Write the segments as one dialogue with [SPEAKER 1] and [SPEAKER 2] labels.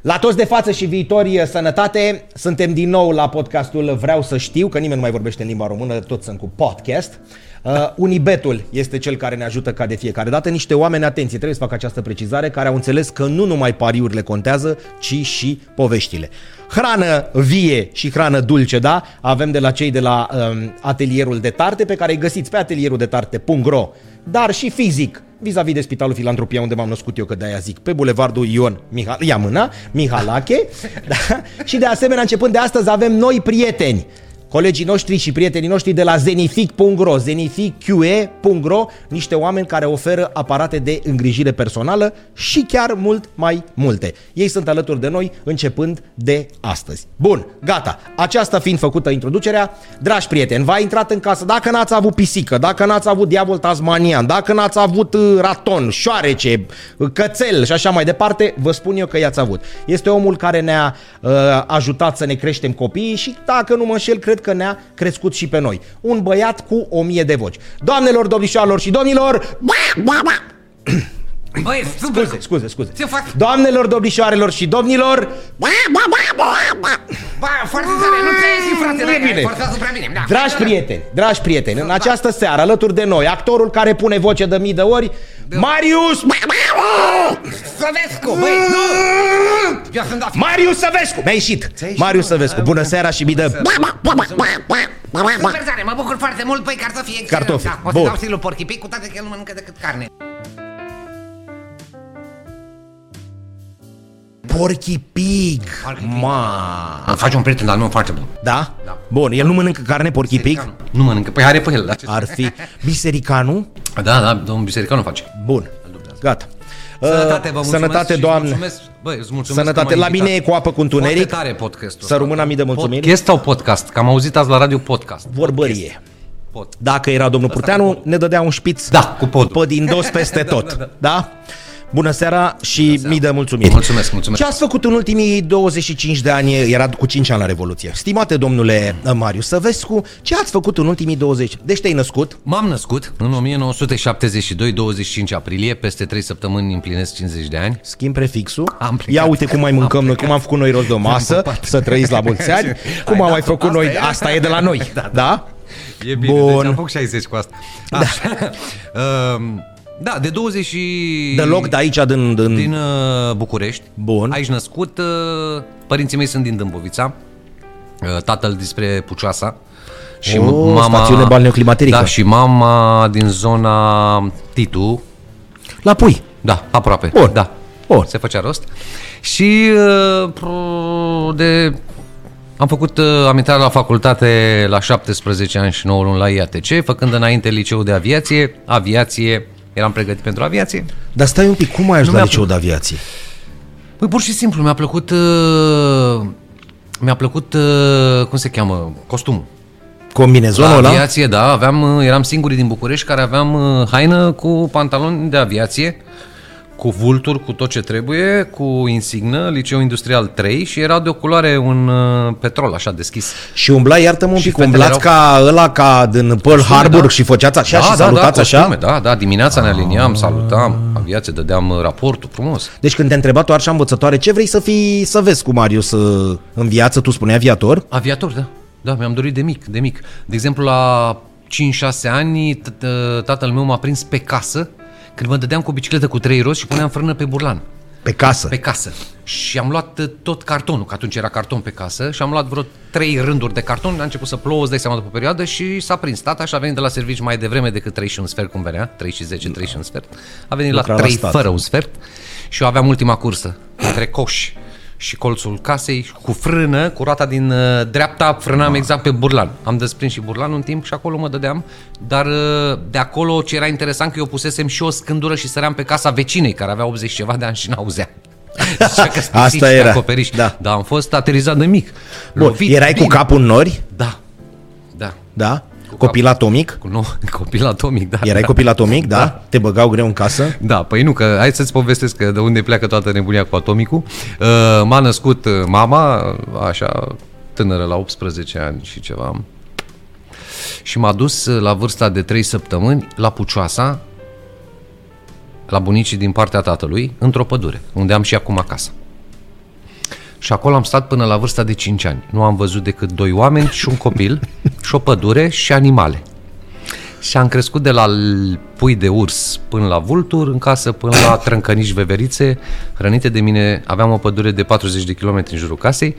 [SPEAKER 1] La toți de față și viitorii uh, sănătate, suntem din nou la podcastul Vreau să știu, că nimeni nu mai vorbește în limba română, toți sunt cu podcast. Uh, Unibetul este cel care ne ajută ca de fiecare dată. Niște oameni, atenție, trebuie să fac această precizare, care au înțeles că nu numai pariurile contează, ci și poveștile. Hrană vie și hrană dulce, da? Avem de la cei de la um, atelierul de tarte, pe care îi găsiți pe atelieruldetarte.ro, dar și fizic vis-a-vis de Spitalul Filantropia, unde m-am născut eu, că de-aia zic, pe Bulevardul Ion Mihal- ia mâna, Mihalache. da? Și de asemenea, începând de astăzi, avem noi prieteni. Colegii noștri și prietenii noștri de la zenific.ro, zenificqe.ro, niște oameni care oferă aparate de îngrijire personală și chiar mult mai multe. Ei sunt alături de noi începând de astăzi. Bun, gata. Aceasta fiind făcută introducerea, dragi prieteni, v-a intrat în casă, dacă n-ați avut pisică, dacă n-ați avut diavol tasmanian, dacă n-ați avut uh, raton, șoarece, uh, cățel și așa mai departe, vă spun eu că i-ați avut. Este omul care ne-a uh, ajutat să ne creștem copiii și dacă nu mă înșel, cred că ne-a crescut și pe noi. Un băiat cu o mie de voci. Doamnelor, domnișoarelor și domnilor,
[SPEAKER 2] Băi,
[SPEAKER 1] scuze,
[SPEAKER 2] scuze,
[SPEAKER 1] scuze, scuze.
[SPEAKER 2] Ce fac?
[SPEAKER 1] Doamnelor, domnișoarelor și domnilor,
[SPEAKER 2] Ba, foarte tare, nu te ieși, frate,
[SPEAKER 1] Nu e
[SPEAKER 2] dacă
[SPEAKER 1] bine.
[SPEAKER 2] ai forțat supra mine. Da,
[SPEAKER 1] Dragi
[SPEAKER 2] da, da.
[SPEAKER 1] prieteni, dragi prieteni, în
[SPEAKER 2] Da.
[SPEAKER 1] această seară, alături de noi, actorul care pune voce de mii de ori, Marius...
[SPEAKER 2] Săvescu, băi, nu! Eu sunt afi.
[SPEAKER 1] Marius Săvescu! Mi-a ieșit!
[SPEAKER 2] Ți-a ieșit,
[SPEAKER 1] Marius
[SPEAKER 2] mă?
[SPEAKER 1] Săvescu,
[SPEAKER 2] Ah,
[SPEAKER 1] bună
[SPEAKER 2] bun.
[SPEAKER 1] seara și mii de...
[SPEAKER 2] Super tare, mă bucur foarte mult, băi, cartofi, excelent.
[SPEAKER 1] Cartofi,
[SPEAKER 2] Da, o să
[SPEAKER 1] bun.
[SPEAKER 2] dau stilul porchipic, cu toate că el nu mănâncă decât carne.
[SPEAKER 1] Porky Pig!
[SPEAKER 2] Porky Pig.
[SPEAKER 1] Ma!
[SPEAKER 2] Îmi faci un prieten, dar nu foarte bun.
[SPEAKER 1] Da?
[SPEAKER 2] Da.
[SPEAKER 1] Bun, el nu mănâncă carne Porky Pig?
[SPEAKER 2] Nu mănâncă, păi are pe el. acest-
[SPEAKER 1] Ar fi bisericanu?
[SPEAKER 2] Da, da, domnul Biserica nu face.
[SPEAKER 1] Bun, gata. Uh,
[SPEAKER 2] Sănătate, vă mulțumesc
[SPEAKER 1] Sănătate,
[SPEAKER 2] și
[SPEAKER 1] doamne!
[SPEAKER 2] Mulțumesc, băi, îți mulțumesc
[SPEAKER 1] Sănătate,
[SPEAKER 2] că
[SPEAKER 1] la
[SPEAKER 2] m-ai
[SPEAKER 1] mine e
[SPEAKER 2] invitat.
[SPEAKER 1] cu apă cu
[SPEAKER 2] Foarte
[SPEAKER 1] întuneric.
[SPEAKER 2] tare podcastul
[SPEAKER 1] Să
[SPEAKER 2] ăsta.
[SPEAKER 1] rămână mii de mulțumiri.
[SPEAKER 2] Podcast sau podcast? Că am auzit azi la radio podcast.
[SPEAKER 1] Vorbărie.
[SPEAKER 2] Pod.
[SPEAKER 1] Dacă era domnul Purteanu, ne dădea un șpiț
[SPEAKER 2] Da, cu podul.
[SPEAKER 1] pe din dos peste tot. da,
[SPEAKER 2] da.
[SPEAKER 1] Bună seara și mii de mulțumiri.
[SPEAKER 2] Mulțumesc, mulțumesc.
[SPEAKER 1] Ce ați făcut în ultimii 25 de ani? Era cu 5 ani la Revoluție. Stimate domnule uh, Marius Săvescu, ce ați făcut în ultimii 20? Deci te-ai născut?
[SPEAKER 2] M-am născut în 1972, 25 aprilie, peste 3 săptămâni împlinesc 50 de ani.
[SPEAKER 1] Schimb prefixul.
[SPEAKER 2] Am plecat.
[SPEAKER 1] Ia uite cum mai mâncăm noi, cum am făcut noi rost de o masă,
[SPEAKER 2] pupat.
[SPEAKER 1] să trăiți la mulți ani, cum
[SPEAKER 2] Hai,
[SPEAKER 1] am
[SPEAKER 2] da,
[SPEAKER 1] mai făcut
[SPEAKER 2] asta
[SPEAKER 1] noi,
[SPEAKER 2] e.
[SPEAKER 1] asta e de la noi, da?
[SPEAKER 2] E bine,
[SPEAKER 1] Bun.
[SPEAKER 2] Bun. deci am făcut 60 cu asta. Așa. Da. Ehm, Da, de 20 și...
[SPEAKER 1] Deloc de aici, din, din...
[SPEAKER 2] Din uh, București.
[SPEAKER 1] Bun.
[SPEAKER 2] Aici născut. uh, Părinții mei sunt din Dâmbovița. Uh, Tatăl dinspre Pucioasa. Și
[SPEAKER 1] Oh, stațiune balneoclimaterică.
[SPEAKER 2] Da, și mama din zona Titu.
[SPEAKER 1] La pui.
[SPEAKER 2] Da, aproape.
[SPEAKER 1] Bun.
[SPEAKER 2] Da.
[SPEAKER 1] Bun.
[SPEAKER 2] Se făcea rost. Și uh, pro- de... Am făcut, uh, am intrat la facultate la 17 ani și 9 luni la IATC, făcând înainte liceu de aviație, aviație, eram pregătit pentru aviație.
[SPEAKER 1] Dar stai un pic, cum ai ajuns
[SPEAKER 2] Nu
[SPEAKER 1] la
[SPEAKER 2] mi-a
[SPEAKER 1] liceu de aviație?
[SPEAKER 2] Păi pur și simplu, mi-a plăcut, uh, mi-a plăcut, uh, cum se cheamă, costumul.
[SPEAKER 1] Combinezonul
[SPEAKER 2] la
[SPEAKER 1] ăla?
[SPEAKER 2] aviație, da, aveam, uh, eram singurii din București care aveam uh, haină cu pantaloni de aviație, cu vulturi, cu tot ce trebuie, cu insignă, liceu industrial 3 și era de o culoare un uh, petrol așa deschis.
[SPEAKER 1] Și umblai, iartă-mă un
[SPEAKER 2] Și
[SPEAKER 1] pic,
[SPEAKER 2] fetele
[SPEAKER 1] umblați ca ăla ca din Pearl Harbor
[SPEAKER 2] da.
[SPEAKER 1] și făceați așa
[SPEAKER 2] da,
[SPEAKER 1] și
[SPEAKER 2] da,
[SPEAKER 1] salutați
[SPEAKER 2] da,
[SPEAKER 1] așa?
[SPEAKER 2] costume, Da, da, dimineața ne aliniam, salutam, aviație, dădeam uh, raportul frumos.
[SPEAKER 1] Deci când te întreba tu arșa învățătoare, ce vrei să fii, să vezi cu Marius uh, în viață, tu spuneai aviator?
[SPEAKER 2] Aviator, da. Da, mi-am dorit de mic, de mic. De exemplu, la 5-6 ani, t- t- tatăl meu m-a prins pe casă când mă dădeam cu o bicicletă cu trei roți și puneam frână pe burlan,
[SPEAKER 1] Pe casă.
[SPEAKER 2] pe casă. Și am luat uh, tot cartonul, că atunci era carton pe casă, și am luat vreo trei rânduri de carton, a început să plouă, îți dai seama după o perioadă, și s-a prins. Tata și a venit de la serviciu mai devreme decât 3 și un sfert, cum venea, 3 și 10, 3 și un sfert. A venit
[SPEAKER 1] Lucra
[SPEAKER 2] la
[SPEAKER 1] la
[SPEAKER 2] 3
[SPEAKER 1] stat.
[SPEAKER 2] fără un sfert și eu aveam ultima cursă între coș și colțul casei cu frână, cu roata din uh, dreapta, frânam
[SPEAKER 1] Ah.
[SPEAKER 2] exact pe burlan. Am desprins și burlanul un timp și acolo mă dădeam, dar uh, de acolo ce era interesant că eu pusesem și o scândură și săream pe casa vecinei care avea 80 ceva de ani și n-auzea.
[SPEAKER 1] Asta era,
[SPEAKER 2] Acoperiș.
[SPEAKER 1] da.
[SPEAKER 2] Da. Dar am fost aterizat de mic.
[SPEAKER 1] Bun, erai
[SPEAKER 2] bine.
[SPEAKER 1] cu capul în nori,
[SPEAKER 2] Da. Da.
[SPEAKER 1] da? Copil atomic?
[SPEAKER 2] Cu nou, copil atomic, da.
[SPEAKER 1] Erai
[SPEAKER 2] da.
[SPEAKER 1] copil atomic, da? Te băgau greu în casă?
[SPEAKER 2] Da, păi nu, că hai să-ți povestesc că de unde pleacă toată nebunia cu atomicul. Uh, M-a născut uh, mama, așa, tânără, la 18 ani și ceva. Și m-a dus uh, la vârsta de 3 săptămâni la Pucioasa, la bunicii din partea tatălui, într-o pădure, unde am și acum acasă. Și acolo am stat până la vârsta de 5 ani. Nu am văzut decât doi oameni și un copil și o pădure și animale. Și am crescut de la l- pui de urs până la vulturi, în casă până la trâncăniși veverițe, hrănite de mine. Aveam o pădure de 40 de km în jurul casei,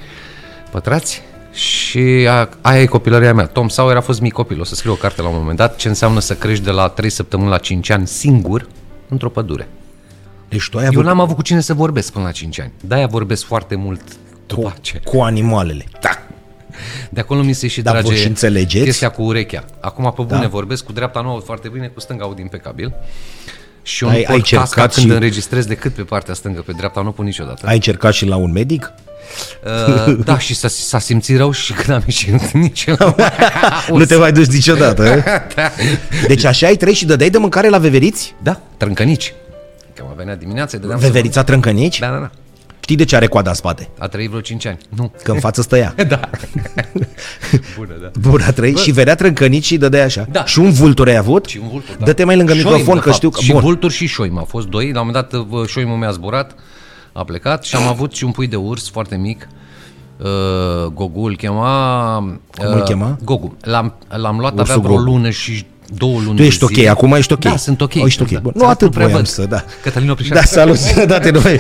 [SPEAKER 2] pătrați, și a, aia e copilăria mea. Tom Sawyer a fost mic copil, o să scriu o carte la un moment dat, ce înseamnă să crești de la 3 săptămâni la 5 ani singur într-o pădure.
[SPEAKER 1] Deci tu ai
[SPEAKER 2] Eu
[SPEAKER 1] avut
[SPEAKER 2] n-am avut cu cine să vorbesc până la 5 ani. De-aia vorbesc foarte mult după
[SPEAKER 1] cu,
[SPEAKER 2] aceea.
[SPEAKER 1] cu animalele.
[SPEAKER 2] Da. De acolo mi se și
[SPEAKER 1] Dar
[SPEAKER 2] trage
[SPEAKER 1] voi și înțelegeți?
[SPEAKER 2] chestia cu urechea. Acum pe bune da. vorbesc, cu dreapta nu aud foarte bine, cu stânga aud impecabil. Și eu
[SPEAKER 1] Ai-
[SPEAKER 2] nu
[SPEAKER 1] ai
[SPEAKER 2] pot casca
[SPEAKER 1] cercat
[SPEAKER 2] când
[SPEAKER 1] și-
[SPEAKER 2] înregistrez decât pe partea stângă, pe dreapta nu pun niciodată.
[SPEAKER 1] Ai încercat și la un medic?
[SPEAKER 2] Uh, da, și s-a, s-a simțit rău și când am ieșit nici el.
[SPEAKER 1] Nu te mai duci niciodată. eh?
[SPEAKER 2] da.
[SPEAKER 1] Deci așa ai trei și dădeai de mâncare la veveriți?
[SPEAKER 2] da, trâncănici. Că mă venea dimineața, îi dădeam să-
[SPEAKER 1] Veverița trâncănici?
[SPEAKER 2] Da, da, da.
[SPEAKER 1] Știi de ce are coada în spate?
[SPEAKER 2] A trăit vreo 5 ani. Nu.
[SPEAKER 1] Că în față stăia.
[SPEAKER 2] Da. Bună, da.
[SPEAKER 1] Bun, a trăit și vedea trâncănici și dădea așa.
[SPEAKER 2] Da.
[SPEAKER 1] Și un vulture ai avut?
[SPEAKER 2] Și un vultur, da.
[SPEAKER 1] Dă-te mai lângă
[SPEAKER 2] Șoim,
[SPEAKER 1] microfon
[SPEAKER 2] de
[SPEAKER 1] că
[SPEAKER 2] fapt.
[SPEAKER 1] știu că...
[SPEAKER 2] Și
[SPEAKER 1] Bun.
[SPEAKER 2] vulturi și șoim au fost doi. La un moment dat vă, șoimul mi-a zburat, a plecat și am avut și un pui de urs foarte mic. Uh, Gogu îl chema...
[SPEAKER 1] Cum îl chema?
[SPEAKER 2] Gogu. L-am, l-am luat,
[SPEAKER 1] Ursul
[SPEAKER 2] avea vreo
[SPEAKER 1] Gogu.
[SPEAKER 2] lună și două luni
[SPEAKER 1] Tu ești
[SPEAKER 2] de
[SPEAKER 1] ok,
[SPEAKER 2] zile.
[SPEAKER 1] acum ești ok.
[SPEAKER 2] Da, sunt ok.
[SPEAKER 1] O, ești ok.
[SPEAKER 2] Da.
[SPEAKER 1] Bun. Nu
[SPEAKER 2] Să
[SPEAKER 1] atât voiam
[SPEAKER 2] prevăd.
[SPEAKER 1] să, da.
[SPEAKER 2] Cătălin Oprișan.
[SPEAKER 1] Da, salut, sănătate, noi.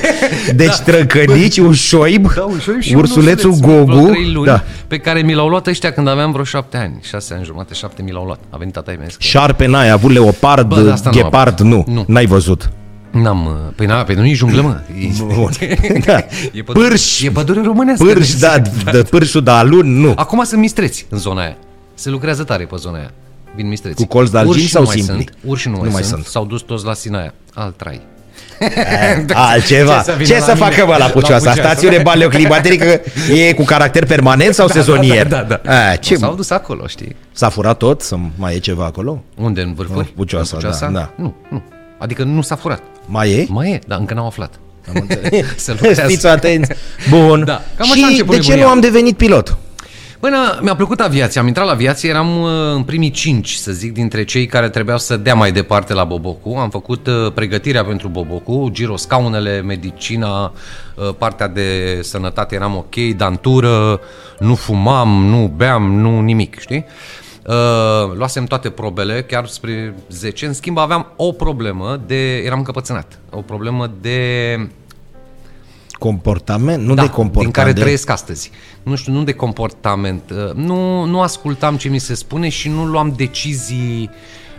[SPEAKER 1] Deci trâncănici, un șoib,
[SPEAKER 2] Da, un șoim și un
[SPEAKER 1] ursulețul
[SPEAKER 2] ursuleț, vreo
[SPEAKER 1] Gogu.
[SPEAKER 2] trei luni,
[SPEAKER 1] Da.
[SPEAKER 2] Pe care mi l-au luat ăștia când aveam vreo șapte ani. Șase ani jumate, șapte mi l-au luat. A venit tata mea.
[SPEAKER 1] Șarpe n-ai avut, leopard,
[SPEAKER 2] Bă, de asta nu am
[SPEAKER 1] ghepard, nu.
[SPEAKER 2] Nu.
[SPEAKER 1] N-ai văzut.
[SPEAKER 2] N-am... uh, Păi, na, păi nu e junglă, mă. E,
[SPEAKER 1] Bun. Da.
[SPEAKER 2] E pădure,
[SPEAKER 1] Pârș,
[SPEAKER 2] e pădure românească.
[SPEAKER 1] pârș,
[SPEAKER 2] deci.
[SPEAKER 1] da, de pârșul de alun, nu.
[SPEAKER 2] Acum sunt mistreți în zona aia. Se lucrează tare pe zona aia. Vin mistreți.
[SPEAKER 1] Cu colți de algini sau
[SPEAKER 2] nu mai
[SPEAKER 1] simpli?
[SPEAKER 2] Sunt. Urși nu mai, nu mai sunt. S-au dus toți la Sinaia. Al trai.
[SPEAKER 1] Altceva.
[SPEAKER 2] Ce să
[SPEAKER 1] Ce,
[SPEAKER 2] vină
[SPEAKER 1] ce
[SPEAKER 2] la
[SPEAKER 1] să
[SPEAKER 2] mine?
[SPEAKER 1] facă bă la
[SPEAKER 2] La
[SPEAKER 1] Pucioasa?
[SPEAKER 2] Pucioasa.
[SPEAKER 1] Stațiune paleoclimaterică e cu caracter permanent sau sezonier?
[SPEAKER 2] Da, da, da.
[SPEAKER 1] A, ce?
[SPEAKER 2] S-au dus acolo, știi?
[SPEAKER 1] S-a furat tot? Să mai e ceva acolo?
[SPEAKER 2] Unde? În vârfuri?
[SPEAKER 1] În Pucioasa,
[SPEAKER 2] În
[SPEAKER 1] da, da.
[SPEAKER 2] Nu, nu. Adică nu s-a furat.
[SPEAKER 1] Mai e?
[SPEAKER 2] Mai e, dar încă n-au aflat.
[SPEAKER 1] Am înțeles.
[SPEAKER 2] Se lucrează.
[SPEAKER 1] Fiți atenți. Bun.
[SPEAKER 2] Da, cam așa a
[SPEAKER 1] Și
[SPEAKER 2] început
[SPEAKER 1] de ce
[SPEAKER 2] nebunia.
[SPEAKER 1] nu am devenit pilot?
[SPEAKER 2] Băi, na, mi-a plăcut aviația, am intrat la aviație, eram uh, în primii cinci, să zic, dintre cei care trebuiau să dea mai departe la Bobocu. Am făcut uh, pregătirea pentru Bobocu, giroscaunele, medicina, uh, partea de sănătate eram ok, dantură, nu fumam, nu beam, nu nimic, știi? Uh, luasem toate probele, chiar spre 10. În schimb, aveam o problemă de... eram căpățânat. O problemă de
[SPEAKER 1] Comportament? Nu de comportament.
[SPEAKER 2] Da, din care
[SPEAKER 1] de...
[SPEAKER 2] trăiesc astăzi. Nu știu, nu de comportament. Uh, Nu, nu ascultam ce mi se spune și nu luam decizii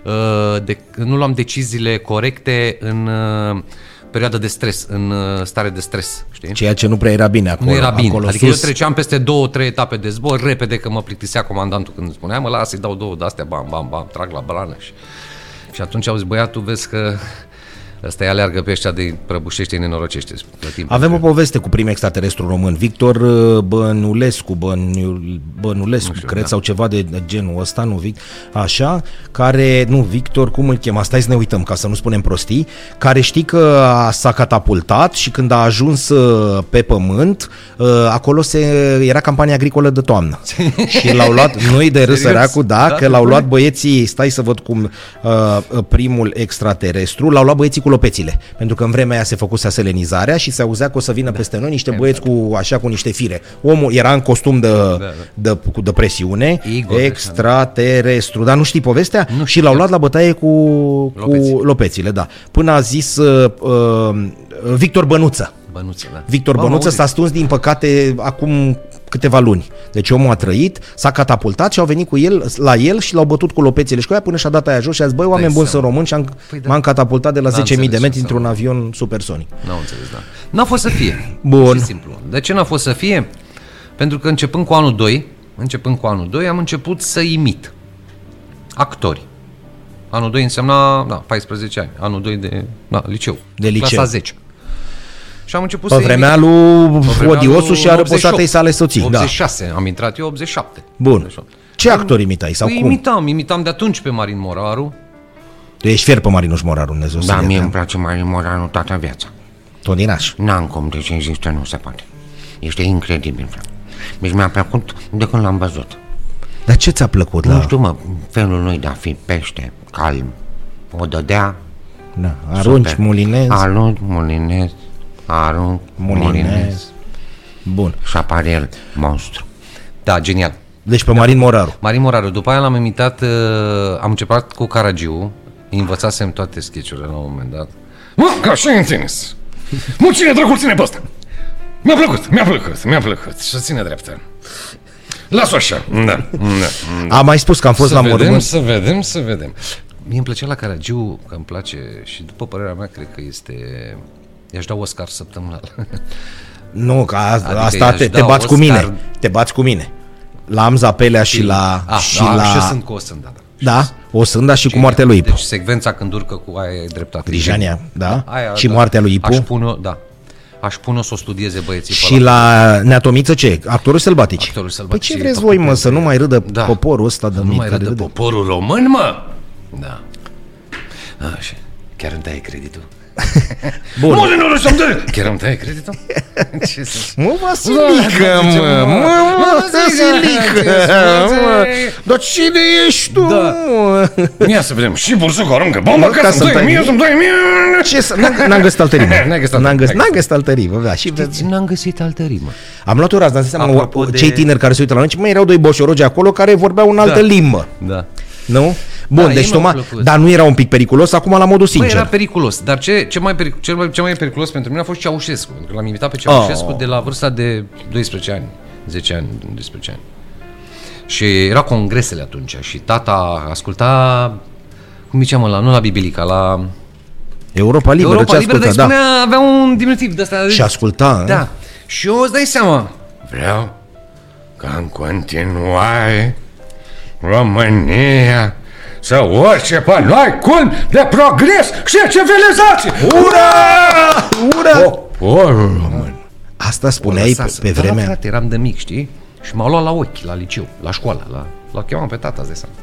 [SPEAKER 2] uh, de, nu luam deciziile corecte în uh, perioada de stres, în uh, stare de stres, știi?
[SPEAKER 1] Ceea ce nu prea era bine acolo.
[SPEAKER 2] nu era bine.
[SPEAKER 1] Acolo
[SPEAKER 2] adică
[SPEAKER 1] sus.
[SPEAKER 2] eu treceam peste două, trei etape de zbor, repede că mă plictisea comandantul când îmi spunea, mă las, îi dau două de astea, bam, bam, bam, trag la blană. Și, și atunci au zis, băiatul, vezi că ăsta îi aleargă pe ăștia de prăbușește, îi nenorocește. Plătim
[SPEAKER 1] Avem o poveste cu prim extraterestru român, Victor uh, Bănulescu, Băniul- Bănulescu, cred, sau ceva de genul ăsta, nu Vic, așa, care, nu, Victor, cum îl chema, stai să ne uităm, ca să nu spunem prostii, care știi că a- s-a catapultat și când a ajuns uh, pe pământ, uh, acolo se, era campania agricolă de toamnă. și l-au luat, noi de râs
[SPEAKER 2] Serios?
[SPEAKER 1] săracul, da,
[SPEAKER 2] Da,
[SPEAKER 1] că l-au luat băieții, stai să văd cum uh, primul extraterestru, l-au luat băieții cu lopețile, pentru că în vremea aia se făcuse selenizarea și se auzea că o să vină peste noi niște
[SPEAKER 2] Exact.
[SPEAKER 1] băieți cu așa cu niște fire. Omul era în costum de, de, cu de presiune,
[SPEAKER 2] Da, Igor, da.
[SPEAKER 1] extraterestru, dar nu știi povestea?
[SPEAKER 2] Nu
[SPEAKER 1] și
[SPEAKER 2] știu.
[SPEAKER 1] l-au luat la bătaie cu,
[SPEAKER 2] Lopeții.
[SPEAKER 1] cu lopețile, da. Până a zis uh, uh, Victor Bănuță.
[SPEAKER 2] Bănuță, da.
[SPEAKER 1] Victor
[SPEAKER 2] Bă, mă
[SPEAKER 1] Bănuță
[SPEAKER 2] auzi?
[SPEAKER 1] s-a stuns, din păcate, acum câteva luni. Deci omul a trăit, s-a catapultat și au venit cu el, la el și l-au bătut cu lopețele și cu aia până și-a dat aia jos și a zis, băi, oameni
[SPEAKER 2] Dai
[SPEAKER 1] buni, sunt
[SPEAKER 2] seama.
[SPEAKER 1] români și am,
[SPEAKER 2] Păi da.
[SPEAKER 1] m-am catapultat de la 10.000
[SPEAKER 2] N-am
[SPEAKER 1] de
[SPEAKER 2] înțeles
[SPEAKER 1] metri
[SPEAKER 2] asta.
[SPEAKER 1] într-un avion supersonic.
[SPEAKER 2] N-au înțeles, da. N-a fost să fie.
[SPEAKER 1] Bun.
[SPEAKER 2] Pur Și simplu. De ce n-a fost să fie? Pentru că începând cu anul 2, începând cu anul 2, am început să imit actori. Anul 2 însemna, da, 14 ani. Anul 2 de, da, liceu.
[SPEAKER 1] De liceu.
[SPEAKER 2] Clasa 10. Și am început
[SPEAKER 1] Pe
[SPEAKER 2] să
[SPEAKER 1] vremea
[SPEAKER 2] imit.
[SPEAKER 1] lui
[SPEAKER 2] Pe vremea
[SPEAKER 1] Odiosu
[SPEAKER 2] lui
[SPEAKER 1] și a
[SPEAKER 2] 88.
[SPEAKER 1] răposatei sale soții. Da.
[SPEAKER 2] 86, am intrat eu 87.
[SPEAKER 1] Bun.
[SPEAKER 2] 88.
[SPEAKER 1] Ce actor imitai sau
[SPEAKER 2] Păi
[SPEAKER 1] cum?
[SPEAKER 2] imitam, imitam de atunci pe Marin Moraru.
[SPEAKER 1] Tu ești fier pe Marinuș Moraru, Dumnezeu să
[SPEAKER 3] Da, mie
[SPEAKER 1] ne
[SPEAKER 3] îmi place Marin Moranu toată viața.
[SPEAKER 1] Toninaș.
[SPEAKER 3] N-am cum, deci există, nu se poate. Este incredibil, frate. Deci mi-a plăcut de când l-am văzut.
[SPEAKER 1] Dar ce ți-a plăcut
[SPEAKER 3] Nu
[SPEAKER 1] la...
[SPEAKER 3] știu, mă, felul lui de a fi pește, calm. O dădea
[SPEAKER 1] Na, da, arunci,
[SPEAKER 3] super.
[SPEAKER 1] mulinez,
[SPEAKER 3] Arunci, mulinez, arunci,
[SPEAKER 1] Mulinez.
[SPEAKER 3] mulinez.
[SPEAKER 1] Bun.
[SPEAKER 3] Și apare el, monstru.
[SPEAKER 2] Da, genial.
[SPEAKER 1] Deci pe Marin Moraru.
[SPEAKER 2] Marin Moraru, după aia l-am imitat, uh, am început cu Caragiu, învățasem toate sketchurile la un moment dat.
[SPEAKER 4] Mă, ca și în tenis. Mă, cine dracul ține pe ăsta? Mi-a plăcut, mi-a plăcut, mi-a plăcut. Și ține dreptă. Las-o așa. Da, da.
[SPEAKER 1] Am mai spus că am fost
[SPEAKER 4] Să
[SPEAKER 1] la
[SPEAKER 4] vedem,
[SPEAKER 1] mormânt.
[SPEAKER 4] să vedem, să vedem.
[SPEAKER 2] Mie îmi plăcea la Caragiu, că îmi place și după părerea mea, cred că este... I-aș da Oscar săptămânal.
[SPEAKER 1] Nu, că a, adică asta
[SPEAKER 2] i-aș
[SPEAKER 1] te, te
[SPEAKER 2] da
[SPEAKER 1] bați cu
[SPEAKER 2] Oscar.
[SPEAKER 1] mine. Te bați cu mine. La Amza Pelea și la...
[SPEAKER 2] Ah,
[SPEAKER 1] și
[SPEAKER 2] da,
[SPEAKER 1] la...
[SPEAKER 2] și eu sunt cu o sândă, da.
[SPEAKER 1] Da, o sânda și cu moartea lui Ipu.
[SPEAKER 2] Deci secvența când urcă cu aia e dreptate.
[SPEAKER 1] Grijania, da?
[SPEAKER 2] Aia,
[SPEAKER 1] și
[SPEAKER 2] da.
[SPEAKER 1] moartea lui
[SPEAKER 2] Aș
[SPEAKER 1] Ipu.
[SPEAKER 2] pune-o, da. Aș pune-o să o studieze băieții pe
[SPEAKER 1] Și
[SPEAKER 2] ăla.
[SPEAKER 1] la Neatomiță ce? Actorul sălbatici.
[SPEAKER 2] Actorul
[SPEAKER 1] păi
[SPEAKER 2] sălbatic
[SPEAKER 1] ce
[SPEAKER 2] și
[SPEAKER 1] vreți
[SPEAKER 2] Ipu
[SPEAKER 1] voi, mă,
[SPEAKER 2] Pupin.
[SPEAKER 1] să nu mai râdă
[SPEAKER 2] Da.
[SPEAKER 1] poporul ăsta de
[SPEAKER 2] Nu
[SPEAKER 1] mic
[SPEAKER 2] mai
[SPEAKER 1] care
[SPEAKER 2] râde
[SPEAKER 1] râde?
[SPEAKER 2] poporul român, mă! Da. Așa. Chiar îmi dai creditul?
[SPEAKER 1] Bun.
[SPEAKER 4] Mă, din să-mi dă! Chiar îmi tai creditul?
[SPEAKER 2] Ce să
[SPEAKER 1] Mă, Vasilică, mă, mă, mă, Vasilică, mă. Dar cine ești tu,
[SPEAKER 2] Da.
[SPEAKER 1] mă?
[SPEAKER 4] Ia să vedem. Și bursuc aruncă bomba
[SPEAKER 1] Bă,
[SPEAKER 4] ca să-mi tai mie, să-mi tai mie.
[SPEAKER 1] Ce să... N-am, n-am găsit altă rimă.
[SPEAKER 4] N-ai găsit altă-
[SPEAKER 1] N-am găsit,
[SPEAKER 4] hai.
[SPEAKER 1] n-am găsit altă rimă, da. Și
[SPEAKER 2] Știți, Deci, n-am găsit altă rimă.
[SPEAKER 1] am luat o rază, am zis seama,
[SPEAKER 2] Apropo de-
[SPEAKER 1] cei tineri care se uită la noi, ce, mă, erau doi boșorogi acolo care vorbeau în altă
[SPEAKER 2] Da.
[SPEAKER 1] limbă.
[SPEAKER 2] Da.
[SPEAKER 1] Nu? Bun,
[SPEAKER 2] Da,
[SPEAKER 1] deci
[SPEAKER 2] ei mi-au
[SPEAKER 1] tocmai,
[SPEAKER 2] plăcut.
[SPEAKER 1] dar nu era un pic periculos, acum la modul
[SPEAKER 2] Bă,
[SPEAKER 1] sincer.
[SPEAKER 2] Păi, era periculos, dar ce, ce, mai peric- cel, mai, ce mai periculos pentru mine a fost Ceaușescu. Pentru că l-am imitat pe Ceaușescu
[SPEAKER 1] Oh.
[SPEAKER 2] oh. de la vârsta de 12 ani, 10 ani, 12 ani. Și era congresele atunci și tata asculta, cum ziceam la nu la Bibilica, la
[SPEAKER 1] Europa Liberă,
[SPEAKER 2] Europa
[SPEAKER 1] ce
[SPEAKER 2] Liberă,
[SPEAKER 1] asculta,
[SPEAKER 2] dar îi
[SPEAKER 1] da.
[SPEAKER 2] spunea, avea un diminutiv de ăsta.
[SPEAKER 1] Și asculta,
[SPEAKER 2] Da. Și eu îți dai seama,
[SPEAKER 4] Vreau ca în continuare România să urce pe noi cum de progres și civilizație! Ura!
[SPEAKER 1] Ura!
[SPEAKER 4] Poporul român.
[SPEAKER 1] Oh, Asta
[SPEAKER 2] O
[SPEAKER 1] spuneai pe,
[SPEAKER 2] lăsasem.
[SPEAKER 1] pe
[SPEAKER 2] Da, Da,
[SPEAKER 1] vremea...
[SPEAKER 2] frate, eram de mic, știi? Și m-au luat la ochi, la liceu, la școală, la... L-au chemat pe tata, de seama.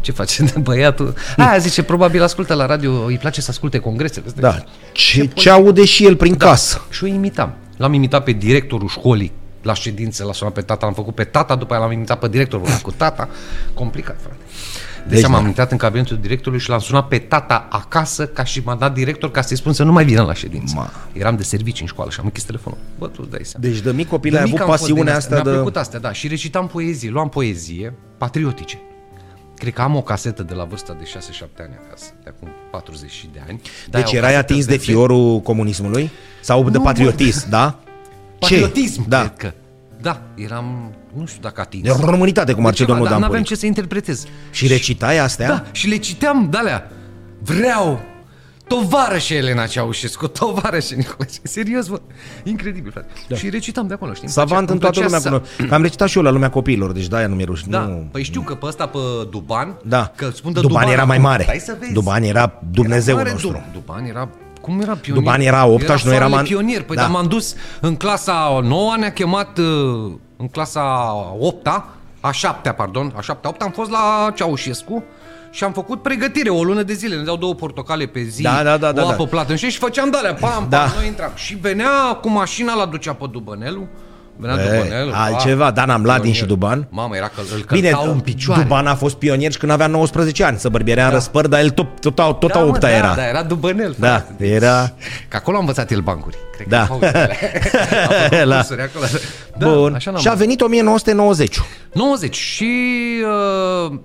[SPEAKER 2] Ce face de băiatul? Aia zice, probabil ascultă la radio, îi place să asculte congresele. astea.
[SPEAKER 1] Da. Ce, ce aude și el prin
[SPEAKER 2] Da.
[SPEAKER 1] casă?
[SPEAKER 2] deci, Și o imitam. L-am imitat pe directorul școlii la ședințe, l-a sunat pe tata, l-am făcut pe tata, după aia l-am imitat pe directorul, vorbit cu tata. Complicat, frate. De
[SPEAKER 1] Deci,
[SPEAKER 2] deci,
[SPEAKER 1] da.
[SPEAKER 2] am intrat în cabinetul directorului și l-am sunat pe tata acasă ca și m-a dat director ca să-i spun să nu mai vină la ședință.
[SPEAKER 1] Ma.
[SPEAKER 2] Eram de serviciu în școală și am închis telefonul. Bă, tu îți dai seama.
[SPEAKER 1] Deci de mic copil
[SPEAKER 2] De
[SPEAKER 1] ai
[SPEAKER 2] mic
[SPEAKER 1] avut
[SPEAKER 2] am fost din
[SPEAKER 1] pasiunea
[SPEAKER 2] Mi-a
[SPEAKER 1] asta de...
[SPEAKER 2] plăcut astea, da. Și recitam poezie. Luam poezie patriotice. Cred că am o casetă de la vârsta de 6-7 ani acasă, de acum 40 și de ani. De-aia
[SPEAKER 1] Deci
[SPEAKER 2] o
[SPEAKER 1] erai
[SPEAKER 2] casetă
[SPEAKER 1] atins de
[SPEAKER 2] verde.
[SPEAKER 1] fiorul comunismului? Sau de
[SPEAKER 2] Nu,
[SPEAKER 1] patriotism, da?
[SPEAKER 2] Patriotism,
[SPEAKER 1] Da.
[SPEAKER 2] cred că. Da, eram, nu știu dacă atins.
[SPEAKER 1] De românitate, cum ar
[SPEAKER 2] De
[SPEAKER 1] ce
[SPEAKER 2] ceva,
[SPEAKER 1] domnul
[SPEAKER 2] dar
[SPEAKER 1] Dan
[SPEAKER 2] Nu aveam
[SPEAKER 1] Polic.
[SPEAKER 2] ce să interpretez.
[SPEAKER 1] Și recitai astea?
[SPEAKER 2] Da, și le citeam de-alea. Vreau tovarășe Elena Ceaușescu, tovarășe Nicolae. Serios, bă, incredibil, frate. Da. Și recitam de acolo, știi? Îmi
[SPEAKER 1] Savant
[SPEAKER 2] plăcea-
[SPEAKER 1] în
[SPEAKER 2] îmi
[SPEAKER 1] toată lumea.
[SPEAKER 2] plăcea să-
[SPEAKER 1] cunosc. Că am recitat și eu la lumea copiilor, deci de-aia nu mi-e rușine.
[SPEAKER 2] Da,
[SPEAKER 1] Nu.
[SPEAKER 2] păi știu că pe ăsta, pe Duban,
[SPEAKER 1] Da.
[SPEAKER 2] că spun de
[SPEAKER 1] Duban, era mai
[SPEAKER 2] acum.
[SPEAKER 1] mare.
[SPEAKER 2] Hai să vezi.
[SPEAKER 1] Duban era Dumnezeul
[SPEAKER 2] mare
[SPEAKER 1] nostru.
[SPEAKER 2] Du- Duban era cum era pionier?
[SPEAKER 1] Duban era a opta și noi
[SPEAKER 2] soarele
[SPEAKER 1] eram an-
[SPEAKER 2] pionier. Păi
[SPEAKER 1] Da.
[SPEAKER 2] da. dar m-am dus în clasa 9 ne-a chemat uh, în clasa 8 a 7 pardon, a 7 8 am fost la Ceaușescu și am făcut pregătire o lună de zile. Ne dau două portocale pe zi,
[SPEAKER 1] Da, da, da,
[SPEAKER 2] o
[SPEAKER 1] da,
[SPEAKER 2] apă
[SPEAKER 1] da.
[SPEAKER 2] platenșe și făceam darea. Pam, pam,
[SPEAKER 1] Da.
[SPEAKER 2] noi intram. Și venea cu mașina, la ducea pe Dubănelu.
[SPEAKER 1] E,
[SPEAKER 2] Venea Dubănelu.
[SPEAKER 1] altceva.
[SPEAKER 2] ah,
[SPEAKER 1] Dan Amladin
[SPEAKER 2] pionier.
[SPEAKER 1] și Duban.
[SPEAKER 2] Mamă, era că îl
[SPEAKER 1] Bine,
[SPEAKER 2] călcau în picioare.
[SPEAKER 1] Duban a fost pionier și când avea 19 ani, să bărbierea în răspăr, dar el tot, tot, tot, tot a
[SPEAKER 2] mă,
[SPEAKER 1] opta era.
[SPEAKER 2] Da, era Dubănel.
[SPEAKER 1] Da,
[SPEAKER 2] frate.
[SPEAKER 1] era...
[SPEAKER 2] Că acolo am învățat el bancuri. Cred
[SPEAKER 1] Da.
[SPEAKER 2] că în pauzele. Am făcut
[SPEAKER 1] La-
[SPEAKER 2] cursuri acolo. Da,
[SPEAKER 1] Bun.
[SPEAKER 2] Așa
[SPEAKER 1] și a
[SPEAKER 2] n-am...
[SPEAKER 1] venit 1990.
[SPEAKER 2] 90 și uh,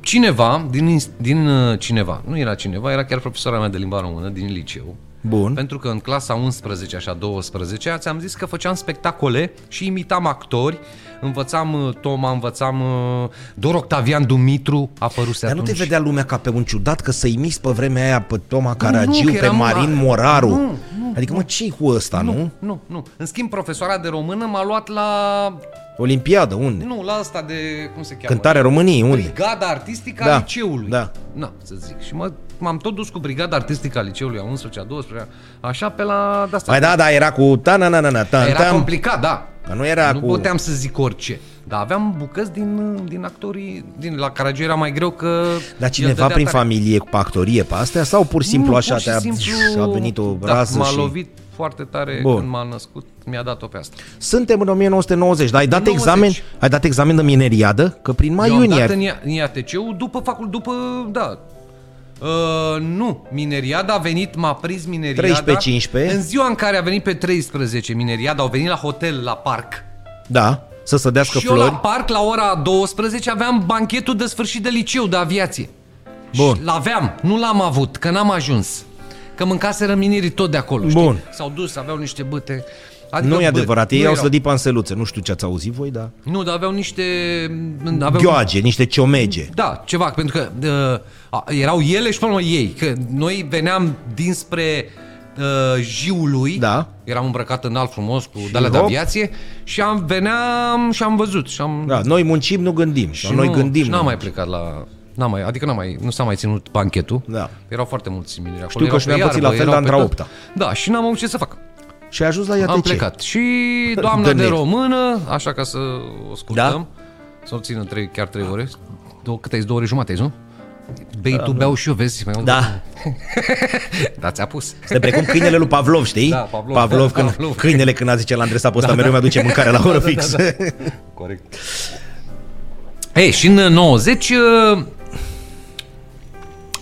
[SPEAKER 2] cineva, din, ins- din uh, cineva, nu era cineva, era chiar profesoara mea de limba română din liceu.
[SPEAKER 1] Bun.
[SPEAKER 2] Pentru că în clasa 11, așa 12, ți-am zis că făceam spectacole și imitam actori, învățam uh, Toma, învățam uh, Dor Octavian Dumitru, apăruse
[SPEAKER 1] Dar nu
[SPEAKER 2] atunci.
[SPEAKER 1] te vedea lumea ca pe un ciudat că să-i mis pe vremea aia pe Toma Caragiu,
[SPEAKER 2] că
[SPEAKER 1] pe
[SPEAKER 2] eram
[SPEAKER 1] Marin
[SPEAKER 2] la-
[SPEAKER 1] Moraru?
[SPEAKER 2] Nu, nu,
[SPEAKER 1] adică, mă, ce cu ăsta, nu?
[SPEAKER 2] Nu, nu. În schimb, profesoara de română m-a luat la...
[SPEAKER 1] Olimpiadă, unde?
[SPEAKER 2] Nu, la asta de... Cum se cheamă?
[SPEAKER 1] Cântarea României, unde?
[SPEAKER 2] Brigada artistică
[SPEAKER 1] Da,
[SPEAKER 2] a liceului.
[SPEAKER 1] da.
[SPEAKER 2] Na, să zic. Și mă, m-am tot dus cu brigada artistică a liceului, a 11, a 12, așa pe la... De-asta.
[SPEAKER 1] Păi da, da, era cu ta na na na na tan,
[SPEAKER 2] Era
[SPEAKER 1] tan.
[SPEAKER 2] complicat, da.
[SPEAKER 1] Că nu era
[SPEAKER 2] nu
[SPEAKER 1] cu-
[SPEAKER 2] puteam să zic orice. Dar aveam bucăți din, din actorii, din la Caragiu era mai greu că...
[SPEAKER 1] Dar
[SPEAKER 2] el
[SPEAKER 1] cineva
[SPEAKER 2] dădea
[SPEAKER 1] prin
[SPEAKER 2] tare.
[SPEAKER 1] familie cu actorie pe astea sau pur și simplu
[SPEAKER 2] Nu,
[SPEAKER 1] așa
[SPEAKER 2] pur și
[SPEAKER 1] te-a
[SPEAKER 2] simplu,
[SPEAKER 1] a venit o
[SPEAKER 2] da,
[SPEAKER 1] rază
[SPEAKER 2] m-a
[SPEAKER 1] și...
[SPEAKER 2] lovit foarte tare
[SPEAKER 1] Bun.
[SPEAKER 2] când m-a născut, mi-a dat-o pe asta.
[SPEAKER 1] Suntem în 1990, dar ai dat
[SPEAKER 2] 90.
[SPEAKER 1] examen, ai dat examen de mineriadă, că prin mai
[SPEAKER 2] Eu am
[SPEAKER 1] iunie.
[SPEAKER 2] dat
[SPEAKER 1] ai-
[SPEAKER 2] în, ia- în IATC-ul după facul, după, da, Uh, nu, Mineriada a venit, m-a prins Mineriada.
[SPEAKER 1] 13-15.
[SPEAKER 2] În ziua în care a venit pe 13 Mineriada, au venit la hotel, la parc.
[SPEAKER 1] Da, să sădească
[SPEAKER 2] și eu la
[SPEAKER 1] flori.
[SPEAKER 2] parc, la ora 12, aveam banchetul de sfârșit de liceu de aviație.
[SPEAKER 1] Bun.
[SPEAKER 2] Și L-aveam, nu l-am avut, că n-am ajuns. Că mâncaseră minerii tot de acolo, știi?
[SPEAKER 1] Bun.
[SPEAKER 2] S-au dus, aveau niște băte.
[SPEAKER 1] Nu e
[SPEAKER 2] bă,
[SPEAKER 1] adevărat,
[SPEAKER 2] nu
[SPEAKER 1] ei au
[SPEAKER 2] erau- Păi
[SPEAKER 1] slădit panseluțe. Nu știu ce ați auzit voi, dar...
[SPEAKER 2] Nu, dar aveau niște... Aveau
[SPEAKER 1] Gheoage, niște ciomege.
[SPEAKER 2] Da, ceva, pentru că uh, a- erau ele și până la urmă ei, că noi veneam dinspre uh, Jiului,
[SPEAKER 1] Da.
[SPEAKER 2] eram îmbrăcat în alt frumos cu dalea de
[SPEAKER 1] hop.
[SPEAKER 2] aviație și am veneam și am văzut și am...
[SPEAKER 1] Da, noi muncim, nu gândim. Și
[SPEAKER 2] și
[SPEAKER 1] noi
[SPEAKER 2] nu,
[SPEAKER 1] gândim.
[SPEAKER 2] Și n-am mai plecat la... N-am mai, adică n-am mai, nu s-a mai ținut banchetul.
[SPEAKER 1] Da.
[SPEAKER 2] Erau foarte mulți similiri acolo.
[SPEAKER 1] Știu că
[SPEAKER 2] erau
[SPEAKER 1] și
[SPEAKER 2] pe
[SPEAKER 1] mi-am pățit
[SPEAKER 2] iarbă,
[SPEAKER 1] la fel,
[SPEAKER 2] erau
[SPEAKER 1] dar
[SPEAKER 2] pe
[SPEAKER 1] într-a
[SPEAKER 2] tot.
[SPEAKER 1] opta.
[SPEAKER 2] Da, și n-am avut ce să fac.
[SPEAKER 1] Și ai ajuns la iată
[SPEAKER 2] Am
[SPEAKER 1] ce.
[SPEAKER 2] plecat. Și doamna de
[SPEAKER 1] Dănet.
[SPEAKER 2] română, așa ca să o scurtăm,
[SPEAKER 1] Da.
[SPEAKER 2] să o țină trei, chiar trei ore, două, câte ai zis, două ore jumate, ai zis, nu? Bei tu, beau și eu, vezi? mai mult.
[SPEAKER 1] Da,
[SPEAKER 2] Da, ți-a pus.
[SPEAKER 1] de precum câinele lui Pavlov, știi?
[SPEAKER 2] Da, Pavlov.
[SPEAKER 1] Pavlov,
[SPEAKER 2] Da,
[SPEAKER 1] când,
[SPEAKER 2] Pavlov. Da,
[SPEAKER 1] câinele când a zice la Andresa Posta, mereu mi-aduce mâncare la oră fix. Deci
[SPEAKER 2] Corect. Ei, și în 90, uh,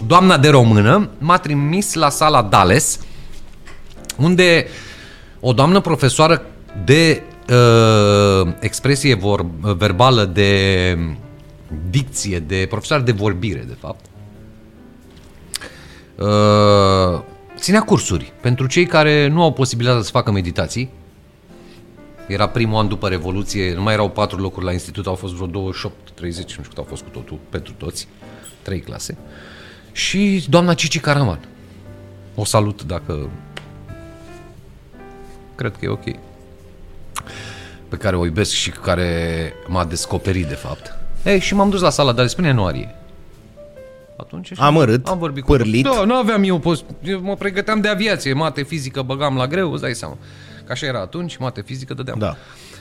[SPEAKER 2] doamna de română m-a trimis la sala Dales, unde o doamnă profesoară de uh, expresie vor, verbală, de dicție, de profesoară de vorbire, de fapt, uh, ținea cursuri pentru cei care nu au posibilitatea să facă meditații, era primul an după Revoluție, nu mai erau patru locuri la institut, au fost vreo 28, 30, nu știu cât au fost cu totul, pentru toți, trei clase. Și doamna Cici Caraman. O salut dacă... Cred că e ok. Pe care o iubesc și care m-a descoperit, de fapt. Ei, și m-am dus la sala, dar spune ianuarie. Atunci și-
[SPEAKER 1] Amărât,
[SPEAKER 2] am vorbit cu
[SPEAKER 1] pârlit.
[SPEAKER 2] Da, nu aveam eu post. Eu mă pregăteam de aviație, mate, fizică, băgam la greu, îți dai seama. Că așa era atunci, mate, fizică, dădeam.
[SPEAKER 1] Da.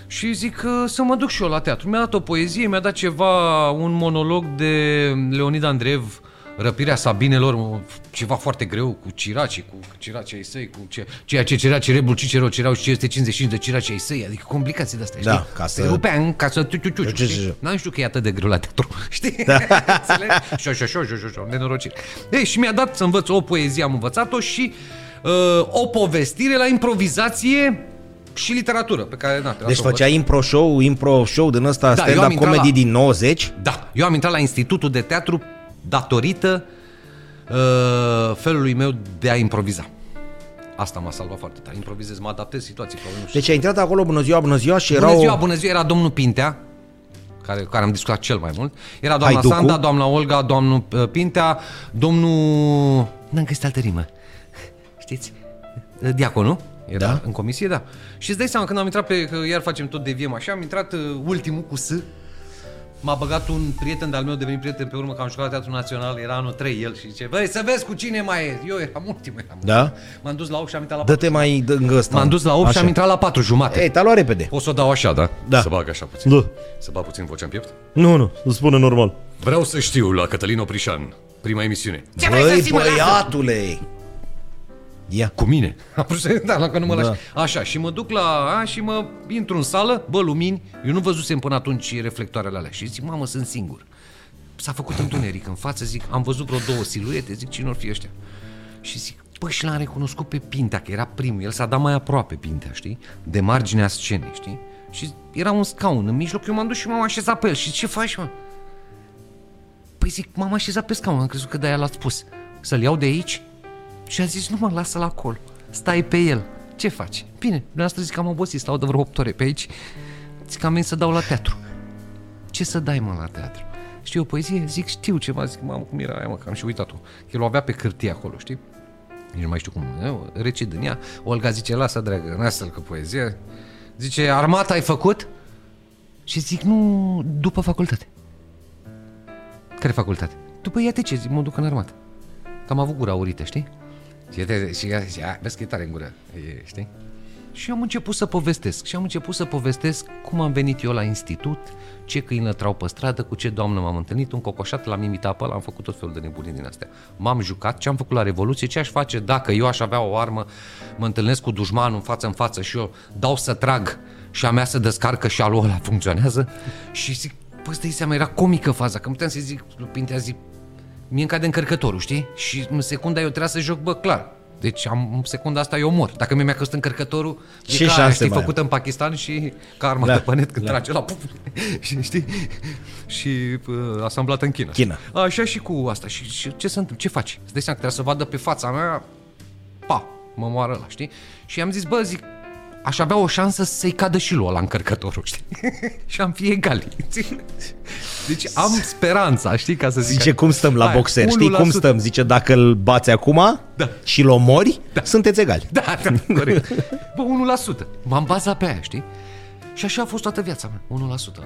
[SPEAKER 2] Și zic că să mă duc și eu la teatru. Mi-a dat o poezie, mi-a dat ceva, un monolog de Leonid Andreev, Răpirea Sabinelor, mă, ceva foarte greu cu ciracii, cu ciracii ai săi, cu ce, ceea ce cerea cerebrul Cicero, cereau și 555 de ciracii ai săi, adică complicații de astea,
[SPEAKER 1] Da,
[SPEAKER 2] știi?
[SPEAKER 1] ca să-
[SPEAKER 2] Se rupeam, ca să... Tu, tu, tu,
[SPEAKER 1] ce,
[SPEAKER 2] știi?
[SPEAKER 1] ce, ce.
[SPEAKER 2] N-am știut că e atât de greu la teatru, știi? Înțelegi? Și așa, și așa, și așa, nenorocire. Ei, și mi-a dat să învăț o poezie, am învățat-o și uh, o povestire la improvizație și literatură, pe care, na, trebuia
[SPEAKER 1] Deci
[SPEAKER 2] să o învăț.
[SPEAKER 1] făcea impro show, impro show din ăsta,
[SPEAKER 2] Da, eu am
[SPEAKER 1] stand-up
[SPEAKER 2] intrat
[SPEAKER 1] comedy
[SPEAKER 2] la-
[SPEAKER 1] din 90.
[SPEAKER 2] Da, eu am intrat la Institutul de Teatru datorită uh, felului meu de a improviza. Asta m-a salvat foarte tare. Improvizez, mă adaptez situații, probleme.
[SPEAKER 1] Deci ai intrat acolo, bună ziua, bună ziua și erau...
[SPEAKER 2] Bună ziua, bună ziua, era domnul Pintea, care, cu care am discutat cel mai mult. Era doamna
[SPEAKER 1] Haiducu.
[SPEAKER 2] Sanda, doamna Olga, domnul uh, Pintea, domnul... N-am găsit altă rimă. Știți? Uh, Diaconu. Era
[SPEAKER 1] Da.
[SPEAKER 2] da? în comisie, da. Și îți dai seama, când am intrat pe... Că iar facem tot deviem așa, am intrat uh, ultimul cu S. M-a băgat un prieten de-al meu, devenit prieten pe urmă, că am jucat la Teatrul Național, era anul 3 el și zice, băi, să vezi cu cine mai e. Eu eram ultimul, eram
[SPEAKER 1] Da?
[SPEAKER 2] ultimul. M-am dus la 8 și am intrat la 4.
[SPEAKER 1] Dă-te mai d- în ăsta.
[SPEAKER 2] M-am dus la 8 și
[SPEAKER 1] Așa.
[SPEAKER 2] am intrat la 4 jumate.
[SPEAKER 1] Ei, te-a luat repede.
[SPEAKER 2] Pot să o dau așa, da?
[SPEAKER 1] Da.
[SPEAKER 2] Să bag așa puțin.
[SPEAKER 1] Da.
[SPEAKER 2] Să bag puțin vocea în piept.
[SPEAKER 1] Nu, nu, nu spune normal.
[SPEAKER 2] Vreau să știu la Cătălin Oprișan, prima emisiune.
[SPEAKER 1] Ce Băi, băiatule! Ia.
[SPEAKER 2] Cu mine. Am vrut să- da, la că nu mă lași. Așa, și mă duc la... A, și mă intru în sală, bă, lumini. Eu nu văzusem până atunci reflectoarele alea. Și zic, mamă, sunt singur. S-a făcut întuneric în față, zic, am văzut vreo două siluete, zic, cine or fi ăștia? Și zic, bă, și l-am recunoscut pe Pintea, că era primul, el s-a dat mai aproape Pintea, știi? De marginea scenei, știi? Și era un scaun în mijloc, eu m-am dus și m-am așezat pe el și zic, ce faci, mă? Păi zic, m-am așezat pe scaun, am crezut că de-aia l-ați pus. Să-l iau de aici? Și a zis, nu mă, lasă-l acolo, stai pe el. Ce faci? Bine, dumneavoastră zic că am obosit, stau de vreo 8 ore pe aici. Zic că am venit să dau la teatru. Ce să dai, mă, la teatru? Știu o poezie? Zic, știu ceva, zic, mamă, cum era aia, mă, că am și uitat-o. El o avea pe hârtie acolo, știi? Nici nu mai știu cum, eu, recid în ea. Olga zice, lasă, dragă, lasă-l că poezie. Zice, armata ai făcut? Și zic, nu, după facultate. Care facultate? După iată ce, zic, mă duc în armată. Că am avut gura urită, știi? Și, iată- și, ea zice, "A, vezi că e tare în gură, e, știi? Și am început să povestesc. Și am început să povestesc cum am venit eu la institut, ce câini lătrau pe stradă, cu ce doamnă m-am întâlnit, un cocoșat l-am imitat pe ăla, am făcut tot felul de nebunii din astea. M-am jucat, ce am făcut la Revoluție, ce aș face dacă eu aș avea o armă, mă întâlnesc cu dușmanul față în față și eu dau să trag și a mea se descarcă și alul ăla funcționează și zic, păi stai seama, era comică faza, că puteam să zic, lui Pintea zic, mie îmi cade încărcătorul, știi? Și în secunda eu trebuia să joc, bă, clar. Deci am, în secunda asta eu mor. Dacă mi-a căzut încărcătorul, e
[SPEAKER 1] Ce
[SPEAKER 2] ca,
[SPEAKER 1] șanse
[SPEAKER 2] știi,
[SPEAKER 1] mai ai?
[SPEAKER 2] făcută în Pakistan și ca armă
[SPEAKER 1] Da,
[SPEAKER 2] da. pe net când
[SPEAKER 1] da.
[SPEAKER 2] da. trage la puf, și, știi? Și uh, asamblată în China.
[SPEAKER 1] China.
[SPEAKER 2] Așa și cu asta. Și, și ce se întâmplă? Ce faci? Îți dai seama că trebuie să vadă pe fața mea, pa, mă moară ăla, știi? Și am zis, bă, zic, aș avea o șansă să-i cadă și lui la încărcătorul, știi? și am fi egali. știi? Deci am speranța, știi, ca să zic.
[SPEAKER 1] Zice cum stăm la
[SPEAKER 2] Hai,
[SPEAKER 1] boxer, știi
[SPEAKER 2] 1%.
[SPEAKER 1] cum stăm? Zice dacă îl bați acum
[SPEAKER 2] Da.
[SPEAKER 1] și l omori, sunteți egali.
[SPEAKER 2] Da, da, corect. Bă, 1%. M-am bazat pe aia, știi? Și așa a fost toată viața mea, 1%.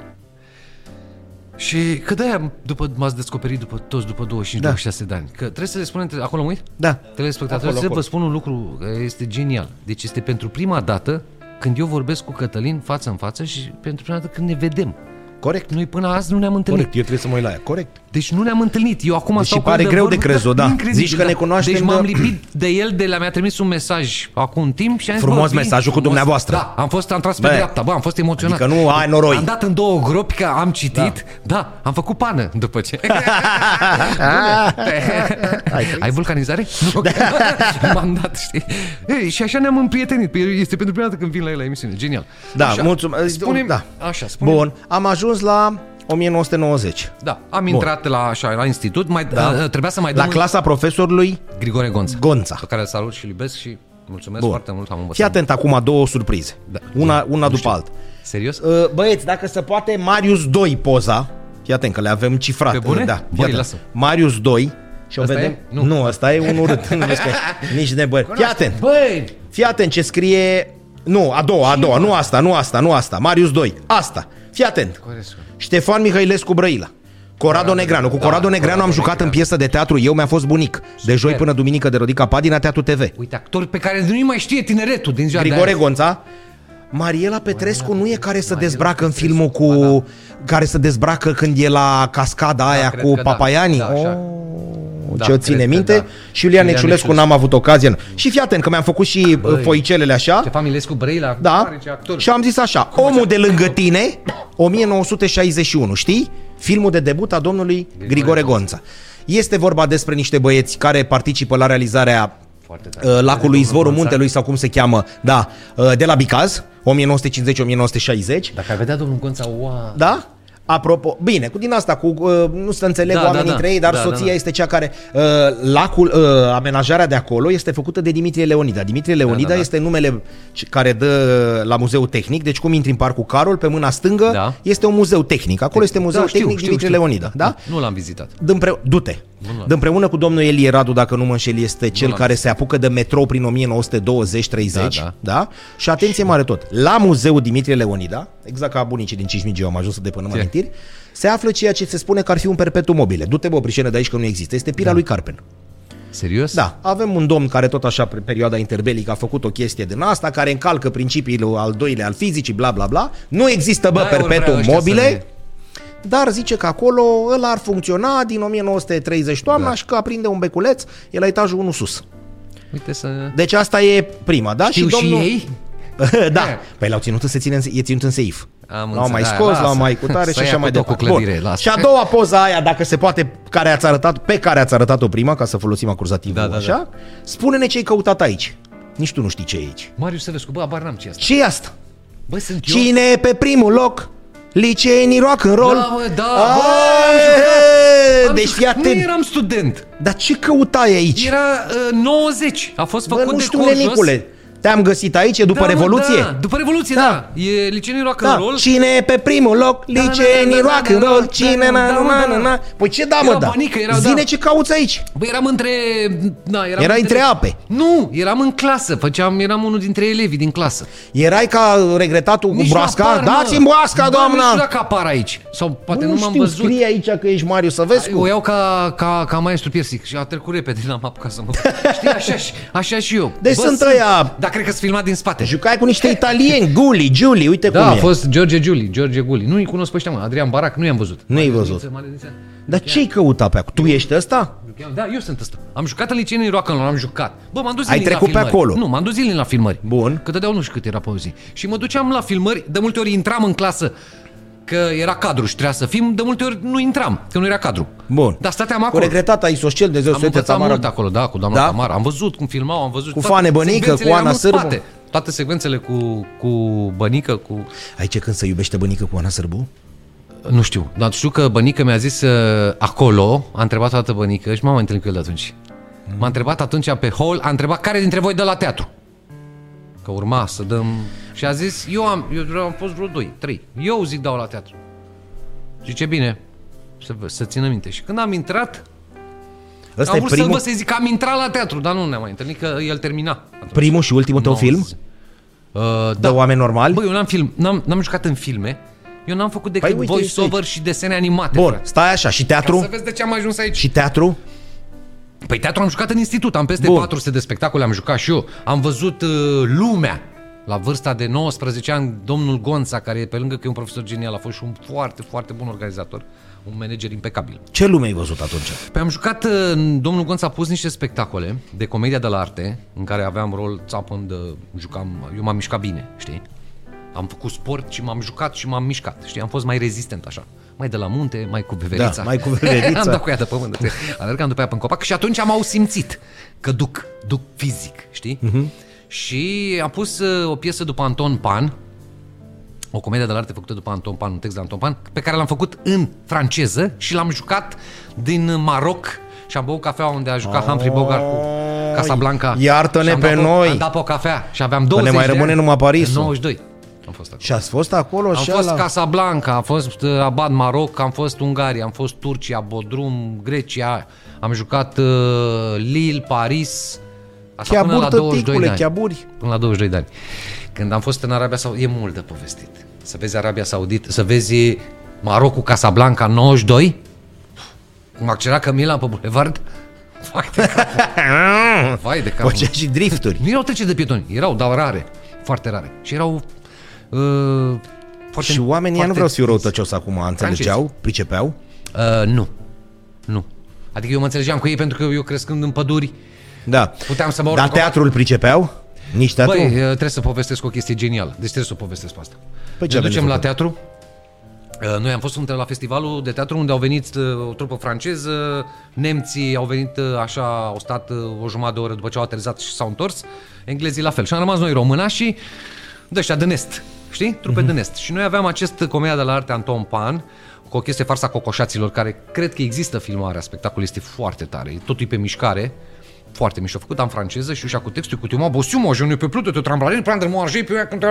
[SPEAKER 2] Și că de după m-ați descoperit după toți după 25 da. 26 de ani. Că trebuie să le spunem acolo mă uit?
[SPEAKER 1] Da.
[SPEAKER 2] Telespectatorii,
[SPEAKER 1] Acolo,
[SPEAKER 2] să
[SPEAKER 1] acolo.
[SPEAKER 2] vă spun un lucru că este genial. Deci este pentru prima dată când eu vorbesc cu Cătălin față în față și pentru prima dată când ne vedem.
[SPEAKER 1] Corect.
[SPEAKER 2] Noi până azi nu ne-am întâlnit.
[SPEAKER 1] Corect, eu trebuie să mă uit la ea. Corect.
[SPEAKER 2] Deci nu ne-am întâlnit. Eu acum
[SPEAKER 1] Deși
[SPEAKER 2] stau cu
[SPEAKER 1] Deci pare
[SPEAKER 2] el
[SPEAKER 1] greu
[SPEAKER 2] vorbă,
[SPEAKER 1] de crezut, da.
[SPEAKER 2] incredibil,
[SPEAKER 1] Zici că ne cunoaștem
[SPEAKER 2] Deci
[SPEAKER 1] de-
[SPEAKER 2] m-am lipit de el, de la mi-a trimis un mesaj acum un timp și am zis,
[SPEAKER 1] Frumos
[SPEAKER 2] bă, vin,
[SPEAKER 1] mesajul cu dumneavoastră.
[SPEAKER 2] Da, am fost, am tras pe
[SPEAKER 1] Bă.
[SPEAKER 2] dreapta, bă, am fost emoționat.
[SPEAKER 1] Adică nu, ai noroi.
[SPEAKER 2] Am dat în două gropi că am citit, da, am făcut pană după ce. Ai, ai vulcanizare? Nu, că m-am dat, știi? Ei, și așa ne-am împrietenit. Păi, Este pentru prima dată când vin la el la emisiune. Genial.
[SPEAKER 1] Da,
[SPEAKER 2] Așa.
[SPEAKER 1] mulțumesc.
[SPEAKER 2] Spune-mi-
[SPEAKER 1] da.
[SPEAKER 2] Așa, spune
[SPEAKER 1] Bun, am ajuns la 1990.
[SPEAKER 2] da, am intrat la, așa, la institut, mai, da. trebuia să mai dăm
[SPEAKER 1] La clasa profesorului
[SPEAKER 2] un... Grigore Gonța,
[SPEAKER 1] Gonța.
[SPEAKER 2] pe care îl salut și îl iubesc și mulțumesc
[SPEAKER 1] Bun.
[SPEAKER 2] foarte mult, am
[SPEAKER 1] Fii
[SPEAKER 2] învățat.
[SPEAKER 1] atent acum, două surprize.
[SPEAKER 2] Da.
[SPEAKER 1] Una, una după alta.
[SPEAKER 2] Serios?
[SPEAKER 1] Uh, Băieți, dacă se poate, Marius 2 poza. Fii atent că le avem cifrate.
[SPEAKER 2] Pe bune?
[SPEAKER 1] Da, fii
[SPEAKER 2] Băi,
[SPEAKER 1] atent.
[SPEAKER 2] lasă.
[SPEAKER 1] Marius 2 și o
[SPEAKER 2] Ăsta
[SPEAKER 1] vedem.
[SPEAKER 2] e?
[SPEAKER 1] Nu.
[SPEAKER 2] Nu.
[SPEAKER 1] nu, ăsta e un urât. nu vezi că nici de băi. Fii atent.
[SPEAKER 2] Băi!
[SPEAKER 1] Fii atent ce scrie... Nu, a doua, a doua, nu asta, nu asta, nu asta. Marius 2, asta. Fii atent.
[SPEAKER 2] Corescu.
[SPEAKER 1] Ștefan Mihailescu Brăila. Corado Negreanu. Cu
[SPEAKER 2] Da,
[SPEAKER 1] Corado Negreanu am jucat în piesă de teatru Eu mi-a fost bunic. De joi până duminică de Rodica Padina, Teatru TV.
[SPEAKER 2] Uite, actori pe care nu-i mai știe tineretul din ziua de
[SPEAKER 1] Grigore
[SPEAKER 2] azi.
[SPEAKER 1] Gonța. Mariela Petrescu nu e care să
[SPEAKER 2] Mariela
[SPEAKER 1] dezbracă în
[SPEAKER 2] Petrescu,
[SPEAKER 1] filmul cu...
[SPEAKER 2] ba
[SPEAKER 1] care să dezbracă când e la cascada aia
[SPEAKER 2] cred
[SPEAKER 1] cu
[SPEAKER 2] că da.
[SPEAKER 1] Papaiani.
[SPEAKER 2] Da,
[SPEAKER 1] oh,
[SPEAKER 2] așa.
[SPEAKER 1] da,
[SPEAKER 2] Da,
[SPEAKER 1] ce o
[SPEAKER 2] cred
[SPEAKER 1] ține
[SPEAKER 2] că
[SPEAKER 1] minte.
[SPEAKER 2] da.
[SPEAKER 1] Și Iulian
[SPEAKER 2] Iulian
[SPEAKER 1] Neciulescu
[SPEAKER 2] Neciulescu.
[SPEAKER 1] n-am avut ocazia. nu. Și fii atent că mi-am făcut și Băi. foicelele așa.
[SPEAKER 2] Ștefan Milescu Brăila,
[SPEAKER 1] Da.
[SPEAKER 2] mare, Exact. ce actor.
[SPEAKER 1] Și am zis așa, omul de lângă tine, 1961, știi? Filmul de debut a domnului Grigore Gonța. Este vorba despre niște băieți care participă la realizarea
[SPEAKER 2] Foarte tare.
[SPEAKER 1] uh, lacului,
[SPEAKER 2] De
[SPEAKER 1] izvorul
[SPEAKER 2] Gonța.
[SPEAKER 1] muntelui sau cum se cheamă, da, uh, de la Bicaz, 1950-1960.
[SPEAKER 2] Dacă ai vedea domnul Gonța, wow.
[SPEAKER 1] Da? Apropo, bine, cu din asta, cu uh, nu se înțeleg
[SPEAKER 2] Da,
[SPEAKER 1] da,
[SPEAKER 2] da,
[SPEAKER 1] oamenii da,
[SPEAKER 2] da.
[SPEAKER 1] între ei, dar da,
[SPEAKER 2] Da, da,
[SPEAKER 1] soția da,
[SPEAKER 2] da.
[SPEAKER 1] este cea care uh, lacul, uh, amenajarea de acolo este făcută de Dimitrie Leonida. Dimitrie Leonida da, da,
[SPEAKER 2] da.
[SPEAKER 1] este numele ce- care dă la muzeul tehnic, deci cum intri în parcul Carol, pe mâna stângă da.
[SPEAKER 2] Da.
[SPEAKER 1] este un muzeu tehnic. Acolo este muzeul da,
[SPEAKER 2] știu,
[SPEAKER 1] tehnic
[SPEAKER 2] știu,
[SPEAKER 1] Dimitrie
[SPEAKER 2] știu.
[SPEAKER 1] Leonida, da?
[SPEAKER 2] Nu l-am vizitat.
[SPEAKER 1] Dâmpre... Du-te! De împreună cu domnul Elie Radu, dacă nu mă înșel, este cel
[SPEAKER 2] l-am
[SPEAKER 1] care se apucă de metrou prin 1920-30, da, da.
[SPEAKER 2] Da,
[SPEAKER 1] da? Și atenție mare tot, la muzeul Dimitrie Leonida, exact ca bunicii din 5000 eu am ajuns să depănăm
[SPEAKER 2] Ce?
[SPEAKER 1] amintiri, se află ceea ce se spune că ar fi un perpetu mobile. Du-te, bă, prișene, de aici că nu există. Este pira da. lui Carpen.
[SPEAKER 2] Serios?
[SPEAKER 1] Da, avem un domn care tot așa pe perioada interbelică a făcut o chestie din asta, care încalcă principiile al doilea al fizicii, bla bla bla. Nu există, bă,
[SPEAKER 2] Da,
[SPEAKER 1] perpetuum
[SPEAKER 2] ori vrea ăștia să
[SPEAKER 1] mobile,
[SPEAKER 2] ne-
[SPEAKER 1] dar zice că acolo ăla ar funcționa din 1930 toamna da. și că aprinde un beculeț, e la etajul 1 sus.
[SPEAKER 2] Uite să...
[SPEAKER 1] Deci asta e prima, da?
[SPEAKER 2] Știu și
[SPEAKER 1] domnul...
[SPEAKER 2] ei?
[SPEAKER 1] da, păi l-au ținut să ține, în- e ținut în safe.
[SPEAKER 2] Am
[SPEAKER 1] l-au mai
[SPEAKER 2] înțeles,
[SPEAKER 1] scos,
[SPEAKER 2] da,
[SPEAKER 1] l-au
[SPEAKER 2] lasă.
[SPEAKER 1] mai cutare și
[SPEAKER 2] Să ia
[SPEAKER 1] așa
[SPEAKER 2] cu
[SPEAKER 1] mai
[SPEAKER 2] tot cu
[SPEAKER 1] departe.
[SPEAKER 2] clădire,
[SPEAKER 1] Bun.
[SPEAKER 2] lasă.
[SPEAKER 1] Și a doua poza aia, dacă se poate, care ați arătat, pe care ați arătat-o prima, ca să folosim acuzativul
[SPEAKER 2] Da, da, da.
[SPEAKER 1] așa, spune-ne ce-ai căutat aici. Nici tu nu știi ce e aici.
[SPEAKER 2] Marius Sărescu, bă, abar n-am ce e asta.
[SPEAKER 1] ce e asta?
[SPEAKER 2] Bă, sunt eu?
[SPEAKER 1] Cine e pe primul loc? Liceenii rock and roll?
[SPEAKER 2] Da, mă, da,
[SPEAKER 1] Ai,
[SPEAKER 2] bă, am jucat, am
[SPEAKER 1] Deci fii
[SPEAKER 2] jucat. Nu
[SPEAKER 1] atent.
[SPEAKER 2] eram student.
[SPEAKER 1] Dar ce căutai aici?
[SPEAKER 2] Era uh, 90. A fost
[SPEAKER 1] Bă,
[SPEAKER 2] făcut
[SPEAKER 1] nu
[SPEAKER 2] de
[SPEAKER 1] știu,
[SPEAKER 2] cor jos.
[SPEAKER 1] nenicule. Te-am găsit aici, e după
[SPEAKER 2] Da, mă,
[SPEAKER 1] Revoluție?
[SPEAKER 2] Da, după Revoluție, da. E licenii rock and
[SPEAKER 1] Da.
[SPEAKER 2] roll.
[SPEAKER 1] Cine e pe primul loc? Liceenii
[SPEAKER 2] da, da,
[SPEAKER 1] rock and
[SPEAKER 2] da,
[SPEAKER 1] roll.
[SPEAKER 2] da,
[SPEAKER 1] Cine
[SPEAKER 2] da,
[SPEAKER 1] na
[SPEAKER 2] da,
[SPEAKER 1] na na
[SPEAKER 2] da,
[SPEAKER 1] na
[SPEAKER 2] da.
[SPEAKER 1] na. Păi ce da,
[SPEAKER 2] Era
[SPEAKER 1] mă, da?
[SPEAKER 2] panică, erau, da.
[SPEAKER 1] Zine ce cauți aici.
[SPEAKER 2] Bă, eram între... Na, eram
[SPEAKER 1] Erai între ape.
[SPEAKER 2] Nu, eram în clasă. Făceam, eram unul dintre elevii din clasă.
[SPEAKER 1] Erai ca uh, regretatul cu
[SPEAKER 2] Nici nu
[SPEAKER 1] broasca?
[SPEAKER 2] apar, mă.
[SPEAKER 1] Dați-mi broasca,
[SPEAKER 2] Bă, Nu știu
[SPEAKER 1] doamna!
[SPEAKER 2] dacă apar aici. Sau poate
[SPEAKER 1] Bă,
[SPEAKER 2] nu,
[SPEAKER 1] Nu
[SPEAKER 2] m-am
[SPEAKER 1] știu,
[SPEAKER 2] văzut.
[SPEAKER 1] scrie aici că ești Marius
[SPEAKER 2] O
[SPEAKER 1] Săvescu.
[SPEAKER 2] iau ca, ca, ca maestru piersic și a trecut repede, n-am apucat să mă... Știi, așa și, așa și eu.
[SPEAKER 1] Deci sunt ăia-
[SPEAKER 2] Dar cred că sunt filmat din spate.
[SPEAKER 1] Jucai cu niște italieni, Guli, Giuli, uite
[SPEAKER 2] da,
[SPEAKER 1] cum
[SPEAKER 2] a
[SPEAKER 1] e.
[SPEAKER 2] fost George Giuli, George Guli. Nu-i cunosc pe ăștia, mă. Adrian Barac, nu i-am văzut.
[SPEAKER 1] Nu-i
[SPEAKER 2] Mare
[SPEAKER 1] văzut.
[SPEAKER 2] Niță, Mare Niță.
[SPEAKER 1] Dar ce-i căuta pe acolo? Tu ești ăsta?
[SPEAKER 2] Da, eu sunt ăsta. Am jucat în liceenii rock and roll, am jucat. Bă, m-am dus
[SPEAKER 1] Ai
[SPEAKER 2] zilnic la
[SPEAKER 1] trecut pe
[SPEAKER 2] filmări.
[SPEAKER 1] acolo.
[SPEAKER 2] Nu, m-am dus zilnic la filmări.
[SPEAKER 1] Bun.
[SPEAKER 2] Că dădeau nu știu cât era pe o zi. Și mă duceam la filmări, de multe ori intram în clasă că era cadru și trebuia să fim, de multe ori nu intram, că nu era cadru.
[SPEAKER 1] Bun.
[SPEAKER 2] Dar stăteam acolo.
[SPEAKER 1] Cu regretata Isoscel de zeu
[SPEAKER 2] Am
[SPEAKER 1] Sfântă
[SPEAKER 2] învățat
[SPEAKER 1] Tamara.
[SPEAKER 2] mult acolo, da, cu doamna
[SPEAKER 1] Da?
[SPEAKER 2] da? Tamara. Am văzut cum filmau, am văzut
[SPEAKER 1] Cu
[SPEAKER 2] toate
[SPEAKER 1] Fane Bănică,
[SPEAKER 2] secvențele
[SPEAKER 1] cu Ana
[SPEAKER 2] eram în
[SPEAKER 1] Sârbu.
[SPEAKER 2] spate. Toate secvențele cu, cu Bănică, cu...
[SPEAKER 1] Aici e când se iubește bănică cu Ana Sârbu?
[SPEAKER 2] Nu știu, dar știu că Bănică mi-a zis uh, acolo, a întrebat toată Bănică și m-am mai întâlnit cu el de atunci. M-a întrebat atunci pe hall, a întrebat care dintre voi dă la teatru. Că urma să dăm... Și a zis, eu am, eu am fost vreo doi, trei. Eu zic dau la teatru. Zice, bine, să, vă- să țină minte. Și când am intrat,
[SPEAKER 1] Ăsta
[SPEAKER 2] am
[SPEAKER 1] e
[SPEAKER 2] vrut să-l
[SPEAKER 1] primul,
[SPEAKER 2] văd să-i zic că am intrat la teatru, dar nu ne-am mai întâlnit, că el termina. atunci.
[SPEAKER 1] primul și ultimul tău film?
[SPEAKER 2] Uh,
[SPEAKER 1] De
[SPEAKER 2] da.
[SPEAKER 1] oameni normali?
[SPEAKER 2] Bă, eu n-am, film, n-am, n-am jucat în filme, eu n-am făcut decât
[SPEAKER 1] Păi,
[SPEAKER 2] păi,
[SPEAKER 1] uite,
[SPEAKER 2] voice-over
[SPEAKER 1] uite.
[SPEAKER 2] și desene animate.
[SPEAKER 1] Bun,
[SPEAKER 2] frate.
[SPEAKER 1] stai așa, și
[SPEAKER 2] Ca să
[SPEAKER 1] teatru?
[SPEAKER 2] vezi de ce am ajuns aici.
[SPEAKER 1] Și teatru?
[SPEAKER 2] Păi teatru am jucat în institut, am peste
[SPEAKER 1] Bun.
[SPEAKER 2] Bun. 400 de spectacole, am jucat și eu. Am văzut uh, lumea. La vârsta de 19 ani, domnul Gonța, care e pe lângă că e un profesor genial, a fost și un foarte, foarte bun organizator, un manager impecabil.
[SPEAKER 1] Ce lume ai văzut atunci?
[SPEAKER 2] Păi am jucat, uh, domnul Gonța a pus niște spectacole de comedia de la arte, în care aveam rol țapând, uh, jucam, eu m-am mișcat bine, știi? Am făcut sport și m-am jucat și m-am mișcat, știi? Am fost mai rezistent așa. Mai de la munte, mai cu veverița.
[SPEAKER 1] Da, mai cu veverița.
[SPEAKER 2] am dat cu ea de pământ. uite. Alergam după ea până în copac și atunci am au simțit că duc, duc fizic, știi?
[SPEAKER 1] Mhm.
[SPEAKER 2] Și am pus uh, o piesă după Anton Pan, o comedie de la arte făcută după Anton Pan, un text de Anton Pan, pe care l-am făcut în franceză și l-am jucat din Maroc și am băut cafea unde a jucat Humphrey Bogart cu Casablanca.
[SPEAKER 1] Ah. iartă-ne
[SPEAKER 2] Și am
[SPEAKER 1] pe
[SPEAKER 2] dat o-
[SPEAKER 1] noi.
[SPEAKER 2] Am dat pe o cafea și aveam
[SPEAKER 1] ne
[SPEAKER 2] 20
[SPEAKER 1] mai
[SPEAKER 2] de
[SPEAKER 1] rămâne
[SPEAKER 2] ani.
[SPEAKER 1] numai Parisul.
[SPEAKER 2] În 92 am fost acolo.
[SPEAKER 1] Și ați fost acolo
[SPEAKER 2] Am
[SPEAKER 1] și
[SPEAKER 2] fost
[SPEAKER 1] ala...
[SPEAKER 2] Casablanca, am fost uh, Abad Maroc, am fost Ungaria, am fost Turcia, Bodrum, Grecia, am jucat uh, Lille, Paris. Asta până la
[SPEAKER 1] Chiaburi,
[SPEAKER 2] 22 de
[SPEAKER 1] tăticule,
[SPEAKER 2] ani.
[SPEAKER 1] chiaburi.
[SPEAKER 2] Până la 22 de ani. Când am fost în Arabia Saudită, e mult de povestit. Să vezi Arabia Saudită, să vezi Marocul, Casablanca, 92, cum accera Camila pe bulevard, vai de capul, vai de capul.
[SPEAKER 1] Făcea și drifturi.
[SPEAKER 2] Nu erau treceri de pietoni, erau, dar rare, foarte rare. Și erau... Uh, foarte,
[SPEAKER 1] Și oamenii, ea nu
[SPEAKER 2] foarte-
[SPEAKER 1] vreau să fiu răutăcios acum, înțelegeau,
[SPEAKER 2] Francezi.
[SPEAKER 1] pricepeau?
[SPEAKER 2] Uh, nu. Nu. Adică eu mă înțelegeam cu ei pentru că eu crescând în păduri...
[SPEAKER 1] Da.
[SPEAKER 2] Puteam să mă urc
[SPEAKER 1] Dar
[SPEAKER 2] acolo.
[SPEAKER 1] teatrul pricepeau? Nici teatru?
[SPEAKER 2] Băi, uh, trebuie să povestesc o chestie genială. Deci trebuie să o povestesc pe asta.
[SPEAKER 1] Păi ce
[SPEAKER 2] ne
[SPEAKER 1] aveți
[SPEAKER 2] ducem
[SPEAKER 1] de
[SPEAKER 2] la
[SPEAKER 1] făcut?
[SPEAKER 2] teatru. Uh, Noi am fost unde la festivalul de teatru unde au venit uh, o trupă franceză, nemții au venit uh, așa, au stat uh, o jumătate de oră după ce au aterizat și s-au întors, englezii la fel. Și am rămas noi româna și de ăștia din est, știi? Trupe
[SPEAKER 1] Mhm.
[SPEAKER 2] din est. Și noi aveam acest uh, comedia de la arte Anton Pan, cu o chestie farsa cocoșaților, care cred că există filmarea spectacolului, este foarte tare, e totul e pe mișcare, foarte mișto făcut, am franceză și ușa cu textul, cu tuma bosiumo, je ne peux plus de te trembler, prendre mon argent, pe ea, când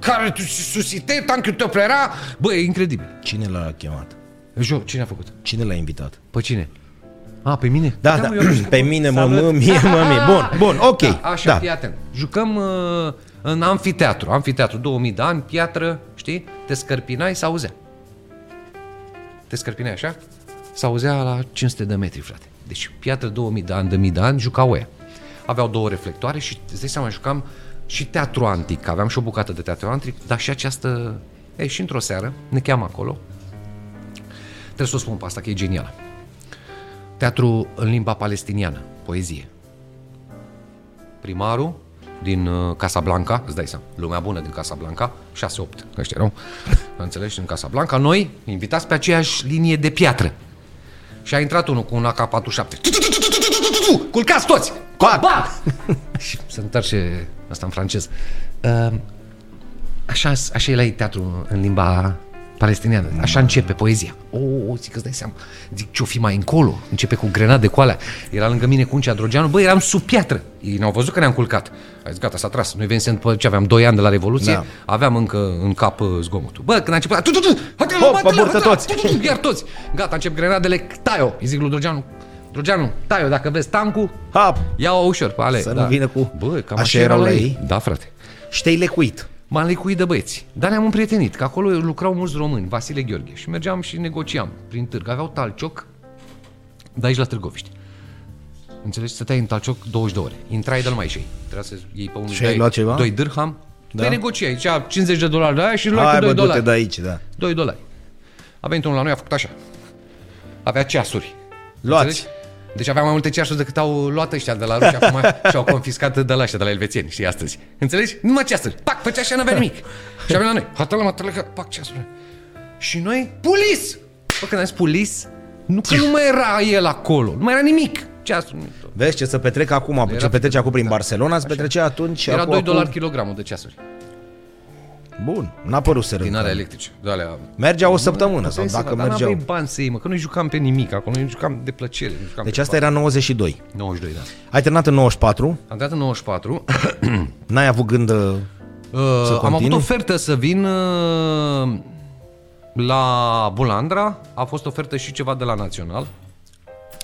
[SPEAKER 2] care tu susite, tant que te plaira. Bă, e incredibil.
[SPEAKER 1] Cine l-a chemat?
[SPEAKER 2] Jo, cine a făcut?
[SPEAKER 1] Cine l-a invitat?
[SPEAKER 2] Pe cine? A, pe mine?
[SPEAKER 1] Da, da,
[SPEAKER 2] mă, eu am știut
[SPEAKER 1] pe
[SPEAKER 2] că-
[SPEAKER 1] mine mă,
[SPEAKER 2] Salut.
[SPEAKER 1] mă, mie, mă, mie. Bun, bun, ok.
[SPEAKER 2] Da, așa,
[SPEAKER 1] Da.
[SPEAKER 2] fii atent. Jucăm uh, în amfiteatru. Amfiteatru, 2000 de ani, piatră, știi? Te scărpinai, se auzea. Te scărpinai așa? Se auzea la 500 de metri, frate. Deci piatră 2000 de ani, de mii de ani, jucau ea. Aveau două reflectoare și, îți dai seama, jucam și teatru antic. Aveam și o bucată de teatru antic, dar și această... Ei, și într-o seară ne cheamă acolo. Trebuie să o spun pe asta, că e genială. Teatru în limba palestiniană, poezie primarul din uh, Casablanca, îți dai seama, lumea bună din Casablanca, 6-8, că ăștia erau, înțelegi, din Casablanca, noi invitați pe aceeași linie de piatră. Și a intrat unul cu un AK-47. Culcați toți!
[SPEAKER 1] Pac!
[SPEAKER 2] Ba! Și se întoarce asta în francez. Uh, Așa, așa e la ei teatru în limba palestiniană. Așa începe poezia. O, o zic că dai seama. Zic ce-o fi mai încolo. Începe cu grenade cu alea. Era lângă mine Cuncea Drogeanu. Băi, eram sub piatră. Ei ne-au văzut că ne-am culcat. A zis, gata, s-a tras. Noi venisem după ce aveam 2 ani de la Revoluție.
[SPEAKER 1] Da.
[SPEAKER 2] Da. Aveam încă în cap uh, zgomotul. Bă, când a început... Tu, tu, tu, hai, te
[SPEAKER 1] Hop,
[SPEAKER 2] luăm, hai, te luăm,
[SPEAKER 1] pe burtă
[SPEAKER 2] hai, te luăm,
[SPEAKER 1] toți.
[SPEAKER 2] tu, tu, tu, Iar toți. Gata, încep grenadele. Taio. Îi zic lui Drogeanu. Drogeanu, taio, dacă vezi tancul,
[SPEAKER 1] Hap!
[SPEAKER 2] ia-o ușor pe ale. da.
[SPEAKER 1] Să nu vină cu-
[SPEAKER 2] Bă, cam
[SPEAKER 1] Așa
[SPEAKER 2] așa,
[SPEAKER 1] erau
[SPEAKER 2] erau
[SPEAKER 1] la
[SPEAKER 2] la
[SPEAKER 1] ei?
[SPEAKER 2] ei. Da, frate.
[SPEAKER 1] Și te-ai lecuit.
[SPEAKER 2] M-am lecuit de băieți, dar ne-am împrietenit, că acolo lucrau mulți români, Vasile Gheorghe, și mergeam și negociam prin târg. Aveau talcioc de aici la Târgoviște. Înțelegi? Stăteai în talcioc 20 de ore. Intrai de-l mai ieșei. Trebuia să iei pe unul
[SPEAKER 1] Și ai luat ceva?
[SPEAKER 2] 2 dirham.
[SPEAKER 1] Da.
[SPEAKER 2] Da. Te negociai, zicea 50 de dolari de aia și luai
[SPEAKER 1] Hai,
[SPEAKER 2] cu
[SPEAKER 1] bă,
[SPEAKER 2] 2
[SPEAKER 1] du-te
[SPEAKER 2] dolari.
[SPEAKER 1] de aici, da.
[SPEAKER 2] 2 dolari. A venit unul la noi, a făcut așa. Avea ceasuri.
[SPEAKER 1] Luați.
[SPEAKER 2] Înțelegi? Deci aveam mai multe ceasuri decât au luat ăștia de la ruși acum și au confiscat de la ăștia, de la elvețieni, știi, astăzi. Înțelegi? Numai ceasuri. Pac, făcea și n-avea nimic. Și a venit la noi, hatala m-a tălăcat, pac ceasul. Și noi, pulis! Bă, când am zis pulis, nu că nu mai era el acolo, nu mai era nimic. Ceasul nimic.
[SPEAKER 1] Vezi ce se petrec acum, ce
[SPEAKER 2] era- da.
[SPEAKER 1] petrece acum prin Barcelona, se petrece atunci.
[SPEAKER 2] Era
[SPEAKER 1] acum-
[SPEAKER 2] 2
[SPEAKER 1] acum-
[SPEAKER 2] dolari kilogramul de ceasuri
[SPEAKER 1] Bun, n-a părut să
[SPEAKER 2] din alea electrice. De alea
[SPEAKER 1] Mergea o săptămână sau
[SPEAKER 2] Păi,
[SPEAKER 1] dacă
[SPEAKER 2] să- dar
[SPEAKER 1] mergeau.
[SPEAKER 2] n-aveai bani să iei, mă, că noi jucam pe nimic acolo, noi jucam de plăcere. nu Jucam
[SPEAKER 1] Deci
[SPEAKER 2] pe
[SPEAKER 1] asta era 92.
[SPEAKER 2] bani. 92, da.
[SPEAKER 1] Ai terminat în 94,
[SPEAKER 2] Am dat în 94.
[SPEAKER 1] n-ai avut gând... uh,
[SPEAKER 2] Uh, am avut
[SPEAKER 1] continui?
[SPEAKER 2] ofertă să vin uh, la Bulandra, a fost ofertă și ceva de la Național,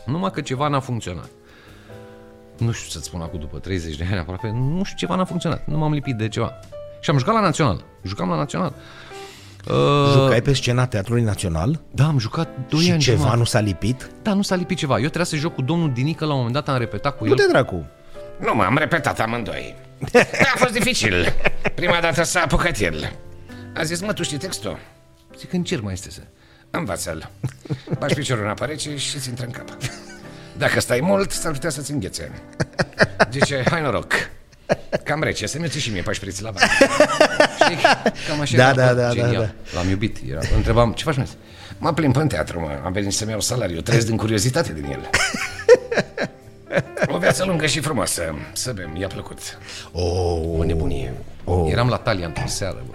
[SPEAKER 2] numai că ceva n-a funcționat. Nu știu să-ți spun acum, după 30 de ani aproape, nu știu, ceva n-a funcționat, nu m-am lipit de ceva. Și am jucat la Național, jucam la Național. Uh,
[SPEAKER 1] Jucai pe scena Teatrului Național
[SPEAKER 2] Da, am jucat 2
[SPEAKER 1] și
[SPEAKER 2] ani
[SPEAKER 1] ceva
[SPEAKER 2] jumate.
[SPEAKER 1] nu s-a lipit?
[SPEAKER 2] Da, nu s-a lipit ceva. Eu trebuia să joc cu domnul Dinică, la un moment dat am repetat cu el.
[SPEAKER 1] Du-te, dracu!
[SPEAKER 4] Nu, m-am repetat amândoi. A fost dificil. Prima dată s-a apucat el. A zis, mă, tu știi textul?
[SPEAKER 2] Zic, încerc mai este să...
[SPEAKER 4] Învață-l. Bași piciorul în apă rece și ți intră în cap. Dacă stai mult, s-ar putea să-ți înghețe. Zice, hai noroc. Cam rece, să mergi și mie pe șpriț la bani. Știi? Cam așa
[SPEAKER 1] Da,
[SPEAKER 4] era,
[SPEAKER 1] da,
[SPEAKER 4] bă,
[SPEAKER 1] da, da,
[SPEAKER 2] Genial. L-am iubit. Era... Întrebam, ce faci mai azi?"
[SPEAKER 4] Mă plimb în teatru, mă. Am venit să-mi iau salariu. Trăiesc din curiozitate din el. O viață lungă și frumoasă. Să bem, i-a plăcut.
[SPEAKER 1] Oh,
[SPEAKER 4] O nebunie.
[SPEAKER 2] oh. Eram la Talia într-o seară, bă.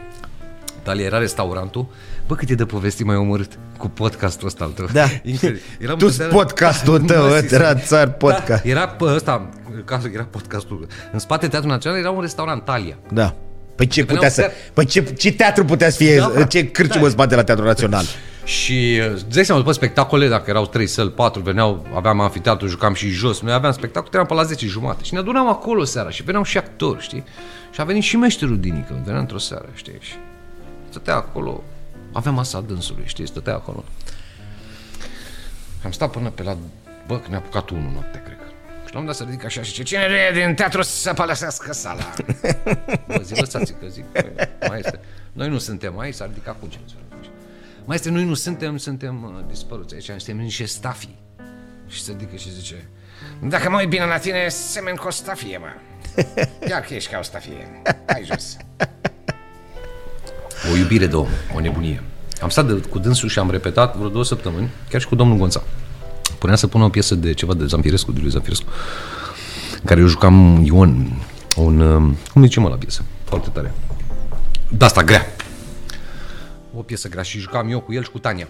[SPEAKER 2] Talia era restaurantul. Bă, cât e de povesti mai omorât cu podcastul ăsta al tău.
[SPEAKER 1] Da.
[SPEAKER 2] Incredibil.
[SPEAKER 1] Tu
[SPEAKER 2] într-o seară-
[SPEAKER 1] podcastul tău,
[SPEAKER 2] Mă,
[SPEAKER 1] ă,
[SPEAKER 2] zis,
[SPEAKER 1] era țar podcast.
[SPEAKER 2] Da, era pe ăsta, ca- era podcastul. În spate Teatrul Național era un restaurant, Talia.
[SPEAKER 1] da. Păi ce
[SPEAKER 2] Veneau
[SPEAKER 1] putea să...
[SPEAKER 2] ser-
[SPEAKER 1] Păi ce, ce teatru putea să fie...
[SPEAKER 2] Da,
[SPEAKER 1] ce cârciumă
[SPEAKER 2] da.
[SPEAKER 1] în spate la Teatrul Național?
[SPEAKER 2] Și uh, îți dai seama, după spectacole, dacă erau 3 săli, 4, veneau, aveam amfiteatru, jucam și jos, noi aveam spectacol, eram pe la 10 jumate și ne adunam acolo seara și veneau și actori, știi? Și a venit și meșterul Dinică, venea într-o seară, știi? Și stătea acolo, avea masa dânsului, știi? Stătea acolo. Am stat până pe la, bă, că ne-a apucat unul noapte, cred că. Și l-am dat să ridic așa și zice,
[SPEAKER 4] Cine e din teatru să palasească sala?
[SPEAKER 2] Bă, zi, lăsați că zic, mai este. Noi nu suntem aici, s-a ridicat cu Mai este, noi nu suntem, suntem uh, dispăruți aici, suntem niște stafii.
[SPEAKER 4] Și se ridică și zice Dacă mă uit bine la tine, semen cu o stafie, mă Chiar că ești ca o stafie Hai jos
[SPEAKER 2] O iubire de om, o nebunie. Am stat de, cu dânsul și am repetat vreo două săptămâni, chiar și cu domnul Gonța. Punea să pună o piesă de ceva de Zampirescu, de lui Zampirescu, în care eu jucam Ion, un, um, cum zice mă la piesă, foarte tare. De asta grea. O piesă grea și jucam eu cu el și cu Tania.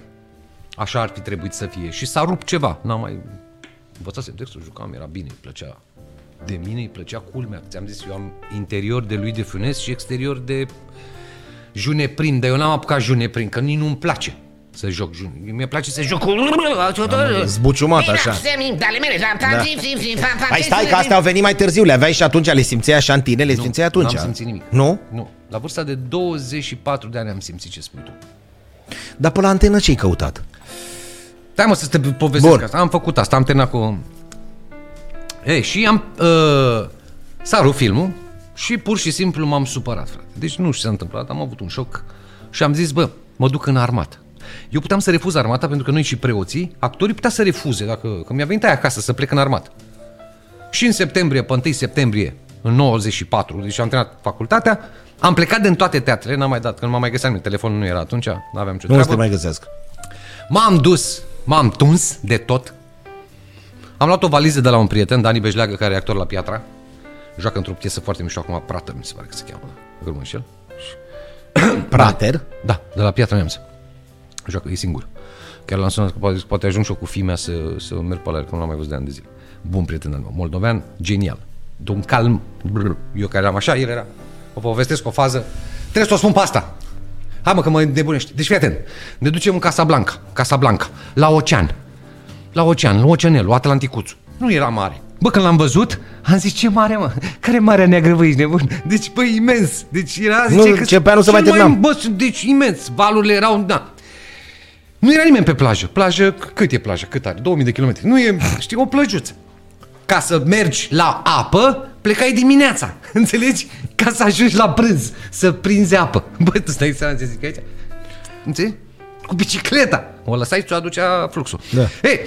[SPEAKER 2] Așa ar fi trebuit să fie. Și s-a rupt ceva. N-am mai învățasem textul, jucam, era bine, îi plăcea. De mine îi plăcea culmea. Ți-am zis, eu am interior de lui de Funes și exterior de Juneprin, dar eu n-am apucat Juneprin, că nici nu-mi place să joc jun. Mi-e place să joc cu...
[SPEAKER 1] Zbuciumat așa. Da. Păi stai că astea au venit mai târziu, le aveai și atunci, le simțeai așa în tine, le simțeai atunci.
[SPEAKER 2] N-am simțit nimic.
[SPEAKER 1] Nu?
[SPEAKER 2] Nu. La vârsta de 24 de ani am simțit ce spui tu.
[SPEAKER 1] Dar pe la antenă ce-ai căutat?
[SPEAKER 2] Stai mă să te povestesc
[SPEAKER 1] Bun.
[SPEAKER 2] Bun. asta. Am făcut asta, am terminat cu... Ei, și am... Uh, s-a rupt filmul și pur și simplu m-am supărat, frate. Deci nu știu ce s-a întâmplat, am avut un șoc și am zis, bă, mă duc în armată. Eu puteam să refuz armata pentru că noi și preoții, actorii putea să refuze, dacă, că mi-a venit aia acasă să plec în armată. Și în septembrie, pe 1 septembrie, în 94, deci am terminat facultatea, am plecat din toate teatrele, n-am mai dat, că nu m-am mai găsit nimic, telefonul nu era atunci, n-aveam nicio
[SPEAKER 1] Nu o să te
[SPEAKER 2] treabă.
[SPEAKER 1] mai găsesc.
[SPEAKER 2] M-am dus, m-am tuns de tot. Am luat o valiză de la un prieten, Dani Bejleagă, care e actor la Piatra. Joacă într-o piesă foarte mișto acum, Prată, mi se pare că se cheamă, dacă nu mă înșel.
[SPEAKER 1] Prater?
[SPEAKER 2] Da, de la Piatra Neamț. Joacă, e singur. Chiar l-am sunat că poate, poate ajung și eu cu fimea să, să merg pe la el, că nu l-am mai văzut de ani de zile. Bun prieten al meu, moldovean, genial. De un calm, brr, eu care eram așa, el era. O povestesc o fază, trebuie să o spun pe asta. Hai mă că mă nebunești. Deci fii atent, ne ducem în Casablanca, Casablanca, la ocean. La ocean, la oceanelul, Atlanticuțul. Nu era mare. Bă, când l-am văzut, am zis, ce mare, mă? Care mare neagră, bă, ești nebun? Deci, bă, imens. Deci era,
[SPEAKER 1] Nu,
[SPEAKER 2] zice că...
[SPEAKER 1] începea, nu se mai
[SPEAKER 2] cel
[SPEAKER 1] terminam.
[SPEAKER 2] Bă, sunt- deci imens, valurile erau, da. Nu era nimeni pe plajă. Plajă, c- cât e plajă? Cât are? 2000 de kilometri. Nu e, știi, o plăjuță. Ca să mergi la apă, plecai dimineața, înțelegi? Ca să ajungi la prânz, să prinzi apă. Bă, tu stai seama ce zic aici? Înțelegi? Cu bicicleta. O lăsai, ți-o aducea fluxul.
[SPEAKER 1] Da.
[SPEAKER 2] Ei,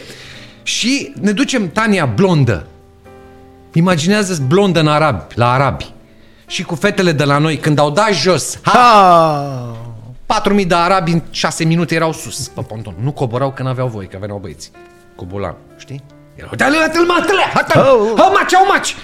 [SPEAKER 2] și ne ducem Tania blondă. Imaginează-ți blondă în arabi, la arabi. și cu fetele de la noi, când au dat jos, ha,
[SPEAKER 1] Ha!
[SPEAKER 2] 4.000 de arabi în 6 minute erau sus pe ponton. Nu coborau că n-aveau voie, că veneau băieți. Cu bulan, știi? Erau, dale, atel matele, atel,
[SPEAKER 1] Oh.
[SPEAKER 2] hă, maci, au maci.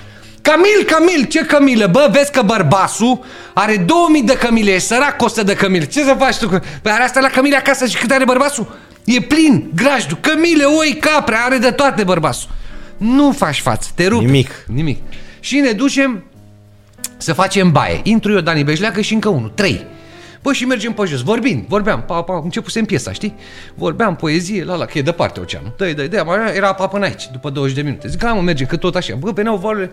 [SPEAKER 2] Camil, Camil, ce Camile? Bă, vezi că bărbasul are 2000 de Camile, e sărac 100 de Camile. Ce să faci tu? cu- Păi are asta la Camile acasă și cât are bărbasul? E plin, grajdul, Camile, oi, capre, are de toate bărbasul. Nu faci față, te rupi.
[SPEAKER 1] Nimic.
[SPEAKER 2] Nimic. Și ne ducem să facem baie. Intru eu, Dani Bejleacă și încă unul, trei. Bă, și mergem pe jos, vorbind, vorbeam, pa, pa, începusem piesa, știi? Vorbeam poezie, la la, că e departe oceanul. Dă-i, dă-i, dă-i, mai era apa până aici, după 20 de minute. Zic, hai mă, mergem, că tot așa. Bă, veneau valurile.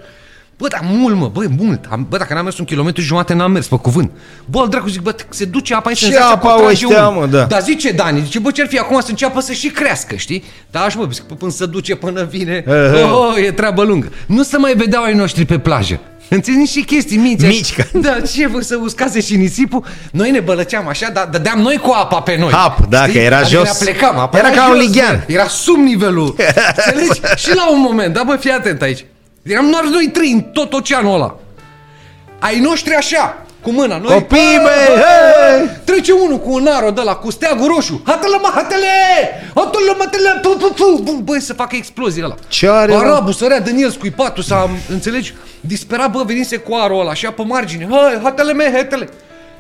[SPEAKER 2] Bă, dar mult, mă, bă, mult. Am, bă, dacă n-am mers un kilometru jumate, n-am mers, pe cuvânt. Bă, al dracu, zic, bă, se duce apa aici,
[SPEAKER 1] Ce
[SPEAKER 2] senzația
[SPEAKER 1] apa
[SPEAKER 2] contrage
[SPEAKER 1] ăștia,
[SPEAKER 2] unul.
[SPEAKER 1] mă, da.
[SPEAKER 2] Dar zice Dani, zice, bă, ce-ar fi acum să înceapă să și crească, știi? Da, așa, mă, zic, pă, până se duce, până vine,
[SPEAKER 1] Aha.
[SPEAKER 2] oh, Oh, e treabă lungă. Nu se mai vedeau ai noștri pe plajă. Înțelegi niște chestii mici.
[SPEAKER 1] Mici, ca-
[SPEAKER 2] Da, ce vă să uscase și nisipul? Noi ne bălăceam așa, dar dădeam noi cu apa pe noi.
[SPEAKER 1] Hap, da, că era
[SPEAKER 2] adică
[SPEAKER 1] jos.
[SPEAKER 2] Ne plecam, apa
[SPEAKER 1] Era ca un
[SPEAKER 2] jos, da.
[SPEAKER 1] lighean.
[SPEAKER 2] Era sub nivelul. Înțelegi? și la un moment, da, bă, fii atent aici. Eram doar noi trei în tot oceanul ăla. Ai noștri așa, cu mâna. Noi,
[SPEAKER 1] Copii,
[SPEAKER 2] bă,
[SPEAKER 1] băi,
[SPEAKER 2] bă,
[SPEAKER 1] hei!
[SPEAKER 2] Trece unul cu un aro de la cu steagul roșu. Hatele, mă, hatele! Hatele, mă, hatele! Pu, pu, pu! Bun, băi, să facă explozie ăla.
[SPEAKER 1] Ce are, mă?
[SPEAKER 2] Arabul sărea din el scuipatul, s-a, înțelegi? Disperat, bă, venise cu arul ăla, așa pe margine. Hai, hatele me, hatele!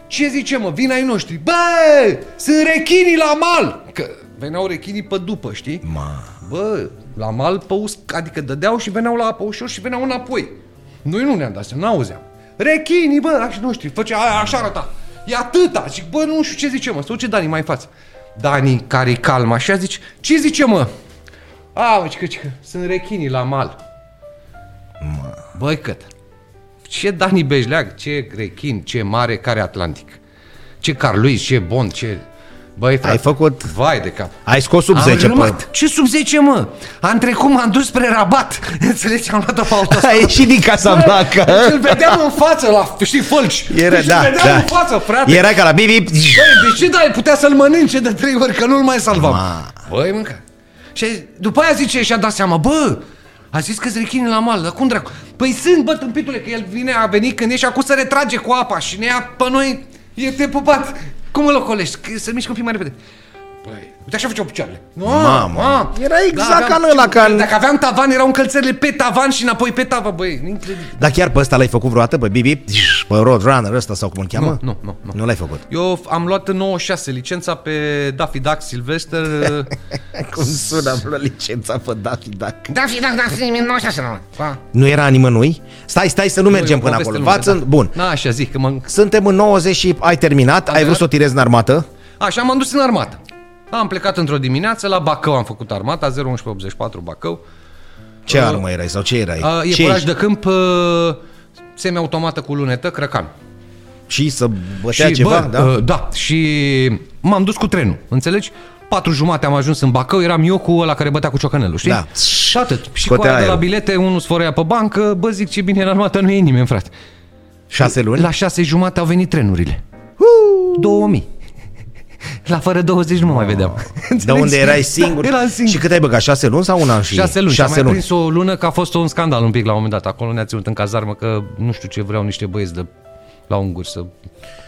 [SPEAKER 2] Ce zice, mă, vin ai noștri? Bă, sunt rechinii la mal! Că veneau rechinii pe după, știi? Ma. Bă, la mal pe usc, adică dădeau și veneau la apă ușor și veneau înapoi. Noi nu ne-am dat seama, n-auzeam. Rechinii, bă, așa nu știu, făcea, aia, așa arăta. E atâta. Zic, bă, nu știu ce zice, mă. Sau ce Dani mai în față. Dani, care e calm, așa zici, ce zice, mă? A, mă, cică, cică, sunt rechinii la mal. Băi, cât? Ce Dani Bejleag, ce rechin, ce mare, care Atlantic. Ce Carluis, ce Bond, ce... Băi, frate,
[SPEAKER 1] Ai făcut-
[SPEAKER 2] Vai de cap.
[SPEAKER 1] Ai scos sub păi.
[SPEAKER 2] Am
[SPEAKER 1] 10
[SPEAKER 2] rămas-
[SPEAKER 1] pe...
[SPEAKER 2] Ce sub 10, mă? Am trecut, m-am dus spre rabat. Înțelegi? Am luat-o pe autostradă.
[SPEAKER 1] Ai ieșit din Casablanca.
[SPEAKER 2] Deci îl vedeam în față la, știi, fălci.
[SPEAKER 1] Era,
[SPEAKER 2] deci
[SPEAKER 1] da,
[SPEAKER 2] îl vedeam
[SPEAKER 1] da.
[SPEAKER 2] în față, frate.
[SPEAKER 1] Era ca la bip, bip.
[SPEAKER 2] Băi, deci ce dai, putea să-l mănânce de trei ori, că nu-l mai salvam. Ma. Băi, mânca. Și după aia zice și-a dat seama, bă, a zis că rechini la mal, dar cum dracu? Păi sunt, bă, tâmpitule, că el vine, a venit când ești acum să retrage cu apa și ne ia pe noi, e te pupat. Cum îl ocolești? Că să mișcă un pic mai repede. Băi, uite așa făceau picioarele. No,
[SPEAKER 1] Mamă. Era exact ca în ăla, ca în-
[SPEAKER 2] Dacă aveam tavan, erau încălțările pe tavan și înapoi pe tavan, băi, incredibil.
[SPEAKER 1] Dar chiar pe ăsta l-ai făcut vreodată? Pe bip, bip? Pe Roadrunner ăsta sau cum îl cheamă?
[SPEAKER 2] Nu, nu, nu.
[SPEAKER 1] Nu l-ai făcut.
[SPEAKER 2] Eu am luat în 96 licența pe Daffy Duck Silvester.
[SPEAKER 1] Cum sună vreo licența pe Daffy Duck?
[SPEAKER 3] Da, fi, da, da, fi, nu așa să nu.
[SPEAKER 2] Pa.
[SPEAKER 1] Nu era nimănui? Stai, stai să nu mergem
[SPEAKER 2] Păi,
[SPEAKER 1] până acolo. V-ați... în- Bun.
[SPEAKER 2] da. Na, așa zic că mă...
[SPEAKER 1] Suntem în 90 și ai terminat. Ai vrut să o tirezi în armată?
[SPEAKER 2] Așa m-am dus în armată. Am plecat într-o dimineață la Bacău, am făcut armata 01184 Bacău.
[SPEAKER 1] Ce armă erai sau ce erai?
[SPEAKER 2] A, Uh, e
[SPEAKER 1] ce
[SPEAKER 2] curaj
[SPEAKER 1] ești?
[SPEAKER 2] de câmp uh, semiautomată cu lunetă, crăcan.
[SPEAKER 1] Și să bătea ceva?
[SPEAKER 2] bă,
[SPEAKER 1] da?
[SPEAKER 2] uh, da, și m-am dus cu trenul, înțelegi? Patru jumate am ajuns în Bacău, eram eu cu ăla care bătea cu ciocanelul, știi?
[SPEAKER 1] Da.
[SPEAKER 2] Și atât. Și cu
[SPEAKER 1] Scotea
[SPEAKER 2] aia de la
[SPEAKER 1] aerul.
[SPEAKER 2] bilete, unul sforea pe bancă, bă, zic ce bine în armată, nu e nimeni, frate.
[SPEAKER 1] Șase luni?
[SPEAKER 2] Păi La șase jumate au venit trenurile. 2000. La fără 20 nu mă mai vedeam.
[SPEAKER 1] De
[SPEAKER 2] Înțelegi?
[SPEAKER 1] unde erai singur?
[SPEAKER 2] Da, eram singur.
[SPEAKER 1] Și cât ai băgat? Șase luni sau un an? Și...
[SPEAKER 2] Șase luni. Șase
[SPEAKER 1] Șase
[SPEAKER 2] am mai
[SPEAKER 1] luni.
[SPEAKER 2] prins o lună că a fost un scandal un pic la un moment dat. Acolo ne-a ținut în cazarmă că nu știu ce vreau niște băieți de la unguri să...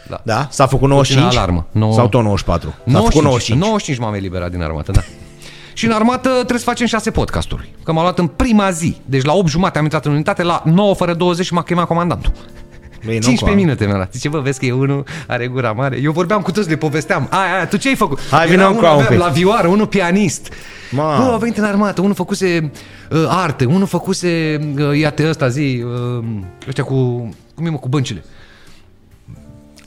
[SPEAKER 2] Da.
[SPEAKER 1] Da? S-a făcut 95?
[SPEAKER 2] alarmă. Nouă-
[SPEAKER 1] Sau tot 94? S-a făcut
[SPEAKER 2] 95,
[SPEAKER 1] 95.
[SPEAKER 2] 95 m-am eliberat din armată, da. Și în armată trebuie să facem șase podcasturi. Că m-am luat în prima zi. Deci la 8 jumate am intrat în unitate, la 9 fără 20 și m-a chemat comandantul.
[SPEAKER 1] Băi, nu
[SPEAKER 2] 15
[SPEAKER 1] cu-
[SPEAKER 2] minute mi-a luat. Zice, bă, vezi că e unul, are gura mare. Eu vorbeam cu toți, le povesteam. Aia, aia, tu ce ai făcut?
[SPEAKER 1] Hai,
[SPEAKER 2] Era
[SPEAKER 1] vină
[SPEAKER 2] unul
[SPEAKER 1] cu un
[SPEAKER 2] avea
[SPEAKER 1] pic.
[SPEAKER 2] La vioară, unul pianist.
[SPEAKER 1] Mamă.
[SPEAKER 2] Bă, a venit în armată, unul făcuse uh, arte, unul făcuse, uh, iată ăsta zi, uh, ăștia cu, cum e mă, cu băncile.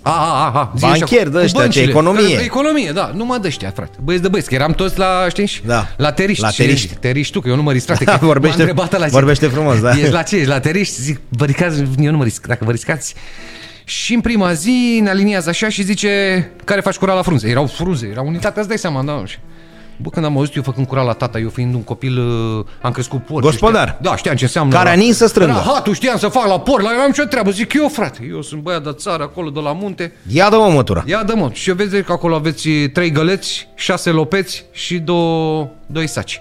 [SPEAKER 2] A, a, a, a. zi
[SPEAKER 1] Banchieri
[SPEAKER 2] așa,
[SPEAKER 1] de
[SPEAKER 2] cu
[SPEAKER 1] ăștia, ce
[SPEAKER 2] băncile.
[SPEAKER 1] economie.
[SPEAKER 2] Că- Economie, da, numai de ăștia, frate. Băieți de băieți, că eram toți la, știi? și-
[SPEAKER 1] Da.
[SPEAKER 2] La teriști.
[SPEAKER 1] La
[SPEAKER 2] Și
[SPEAKER 1] teriști.
[SPEAKER 2] ești Teriști tu, că eu nu mă risc, frate,
[SPEAKER 1] Da,
[SPEAKER 2] că
[SPEAKER 1] vorbește-
[SPEAKER 2] m-a întrebat ăla, zic,
[SPEAKER 1] vorbește frumos, da.
[SPEAKER 2] Ești la ce? Ești la teriști? Zic, vă ricați, eu nu mă risc, dacă vă riscați. Și în prima zi ne aliniază așa și zice, care faci curat la frunze? Erau frunze, era unitate, îți dai seama, da, și... Bă, când am auzit eu făcând curat la tata, eu fiind un copil, uh, am crescut porc.
[SPEAKER 1] Gospodar.
[SPEAKER 2] Știam, da, știam ce înseamnă.
[SPEAKER 1] Care a
[SPEAKER 2] la-
[SPEAKER 1] nins să strângă.
[SPEAKER 2] Era hatul, știam să fac la porc, la eu am ce treabă. Zic eu, frate, eu sunt băiat de țară, acolo, de la munte.
[SPEAKER 1] Ia dă-mă mătura.
[SPEAKER 2] Ia dă mă, și vezi că acolo aveți trei găleți, șase lopeți și două, doi saci.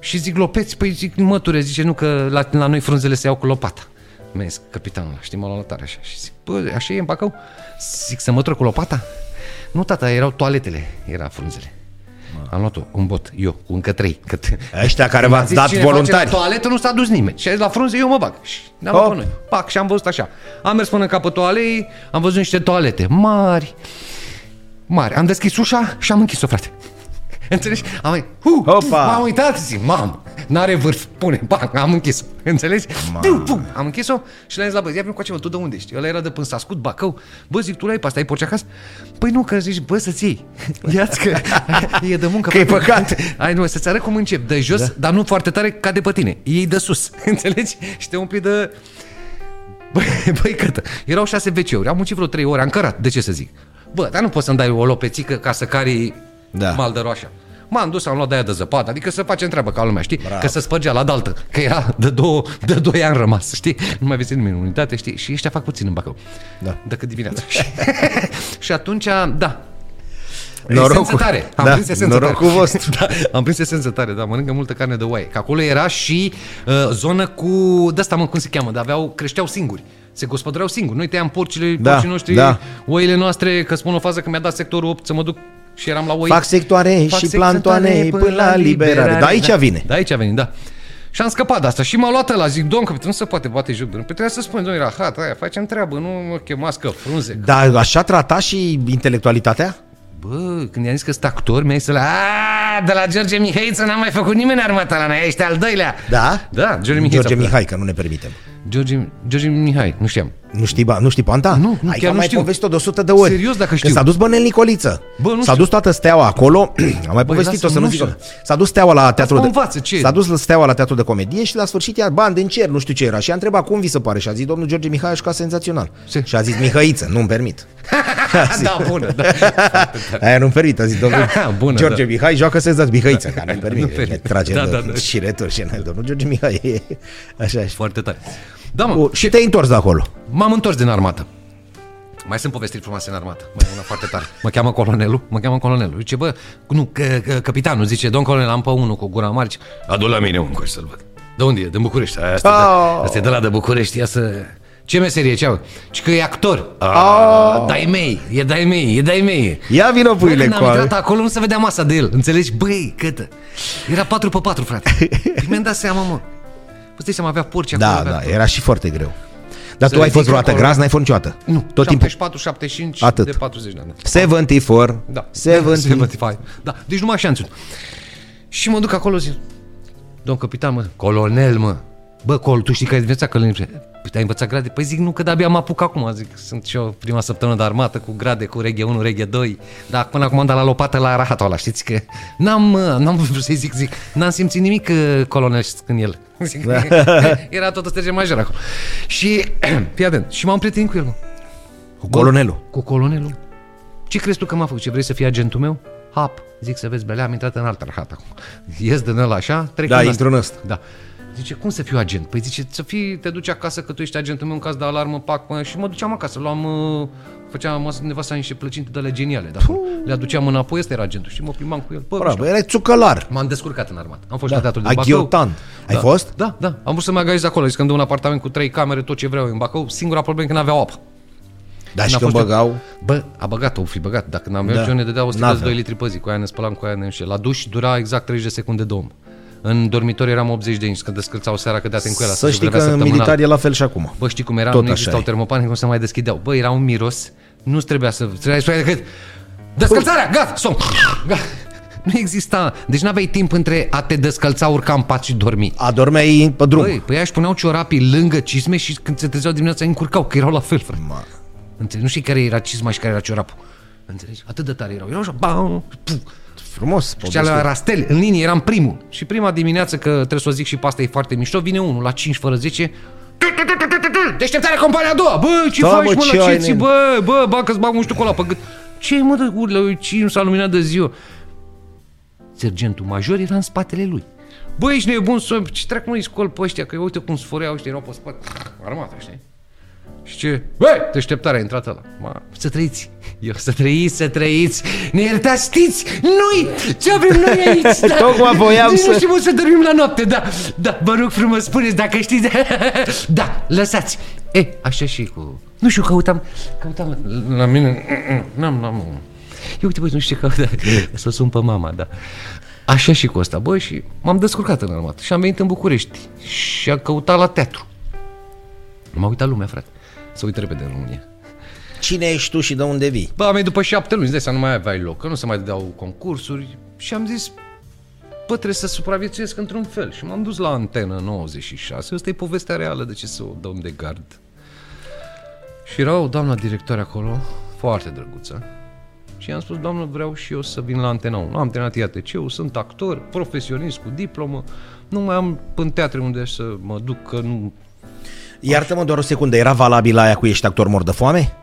[SPEAKER 2] Și zic lopeți, păi zic măture, zice nu că la, la noi frunzele se iau cu lopata. Mezi, capitanul, știi, m-a luat la tare așa. Și zic, bă, așa e în Bacău? Zic, să mă trec cu lopata? Nu, tata, erau toaletele, era frunzele. Am luat-o, un bot, eu, cu încă trei. Că
[SPEAKER 1] Ăștia care
[SPEAKER 2] Mi-a
[SPEAKER 1] v-ați
[SPEAKER 2] zis
[SPEAKER 1] dat
[SPEAKER 2] cineva
[SPEAKER 1] voluntari.
[SPEAKER 2] Ce, la toaletă nu s-a dus nimeni. Și a zis, la frunze eu mă bag. Și ne-am
[SPEAKER 1] Hop.
[SPEAKER 2] luat noi. Pac, și am văzut așa. Am mers până în capătul alei, am văzut niște toalete mari, mari. Am deschis ușa și am închis-o, frate. Înțelegi? Am mai, hu,
[SPEAKER 1] Opa!
[SPEAKER 2] m-am uitat, zic, mamă, n-are vârf, pune, bang, am închis-o, înțelegi? Piu, pum, am închis-o și le-am zis la băieți, ia prin coace, mă, tu de unde ești? Ăla era de până sascut, bacău, bă, zic, tu l-ai pe asta, ai porci acasă? Păi nu, că zici, bă, să-ți iei, ia-ți că e de muncă.
[SPEAKER 1] Că e
[SPEAKER 2] frate.
[SPEAKER 1] păcat.
[SPEAKER 2] Ai, nu, să-ți arăt cum încep, de jos, da. dar nu foarte tare, cade pe tine, iei de sus, înțelegi? Și te umpli de, Băi, băi cătă, erau șase veceuri, am muncit vreo trei ore, am cărat, de ce să zic? Bă, dar nu poți să-mi dai o lopețică ca să cari
[SPEAKER 1] Da.
[SPEAKER 2] da. mal de roașa. M-am dus, am luat de aia de zăpadă, adică să facem treabă ca lumea, știi? Că se spărgea la daltă, că era de, două, de doi ani rămas, știi? Nu mai vezi nimeni în unitate, știi? Și ăștia fac puțin în Bacău.
[SPEAKER 1] Da.
[SPEAKER 2] Decât dimineața. și atunci, da,
[SPEAKER 1] Norocul.
[SPEAKER 2] Esență tare. Am
[SPEAKER 1] Da,
[SPEAKER 2] prins esență
[SPEAKER 1] norocul
[SPEAKER 2] tare.
[SPEAKER 1] vostru.
[SPEAKER 2] da, am prins esență tare, da, mănâncă multă carne de oaie. Că acolo era și uh, zonă cu, de asta mă, cum se cheamă, dar aveau, creșteau singuri. Se gospodăreau singuri. Noi tăiam porcile,
[SPEAKER 1] Da,
[SPEAKER 2] porcii noștri,
[SPEAKER 1] da.
[SPEAKER 2] oile noastre, că spun o fază că mi-a dat sectorul 8 să mă duc și eram la oi.
[SPEAKER 1] Fac sectoare și plantoane până la liberare. Da, aici vine.
[SPEAKER 2] Da, aici a venit, da. Și am scăpat de asta și m-a luat la zic, domn capitan, nu se poate bate joc de rând. Păi trebuia să spun, domnule, rahat, aia, facem treabă, nu mă chemați că frunze,
[SPEAKER 1] Dar așa trata și intelectualitatea?
[SPEAKER 2] Bă, când i-am zis că sunt actor, mi-a zis la... de la George Mihaiță n-a mai făcut nimeni armata la noi, ești al doilea.
[SPEAKER 1] Da?
[SPEAKER 2] Da, George Mihai.
[SPEAKER 1] George Mihai, că nu ne permitem.
[SPEAKER 2] George, George Mihai, nu știam.
[SPEAKER 1] Nu știi, ba, nu știi panta?
[SPEAKER 2] Nu, nu,
[SPEAKER 1] Hai
[SPEAKER 2] chiar
[SPEAKER 1] că
[SPEAKER 2] nu
[SPEAKER 1] mai
[SPEAKER 2] știu.
[SPEAKER 1] povestit-o de 100 de ori.
[SPEAKER 2] Serios, dacă știu.
[SPEAKER 1] Că s-a dus Bănel Nicoliță.
[SPEAKER 2] Bă, nu
[SPEAKER 1] s-a
[SPEAKER 2] știu.
[SPEAKER 1] dus toată steaua acolo. Am mai povestit-o
[SPEAKER 2] lasă-mă,
[SPEAKER 1] să nu
[SPEAKER 2] nu
[SPEAKER 1] zic.
[SPEAKER 2] știu.
[SPEAKER 1] S-a dus steaua la teatru de...
[SPEAKER 2] învață, ce e?
[SPEAKER 1] S-a dus la steaua la teatru de comedie și la sfârșit ia bani din cer, nu știu ce era. Și a întrebat cum vi se pare și a zis domnul George Mihai a jucat senzațional.
[SPEAKER 2] Se-
[SPEAKER 1] Și a zis Mihăiță, nu-mi permit.
[SPEAKER 2] da, bună, da.
[SPEAKER 1] Aia nu-mi permit, a zis domnul
[SPEAKER 2] Bună,
[SPEAKER 1] George
[SPEAKER 2] da.
[SPEAKER 1] Mihai, joacă senzațional. Mihăiță, care nu-mi
[SPEAKER 2] nu-mi
[SPEAKER 1] permit.
[SPEAKER 2] permit.
[SPEAKER 1] Ne Trage
[SPEAKER 2] Da,
[SPEAKER 1] de-
[SPEAKER 2] da, da.
[SPEAKER 1] și retur și noi, domnul George Mihai. e- Așa și...
[SPEAKER 2] Foarte tare. Da, mă,
[SPEAKER 1] O, Și te-ai întors de acolo.
[SPEAKER 2] m-am întors din armată. Mai sunt povestiri frumoase în armată. Mai una foarte tare. Mă cheamă colonelul, mă cheamă colonelul. Zice, bă, nu, că, că, capitanul zice, domn colonel, am pe unul cu gura mare. Zice, Adu la mine un coș să-l văd. De unde e? Din București. Aia Asta,
[SPEAKER 1] Au.
[SPEAKER 2] oh. asta e de la de București, ia să... Ce meserie, ce au? Și că e actor. Ah, Dai mei, e dai mei, e dai mei.
[SPEAKER 1] Ia vină
[SPEAKER 2] Bă,
[SPEAKER 1] puiule
[SPEAKER 2] când am
[SPEAKER 1] cu
[SPEAKER 2] intrat acolo nu se vedea masa de el, înțelegi? Băi, câtă! Era 4 pe 4, frate. Păi mi-am dat seama, mă. Păi stai seama, avea porci acolo.
[SPEAKER 1] Da,
[SPEAKER 2] avea
[SPEAKER 1] da,
[SPEAKER 2] tot.
[SPEAKER 1] era și foarte greu. Dar
[SPEAKER 2] Să
[SPEAKER 1] tu ai
[SPEAKER 2] ridic
[SPEAKER 1] fost vreodată
[SPEAKER 2] acolo.
[SPEAKER 1] gras, n-ai fost niciodată.
[SPEAKER 2] Nu,
[SPEAKER 1] Tot timpul.
[SPEAKER 2] 74, 75
[SPEAKER 1] Atât.
[SPEAKER 2] de 40 de ani.
[SPEAKER 1] 74.
[SPEAKER 2] Da.
[SPEAKER 1] 70.
[SPEAKER 2] 75. Da, deci numai așa am ținut. Și mă duc acolo, zic, domn capitan, mă, colonel, mă, bă, col, tu știi că ai învățat că Păi te-ai învățat grade? Păi zic, nu, că de-abia am apuc acum, zic, sunt și eu prima săptămână de armată cu grade, cu reghe 1, reghe 2, dar până acum am dat la lopată la rahatul ăla, știți că n-am, mă, n-am vrut să-i zic, zic, n-am simțit nimic uh, colonelesc în el. Zic,
[SPEAKER 1] Da.
[SPEAKER 2] era tot o stege majoră acolo. Și, fii atent, și m-am prietenit cu el, mă.
[SPEAKER 1] Cu colonelul.
[SPEAKER 2] Cu colonelul? Ce crezi tu că m-a făcut? Ce vrei să fii agentul meu? Hap, zic să vezi, belea, am intrat în altă rahat acum. Ies din ăla așa, trec
[SPEAKER 1] Da,
[SPEAKER 2] în
[SPEAKER 1] intru în ăsta.
[SPEAKER 2] Da. Zice, cum să fiu agent? Păi zice, să fii, te duci acasă că tu ești agentul meu în caz de alarmă, pac, mă, și mă duceam acasă, luam, uh, făceam masă nevasta niște plăcinte de ale geniale, da? le aduceam înapoi, ăsta era agentul și mă plimbam cu el. Bă, mișto.
[SPEAKER 1] Bravo, erai țucălar.
[SPEAKER 2] M-am descurcat în armată. Am fost da. la teatrul de
[SPEAKER 1] Ai
[SPEAKER 2] Bacău.
[SPEAKER 1] ghiotan. Ai
[SPEAKER 2] da.
[SPEAKER 1] fost?
[SPEAKER 2] Da, da. Am vrut să mă agajez acolo. Zic că îmi dă un apartament cu trei camere, tot ce vreau eu în Bacău. Singura problemă e că n-aveau apă.
[SPEAKER 1] Da, și
[SPEAKER 2] N-a
[SPEAKER 1] când
[SPEAKER 2] fost
[SPEAKER 1] băgau...
[SPEAKER 2] Bă, a băgat, o fi băgat. Dacă n-am
[SPEAKER 1] Da.
[SPEAKER 2] da. eu, ne dădea o sticlă
[SPEAKER 1] N-avea.
[SPEAKER 2] de 2 litri pe zi. Cu aia ne spălam, cu aia ne înșel. La duș dura exact 30 de secunde de om. În dormitor eram 80 de inci, când descărțau seara că dea în cu el.
[SPEAKER 1] Să știi că în militar e la fel și acum.
[SPEAKER 2] Bă, știi cum era?
[SPEAKER 1] Tot
[SPEAKER 2] nu
[SPEAKER 1] așa
[SPEAKER 2] existau
[SPEAKER 1] e.
[SPEAKER 2] termopane, cum se mai deschideau. Bă, era un miros. Nu trebuia să... Trebuia să decât... Descălțarea! Gata! Somn! Gata. Nu exista... Deci n-aveai timp între a te descălța, urca în pat și dormi.
[SPEAKER 1] Adormeai pe drum.
[SPEAKER 2] Băi, păi aia își puneau ciorapii lângă cisme și când se trezeau dimineața îi încurcau, că erau la fel, frate.
[SPEAKER 1] Ma.
[SPEAKER 2] Înțelegi? Nu știi care era cisma și care era ciorapul. Înțelegi? Atât de tare erau. Erau așa, bam, puf.
[SPEAKER 1] Frumos.
[SPEAKER 2] Și la Rastel, în linie, eram primul. Și prima dimineață, că trebuie să o zic și pasta e foarte mișto, vine unul la 5 fără 10, Tu, tu, tu, tu, tu, tu, tu! Deșteptarea compania a doua Bă, ce
[SPEAKER 1] Da,
[SPEAKER 2] faci,
[SPEAKER 1] mă,
[SPEAKER 2] mă,
[SPEAKER 1] ce
[SPEAKER 2] la
[SPEAKER 1] ai,
[SPEAKER 2] ce ții?
[SPEAKER 1] nen?
[SPEAKER 2] Bă, bă, bă, că-ți bag un știu pe gât Ce mă, de urlă, ce nu s-a luminat de ziua Sergentul major era în spatele lui Bă, ești nebun, să ce trec mă, îi scol pe ăștia Că uite cum sforeau ăștia, erau pe spate Armata, știi? Și ce? Băi, deșteptarea a intrat ăla. Ma, să trăiți. Eu să trăiți, să trăiți. Ne iertați, știți? Noi! Ce avem noi aici? Da.
[SPEAKER 1] Tocmai voiam
[SPEAKER 2] Nu
[SPEAKER 1] să-
[SPEAKER 2] știm cum să dormim la noapte, da. Da, vă rog frumos, spuneți dacă știți. Da, lăsați. E, așa și cu... Nu știu, căutam... Căutam... La mine... N-am, n-am... Eu uite, băi, nu știu ce căutam. Să sun pe mama, da. Așa și cu asta, băi, și m-am descurcat în armată și am venit în București și am căutat la teatru. M-a uitat lumea, frate. Să uită repede în România.
[SPEAKER 1] Cine ești tu și de unde vii?
[SPEAKER 2] Bă, am venit după șapte luni, îți dai seama, nu mai aveai loc, că nu se mai dădeau concursuri și am zis, bă, trebuie să supraviețuiesc într-un fel. Și m-am dus la Antena 96, asta e povestea reală, de ce să o dăm de gard. Și era o doamnă directoare acolo, foarte drăguță, și i-am spus, doamnă, vreau și eu să vin la Antena 1. Am terminat IATC-ul, sunt actor, profesionist cu diplomă, nu mai am în teatre unde să mă duc, că nu...
[SPEAKER 1] Iartă-mă doar o secundă, era valabil aia cu ești actor mor de foame?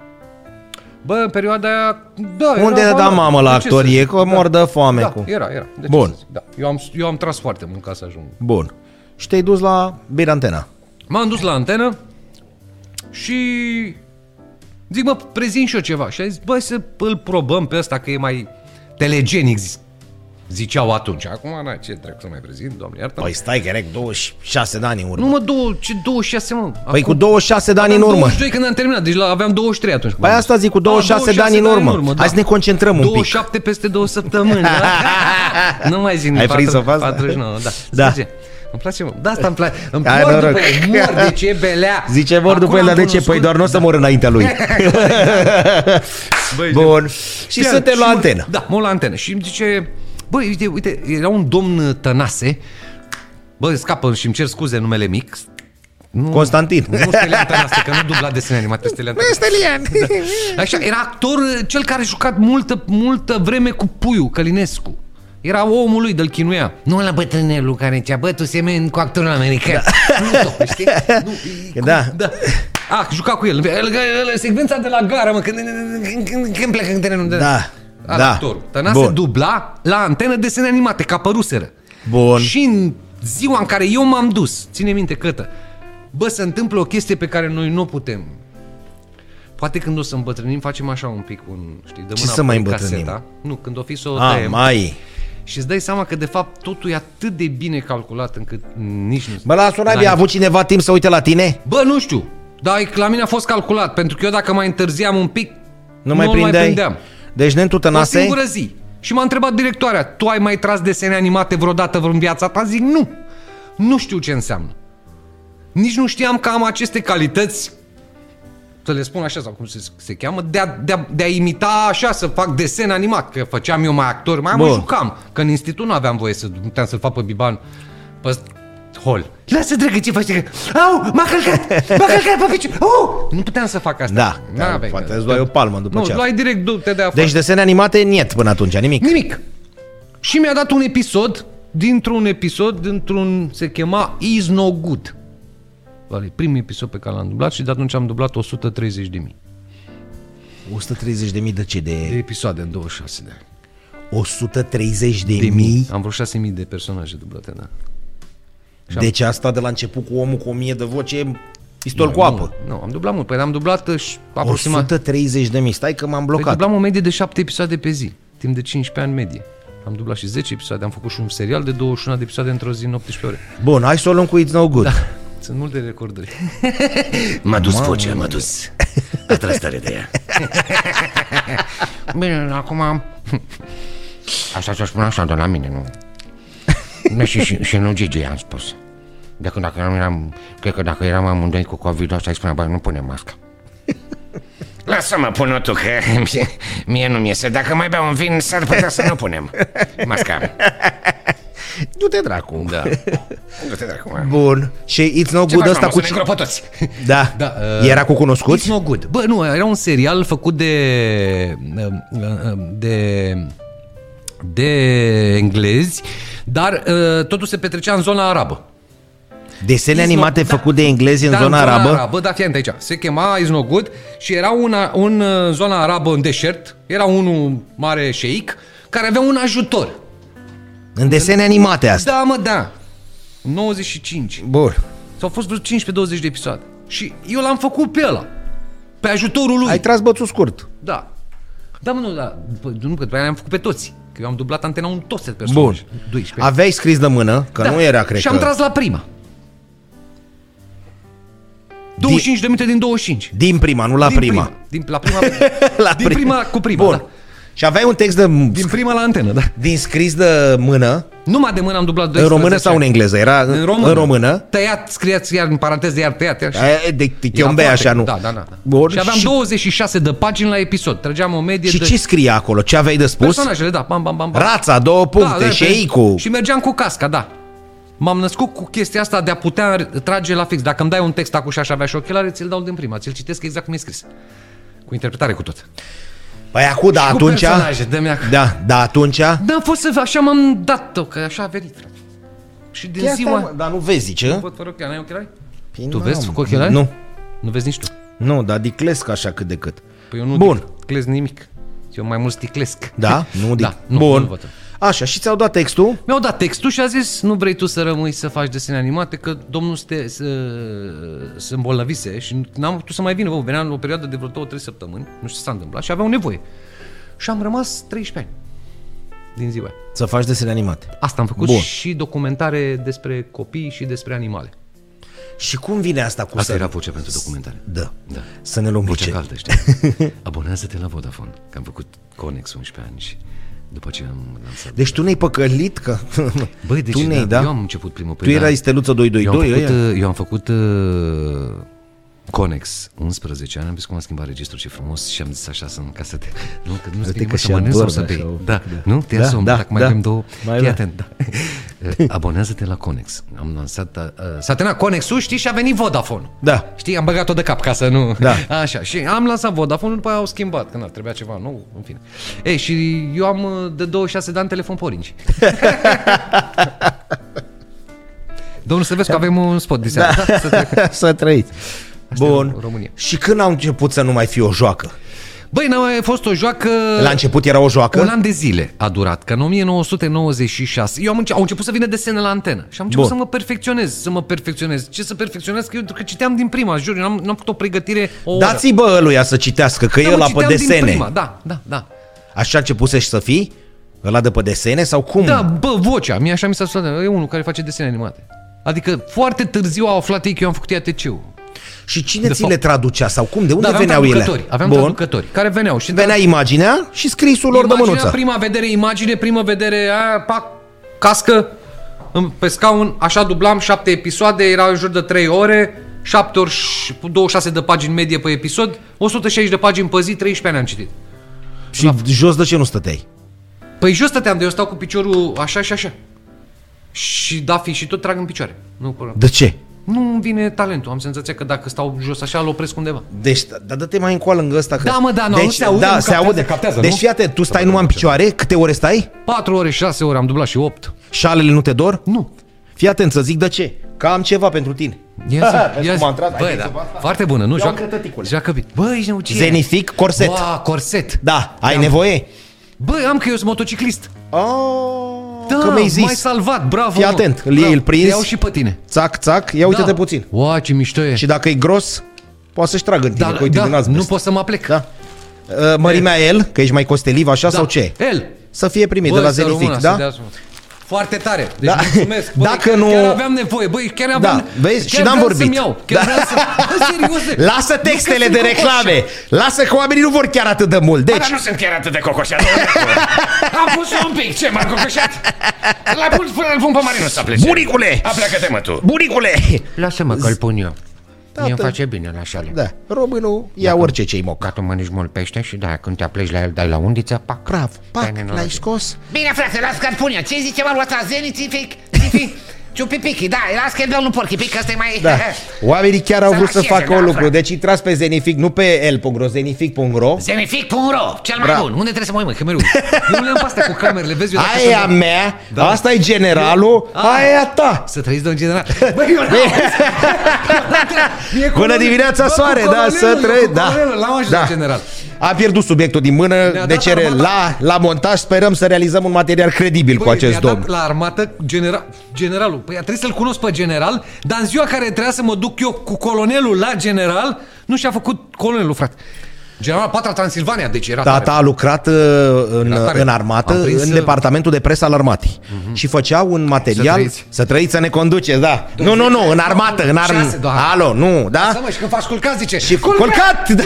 [SPEAKER 2] Bă, în perioada aia, da,
[SPEAKER 1] Unde
[SPEAKER 2] era
[SPEAKER 1] ne da
[SPEAKER 2] valabil.
[SPEAKER 1] mamă la
[SPEAKER 2] De ce
[SPEAKER 1] actorie?
[SPEAKER 2] să-
[SPEAKER 1] Că mor de foame
[SPEAKER 2] Da,
[SPEAKER 1] cu-
[SPEAKER 2] era, era. De ce
[SPEAKER 1] Bun.
[SPEAKER 2] să zic? Da. Eu, am, eu am tras foarte mult ca să ajung.
[SPEAKER 1] Bun. Și te-ai dus la Bine Antena.
[SPEAKER 2] M-am dus la antenă și zic, mă, prezint și eu ceva. Și a zis, băi, să îl probăm pe ăsta că e mai telegenic, zi- ziceau atunci. Acum, na, ce dracu să mai prezint, doamne, iartă
[SPEAKER 1] Păi stai, corect, 26 de ani în urmă.
[SPEAKER 2] Nu mă, două, ce 26, mă?
[SPEAKER 1] Păi cu 26 de ani în
[SPEAKER 2] Aveam
[SPEAKER 1] urmă.
[SPEAKER 2] 22 când am terminat, deci la, aveam 23 atunci. Da,
[SPEAKER 1] Păi asta zic, cu 26 de ani în urmă. Hai să ne concentrăm un pic.
[SPEAKER 2] 27 peste două săptămâni, da? nu mai zic
[SPEAKER 1] Ai
[SPEAKER 2] nici
[SPEAKER 1] prins o fază?
[SPEAKER 2] 49, da.
[SPEAKER 1] Da.
[SPEAKER 2] Scuze. Îmi place, mă. Da, asta îmi place. Îmi
[SPEAKER 1] Ai
[SPEAKER 2] mor
[SPEAKER 1] noroc.
[SPEAKER 2] după el, mor de ce belea.
[SPEAKER 1] Zice, vor
[SPEAKER 2] Acum
[SPEAKER 1] după el,
[SPEAKER 2] am
[SPEAKER 1] dar de ce? Păi
[SPEAKER 2] cunoscut-
[SPEAKER 1] doar nu o să mor înaintea lui.
[SPEAKER 2] Băi,
[SPEAKER 1] Bun. Și
[SPEAKER 2] Chiar,
[SPEAKER 1] suntem la
[SPEAKER 2] mă-
[SPEAKER 1] antenă.
[SPEAKER 2] Da, mă la antenă. Și îmi zice, băi, uite, uite, era un domn tănase, bă, scapă și îmi cer scuze numele mic, da.
[SPEAKER 1] Constantin.
[SPEAKER 2] nu Stelian Tănase, că nu dubla desene animate Stelian Tănase.
[SPEAKER 1] Stelian.
[SPEAKER 2] Așa, era actor, cel care a jucat multă, multă vreme cu Puiu, Călinescu. Era omul lui, de-l chinuia. Nu la bătrânelul care ți-a bătut semen cu actorul american. Da. Nu, doamne, știi? Nu, e- cum-
[SPEAKER 1] Da.
[SPEAKER 2] da. A, juca cu el. El- el- el- Secvența de la gara, mă, când, când, când, când pleacă în terenul de...
[SPEAKER 1] Da,
[SPEAKER 2] Ala
[SPEAKER 1] da.
[SPEAKER 2] Actorul. Tănase
[SPEAKER 1] Bun.
[SPEAKER 2] dubla la antenă desene animate, ca păruseră.
[SPEAKER 1] Bun.
[SPEAKER 2] Și în ziua în care eu m-am dus, ține minte, Cătă, bă, se întâmplă o chestie pe care noi nu o putem Poate când o să îmbătrânim facem așa un pic un, știi, dăm
[SPEAKER 1] Ce
[SPEAKER 2] mâna
[SPEAKER 1] să
[SPEAKER 2] pe
[SPEAKER 1] mai îmbătrânim?
[SPEAKER 2] Caseta. Nu, când o fi să o
[SPEAKER 1] A,
[SPEAKER 2] tăiem.
[SPEAKER 1] Ah, mai.
[SPEAKER 2] Și îți dai seama că de fapt totul e atât de bine calculat încât nici nu...
[SPEAKER 1] Bă, la Sorabi,
[SPEAKER 2] N-ai-
[SPEAKER 1] a avut cineva timp să uite la tine?
[SPEAKER 2] Bă, nu știu, dar e- la mine a fost calculat, pentru că eu dacă mai întârziam un pic,
[SPEAKER 1] Nu mai
[SPEAKER 2] nu Mai prindeam.
[SPEAKER 1] prindeai? Deci ne
[SPEAKER 2] O
[SPEAKER 1] întutănase?
[SPEAKER 2] singură zi. Și m-a întrebat directoarea, tu ai mai tras desene animate vreodată în viața ta? Zic, nu. Nu știu ce înseamnă. Nici nu știam că am aceste calități, să le spun așa sau cum se, se cheamă, de a, de, a, de a imita așa, să fac desen animat. Că făceam eu mai actor, mai mă
[SPEAKER 1] Bun.
[SPEAKER 2] jucam. Că în institut nu aveam voie să nu puteam să-l fac pe biban pe hol. Lasă, dragă, ce faci? Au, m-a călcat! M-a călcat pe picior! Au! Nu puteam să fac asta.
[SPEAKER 1] Da,
[SPEAKER 2] N-aveai
[SPEAKER 1] da,
[SPEAKER 2] voie.
[SPEAKER 1] poate îți luai o palmă după
[SPEAKER 2] Nu,
[SPEAKER 1] ce
[SPEAKER 2] îți
[SPEAKER 1] a-
[SPEAKER 2] luai direct, du-te de afară.
[SPEAKER 1] Deci desene animate, niet până atunci, nimic.
[SPEAKER 2] Nimic. Și mi-a dat un episod, dintr-un episod, dintr-un, se chema Is No Good. Ăla e primul episod pe care l-am dublat și de atunci am dublat 130.000 de
[SPEAKER 1] 130.000 de ce? De
[SPEAKER 2] episoade în 26 de ani.
[SPEAKER 1] 130.000?
[SPEAKER 2] De mii. Am vreo 6.000 de personaje dublate, da.
[SPEAKER 1] Deci asta de la început cu omul cu 1000 de voce, pistol cu apă.
[SPEAKER 2] Nu, nu, am dublat mult. Păi am dublat uh, și aproximat...
[SPEAKER 1] 130.000, stai că m-am
[SPEAKER 2] Păi
[SPEAKER 1] blocat.
[SPEAKER 2] dublam o medie de 7 episoade pe zi, timp de 15 ani medie. Am dublat și 10 episoade, am făcut și un serial de 21 de episoade într-o zi în 18 ore.
[SPEAKER 1] Bun, hai să o luăm cu It's No Good.
[SPEAKER 2] Sunt multe recorduri.
[SPEAKER 3] M-a dus vocea, m-a dus. A tras tare de ea.
[SPEAKER 4] Bine, acum...
[SPEAKER 3] Asta ți-o spun așa de la mine, nu? Nu, și, și, și nu Gigi am spus. De când dacă nu eram, cred că dacă eram amândoi cu COVID, asta îi spunea, bă, nu pune masca.
[SPEAKER 4] Lasă-mă, pun-o tu, că mie, mie nu-mi iese. Dacă mai beau un vin, s-ar putea să nu punem masca.
[SPEAKER 1] Du-te dracu.
[SPEAKER 4] Da. Du-te dracu, mă.
[SPEAKER 1] Bun. Și It's No
[SPEAKER 4] Ce
[SPEAKER 1] Good
[SPEAKER 4] faci,
[SPEAKER 1] ăsta
[SPEAKER 4] mă,
[SPEAKER 1] cu...
[SPEAKER 4] cu... să ne pe toți?
[SPEAKER 1] Da.
[SPEAKER 2] Da,
[SPEAKER 1] uh... Era cu
[SPEAKER 2] It's
[SPEAKER 1] cunoscuți?
[SPEAKER 2] no good. Bă, nu, era un serial făcut de de de englezi, dar uh, totul se petrecea în zona arabă.
[SPEAKER 1] Desene
[SPEAKER 2] It's no-
[SPEAKER 1] animate
[SPEAKER 2] da.
[SPEAKER 1] făcute de englezi în
[SPEAKER 2] da,
[SPEAKER 1] zona arabă?
[SPEAKER 2] arabă. Da, fii atent aici. Se chema Is no good și era una, un uh, în zona arabă în deșert, era unul mare șeic care avea un ajutor.
[SPEAKER 1] În desene animate asta.
[SPEAKER 2] Da, mă, da. 95.
[SPEAKER 1] Bun.
[SPEAKER 2] S-au fost vreo 15-20 de episoade. Și eu l-am făcut pe ăla. Pe ajutorul lui.
[SPEAKER 1] Ai tras bățul scurt.
[SPEAKER 2] Da. Da, mă, nu, da. Pă, nu, că după aia am făcut pe toți. Că eu am dublat antena un tot set personaj.
[SPEAKER 1] Bun.
[SPEAKER 2] 12.
[SPEAKER 1] Aveai scris de mână, că nu era, cred
[SPEAKER 2] Da. Și am
[SPEAKER 1] că...
[SPEAKER 2] tras la prima. 25 de minute din 25.
[SPEAKER 1] Din prima, nu la
[SPEAKER 2] din
[SPEAKER 1] prima.
[SPEAKER 2] Din, la prima.
[SPEAKER 1] La
[SPEAKER 2] din prima cu prima,
[SPEAKER 1] Bun.
[SPEAKER 2] da.
[SPEAKER 1] Și aveai un text de...
[SPEAKER 2] Din prima la antenă, da.
[SPEAKER 1] Din scris de mână,
[SPEAKER 2] Numai de mână am dublat 12.
[SPEAKER 1] în română sau în engleză? Era în,
[SPEAKER 2] În română.
[SPEAKER 1] În română.
[SPEAKER 2] Tăiat, scriați iar în paranteză, iar tăiat, iar și...
[SPEAKER 1] E, De chiombe
[SPEAKER 2] Era foarte-
[SPEAKER 1] așa, nu?
[SPEAKER 2] Da, da, da.
[SPEAKER 1] Bun.
[SPEAKER 2] și aveam
[SPEAKER 1] și,
[SPEAKER 2] 26 de pagini la episod. Trăgeam o medie
[SPEAKER 1] și
[SPEAKER 2] de...
[SPEAKER 1] ce scria acolo? Ce aveai de spus?
[SPEAKER 2] Personajele, da, bam, bam, bam, bam.
[SPEAKER 1] Rața, două puncte,
[SPEAKER 2] da,
[SPEAKER 1] și ei cu...
[SPEAKER 2] Și mergeam cu casca, da. M-am născut cu chestia asta de a putea trage la fix. Dacă îmi dai un text acum și aș avea și ochelare, ți-l dau din prima. Ți-l citesc exact cum e scris. Cu interpretare cu tot.
[SPEAKER 1] Păi acum, da,
[SPEAKER 2] cu
[SPEAKER 1] atunci...
[SPEAKER 2] personaje, dă-mi acum.
[SPEAKER 1] Da, da, atunci...
[SPEAKER 2] Da, a fost să... Așa m-am dat-o, că așa a venit. Și din
[SPEAKER 1] Ia stai,
[SPEAKER 2] ziua...
[SPEAKER 1] mă, Dar nu vezi, ce?
[SPEAKER 2] Văd fără ochelari, n-ai ochelari?
[SPEAKER 1] Păi
[SPEAKER 2] Tu
[SPEAKER 1] n-am.
[SPEAKER 2] vezi cu ochelari?
[SPEAKER 1] Nu,
[SPEAKER 2] Nu vezi nici tu.
[SPEAKER 1] nu, dar diclesc așa cât de cât.
[SPEAKER 2] Păi eu nu
[SPEAKER 1] Bun.
[SPEAKER 2] sticlesc nimic. Eu mai mult sticlesc.
[SPEAKER 1] Da? Nu, dic...
[SPEAKER 2] Da, nu,
[SPEAKER 1] Bun.
[SPEAKER 2] nu văd.
[SPEAKER 1] Așa, și ți-au dat textul?
[SPEAKER 2] Mi-au dat textul și a zis, nu vrei tu să rămâi să faci desene animate, că domnul se, se, se îmbolnăvise și n-am putut să mai vină. Bă, venea în o perioadă de vreo 2-3 săptămâni, nu știu ce s-a întâmplat, și aveau nevoie. Și am rămas 13 ani din ziua aia.
[SPEAKER 1] Să faci desene animate.
[SPEAKER 2] Asta am făcut
[SPEAKER 1] Bun.
[SPEAKER 2] și documentare despre copii și despre animale.
[SPEAKER 1] Și cum vine asta cu
[SPEAKER 4] Asta
[SPEAKER 1] să...
[SPEAKER 4] era vocea pentru documentare.
[SPEAKER 1] Da.
[SPEAKER 4] Da.
[SPEAKER 1] Să ne luăm
[SPEAKER 4] Vocea
[SPEAKER 1] lice.
[SPEAKER 4] caldă, știi? Abonează-te la Vodafone, că am făcut Conex 11 ani și după ce am lansat...
[SPEAKER 1] Deci tu ne-ai păcălit că...
[SPEAKER 4] Băi, deci
[SPEAKER 1] tu ne-ai,
[SPEAKER 4] da,
[SPEAKER 1] da?
[SPEAKER 4] eu am început primul da.
[SPEAKER 1] Tu erai steluță 222,
[SPEAKER 4] eu am făcut,
[SPEAKER 1] ăia?
[SPEAKER 4] uh, eu am făcut uh, Conex 11 ani, am zis cum am schimbat registrul ce frumos și am zis așa să încasete. Nu, că nu știu
[SPEAKER 1] că
[SPEAKER 4] că
[SPEAKER 1] și
[SPEAKER 4] să mănânci sau
[SPEAKER 1] adorm
[SPEAKER 4] să
[SPEAKER 1] așa
[SPEAKER 4] bei.
[SPEAKER 1] o-
[SPEAKER 4] Da,
[SPEAKER 1] da.
[SPEAKER 4] nu? Te
[SPEAKER 1] Da,
[SPEAKER 4] ia somn,
[SPEAKER 1] da,
[SPEAKER 4] dacă mai
[SPEAKER 1] da.
[SPEAKER 4] avem două.
[SPEAKER 1] Mai
[SPEAKER 4] Fii
[SPEAKER 1] da.
[SPEAKER 4] atent, da. Uh, Abonează-te la Conex. Am lansat, uh,
[SPEAKER 2] S-a terminat Conex-ul, știi, și a venit Vodafone.
[SPEAKER 1] Da.
[SPEAKER 2] Știi, am băgat-o de cap ca să nu...
[SPEAKER 1] Da.
[SPEAKER 2] Așa, și am lansat Vodafone, după aia au schimbat, când ar trebuia ceva nou, în fine. Ei, și eu am uh, de 26 de ani telefon pe Orange. Domnul să vezi că avem un spot de seară. Da.
[SPEAKER 1] să trăiți. Bun.
[SPEAKER 2] e România.
[SPEAKER 1] Și când au început să nu mai fie o joacă?
[SPEAKER 2] Băi, n-a mai fost o joacă...
[SPEAKER 1] La început era Uh, o
[SPEAKER 2] Un
[SPEAKER 1] joacă?
[SPEAKER 2] an de zile a durat, că în 1996 eu am înce- au început să vină desene la antenă și am început
[SPEAKER 1] Bun.
[SPEAKER 2] să mă perfecționez, să mă perfecționez. Ce să perfecționez? Că eu că citeam din prima, jur, eu n-am, n-am făcut o pregătire o oră.
[SPEAKER 1] Dați-i bă ăluia să citească, că
[SPEAKER 2] Da,
[SPEAKER 1] e
[SPEAKER 2] mă,
[SPEAKER 1] la pe
[SPEAKER 2] citeam din prima,
[SPEAKER 1] desene.
[SPEAKER 2] Da, da, da.
[SPEAKER 1] Așa începuse și să fii? Ăla de pe desene sau cum?
[SPEAKER 2] Da, bă, vocea, mie așa mi s-a sunat, e unul care face desene animate. Adică foarte târziu au aflat ei că eu am făcut IATC-ul.
[SPEAKER 1] Și cine
[SPEAKER 2] De
[SPEAKER 1] ți le
[SPEAKER 2] fapt.
[SPEAKER 1] traducea sau cum? De unde
[SPEAKER 2] Da, aveam
[SPEAKER 1] veneau ele?
[SPEAKER 2] traducători, aveam traducători care veneau și
[SPEAKER 1] Venea imaginea și scrisul lor de
[SPEAKER 2] Imaginea,
[SPEAKER 1] mânuță.
[SPEAKER 2] prima vedere, imagine, prima vedere, aia, pac, cască, în- pe scaun, așa dublam, șapte episoade, erau în jur de 3 ore, 7 ori ș- 26 de pagini medie pe episod, 160 de pagini pe zi, 13 ani am citit.
[SPEAKER 1] Și jos de ce nu stăteai?
[SPEAKER 2] Păi jos stăteam de eu stau cu piciorul așa și așa. Și da, fi și tot trag în picioare. Nu, cu-
[SPEAKER 1] De ce?
[SPEAKER 2] nu îmi vine talentul. Am senzația că dacă stau jos așa, îl opresc undeva.
[SPEAKER 1] Deci, dar dă-te mai încoală în ăsta că...
[SPEAKER 2] Da, mă, da, nu,
[SPEAKER 1] deci,
[SPEAKER 2] auzi, se aude,
[SPEAKER 1] da,
[SPEAKER 2] nu,
[SPEAKER 1] se
[SPEAKER 2] captează,
[SPEAKER 1] aude.
[SPEAKER 2] captează,
[SPEAKER 1] deci,
[SPEAKER 2] nu?
[SPEAKER 1] fii atent, tu stai numai în picioare, câte ore stai?
[SPEAKER 2] 4 ore, 6 ore, am dublat și 8.
[SPEAKER 1] Șalele nu te dor?
[SPEAKER 2] Nu.
[SPEAKER 1] Fii atent să zic de ce. Că am ceva pentru tine.
[SPEAKER 2] Ia zi,
[SPEAKER 1] Vezi
[SPEAKER 2] ia
[SPEAKER 1] cum
[SPEAKER 2] zi.
[SPEAKER 1] a intrat? Ai
[SPEAKER 2] Băi,
[SPEAKER 1] prins-o
[SPEAKER 2] da.
[SPEAKER 1] pe asta?
[SPEAKER 2] Foarte bună, nu?
[SPEAKER 1] Ia
[SPEAKER 2] Joacă,
[SPEAKER 1] uite, ticule.
[SPEAKER 2] joacă bine. Băi, ești neucie.
[SPEAKER 1] Zenific, corset.
[SPEAKER 2] Ba, corset.
[SPEAKER 1] Da, ai nevoie?
[SPEAKER 2] Băi, am că eu sunt motociclist.
[SPEAKER 1] Oh,
[SPEAKER 2] Da,
[SPEAKER 1] că mi-ai zis.
[SPEAKER 2] mai salvat, bravo.
[SPEAKER 1] Fii
[SPEAKER 2] mă.
[SPEAKER 1] atent, îl iei,
[SPEAKER 2] Bravo.
[SPEAKER 1] îl prinzi.
[SPEAKER 2] Te Iau și pe tine.
[SPEAKER 1] Țac, țac, ia uite-te
[SPEAKER 2] da.
[SPEAKER 1] puțin.
[SPEAKER 2] Oa, ce mișto e.
[SPEAKER 1] Și dacă e gros, poate să-și tragă în tine,
[SPEAKER 2] da,
[SPEAKER 1] că uite, din
[SPEAKER 2] da,
[SPEAKER 1] nas
[SPEAKER 2] nu
[SPEAKER 1] vezi.
[SPEAKER 2] pot să mă plec.
[SPEAKER 1] Da. Uh, Mărimea L, că ești mai costeliv așa
[SPEAKER 2] Da.
[SPEAKER 1] sau ce?
[SPEAKER 2] El.
[SPEAKER 1] Să fie primit de
[SPEAKER 2] Băi,
[SPEAKER 1] la
[SPEAKER 2] să rămână,
[SPEAKER 1] Zenific,
[SPEAKER 2] să
[SPEAKER 1] da?
[SPEAKER 2] dea sumă. Foarte tare. Deci
[SPEAKER 1] Da.
[SPEAKER 2] da. mulțumesc. Băi,
[SPEAKER 1] Dacă nu-
[SPEAKER 2] Chiar aveam nevoie. Băi, chiar aveam...
[SPEAKER 1] Da, vezi?
[SPEAKER 2] chiar
[SPEAKER 1] Și n-am
[SPEAKER 2] vreau
[SPEAKER 1] vorbit.
[SPEAKER 2] Să-mi iau. Chiar
[SPEAKER 1] Da.
[SPEAKER 2] vreau să... Bă, serios.
[SPEAKER 1] Lasă textele
[SPEAKER 2] sunt
[SPEAKER 1] de
[SPEAKER 2] cu
[SPEAKER 1] reclame! Lasă că oamenii nu vor chiar atât de mult. Deci,
[SPEAKER 4] Dar nu sunt chiar atât de cocoșat. Am pus un pic, ce m-am cocoșat? L-a pus până îl pun pe Marinus să plece.
[SPEAKER 1] bunicule!
[SPEAKER 4] Apleacă-te, mă, tu.
[SPEAKER 1] Bunicule!
[SPEAKER 3] Lasă-mă că-l pun eu.
[SPEAKER 1] Tată.
[SPEAKER 3] Tată. Mie îmi face bine la șale. Da.
[SPEAKER 1] Da, românul ia orice ce-i moc.
[SPEAKER 3] Gata, mănânci mult pește și da, când te apleci la el, dai la undiță, pac.
[SPEAKER 1] Praf,
[SPEAKER 3] Dai
[SPEAKER 1] pac,
[SPEAKER 3] nenorocit.
[SPEAKER 1] l-ai scos.
[SPEAKER 5] Bine, frate, las că-l pun eu. Ce zice mă luat azeni, țific, țific, ciupipichi, da, las că-l dau lui porchi, pic, ăsta e mai...
[SPEAKER 1] Da. Oamenii chiar au
[SPEAKER 5] Să
[SPEAKER 1] vrut să
[SPEAKER 5] lașeze,
[SPEAKER 1] facă
[SPEAKER 5] da,
[SPEAKER 1] un lucru.
[SPEAKER 5] frate.
[SPEAKER 1] Deci intrați pe Zenific, nu pe el.ro, zenific.ro.
[SPEAKER 5] Zenific.ro, cel mai
[SPEAKER 1] Bra-
[SPEAKER 5] bun.
[SPEAKER 2] Unde trebuie să mă uit, mă, că mereu. Eu le am pe astea cu camerele, vezi? Eu dacă sunt-
[SPEAKER 1] Aia mea,
[SPEAKER 2] Da.
[SPEAKER 1] asta e generalul,
[SPEAKER 2] A.
[SPEAKER 1] aia ta.
[SPEAKER 2] Să trăiți, domn general. Băi, eu n-am auzit. Mie cu
[SPEAKER 1] Până
[SPEAKER 2] colonel-
[SPEAKER 1] dimineața
[SPEAKER 2] Bă, cu
[SPEAKER 1] soare, da,
[SPEAKER 2] colonelul, eu
[SPEAKER 1] să
[SPEAKER 2] cu
[SPEAKER 1] trăi, da.
[SPEAKER 2] colonelul, L-am ajuns
[SPEAKER 1] da.
[SPEAKER 2] la general.
[SPEAKER 1] A pierdut subiectul din mână,
[SPEAKER 2] dat
[SPEAKER 1] deci re-
[SPEAKER 2] armata.
[SPEAKER 1] la, la montaj sperăm să realizăm un material credibil cu
[SPEAKER 2] Băi,
[SPEAKER 1] acest
[SPEAKER 2] mi-a dat
[SPEAKER 1] domn.
[SPEAKER 2] la armată general, generalul. Păi trebuie să-l cunosc pe general, dar în ziua care trebuia să mă duc eu cu colonelul la general, Nu și-a făcut colonelul, frate. General Patra Transilvania, deci era tare.
[SPEAKER 1] Tata a lucrat uh, în,
[SPEAKER 2] Era tare.
[SPEAKER 1] în
[SPEAKER 2] Am
[SPEAKER 1] armată,
[SPEAKER 2] prins,
[SPEAKER 1] în
[SPEAKER 2] uh, Mhm.
[SPEAKER 1] departamentul de presă al armatei. Și făceau un material...
[SPEAKER 2] trăiți.
[SPEAKER 1] Să trăiți, să ne conduceți, da. Nu, nu, nu, în armată, în
[SPEAKER 2] șase,
[SPEAKER 1] armată.
[SPEAKER 2] doar.
[SPEAKER 1] Alo, nu,
[SPEAKER 2] Să
[SPEAKER 1] da?
[SPEAKER 2] mă, și când faci culcat, zice,
[SPEAKER 1] Și cu culcat, da.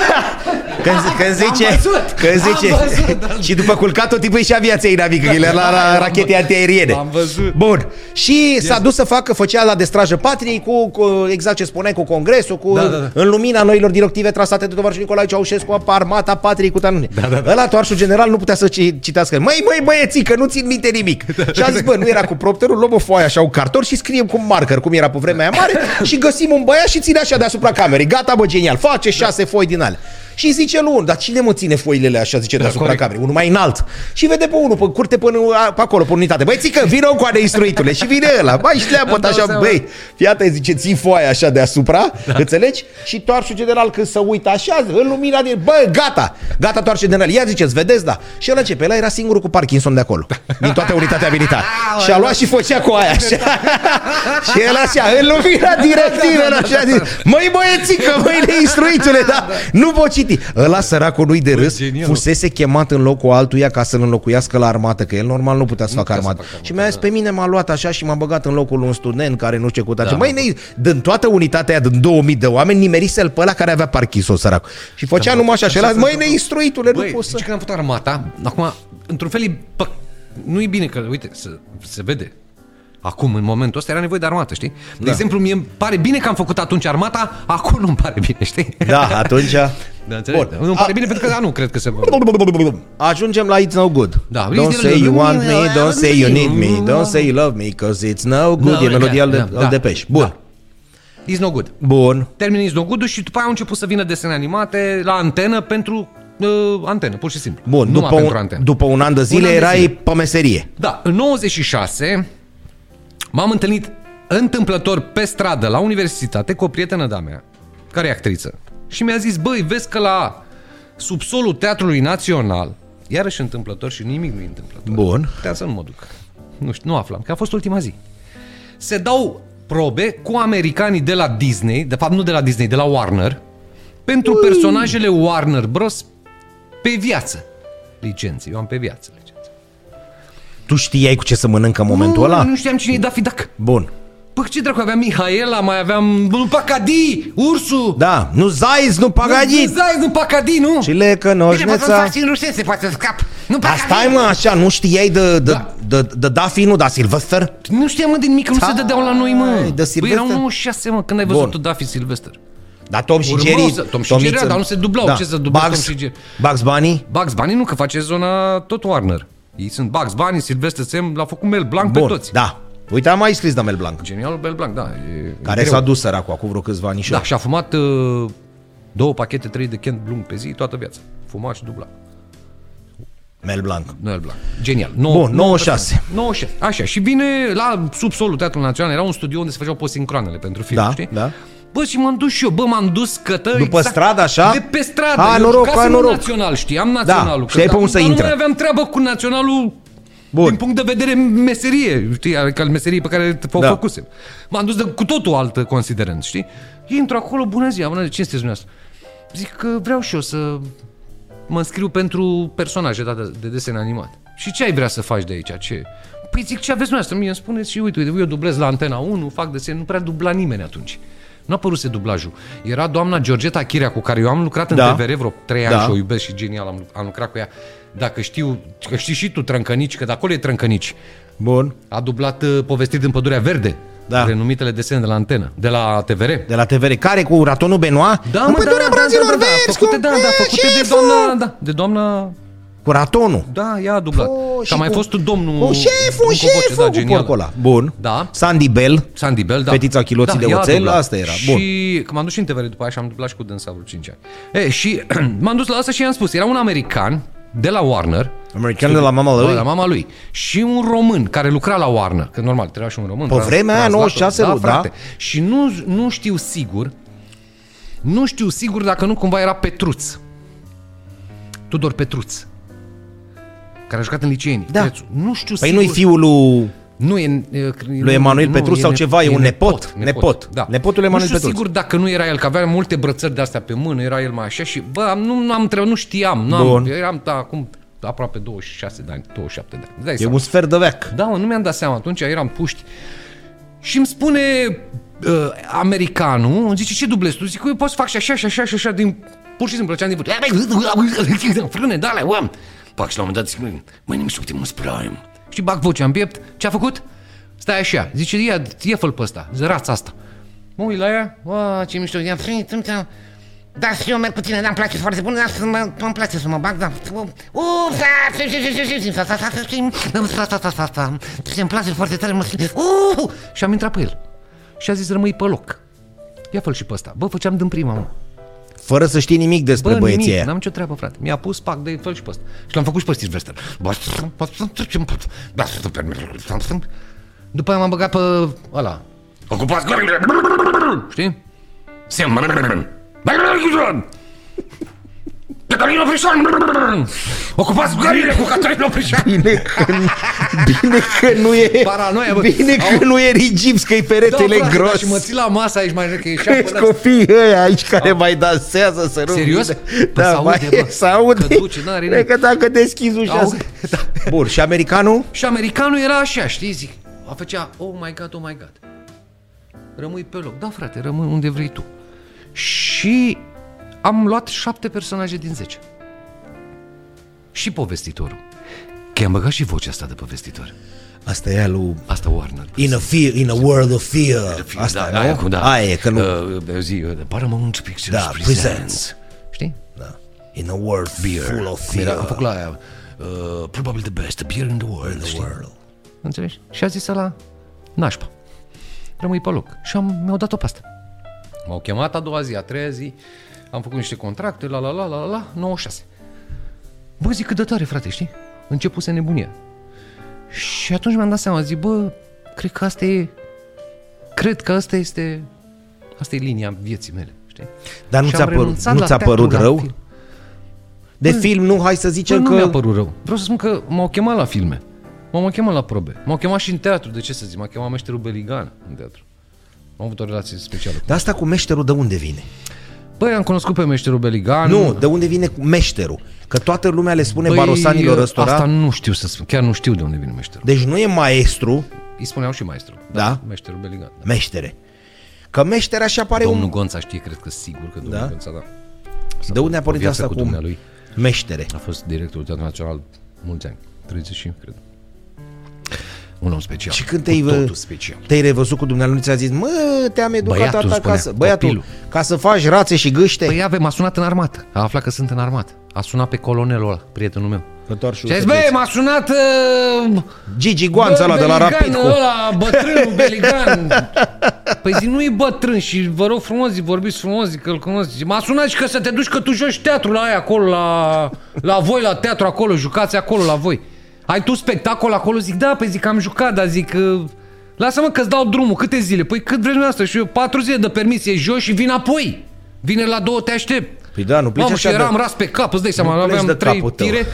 [SPEAKER 1] Când, zi- când
[SPEAKER 2] Am
[SPEAKER 1] zice...
[SPEAKER 2] văzut,
[SPEAKER 1] Când
[SPEAKER 2] am
[SPEAKER 1] zice...
[SPEAKER 2] văzut, da.
[SPEAKER 1] și după culcat tot tipul ieșea viața inamică, că era la, la rachete antiaeriene.
[SPEAKER 2] Am văzut.
[SPEAKER 1] Bun. Și s-a dus să facă, făcea la destrajă patriei cu, cu exact ce spuneai, cu congresul, cu
[SPEAKER 2] Da, da, da.
[SPEAKER 1] în lumina noilor directive trasate de tovarășul Nicolae Ceaușescu, cu armata patriei cu tanune. Da, da, da. Ăla toarșul general nu putea să ci- citească. Măi, măi, băieții, că nu țin minte nimic. și a zis, bă, nu era cu propterul, luăm o foaie așa, un carton și scriem cu marker, cum era pe vremea aia mare, și găsim un băiat și ține așa deasupra camerei. Gata, bă, genial, face șase foi din alea. Și zice lui unul, dar cine mă ține foilele așa, zice, deasupra
[SPEAKER 2] corect.
[SPEAKER 1] camerei, unul mai înalt. Și vede pe unul, pe curte până a- pe acolo, pe unitate. Băi, țică, vină cu instruitule. Și vine ăla, mai șleapă
[SPEAKER 2] dau
[SPEAKER 1] așa,
[SPEAKER 2] seama.
[SPEAKER 1] băi, fii atent, zice, ții foaia așa deasupra, da. înțelegi? Și toarșul general când se uită așa, în lumina din, bă, gata, gata toarșul general, ia ziceți, vedeți, da. Și el începe, ăla era singurul cu Parkinson de acolo, din toată unitatea militară. și a luat și făcea cu aia așa. și el așa, în lumina directivă, el așa zice, măi băiețică, măi neinstruitule, da, nu pot citi. Ăla săracul lui de râs,
[SPEAKER 2] genial.
[SPEAKER 1] fusese chemat în locul altuia ca să-l înlocuiască la armată, că el normal nu putea să facă armată. Și mi-a zis, pe mine m-a luat așa și m-a băgat în locul lui un student care nu știu ce cu da, Măi, ne din toată unitatea aia, din 2000 de oameni, nimerise-l pe ăla care avea Parkinson, sărac. Și făcea numai Da, așa. Și el a zis, măi, neinstruitule, nu
[SPEAKER 2] Băi,
[SPEAKER 1] poți să...
[SPEAKER 2] zice că n-am făcut armata. Acum, într-un fel, e pă- nu e bine că, uite, se, se vede. Acum, în momentul ăsta, era nevoie de armată, știi? De da. exemplu, mie îmi pare bine că am făcut atunci armata, acum nu-mi pare bine, știi?
[SPEAKER 1] Da, atunci...
[SPEAKER 2] Da, înțeleg?
[SPEAKER 1] Bun.
[SPEAKER 2] Bun. Nu-mi pare bine pentru că, da, nu cred că se...
[SPEAKER 1] Ajungem la It's No Good.
[SPEAKER 2] Da,
[SPEAKER 1] don't say you want me, don't say you need me, don't say you love me, cause it's no good.
[SPEAKER 2] No,
[SPEAKER 1] e melodia al,
[SPEAKER 2] da,
[SPEAKER 1] da,
[SPEAKER 2] da,
[SPEAKER 1] al
[SPEAKER 2] da.
[SPEAKER 1] Depeche. Bun.
[SPEAKER 2] Da. Is no good.
[SPEAKER 1] Bun.
[SPEAKER 2] Termin Is no good și după aia au început să vină desene animate la antenă pentru uh, antenă, pur și simplu.
[SPEAKER 1] Bun,
[SPEAKER 2] Numai
[SPEAKER 1] după
[SPEAKER 2] pentru
[SPEAKER 1] un,
[SPEAKER 2] antenă.
[SPEAKER 1] după un an de zile
[SPEAKER 2] an de
[SPEAKER 1] erai
[SPEAKER 2] zile.
[SPEAKER 1] pe meserie.
[SPEAKER 2] Da, în 96 m-am întâlnit întâmplător pe stradă la universitate cu o prietenă de-a mea, care e actriță. Și mi-a zis, băi, vezi că la subsolul Teatrului Național, iarăși întâmplător și nimic nu e întâmplător.
[SPEAKER 1] Bun.
[SPEAKER 2] Puteam să nu mă duc. Nu știu, nu aflam, că a fost ultima zi. Se dau probe cu americanii de la Disney, de fapt nu de la Disney, de la Warner, pentru personajele Warner Bros. pe viață. Licențe, eu am pe viață licențe.
[SPEAKER 1] Tu știai cu ce să mănâncă în momentul
[SPEAKER 2] Nu,
[SPEAKER 1] ăla?
[SPEAKER 2] Nu știam cine e Daffy Duck.
[SPEAKER 1] Bun.
[SPEAKER 2] Bă, ce dracu, aveam Mihaela, mai aveam un Pacadi, ursul.
[SPEAKER 1] Da, nu zaiz, nu
[SPEAKER 2] Nu,
[SPEAKER 1] pagadit.
[SPEAKER 2] Zai, un Pacadi, nu?
[SPEAKER 1] Și le că
[SPEAKER 5] Bine, mă, să
[SPEAKER 1] noșneța.
[SPEAKER 5] faci în rusese, poate să scap. Nu
[SPEAKER 1] Dar
[SPEAKER 5] prea
[SPEAKER 1] stai mă așa, nu știai de, de,
[SPEAKER 2] Da.
[SPEAKER 1] de, de, de Daffy, nu, da Sylvester?
[SPEAKER 2] Nu știam, mă, din mic, nu se dădeau la noi,
[SPEAKER 1] Hai,
[SPEAKER 2] mă.
[SPEAKER 1] Da, de
[SPEAKER 2] Băi,
[SPEAKER 1] Silvester?
[SPEAKER 2] erau 96, mă, când ai văzut
[SPEAKER 1] Bun.
[SPEAKER 2] tu Daffy Silvester.
[SPEAKER 1] Da, Tom și
[SPEAKER 2] Urmau
[SPEAKER 1] Jerry.
[SPEAKER 2] să- Tom și Jerry,
[SPEAKER 1] Tom- Da.
[SPEAKER 2] dar nu se dublau, ce să dublezi Tom și Jerry?
[SPEAKER 1] Bugs Bunny?
[SPEAKER 2] Bugs Bunny nu, că face zona tot Warner. Ei sunt Bugs Bunny, Sylvester Sam, l-a făcut Mel Blanc pe
[SPEAKER 1] Bun,
[SPEAKER 2] toți.
[SPEAKER 1] da. Uite, am mai scris de Mel Blanc,
[SPEAKER 2] Genialul Mel Blanc, da. E,
[SPEAKER 1] care
[SPEAKER 2] e greu.
[SPEAKER 1] s-a dus săracul acum vreo câțiva ani și
[SPEAKER 2] Da, și a fumat uh, două pachete, trei de Kent Blum pe zi, toată viața. Fuma și dubla.
[SPEAKER 1] Mel Blanc.
[SPEAKER 2] Noel Blanc. Genial. No,
[SPEAKER 1] Bun, 96.
[SPEAKER 2] 96. Așa, și vine la subsolul Teatrului Național, era un studio unde se făceau posincroanele pentru film,
[SPEAKER 1] Da,
[SPEAKER 2] știi?
[SPEAKER 1] da.
[SPEAKER 2] Bă, și m-am dus și eu, bă, m-am dus cătă
[SPEAKER 1] După stradă, așa?
[SPEAKER 2] De pe stradă.
[SPEAKER 1] A,
[SPEAKER 2] Eu
[SPEAKER 1] noroc,
[SPEAKER 2] jucasem
[SPEAKER 1] a,
[SPEAKER 2] în
[SPEAKER 1] noroc.
[SPEAKER 2] național, știi, am naționalul. că
[SPEAKER 1] știai pe
[SPEAKER 2] da-
[SPEAKER 1] unde să
[SPEAKER 2] dar nu
[SPEAKER 1] intre.
[SPEAKER 2] mai aveam treabă cu naționalul
[SPEAKER 1] Bun.
[SPEAKER 2] din punct de vedere meserie, știi, adică al meseriei pe care o
[SPEAKER 1] Da.
[SPEAKER 2] da. făcusem. M-am dus de cu totul altă considerând, știi? Intru acolo, bună ziua, bună ziua, cine sunteți dumneavoastră? Zic că vreau și eu să mă înscriu pentru personaje da, de, de desen animat. Și ce ai vrea să faci de aici? Ce? Păi zic, ce aveți noastră? Mie îmi spuneți și uite, uite, eu dublez la Antena 1, fac desen, nu prea dubla nimeni atunci. Nu a păruse dublajul. Era doamna Georgeta Chirea cu care eu am lucrat în
[SPEAKER 1] Da.
[SPEAKER 2] da. TVR vreo 3 ani
[SPEAKER 1] Da.
[SPEAKER 2] și o iubesc și genial, am, am lucrat cu ea. Dacă știu, că știi și tu Trâncănici, că de acolo e Trâncănici.
[SPEAKER 1] Bun.
[SPEAKER 2] A dublat uh, povestiri din Pădurea Verde,
[SPEAKER 1] Da.
[SPEAKER 2] renumitele desene de la antenă, de la TVR.
[SPEAKER 1] De la TVR. Care cu ratonul Benoit?
[SPEAKER 2] Da,
[SPEAKER 1] În
[SPEAKER 2] mă, da,
[SPEAKER 1] pădurea
[SPEAKER 2] da, da,
[SPEAKER 1] brazilor
[SPEAKER 2] da, da,
[SPEAKER 1] verzi,
[SPEAKER 2] făcute,
[SPEAKER 1] cu-
[SPEAKER 2] da, da,
[SPEAKER 1] e,
[SPEAKER 2] făcute de
[SPEAKER 1] șeful!
[SPEAKER 2] doamna, da, de doamna
[SPEAKER 1] Cu ratonul.
[SPEAKER 2] da, ea a dublat.
[SPEAKER 1] Po,
[SPEAKER 2] Po,
[SPEAKER 1] și
[SPEAKER 2] și a mai
[SPEAKER 1] cu-
[SPEAKER 2] fost domnul...
[SPEAKER 1] Cu șeful,
[SPEAKER 2] Nicu Voce,
[SPEAKER 1] șeful cu
[SPEAKER 2] da, genial.
[SPEAKER 1] porcul ăla. Bun.
[SPEAKER 2] Da.
[SPEAKER 1] Sandy Bell.
[SPEAKER 2] Sandy Bell, da.
[SPEAKER 1] Fetița chiloții de
[SPEAKER 2] ea a
[SPEAKER 1] oțel,
[SPEAKER 2] dublat.
[SPEAKER 1] asta era, bun.
[SPEAKER 2] Și că m-am dus și în TVR după aia și am dublat și cu dânsa vreo 5 ani. E, și m-am dus la asta și i-am spus, era un american de la Warner,
[SPEAKER 1] American de la mama
[SPEAKER 2] de
[SPEAKER 1] lui.
[SPEAKER 2] la mama lui, și un român care lucra la Warner, că normal, trebuia și un român.
[SPEAKER 1] Pe vremea aia, 96
[SPEAKER 2] da,
[SPEAKER 1] lui, da?
[SPEAKER 2] frate. Și nu, nu știu sigur, nu știu sigur dacă nu cumva era Petruț. Tudor Petruț. Care a jucat în liceeni.
[SPEAKER 1] Da.
[SPEAKER 2] Nu știu
[SPEAKER 1] Păi
[SPEAKER 2] sigur.
[SPEAKER 1] nu-i fiul lui...
[SPEAKER 2] Nu e... e,
[SPEAKER 1] Lui Emanuel Petru sau ceva, e un nepot. Nepot.
[SPEAKER 2] da.
[SPEAKER 1] Nepotul
[SPEAKER 2] Nu
[SPEAKER 1] Emanuel
[SPEAKER 2] știu
[SPEAKER 1] Petruț.
[SPEAKER 2] sigur dacă nu era el, că avea multe brățări de-astea pe mână, era el mai așa și, bă, am- nu, nu am întrebat, nu știam, nu am,
[SPEAKER 1] Bun.
[SPEAKER 2] eram da, acum aproape 26 de ani, 27 de ani. Îți Dai
[SPEAKER 1] E
[SPEAKER 2] seama.
[SPEAKER 1] un sfert de veac.
[SPEAKER 2] Da, mă, nu mi-am dat seama. Atunci eram puști. Și îmi spune uh, americanul, îmi zice, ce dublezi tu? Zic, eu pot să fac și așa, și așa, și așa, din... Pur și simplu, plăceam din vârf. Frâne, da, la om. Fac și la un moment dat zic, mă, nimic Optimus Prime. Și bag vocea în piept. Ce-a făcut? Stai așa. Zice, ia, ia fă-l pe ăsta, zărața asta. Mă uit la ea,
[SPEAKER 5] Bă, ce mișto, ia frâne, tâmtea. Da, și eu merg cu tine, da, îmi place foarte bun, da, să mă, îmi place să mă bag, da. Uf, da, și, și, și, și, și, da, da, da, da, da, da, da, da, da, și îmi place foarte tare, mă simt, uh,
[SPEAKER 2] Și am intrat pe el. Și a zis, rămâi pe loc. Ia fă-l și pe ăsta. Bă, făceam din prima, mă.
[SPEAKER 1] Fără să știi nimic despre
[SPEAKER 2] Bă,
[SPEAKER 1] băieții
[SPEAKER 2] nimic,
[SPEAKER 1] aia.
[SPEAKER 2] n-am nicio treabă, frate. Mi-a pus pac de fel și pe ăsta. Și l-am făcut și pe Steve Wester.
[SPEAKER 5] da,
[SPEAKER 2] După aia m-am băgat pe ăla.
[SPEAKER 4] Ocupați
[SPEAKER 2] Știi?
[SPEAKER 4] Se Cătălin Oprișan! Ocupați gările cu Cătălin Oprișan!
[SPEAKER 1] Bine că, bine că nu e
[SPEAKER 2] Paranoia, bă. Da,
[SPEAKER 1] Bine că nu e rigips, că e peretele
[SPEAKER 2] frate,
[SPEAKER 1] gros.
[SPEAKER 2] dar Și mă ții la masă aici, mai că ieșea
[SPEAKER 1] Crezi
[SPEAKER 2] până...
[SPEAKER 1] copiii ăia aici care mai dansează să nu
[SPEAKER 2] Serios?
[SPEAKER 1] vină.
[SPEAKER 2] Păi
[SPEAKER 1] Da,
[SPEAKER 2] se aude,
[SPEAKER 1] mai
[SPEAKER 2] bă.
[SPEAKER 1] se aude.
[SPEAKER 2] Că duce, n-are
[SPEAKER 1] Cred că dacă deschizi ușa
[SPEAKER 2] Aude.
[SPEAKER 1] să- Bun, și americanul?
[SPEAKER 2] Și americanul era așa, știi, zic. A făcea, oh my god, oh my god. Rămâi pe loc. Da, frate, rămâi unde vrei tu. Și am luat șapte personaje din zece. Și povestitorul. Că am băgat și vocea asta de povestitor.
[SPEAKER 1] Asta e lui...
[SPEAKER 2] Asta Warner.
[SPEAKER 1] In a, fear, in a world of fear. Asta,
[SPEAKER 2] da,
[SPEAKER 1] nu?
[SPEAKER 2] Aia, cu, da.
[SPEAKER 1] Aia e, că nu...
[SPEAKER 2] Uh, zi, uh, Paramount Pictures
[SPEAKER 1] Da,
[SPEAKER 2] presents.
[SPEAKER 1] presents.
[SPEAKER 2] Știi?
[SPEAKER 1] in a world full of
[SPEAKER 2] Era,
[SPEAKER 1] fear.
[SPEAKER 2] am făcut la aia. Uh, probabil the best beer in the world. știi?
[SPEAKER 1] World.
[SPEAKER 2] Înțelegi? Și a zis la nașpa. Rămâi pe loc. Și am, mi-au dat-o pe asta. M-au chemat a doua zi, a treia zi, am făcut niște contracte, la la la la la, la 96. Bă, zic cât de tare, frate, știi? Începuse nebunia. Și atunci mi-am dat seama, zic, bă, cred că asta e, cred că asta este, asta e linia vieții mele, știi?
[SPEAKER 1] Dar nu
[SPEAKER 2] Și am
[SPEAKER 1] ți-a părut,
[SPEAKER 2] renunțat
[SPEAKER 1] nu
[SPEAKER 2] la
[SPEAKER 1] ți-a
[SPEAKER 2] teatru,
[SPEAKER 1] părut
[SPEAKER 2] la
[SPEAKER 1] rău?
[SPEAKER 2] film.
[SPEAKER 1] De film, nu, hai să zicem
[SPEAKER 2] Bă,
[SPEAKER 1] că...
[SPEAKER 2] nu mi-a părut rău. Vreau să spun că m-au chemat la filme. M-au chemat la probe. M-au chemat și în teatru, de ce să zic? M-a chemat meșterul Beligan în teatru. Am avut o relație specială.
[SPEAKER 1] Dar asta cu meșterul de unde vine?
[SPEAKER 2] Mm. Băi, am cunoscut pe meșterul Beligan.
[SPEAKER 1] Nu, de unde vine cu meșterul? Că toată lumea le spune
[SPEAKER 2] Băi, ă,
[SPEAKER 1] barosanilor ăstora.
[SPEAKER 2] Asta nu știu să spun. Chiar nu știu de unde vine meșterul.
[SPEAKER 1] Deci nu e maestru,
[SPEAKER 2] Îi spuneau și maestru.
[SPEAKER 1] Da?
[SPEAKER 2] Meșterul Beligan. Da.
[SPEAKER 1] meștere. Că meștere așa apare
[SPEAKER 2] Domnul
[SPEAKER 1] un...
[SPEAKER 2] Gonța știe, cred că sigur că domnul
[SPEAKER 1] Da?
[SPEAKER 2] Gonța, da.
[SPEAKER 1] De unde a pornit
[SPEAKER 2] viață
[SPEAKER 1] asta
[SPEAKER 2] cu
[SPEAKER 1] cu,
[SPEAKER 2] dumnealui. Da,
[SPEAKER 1] meștere?
[SPEAKER 2] A fost directorul Teatrului Național mulți ani. 30 și, cred. Un om special.
[SPEAKER 1] Și când
[SPEAKER 2] Cu
[SPEAKER 1] te-ai, vă-
[SPEAKER 2] totul special.
[SPEAKER 1] te-ai revăzut cu dumnealui, ți-a zis, mă, te-am educat
[SPEAKER 2] Băiatul
[SPEAKER 1] tata
[SPEAKER 2] spunea,
[SPEAKER 1] acasă. Băiatul,
[SPEAKER 2] copilul.
[SPEAKER 1] ca să faci rațe și gâște.
[SPEAKER 2] Păi avem, m-a sunat în armată. A aflat că sunt în armată. A sunat pe colonelul ăla, prietenul meu.
[SPEAKER 1] Întoarci
[SPEAKER 2] Și a zis,
[SPEAKER 1] ursulețul.
[SPEAKER 2] băi, m-a sunat... Uh,
[SPEAKER 1] Gigi Guanța ăla de la
[SPEAKER 2] Beligan,
[SPEAKER 1] Rapid cu...
[SPEAKER 2] Ăla, bătrânul Beligan. Păi zic, nu e bătrân și vă rog frumos, zic, vorbiți frumos, zic, că îl cunosc. Zice, m-a sunat și că să te duci că tu joci teatru la aia acolo, la, la voi, la teatru acolo, jucați acolo la voi. Ai tu spectacol acolo? Zic, da, păi zic, am jucat, dar zic... Uh, Lasă-mă că-ți dau drumul, câte zile? Păi cât vrei asta? Și eu patru zile de permisie joi și vin apoi. Vine la două, te aștept.
[SPEAKER 1] Păi da, nu pleci
[SPEAKER 2] Mamă, și
[SPEAKER 1] așa
[SPEAKER 2] eram
[SPEAKER 1] de-
[SPEAKER 2] ras pe cap, îți dai seama,
[SPEAKER 1] Nu pleci
[SPEAKER 2] aveam
[SPEAKER 1] de
[SPEAKER 2] trei
[SPEAKER 1] capul tău.
[SPEAKER 2] tire,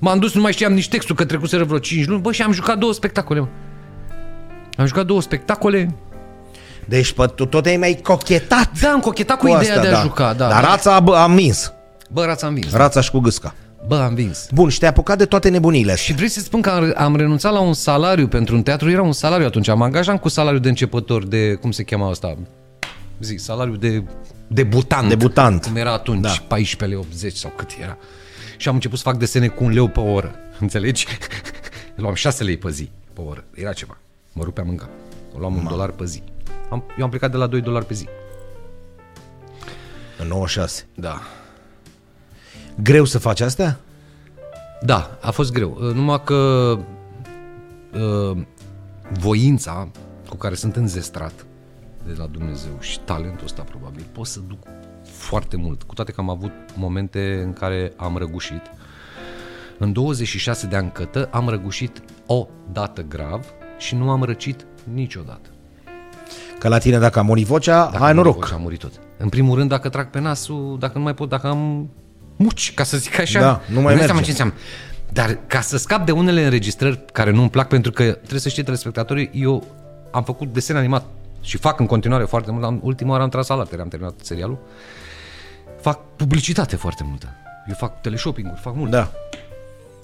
[SPEAKER 2] m-am dus, nu mai știam nici textul, că trecuseră vreo 5 luni, bă, și am jucat două spectacole, mă. Am jucat două spectacole.
[SPEAKER 1] Deci pă, tu tot ai mai cochetat
[SPEAKER 2] Da, am cochetat cu,
[SPEAKER 1] cu
[SPEAKER 2] ideea
[SPEAKER 1] asta,
[SPEAKER 2] de a
[SPEAKER 1] da.
[SPEAKER 2] juca, da.
[SPEAKER 1] Dar rața a, a învins.
[SPEAKER 2] Bă, rața am vins.
[SPEAKER 1] Rața și cu gâsca.
[SPEAKER 2] Bă, am vins.
[SPEAKER 1] Bun, și te-ai apucat de toate nebunile astea.
[SPEAKER 2] Și vrei să spun că am, am renunțat la un salariu pentru un teatru, era un salariu atunci, am angajat cu salariu de începător, de, cum se chema asta? Zi, salariu de debutant.
[SPEAKER 1] Debutant.
[SPEAKER 2] Cum era atunci, da. 14 lei 80 sau cât era. Și am început să fac desene cu un leu pe oră, înțelegi? Luam 6 lei pe zi, pe oră, era ceva. Mă rupeam în cap. O luam un dolar pe zi. Am, eu am plecat de la 2 dolari pe zi.
[SPEAKER 1] În 96.
[SPEAKER 2] Da.
[SPEAKER 1] Greu să faci astea?
[SPEAKER 2] Da, a fost greu. Uh, Numai că uh, voința cu care sunt înzestrat de la Dumnezeu și talentul ăsta probabil pot să duc foarte mult, cu toate că am avut momente în care am răgușit. În 26 de ani cătă am răgușit o dată grav și nu am răcit niciodată.
[SPEAKER 1] Că la tine dacă a murit vocea,
[SPEAKER 2] Dacă
[SPEAKER 1] hai
[SPEAKER 2] nu
[SPEAKER 1] noroc.
[SPEAKER 2] mă duc, Am murit tot. În primul rând, dacă trag pe nasul, dacă nu mai pot, dacă am muci, ca să zic așa.
[SPEAKER 1] Da, nu mai
[SPEAKER 2] Îmi dai
[SPEAKER 1] merge.
[SPEAKER 2] seama ce înseamnă. Dar ca să scap de unele înregistrări care nu-mi plac, pentru că trebuie să știe telespectatorii, eu am făcut desen animat și fac în continuare foarte mult. Am, ultima oară am tras alatele, am terminat serialul. Fac publicitate foarte multă. Eu fac teleshopping-uri, fac mult.
[SPEAKER 1] Da.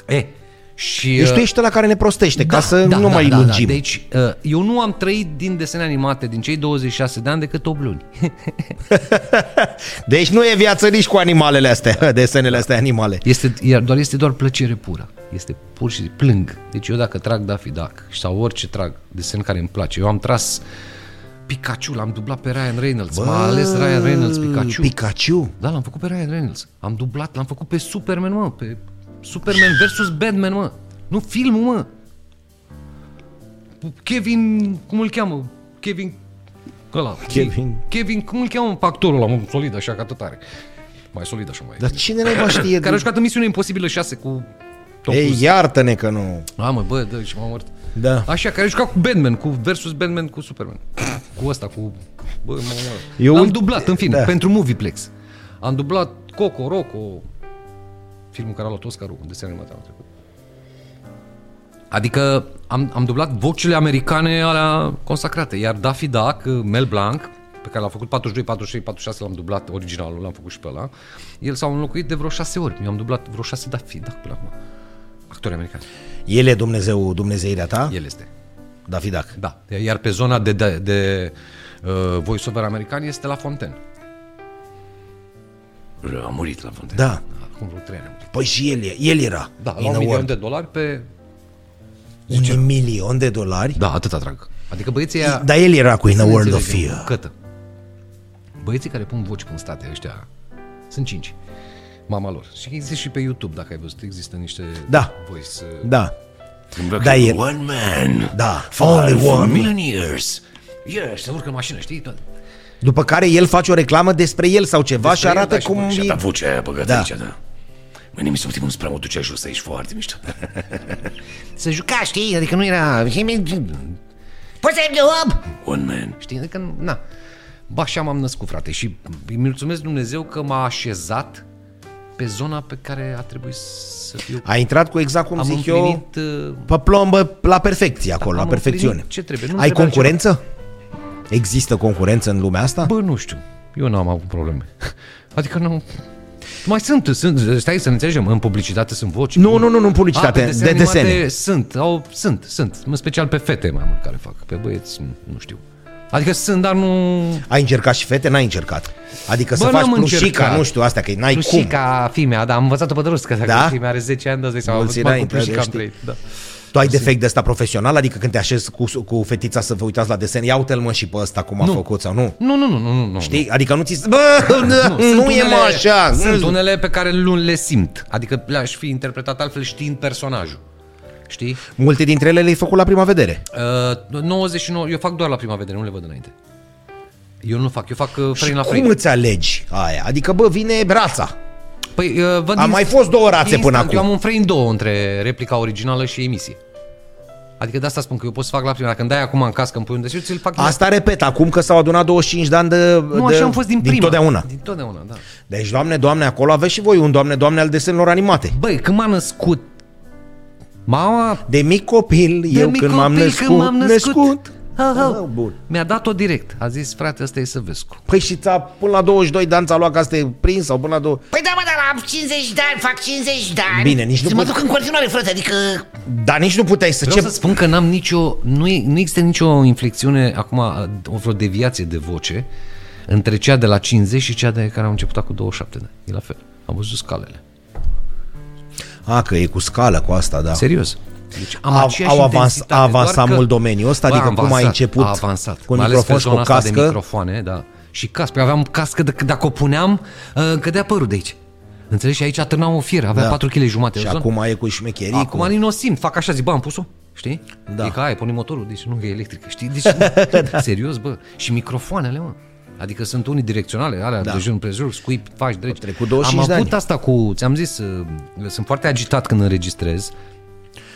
[SPEAKER 2] E, și,
[SPEAKER 1] Deci
[SPEAKER 2] uh,
[SPEAKER 1] tu ești la care ne prostește, ca să nu mai
[SPEAKER 2] da,
[SPEAKER 1] lungim.
[SPEAKER 2] Da. Deci, uh, eu nu am trăit din desene animate din cei 26 de ani decât 8 luni.
[SPEAKER 1] Deci nu e viață nici cu animalele astea, desenele astea animale.
[SPEAKER 2] Este, iar doar, este doar plăcere pură. Este pur și plâng. Deci eu dacă trag Daffy Duck sau orice trag desen care îmi place, eu am tras Pikachu, l-am dublat pe Ryan Reynolds. Bă, m-a ales Ryan Reynolds Pikachu.
[SPEAKER 1] Pikachu.
[SPEAKER 2] da, l-am făcut pe Ryan Reynolds. Am dublat, l-am făcut pe Superman, mă. Pe Superman versus Batman, mă. Nu filmul, mă. Kevin, cum îl cheamă? Kevin ăla.
[SPEAKER 1] Kevin.
[SPEAKER 2] Kevin, cum îl cheamă pe actorul ăla, mă, solid așa, ca tot are. Mai solid așa mai.
[SPEAKER 1] Dar cine ne va știe?
[SPEAKER 2] Care a jucat în Misiune Imposibilă 6 cu Tom
[SPEAKER 1] Ei,
[SPEAKER 2] Cruise.
[SPEAKER 1] iartă-ne că nu.
[SPEAKER 2] A, mă, bă, dă, și m-am mort.
[SPEAKER 1] Da.
[SPEAKER 2] Așa, care a jucat cu Batman, cu versus Batman cu Superman. Cu ăsta, cu... Bă, mă, mă.
[SPEAKER 1] Eu
[SPEAKER 2] Eu L-am
[SPEAKER 1] uit-
[SPEAKER 2] dublat, în fine,
[SPEAKER 1] da.
[SPEAKER 2] da. pentru Movieplex. Am dublat Coco, Roco, filmul care a luat Oscarul, un desen animat anul trecut. Adică am, am dublat vocile americane alea consacrate, iar Daffy Duck, uh, Mel Blanc, pe care l-am făcut 42, 43, 46, l-am dublat originalul, l-am făcut și pe ăla, el s-a înlocuit de vreo șase ori. Eu am dublat vreo șase Daffy Duck până acum. Actori americani.
[SPEAKER 1] El e Dumnezeu, Dumnezeirea ta?
[SPEAKER 2] El este.
[SPEAKER 1] Da, fi dacă.
[SPEAKER 2] Da, iar pe zona de, de, de uh, voiceover american este la Fonten. A murit la Fonten.
[SPEAKER 1] Da.
[SPEAKER 2] Acum vreo trei ani a murit.
[SPEAKER 1] Păi și el, e, el era.
[SPEAKER 2] Da,
[SPEAKER 1] In
[SPEAKER 2] la
[SPEAKER 1] a
[SPEAKER 2] un milion
[SPEAKER 1] world.
[SPEAKER 2] de dolari pe...
[SPEAKER 1] Un milion de dolari?
[SPEAKER 2] Da, atât atrag. Adică băieții ăia...
[SPEAKER 1] Dar el era cu In a
[SPEAKER 2] să ne
[SPEAKER 1] World of
[SPEAKER 2] înțelegem,
[SPEAKER 1] Fear.
[SPEAKER 2] Cătă. Băieții care pun voci în state ăștia, sunt cinci. Mama lor. Și există și pe YouTube, dacă ai văzut, există niște
[SPEAKER 1] Da.
[SPEAKER 2] voice... uh,
[SPEAKER 1] Da. Da,
[SPEAKER 4] Da,
[SPEAKER 1] el-
[SPEAKER 4] e. One man.
[SPEAKER 1] Da. Only
[SPEAKER 4] For
[SPEAKER 1] one.
[SPEAKER 4] million years.
[SPEAKER 2] Yeah, se urcă în mașină, știi? Toate.
[SPEAKER 1] După care el face o reclamă despre el sau ceva
[SPEAKER 2] Despre
[SPEAKER 1] și
[SPEAKER 2] el,
[SPEAKER 1] arată
[SPEAKER 2] da, și
[SPEAKER 1] cum...
[SPEAKER 4] Și a
[SPEAKER 1] E...
[SPEAKER 4] dat vocea aia băgată
[SPEAKER 1] Da.
[SPEAKER 4] da. aici, da. Mă nimic optim, nu prea mă duce jos aici, foarte mișto.
[SPEAKER 5] Se juca, știi? Adică nu era... Poți să-i job?
[SPEAKER 4] One man.
[SPEAKER 2] Știi? Adică, na. Ba, așa m-am născut, frate. Și îi mulțumesc Dumnezeu că m-a așezat pe zona pe care a trebuit să fiu.
[SPEAKER 1] A intrat cu exact cum
[SPEAKER 2] Am
[SPEAKER 1] zic eu,
[SPEAKER 2] împlinit... Eu...
[SPEAKER 1] pe plombă, la perfecție acolo, la
[SPEAKER 2] am
[SPEAKER 1] perfecțiune.
[SPEAKER 2] împlinit ce trebuie, nu
[SPEAKER 1] Ai
[SPEAKER 2] trebuie
[SPEAKER 1] concurență? Există concurență în lumea asta?
[SPEAKER 2] Bă, nu știu. Eu n-am avut probleme. Adică nu... Mai sunt, sunt, stai să ne înțelegem, în publicitate sunt voci.
[SPEAKER 1] Nu, nu, nu, nu în
[SPEAKER 2] A,
[SPEAKER 1] publicitate,
[SPEAKER 2] pe
[SPEAKER 1] de desene.
[SPEAKER 2] animate Sunt, au, sunt, sunt. În special pe fete mai mult care fac, pe băieți, nu- nu știu. Adică sunt, dar nu...
[SPEAKER 1] Ai încercat și fete? N-ai încercat. Adică să
[SPEAKER 2] Bă,
[SPEAKER 1] faci
[SPEAKER 2] n-am
[SPEAKER 1] plușica,
[SPEAKER 2] încercat.
[SPEAKER 1] nu știu, asta că n-ai Păi cum.
[SPEAKER 2] Plușica, fimea, da, am învățat-o pe de rus, că dacă
[SPEAKER 1] Da?
[SPEAKER 2] da? fimea are 10 ani, dați seama, am
[SPEAKER 1] Mulți
[SPEAKER 2] văzut mai cu
[SPEAKER 1] înainte,
[SPEAKER 2] plușica am
[SPEAKER 1] știi.
[SPEAKER 2] trăit. Da.
[SPEAKER 1] Tu ai defect de ăsta profesional? Adică când te așezi cu, cu fetița să vă uitați la desen, ia uite-l mă și pe ăsta cum a făcut sau nu?
[SPEAKER 2] Nu, nu, nu, nu, nu, nu.
[SPEAKER 1] Știi? Adică nu ți Bă, nu,
[SPEAKER 2] sunt
[SPEAKER 1] nu e mă așa.
[SPEAKER 2] Sunt
[SPEAKER 1] nu-
[SPEAKER 2] unele pe care nu le simt. Adică le-aș fi interpretat altfel știind personajul. Știi?
[SPEAKER 1] Multe dintre ele le-ai făcut la prima vedere.
[SPEAKER 2] Uh, 99, eu fac doar la prima vedere, nu le văd înainte. Eu nu fac, eu fac uh,
[SPEAKER 1] Și
[SPEAKER 2] frame la
[SPEAKER 1] cum
[SPEAKER 2] frame.
[SPEAKER 1] îți alegi aia? Adică, bă, vine brața.
[SPEAKER 2] Păi, uh, văd
[SPEAKER 1] Am mai fost două rațe până acum.
[SPEAKER 2] Eu am un frame două între replica originală și emisie. Adică de asta spun că eu pot să fac la prima. Dacă îmi dai acum în cască, îmi pui unde și ți-l fac eu.
[SPEAKER 1] Asta repet, acum că s-au adunat 25 de ani de...
[SPEAKER 2] Nu,
[SPEAKER 1] de,
[SPEAKER 2] așa am fost din prima.
[SPEAKER 1] Din totdeauna.
[SPEAKER 2] Din totdeauna, da.
[SPEAKER 1] Deci, doamne, doamne, acolo aveți și voi un doamne, doamne al desenelor animate.
[SPEAKER 2] Băi, când m-a născut mama,
[SPEAKER 1] De mic copil,
[SPEAKER 2] de
[SPEAKER 1] eu
[SPEAKER 2] mic
[SPEAKER 1] când m-am
[SPEAKER 2] copil,
[SPEAKER 1] născut,
[SPEAKER 2] când m-am născut, Oh,
[SPEAKER 1] născut.
[SPEAKER 2] Ha, ha.
[SPEAKER 1] Ah, bun.
[SPEAKER 2] mi-a dat-o direct. A zis, frate, ăsta e Săvescu.
[SPEAKER 1] Păi și ți-a, până la 22 de ani ți-a luat ca să te prins sau până la 2...
[SPEAKER 5] Păi da, mă, dar am 50 de ani, fac 50 de ani.
[SPEAKER 1] Bine, nici nu
[SPEAKER 5] Și mă
[SPEAKER 1] pot-
[SPEAKER 5] duc în continuare, frate, adică...
[SPEAKER 1] Dar nici nu puteai să...
[SPEAKER 2] Vreau
[SPEAKER 1] Ce...
[SPEAKER 2] să spun că n-am nicio, nu, e, nu există nicio inflexiune, acum, o vreo deviație de voce între cea de la 50 și cea de care am început acum 27 de ani. E la fel. Am văzut scalele.
[SPEAKER 1] A, că e cu scală cu asta, da.
[SPEAKER 2] Serios. Deci am
[SPEAKER 1] Au-
[SPEAKER 2] aceeași
[SPEAKER 1] au avans-
[SPEAKER 2] intensitate,
[SPEAKER 1] a avansat
[SPEAKER 2] doar că-
[SPEAKER 1] mult domeniul ăsta? Adică cum ai început
[SPEAKER 2] a avansat.
[SPEAKER 1] cu un
[SPEAKER 2] Mai ales
[SPEAKER 1] microfon
[SPEAKER 2] pe
[SPEAKER 1] și cu
[SPEAKER 2] zona asta
[SPEAKER 1] cască?
[SPEAKER 2] De microfoane, da. Și cască. Eu Aveam cască, dacă, dacă o puneam, uh, cădea părul de aici. Înțelegi? Și aici atârna o fieră, avea
[SPEAKER 1] Da.
[SPEAKER 2] da. 4 kg jumate.
[SPEAKER 1] Și
[SPEAKER 2] Zon-
[SPEAKER 1] acum e cu șmecherii,
[SPEAKER 2] Acum
[SPEAKER 1] cu...
[SPEAKER 2] nici nu o simt, fac așa, zic, bă, am pus-o, știi?
[SPEAKER 1] Da.
[SPEAKER 2] E ca aia, pune motorul, deci nu că e electrică, știi? Deci, serios, bă, și microfoanele, mă. Adică sunt unii direcționale, alea da. de jur împrejur, scuip, faci, dregi.
[SPEAKER 1] trecut 25
[SPEAKER 2] Am
[SPEAKER 1] de
[SPEAKER 2] avut
[SPEAKER 1] ani.
[SPEAKER 2] asta cu, ți-am zis, uh, sunt foarte agitat când înregistrez.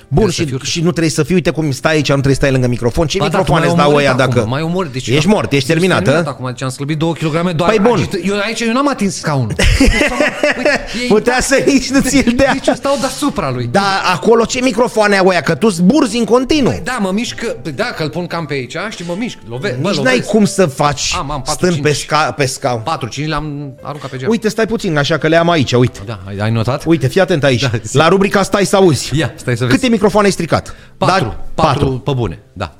[SPEAKER 1] Bun,
[SPEAKER 2] Trebuie să
[SPEAKER 1] și,
[SPEAKER 2] fiu-
[SPEAKER 1] și, nu trebuie să fii, uite cum stai aici, nu trebuie să stai lângă microfon. Ce
[SPEAKER 2] Ba da,
[SPEAKER 1] microfoane
[SPEAKER 2] tu
[SPEAKER 1] îți
[SPEAKER 2] m-ai
[SPEAKER 1] dau
[SPEAKER 2] omorât
[SPEAKER 1] ăia
[SPEAKER 2] acum,
[SPEAKER 1] dacă...
[SPEAKER 2] m-ai omorât, deci
[SPEAKER 1] ești
[SPEAKER 2] eu-
[SPEAKER 1] mort, ești
[SPEAKER 2] Ești
[SPEAKER 1] terminată.
[SPEAKER 2] terminat acum, deci am slăbit 2 kg doar
[SPEAKER 1] Păi bun.
[SPEAKER 2] agit- Eu aici eu n-am atins scaunul. Păi,
[SPEAKER 1] Putea să nici nu ți-l dea. Da.
[SPEAKER 2] Deci eu stau deasupra lui.
[SPEAKER 1] Dar acolo ce microfoane au aia? Că tu zburzi în continuu.
[SPEAKER 2] Da, mă mișc, că- păi da, că-l pun cam pe aici și mă mișc, lovesc, bă,
[SPEAKER 1] nici n-ai
[SPEAKER 2] lovesc.
[SPEAKER 1] cum să faci
[SPEAKER 2] Am, am patru,
[SPEAKER 1] stând pe,
[SPEAKER 2] cinci.
[SPEAKER 1] sca- pe scaun.
[SPEAKER 2] 4, 5 l-am aruncat pe geam.
[SPEAKER 1] Uite, stai puțin, așa că le am aici, uite.
[SPEAKER 2] Da, ai, ai notat?
[SPEAKER 1] Uite, fii atent aici.
[SPEAKER 2] zi.
[SPEAKER 1] La rubrica stai să auzi.
[SPEAKER 2] Ia, stai să vezi.
[SPEAKER 1] Câte microfoane ai stricat?
[SPEAKER 2] 4,
[SPEAKER 1] Dar-
[SPEAKER 2] 4 pe bune, da.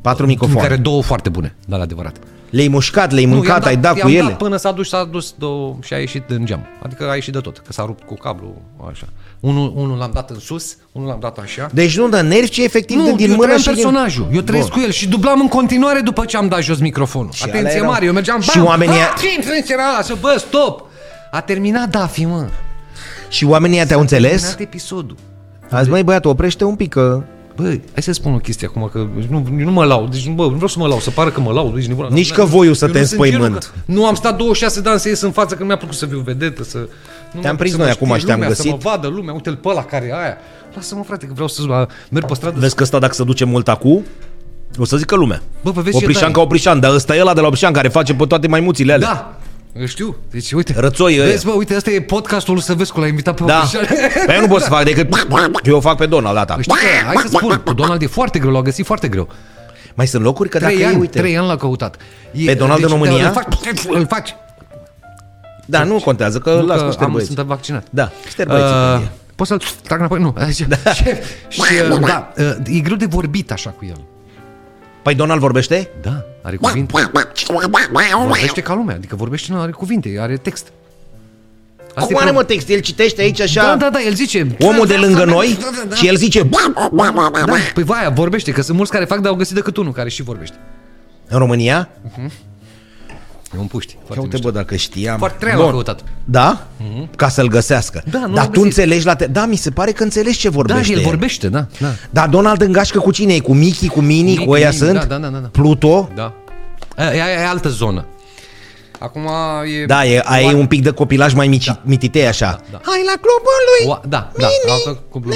[SPEAKER 1] patru
[SPEAKER 2] Din
[SPEAKER 1] microfoane.
[SPEAKER 2] care două foarte bune, dar la adevărat.
[SPEAKER 1] Le-ai mușcat, le-ai
[SPEAKER 2] Nu, i-am
[SPEAKER 1] mâncat, ai dat cu
[SPEAKER 2] i-am
[SPEAKER 1] ele.
[SPEAKER 2] Dat până s-a dus, s-a dus două, și a ieșit în geam. Adică a ieșit de tot, că s-a rupt cu cablu, așa. Unul, unul l-am dat în sus, unul l-am dat așa.
[SPEAKER 1] Deci nu dă nervi, ci efectiv
[SPEAKER 2] Nu,
[SPEAKER 1] din, din
[SPEAKER 2] eu
[SPEAKER 1] mână
[SPEAKER 2] trăiam
[SPEAKER 1] și
[SPEAKER 2] personajul,
[SPEAKER 1] din...
[SPEAKER 2] eu trăiesc
[SPEAKER 1] Bun.
[SPEAKER 2] cu el și dublam în continuare după ce am dat jos microfonul.
[SPEAKER 1] alea
[SPEAKER 2] Atenție
[SPEAKER 1] erau-
[SPEAKER 2] mare, eu mergeam...
[SPEAKER 1] Și oamenii-
[SPEAKER 2] Ah, ce era ala? Să, bă, stop! A terminat Dafi, mă.
[SPEAKER 1] Și oamenii ăia te-au înțeles?
[SPEAKER 2] Terminat episodul.
[SPEAKER 1] Azi, mai băiatul, oprește un pic, că...
[SPEAKER 2] Bă, hai să spun o chestie acum, că nu, nu mă laud, deci bă, nu vreau să mă laud, să pară că mă laud. Deci, nebună,
[SPEAKER 1] Nici
[SPEAKER 2] Nu,
[SPEAKER 1] că
[SPEAKER 2] nu,
[SPEAKER 1] voiul să
[SPEAKER 2] eu
[SPEAKER 1] te
[SPEAKER 2] nu sunt genul
[SPEAKER 1] înspăimânt.
[SPEAKER 2] că- Nu, am stat 26 de ani să ies în față, că nu mi-a plăcut să fiu vedetă, să... nu mi-a plăcut
[SPEAKER 1] prins
[SPEAKER 2] să
[SPEAKER 1] noi
[SPEAKER 2] mă
[SPEAKER 1] acum
[SPEAKER 2] știe
[SPEAKER 1] și te-am
[SPEAKER 2] lumea,
[SPEAKER 1] găsit.
[SPEAKER 2] Să mă vadă lumea, uite-l pe ăla care e aia. Lasă-mă, frate, că vreau să la- merg pe stradă.
[SPEAKER 1] Vezi că ăsta dacă se duce mult acum, o să zică lumea.
[SPEAKER 2] Bă, vă vezi ce
[SPEAKER 1] Oprișan
[SPEAKER 2] tare.
[SPEAKER 1] ca Oprișan, dar ăsta e ăla de la Oprișan care face pe toate maimuțile alea.
[SPEAKER 2] Da, eu știu. Deci, uite.
[SPEAKER 1] Rățoi ăia.
[SPEAKER 2] Vezi, bă, uite, asta e podcastul lui Săvescu, l-a invitat pe
[SPEAKER 1] Da.
[SPEAKER 2] Oprișan.
[SPEAKER 1] Păi eu nu pot să fac decât... Eu o fac pe Donald data.
[SPEAKER 2] Știi că, hai să spun, cu Donald e foarte greu, l-a găsit foarte greu.
[SPEAKER 1] Mai sunt locuri că dacă
[SPEAKER 2] Trei
[SPEAKER 1] ei,
[SPEAKER 2] ani,
[SPEAKER 1] uite...
[SPEAKER 2] trei ani l-a căutat. E, deci,
[SPEAKER 1] Pe Donald în România?
[SPEAKER 2] Îl faci, îl faci.
[SPEAKER 1] Da, nu contează, că
[SPEAKER 2] Nu,
[SPEAKER 1] îl las
[SPEAKER 2] că
[SPEAKER 1] cu
[SPEAKER 2] am,
[SPEAKER 1] șterboieții.
[SPEAKER 2] sunt vaccinat.
[SPEAKER 1] Da, șterboieții pe mine.
[SPEAKER 2] Uh, Poți să-l trag înapoi? Nu, aici. Da. Și, și, uh, da, uh, e greu de vorbit așa cu el.
[SPEAKER 1] Păi Donald vorbește?
[SPEAKER 2] Da, are cuvinte. Vorbește ca lumea, adică vorbește, nu are cuvinte, are text. Asta
[SPEAKER 1] Cum
[SPEAKER 2] e
[SPEAKER 1] are
[SPEAKER 2] pro-
[SPEAKER 1] mă text? El citește aici
[SPEAKER 2] Da,
[SPEAKER 1] așa...
[SPEAKER 2] da, da, el zice...
[SPEAKER 1] Omul de lângă
[SPEAKER 2] Da,
[SPEAKER 1] noi
[SPEAKER 2] da, da, da.
[SPEAKER 1] și el zice...
[SPEAKER 2] Da, păi vaia, vorbește, că sunt mulți care fac, dar au găsit decât unul care și vorbește.
[SPEAKER 1] În România?
[SPEAKER 2] E un puști.
[SPEAKER 1] Ia
[SPEAKER 2] Foarte
[SPEAKER 1] uite
[SPEAKER 2] mișto.
[SPEAKER 1] bă, dacă știam...
[SPEAKER 2] Foarte trei ani
[SPEAKER 1] Bun.
[SPEAKER 2] l-a căutat.
[SPEAKER 1] Da? Ca să-l găsească.
[SPEAKER 2] Mhm. Da, nu l-a
[SPEAKER 1] Dar tu
[SPEAKER 2] găsit.
[SPEAKER 1] înțelegi la te... Da, mi se pare că înțelegi ce
[SPEAKER 2] Da,
[SPEAKER 1] vorbește.
[SPEAKER 2] el vorbește, da, da.
[SPEAKER 1] Dar Donald în gașcă cu cine e? Cu Mickey, cu Mini,
[SPEAKER 2] Mickey,
[SPEAKER 1] cu ăia
[SPEAKER 2] Minnie,
[SPEAKER 1] sunt?
[SPEAKER 2] da, da, da, da.
[SPEAKER 1] Pluto?
[SPEAKER 2] Da. E, e, e altă zonă. Acum e...
[SPEAKER 1] Da, e, aia e un pic de copilaj mai mici, mititei așa.
[SPEAKER 2] da.
[SPEAKER 1] Hai la clubul lui!
[SPEAKER 2] O, da, da, altă cuplu-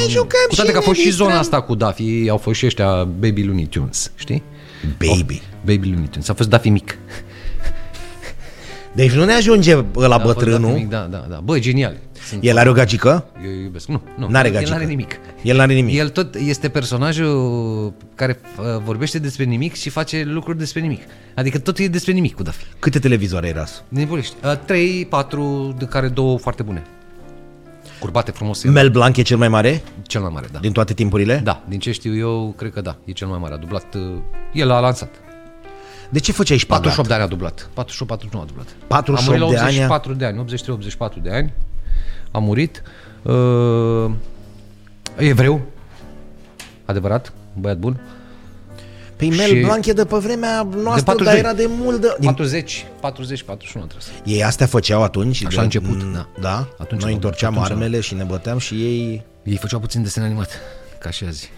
[SPEAKER 2] cu toate că a fost și
[SPEAKER 1] da.
[SPEAKER 2] zona asta cu Daffy, au fost și ăștia Baby Looney Tunes, știi?
[SPEAKER 1] Baby.
[SPEAKER 2] Baby Looney Tunes, a fost Daffy mic.
[SPEAKER 1] Deci nu ne ajunge la
[SPEAKER 2] A fost Daffy mic,
[SPEAKER 1] bătrânul.
[SPEAKER 2] Da, da, da. Bă, genial. Sunt,
[SPEAKER 1] El are o gagică?
[SPEAKER 2] eu iubesc. Nu, nu.
[SPEAKER 1] N-are
[SPEAKER 2] el
[SPEAKER 1] gagică.
[SPEAKER 2] n-are nimic.
[SPEAKER 1] El n-are nimic.
[SPEAKER 2] El tot este personajul care uh, vorbește despre nimic și face lucruri despre nimic. Adică tot e despre nimic cu Daffy.
[SPEAKER 1] Câte televizoare ai ras?
[SPEAKER 2] Nebunești. Uh, 3, 4, de care două foarte bune. Curbate frumos. e
[SPEAKER 1] Mel Blanc e cel mai mare
[SPEAKER 2] Cel mai mare, da.
[SPEAKER 1] din toate timpurile?
[SPEAKER 2] Da, din ce știu eu, cred că da, e cel mai mare. A dublat, uh, el a lansat.
[SPEAKER 1] De ce făceai șpagat?
[SPEAKER 2] 48 de ani a dublat. 48-49 a dublat.
[SPEAKER 1] 48
[SPEAKER 2] a murit la
[SPEAKER 1] de ani,
[SPEAKER 2] 84 de ani, 83-84 de ani. A murit. Uh, evreu. Adevărat, băiat bun.
[SPEAKER 1] Păi Mel
[SPEAKER 2] Și-
[SPEAKER 1] Blanc e de pe vremea
[SPEAKER 2] De
[SPEAKER 1] noastră, dar
[SPEAKER 2] 40.
[SPEAKER 1] era de mult de... Din...
[SPEAKER 2] 40, 40, 41 trebuie să.
[SPEAKER 1] Ei astea făceau atunci?
[SPEAKER 2] Așa a început, da.
[SPEAKER 1] Da?
[SPEAKER 2] Atunci
[SPEAKER 1] Atunci
[SPEAKER 2] au-
[SPEAKER 1] Noi întorceam
[SPEAKER 2] atunci au-
[SPEAKER 1] armele și ne băteam și ei...
[SPEAKER 2] Ei făceau puțin desen animat, ca și azi.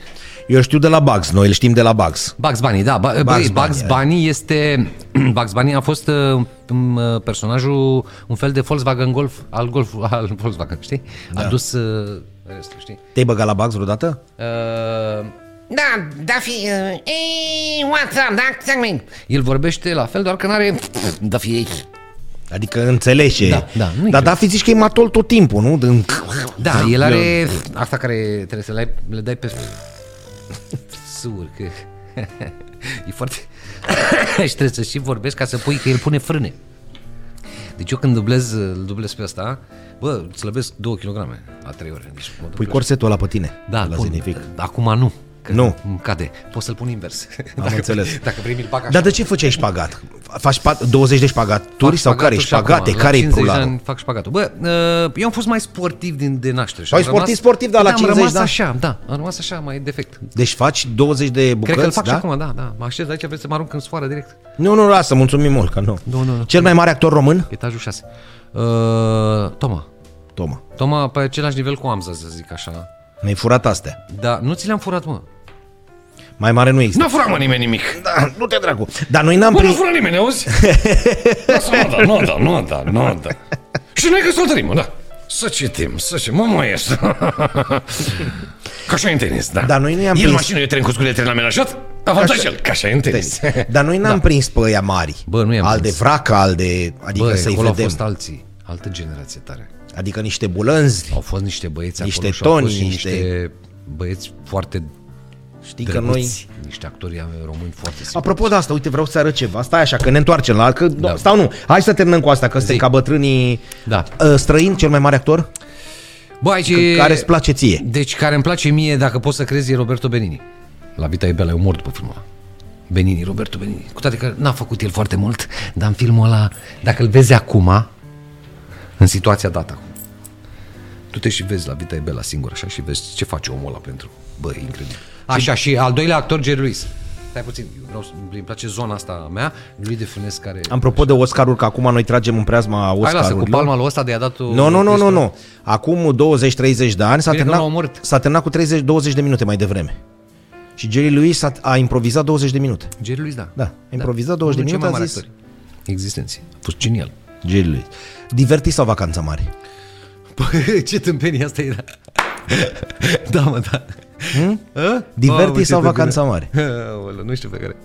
[SPEAKER 1] Eu știu de la Bugs, noi îl știm de la Bugs.
[SPEAKER 2] Bugs Bunny, da. Bugs,
[SPEAKER 1] Bugs
[SPEAKER 2] Bugs,
[SPEAKER 1] Bunny,
[SPEAKER 2] Bugs
[SPEAKER 1] ai.
[SPEAKER 2] Bunny este... Bugs Bunny a fost uh, um, personajul, un fel de Volkswagen Golf, al Golf, al Volkswagen, știi? Da. A dus uh, restul, știi?
[SPEAKER 1] Te-ai băgat la Bugs vreodată?
[SPEAKER 2] Uh,
[SPEAKER 5] Da, da fi... Uh, ei, what's up, da? Segment.
[SPEAKER 2] el vorbește la fel, doar că n-are...
[SPEAKER 5] Da fi ei.
[SPEAKER 1] Adică înțelegi ce
[SPEAKER 2] Da,
[SPEAKER 1] e.
[SPEAKER 2] da, nu-i
[SPEAKER 1] Dar
[SPEAKER 2] greu.
[SPEAKER 1] Daffy zici că e matol tot timpul, nu? Din...
[SPEAKER 2] Da, el are... Asta care trebuie să le, ai- le dai pe... Sur, că... e foarte... și trebuie să și vorbești ca să pui că el pune frâne. Deci eu când dublez, îl dublez pe asta, bă, slăbesc 2 kg la 3 ore. Deci mă
[SPEAKER 1] Pui
[SPEAKER 2] dublez.
[SPEAKER 1] corsetul ăla pe tine.
[SPEAKER 2] Da,
[SPEAKER 1] la
[SPEAKER 2] pun.
[SPEAKER 1] zenific.
[SPEAKER 2] Acum nu. Că
[SPEAKER 1] Nu.
[SPEAKER 2] Îmi cade. Poți să-l pun invers.
[SPEAKER 1] Am înțeles. Da,
[SPEAKER 2] Dacă primi îl bag așa.
[SPEAKER 1] Dar de ce făceai șpagat? Faci pat- 20 de șpagaturi sau care e
[SPEAKER 2] Fac șpagatul
[SPEAKER 1] șpagate?
[SPEAKER 2] și acum,
[SPEAKER 1] Care e
[SPEAKER 2] la 50 de
[SPEAKER 1] pula?
[SPEAKER 2] ani fac șpagatul. Bă, uh, eu am fost mai sportiv din, de naștere. și
[SPEAKER 1] Păi
[SPEAKER 2] am
[SPEAKER 1] sportiv, sportiv, dar la
[SPEAKER 2] Da,
[SPEAKER 1] 50
[SPEAKER 2] am rămas
[SPEAKER 1] de ani.
[SPEAKER 2] așa, da. Am rămas așa, mai defect.
[SPEAKER 1] Deci faci 20 de bucăți,
[SPEAKER 2] Cred că îl fac
[SPEAKER 1] da?
[SPEAKER 2] și acum, da, da. Mă așez aici, vreți să mă arunc în sfoară direct.
[SPEAKER 1] Nu, nu, lasă, mulțumim mult că nu.
[SPEAKER 2] Nu, nu, nu.
[SPEAKER 1] Cel mai mare actor român?
[SPEAKER 2] Etajul 6. Uh, Toma.
[SPEAKER 1] Toma.
[SPEAKER 2] Toma pe același nivel cu Amza, să zic așa.
[SPEAKER 1] Ne-ai furat astea.
[SPEAKER 2] Dar nu ți le-am furat, mă.
[SPEAKER 1] Mai mare nu există.
[SPEAKER 4] Nu a furat mă nimeni nimic.
[SPEAKER 1] Da, nu te dracu. Dar noi n-am
[SPEAKER 4] Bă, Păi nu
[SPEAKER 1] prins...
[SPEAKER 4] fură nimeni, auzi? Lasă-mă, da, nu, da, nu, da, nu, da. Și noi că să-l tărim, da. Să citim, să citim, mă, mai este. Ca așa e în tenis, da.
[SPEAKER 1] Dar noi nu i-am
[SPEAKER 4] El
[SPEAKER 1] prins.
[SPEAKER 4] mașină, eu tren cu scuie, tren la menajat, avantaj
[SPEAKER 1] Așa.
[SPEAKER 4] el, ca așa e în tenis.
[SPEAKER 1] Tenis. Dar noi n-am da. prins pe ăia mari.
[SPEAKER 2] Bă, nu i-am
[SPEAKER 1] Al de
[SPEAKER 2] prins.
[SPEAKER 1] vracă, al de... Adică
[SPEAKER 2] Bă,
[SPEAKER 1] să-i
[SPEAKER 2] acolo au
[SPEAKER 1] vedem.
[SPEAKER 2] fost alții, altă generație tare.
[SPEAKER 1] Adică niște bulânzi.
[SPEAKER 2] Au fost niște băieți
[SPEAKER 1] Niște
[SPEAKER 2] acolo și au
[SPEAKER 1] Toni,
[SPEAKER 2] fost și
[SPEAKER 1] niște-
[SPEAKER 2] niște băieți foarte
[SPEAKER 1] Știi că noi...
[SPEAKER 2] drăguți, niște actori români foarte simpli.
[SPEAKER 1] Apropo de asta, uite, vreau să arăt ceva. Stai așa, că ne întoarcem la... Că, da. Stau nu, hai să terminăm cu asta, că suntem ca bătrânii...
[SPEAKER 2] Da.
[SPEAKER 1] Ă, Străin, cel mai mare actor?
[SPEAKER 2] Bă, aici
[SPEAKER 1] E...
[SPEAKER 2] e...
[SPEAKER 1] Care îți place ție?
[SPEAKER 2] Deci care îmi place mie, dacă poți să crezi, e Roberto Benini. La Vita e Bela, eu mor după filmul ăla. Benini, Roberto Benini. Cu toate că n-a făcut el foarte mult, dar în filmul ăla, dacă îl vezi acum, în situația dată acum, tu te și vezi la Vita e Bela singur așa și vezi ce face omul ăla pentru... Bă, e incredibil. Așa, și al doilea actor, Jerry Lewis. Stai puțin, eu vreau, să- îmi place zona asta a mea, lui de Funes care...
[SPEAKER 1] Apropo de Oscarul, că acum noi tragem în preazma
[SPEAKER 2] Hai lasă,
[SPEAKER 1] Oscarurilor.
[SPEAKER 2] cu palma lui ăsta de a dat
[SPEAKER 1] Nu, nu, nu, nu, nu. Acum 20-30 de ani s-a
[SPEAKER 2] Bine că
[SPEAKER 1] terminat,
[SPEAKER 2] l-au omorât.
[SPEAKER 1] s-a terminat cu 30, 20 de minute mai devreme. Și Jerry Lewis a, a improvizat 20 de minute.
[SPEAKER 2] Jerry Lewis, da.
[SPEAKER 1] Da, a improvizat 20 de minute,
[SPEAKER 2] Unul dintre cei mai
[SPEAKER 1] a
[SPEAKER 2] mari
[SPEAKER 1] zis-
[SPEAKER 2] actori Existenții. A fost genial.
[SPEAKER 1] Jerry Lewis. Divertis sau vacanța mare?
[SPEAKER 2] Bă, ce tâmpenie asta era. da, mă, da. Hmm?
[SPEAKER 1] Divertis Hm? sau vacanța mare?
[SPEAKER 2] Aoleu, nu știu pe care.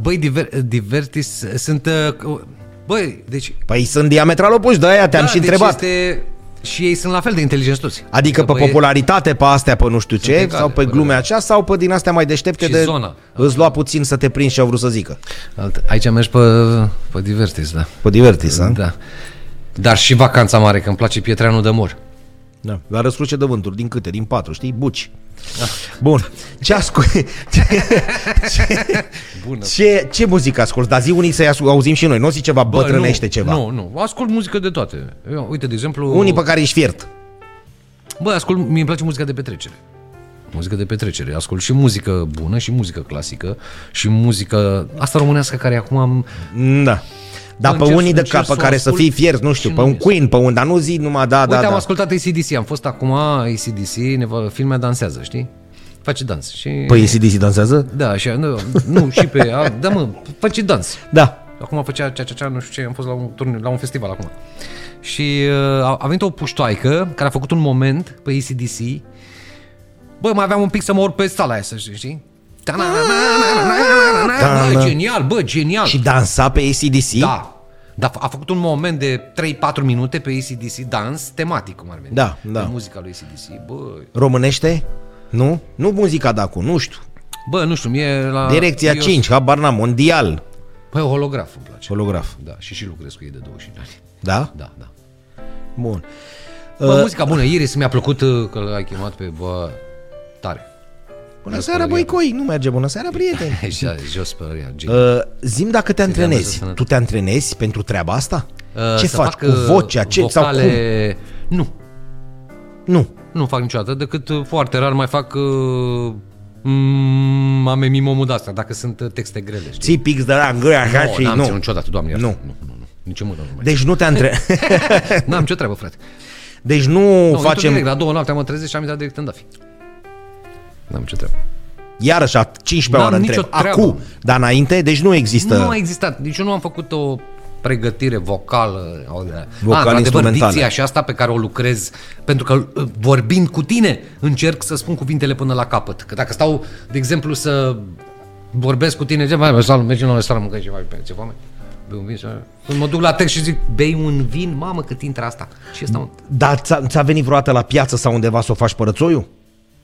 [SPEAKER 2] Băi, diver, divertis sunt... uh, că- Băi, deci...
[SPEAKER 1] Păi sunt diametral opuși de aia, te-am
[SPEAKER 2] da,
[SPEAKER 1] și
[SPEAKER 2] deci
[SPEAKER 1] întrebat.
[SPEAKER 2] Este, și ei sunt la fel de inteligenți toți.
[SPEAKER 1] Adică pe
[SPEAKER 2] băie-
[SPEAKER 1] popularitate, pe astea, pe nu știu ce,
[SPEAKER 2] egale,
[SPEAKER 1] sau pe
[SPEAKER 2] bă.
[SPEAKER 1] glume așa, sau pe din astea mai deștepte
[SPEAKER 2] păi da. Și
[SPEAKER 1] de
[SPEAKER 2] zona.
[SPEAKER 1] îți lua puțin să te prinzi și au vrut să zică.
[SPEAKER 2] Alt- Aici mergi pe, pe divertis, da.
[SPEAKER 1] Pe divertis, da?
[SPEAKER 2] Da. Dar și vacanța mare, că îmi place Pietreanu de Mor.
[SPEAKER 1] Da. La răscruce de vânturi, din câte? Din patru, știi? Buci.
[SPEAKER 2] Da.
[SPEAKER 1] Bun. Ce asculti? Ce,
[SPEAKER 2] Bună.
[SPEAKER 1] ce, ce muzică asculti? Dar zi unii să-i ascul- auzim și noi. Nu zici ceva
[SPEAKER 2] Bă,
[SPEAKER 1] bătrânește
[SPEAKER 2] nu,
[SPEAKER 1] ceva.
[SPEAKER 2] Nu, nu. Ascult muzică de toate. Eu, uite, de exemplu...
[SPEAKER 1] Unii pe care ești fiert.
[SPEAKER 2] Bă, ascult, mi îmi place muzica de petrecere. Muzică de petrecere. Ascult și muzică bună, și muzică clasică, și muzică asta românească care acum am...
[SPEAKER 1] Da. Dar pe
[SPEAKER 2] Încerc-
[SPEAKER 1] unii de
[SPEAKER 2] încerc
[SPEAKER 1] cap pe
[SPEAKER 2] să o
[SPEAKER 1] care să
[SPEAKER 2] ascult
[SPEAKER 1] fii fiert, nu
[SPEAKER 2] și
[SPEAKER 1] știu,
[SPEAKER 2] nu
[SPEAKER 1] pe un
[SPEAKER 2] ies.
[SPEAKER 1] Queen, pe un, dar nu zi numai da,
[SPEAKER 2] Da,
[SPEAKER 1] da,
[SPEAKER 2] Uite, am
[SPEAKER 1] da.
[SPEAKER 2] ascultat ACDC, am fost acum ACDC, ne va, filmea dansează, știi? Face dans și...
[SPEAKER 1] Păi ACDC dansează?
[SPEAKER 2] Da, și nu, nu, și pe... A, da, mă, face dans.
[SPEAKER 1] Da.
[SPEAKER 2] Acum făcea cea, cea, cea, nu știu ce, am fost la un, turn, la un festival acum. Și uh, a, a venit o puștoaică care a făcut un moment pe ACDC. Bă, mai aveam un pic să mă urc pe sala aia, să știi, știi? Ta-na-na-na-na-na-na-na-na. Bă, genial, bă, genial.
[SPEAKER 1] Și dansa pe ACDC?
[SPEAKER 2] Da. Dar a făcut un moment de 3-4 minute pe ACDC dans tematic, cum ar veni.
[SPEAKER 1] Da, da.
[SPEAKER 2] Pe muzica lui ACDC. Bă,
[SPEAKER 1] Românește? Nu? Nu muzica de acum, nu știu.
[SPEAKER 2] bă, nu știu, mie la...
[SPEAKER 1] Direcția
[SPEAKER 2] eu-
[SPEAKER 1] 5, habar n-am, mondial.
[SPEAKER 2] Bă, holograf îmi place.
[SPEAKER 1] Holograf.
[SPEAKER 2] Da, și și lucrez cu ei de 25 de ani.
[SPEAKER 1] Da?
[SPEAKER 2] Da, da.
[SPEAKER 1] Bun. Uh,
[SPEAKER 2] Bă, muzica bună, Iris, mi-a plăcut uh, că l-ai chemat pe bă, tare.
[SPEAKER 1] Bună seara, Boicoi! Nu merge bună seara, prieteni!
[SPEAKER 2] Așa, jos pe ăia, gen.
[SPEAKER 1] Uh, zim dacă te antrenezi.
[SPEAKER 2] să ne-
[SPEAKER 1] Tu te antrenezi pentru treaba asta?
[SPEAKER 2] Uh,
[SPEAKER 1] ce
[SPEAKER 2] să
[SPEAKER 1] faci?
[SPEAKER 2] fac,
[SPEAKER 1] Cu
[SPEAKER 2] uh,
[SPEAKER 1] vocea? Ce? Sau cum?
[SPEAKER 2] Vocale... Nu,
[SPEAKER 1] Nu.
[SPEAKER 2] nu fac niciodată, decât uh, foarte rar mai fac uh, mm, ame mimomul de asta, dacă sunt uh, texte grele, știi?
[SPEAKER 1] Ții pix de la în gură așa
[SPEAKER 2] Nu,
[SPEAKER 1] și
[SPEAKER 2] n-am ținut
[SPEAKER 1] nu.
[SPEAKER 2] niciodată, doamne, iartă.
[SPEAKER 1] Nu.
[SPEAKER 2] Nu, nu, nu. Nici mult nu mai.
[SPEAKER 1] Deci nu te antre...
[SPEAKER 2] N-am ce treabă, frate.
[SPEAKER 1] Deci nu,
[SPEAKER 2] Nu, facem... direct,
[SPEAKER 1] facem...
[SPEAKER 2] la două noapte mă trezesc și am intrat direct în Dafi. N-am ce treabă.
[SPEAKER 1] Iarăși a 15
[SPEAKER 2] N-am
[SPEAKER 1] oară
[SPEAKER 2] nicio
[SPEAKER 1] întreb.
[SPEAKER 2] treabă.
[SPEAKER 1] Acum, dar înainte, deci nu există...
[SPEAKER 2] Nu a existat. Deci eu nu am făcut o pregătire vocală.
[SPEAKER 1] Vocal,
[SPEAKER 2] a, într-adevăr,
[SPEAKER 1] instrumentală.
[SPEAKER 2] dicția și asta pe care o lucrez, pentru că uh, vorbind cu tine, încerc să spun cuvintele până la capăt. Că dacă stau, de exemplu, să vorbesc cu tine, ce mai mergem mergem la un restaurant, mâncăm ceva, pe ce foame? Bei un vin sau... Când mă duc la text și zic, bei un vin, mamă cât intră asta. Și asta, mă...
[SPEAKER 1] Dar ți-a, ți-a venit vreodată la piață sau undeva să o faci părățoiul?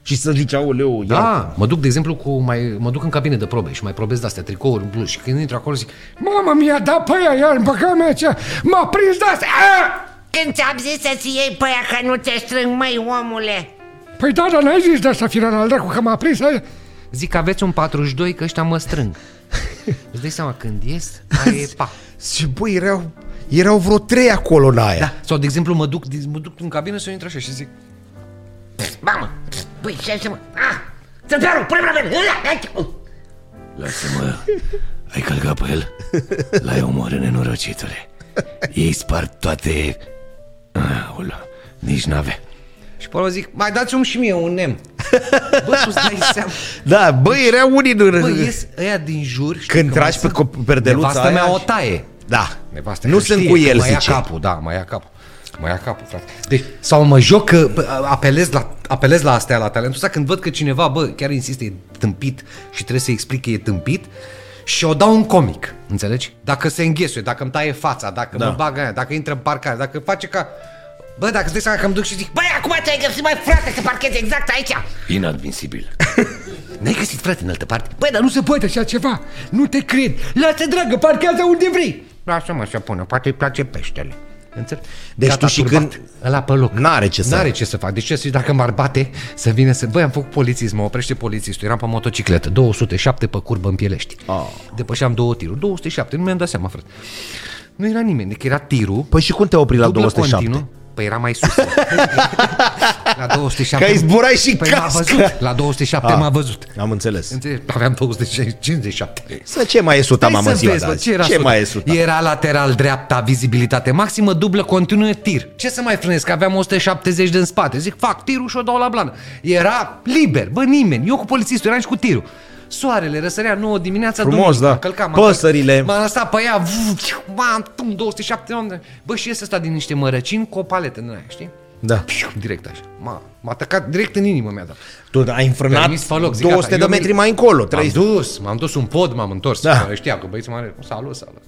[SPEAKER 1] Și să zici, aoleu, ia.
[SPEAKER 2] Da, mă duc, de exemplu, cu mai, mă duc în cabine de probe și mai probez de astea, tricouri, în plus. Și când intru acolo zic, da,
[SPEAKER 4] Mamă, mi-a dat pe aia, iar, băga mea, ce... M-a prins de asta!
[SPEAKER 2] Ah!
[SPEAKER 4] A!
[SPEAKER 5] Când ți-am zis să-ți iei pe aia că nu te strâng, măi, omule
[SPEAKER 4] Păi da, dar n-ai zis de asta, Firan al dracu, că m-a prins aia.
[SPEAKER 2] Zic că aveți un 42, că ăștia mă strâng. Îți dai seama când ies, aia e pa.
[SPEAKER 1] Și băi, erau, erau vreo trei acolo în aia. Da.
[SPEAKER 2] Sau, de exemplu, mă duc, mă duc în cabină și eu intru așa și zic
[SPEAKER 5] Mamă, păi ce să mă ah, Țăpearul, pune-mi la mine Ia, ia, ia.
[SPEAKER 6] Lasă-mă, ai călcat pe el? L-ai omorât, nenorocitule. Ei spart toate... Aoleu, nici n-avea.
[SPEAKER 2] și pe urmă zic, mai dați-mi și mie un nem. Bă, tu îți dai seama.
[SPEAKER 1] da, băi, erau unii în...
[SPEAKER 2] Bă, Păi ies ăia din jur. știi
[SPEAKER 1] Când
[SPEAKER 2] Deci, că
[SPEAKER 1] tragi
[SPEAKER 2] mai
[SPEAKER 1] pe
[SPEAKER 2] sunt-
[SPEAKER 1] co- perdeluța
[SPEAKER 2] Nevastă mea
[SPEAKER 1] aia
[SPEAKER 2] o
[SPEAKER 1] și-
[SPEAKER 2] taie.
[SPEAKER 1] Da.
[SPEAKER 2] Nevastă
[SPEAKER 1] Nu
[SPEAKER 2] că
[SPEAKER 1] sunt
[SPEAKER 2] știe
[SPEAKER 1] cu
[SPEAKER 2] că
[SPEAKER 1] el,
[SPEAKER 2] Mai ia
[SPEAKER 1] zice.
[SPEAKER 2] capul, da, mai ia capul. Mă ia capul, frate. Deci, sau mă joc că bă, apelez la, apelez la astea, la talentul ăsta, când văd că cineva, bă, chiar insistă, e tâmpit și trebuie să explic că e tâmpit, și o dau un comic, înțelegi? Dacă se înghesuie, dacă îmi taie fața, dacă da. mă bagă aia, dacă intră în parcare, dacă face ca... Bă, dacă îți dai seama că îmi duc și zic, băi, acum te-ai găsit, mai frate, să parchezi exact aici.
[SPEAKER 6] Inadmisibil.
[SPEAKER 2] N-ai găsit, frate, în altă parte? Băi, dar nu se poate așa ceva. Nu te cred. Lasă, dragă, parchează unde vrei.
[SPEAKER 3] Lasă-mă să pună, poate îi place peștele.
[SPEAKER 2] Înțelegi?
[SPEAKER 1] Deci
[SPEAKER 2] Gata,
[SPEAKER 1] tu și
[SPEAKER 2] turbat.
[SPEAKER 1] când-
[SPEAKER 2] Ăla pe loc.
[SPEAKER 1] N-are ce să...
[SPEAKER 2] N-are ce să fac. Deci ce să zic, dacă m-ar bate, să vină să... Băi, am făcut polițism, mă oprește polițistul. Eram pe motocicletă, 207 pe curbă în Pielești. Oh. Depășeam două tiruri, 207, nu mi-am dat seama, frate. Nu era nimeni, deci era tirul.
[SPEAKER 1] Păi și cum te opri la
[SPEAKER 2] dublă
[SPEAKER 1] 207?
[SPEAKER 2] continuu. Păi era mai sus. la 207.
[SPEAKER 1] Că ai zburai și
[SPEAKER 2] păi m-a
[SPEAKER 1] cască.
[SPEAKER 2] văzut. La 207
[SPEAKER 1] Ah.
[SPEAKER 2] m-a văzut.
[SPEAKER 1] Am înțeles.
[SPEAKER 2] Înțelegi? Aveam 257.
[SPEAKER 1] Să ce mai e suta,
[SPEAKER 2] Hai
[SPEAKER 1] mamă, în
[SPEAKER 2] Păi să
[SPEAKER 1] ziua
[SPEAKER 2] vezi,
[SPEAKER 1] de
[SPEAKER 2] bă,
[SPEAKER 1] azi?
[SPEAKER 2] ce era
[SPEAKER 1] Ce
[SPEAKER 2] sub-
[SPEAKER 1] mai e suta?
[SPEAKER 2] Era lateral dreapta, vizibilitate maximă, dublă, continuă, tir. Ce să mai frânesc? Aveam 170 de în spate. Zic, fac tirul și o dau la blană. Era liber, bă, nimeni. Eu cu polițistul, eram și cu tirul. Soarele răsărea 9 dimineața,
[SPEAKER 1] Frumos,
[SPEAKER 2] duminică.
[SPEAKER 1] da.
[SPEAKER 2] Mă călcam, mă
[SPEAKER 1] Păsările.
[SPEAKER 2] călcam. M-am lăsat pe ea, vf, m-am, pum, 207 oameni. Bă, și este ăsta din niște mărăcini cu o paletă în aia, știi?
[SPEAKER 1] Da.
[SPEAKER 2] Piu, Direct așa. M-a, m-a atacat direct în inimă mi-a dat.
[SPEAKER 1] Tu ai înfrânat
[SPEAKER 2] Permis pe loc, zic,
[SPEAKER 1] 200 de
[SPEAKER 2] gata, eu
[SPEAKER 1] metri
[SPEAKER 2] merg.
[SPEAKER 1] mai încolo. Trebuie...
[SPEAKER 2] M-am dus, m-am dus un pod, m-am întors.
[SPEAKER 1] Da.
[SPEAKER 2] Da. Știam că băieții mare, salut, salut.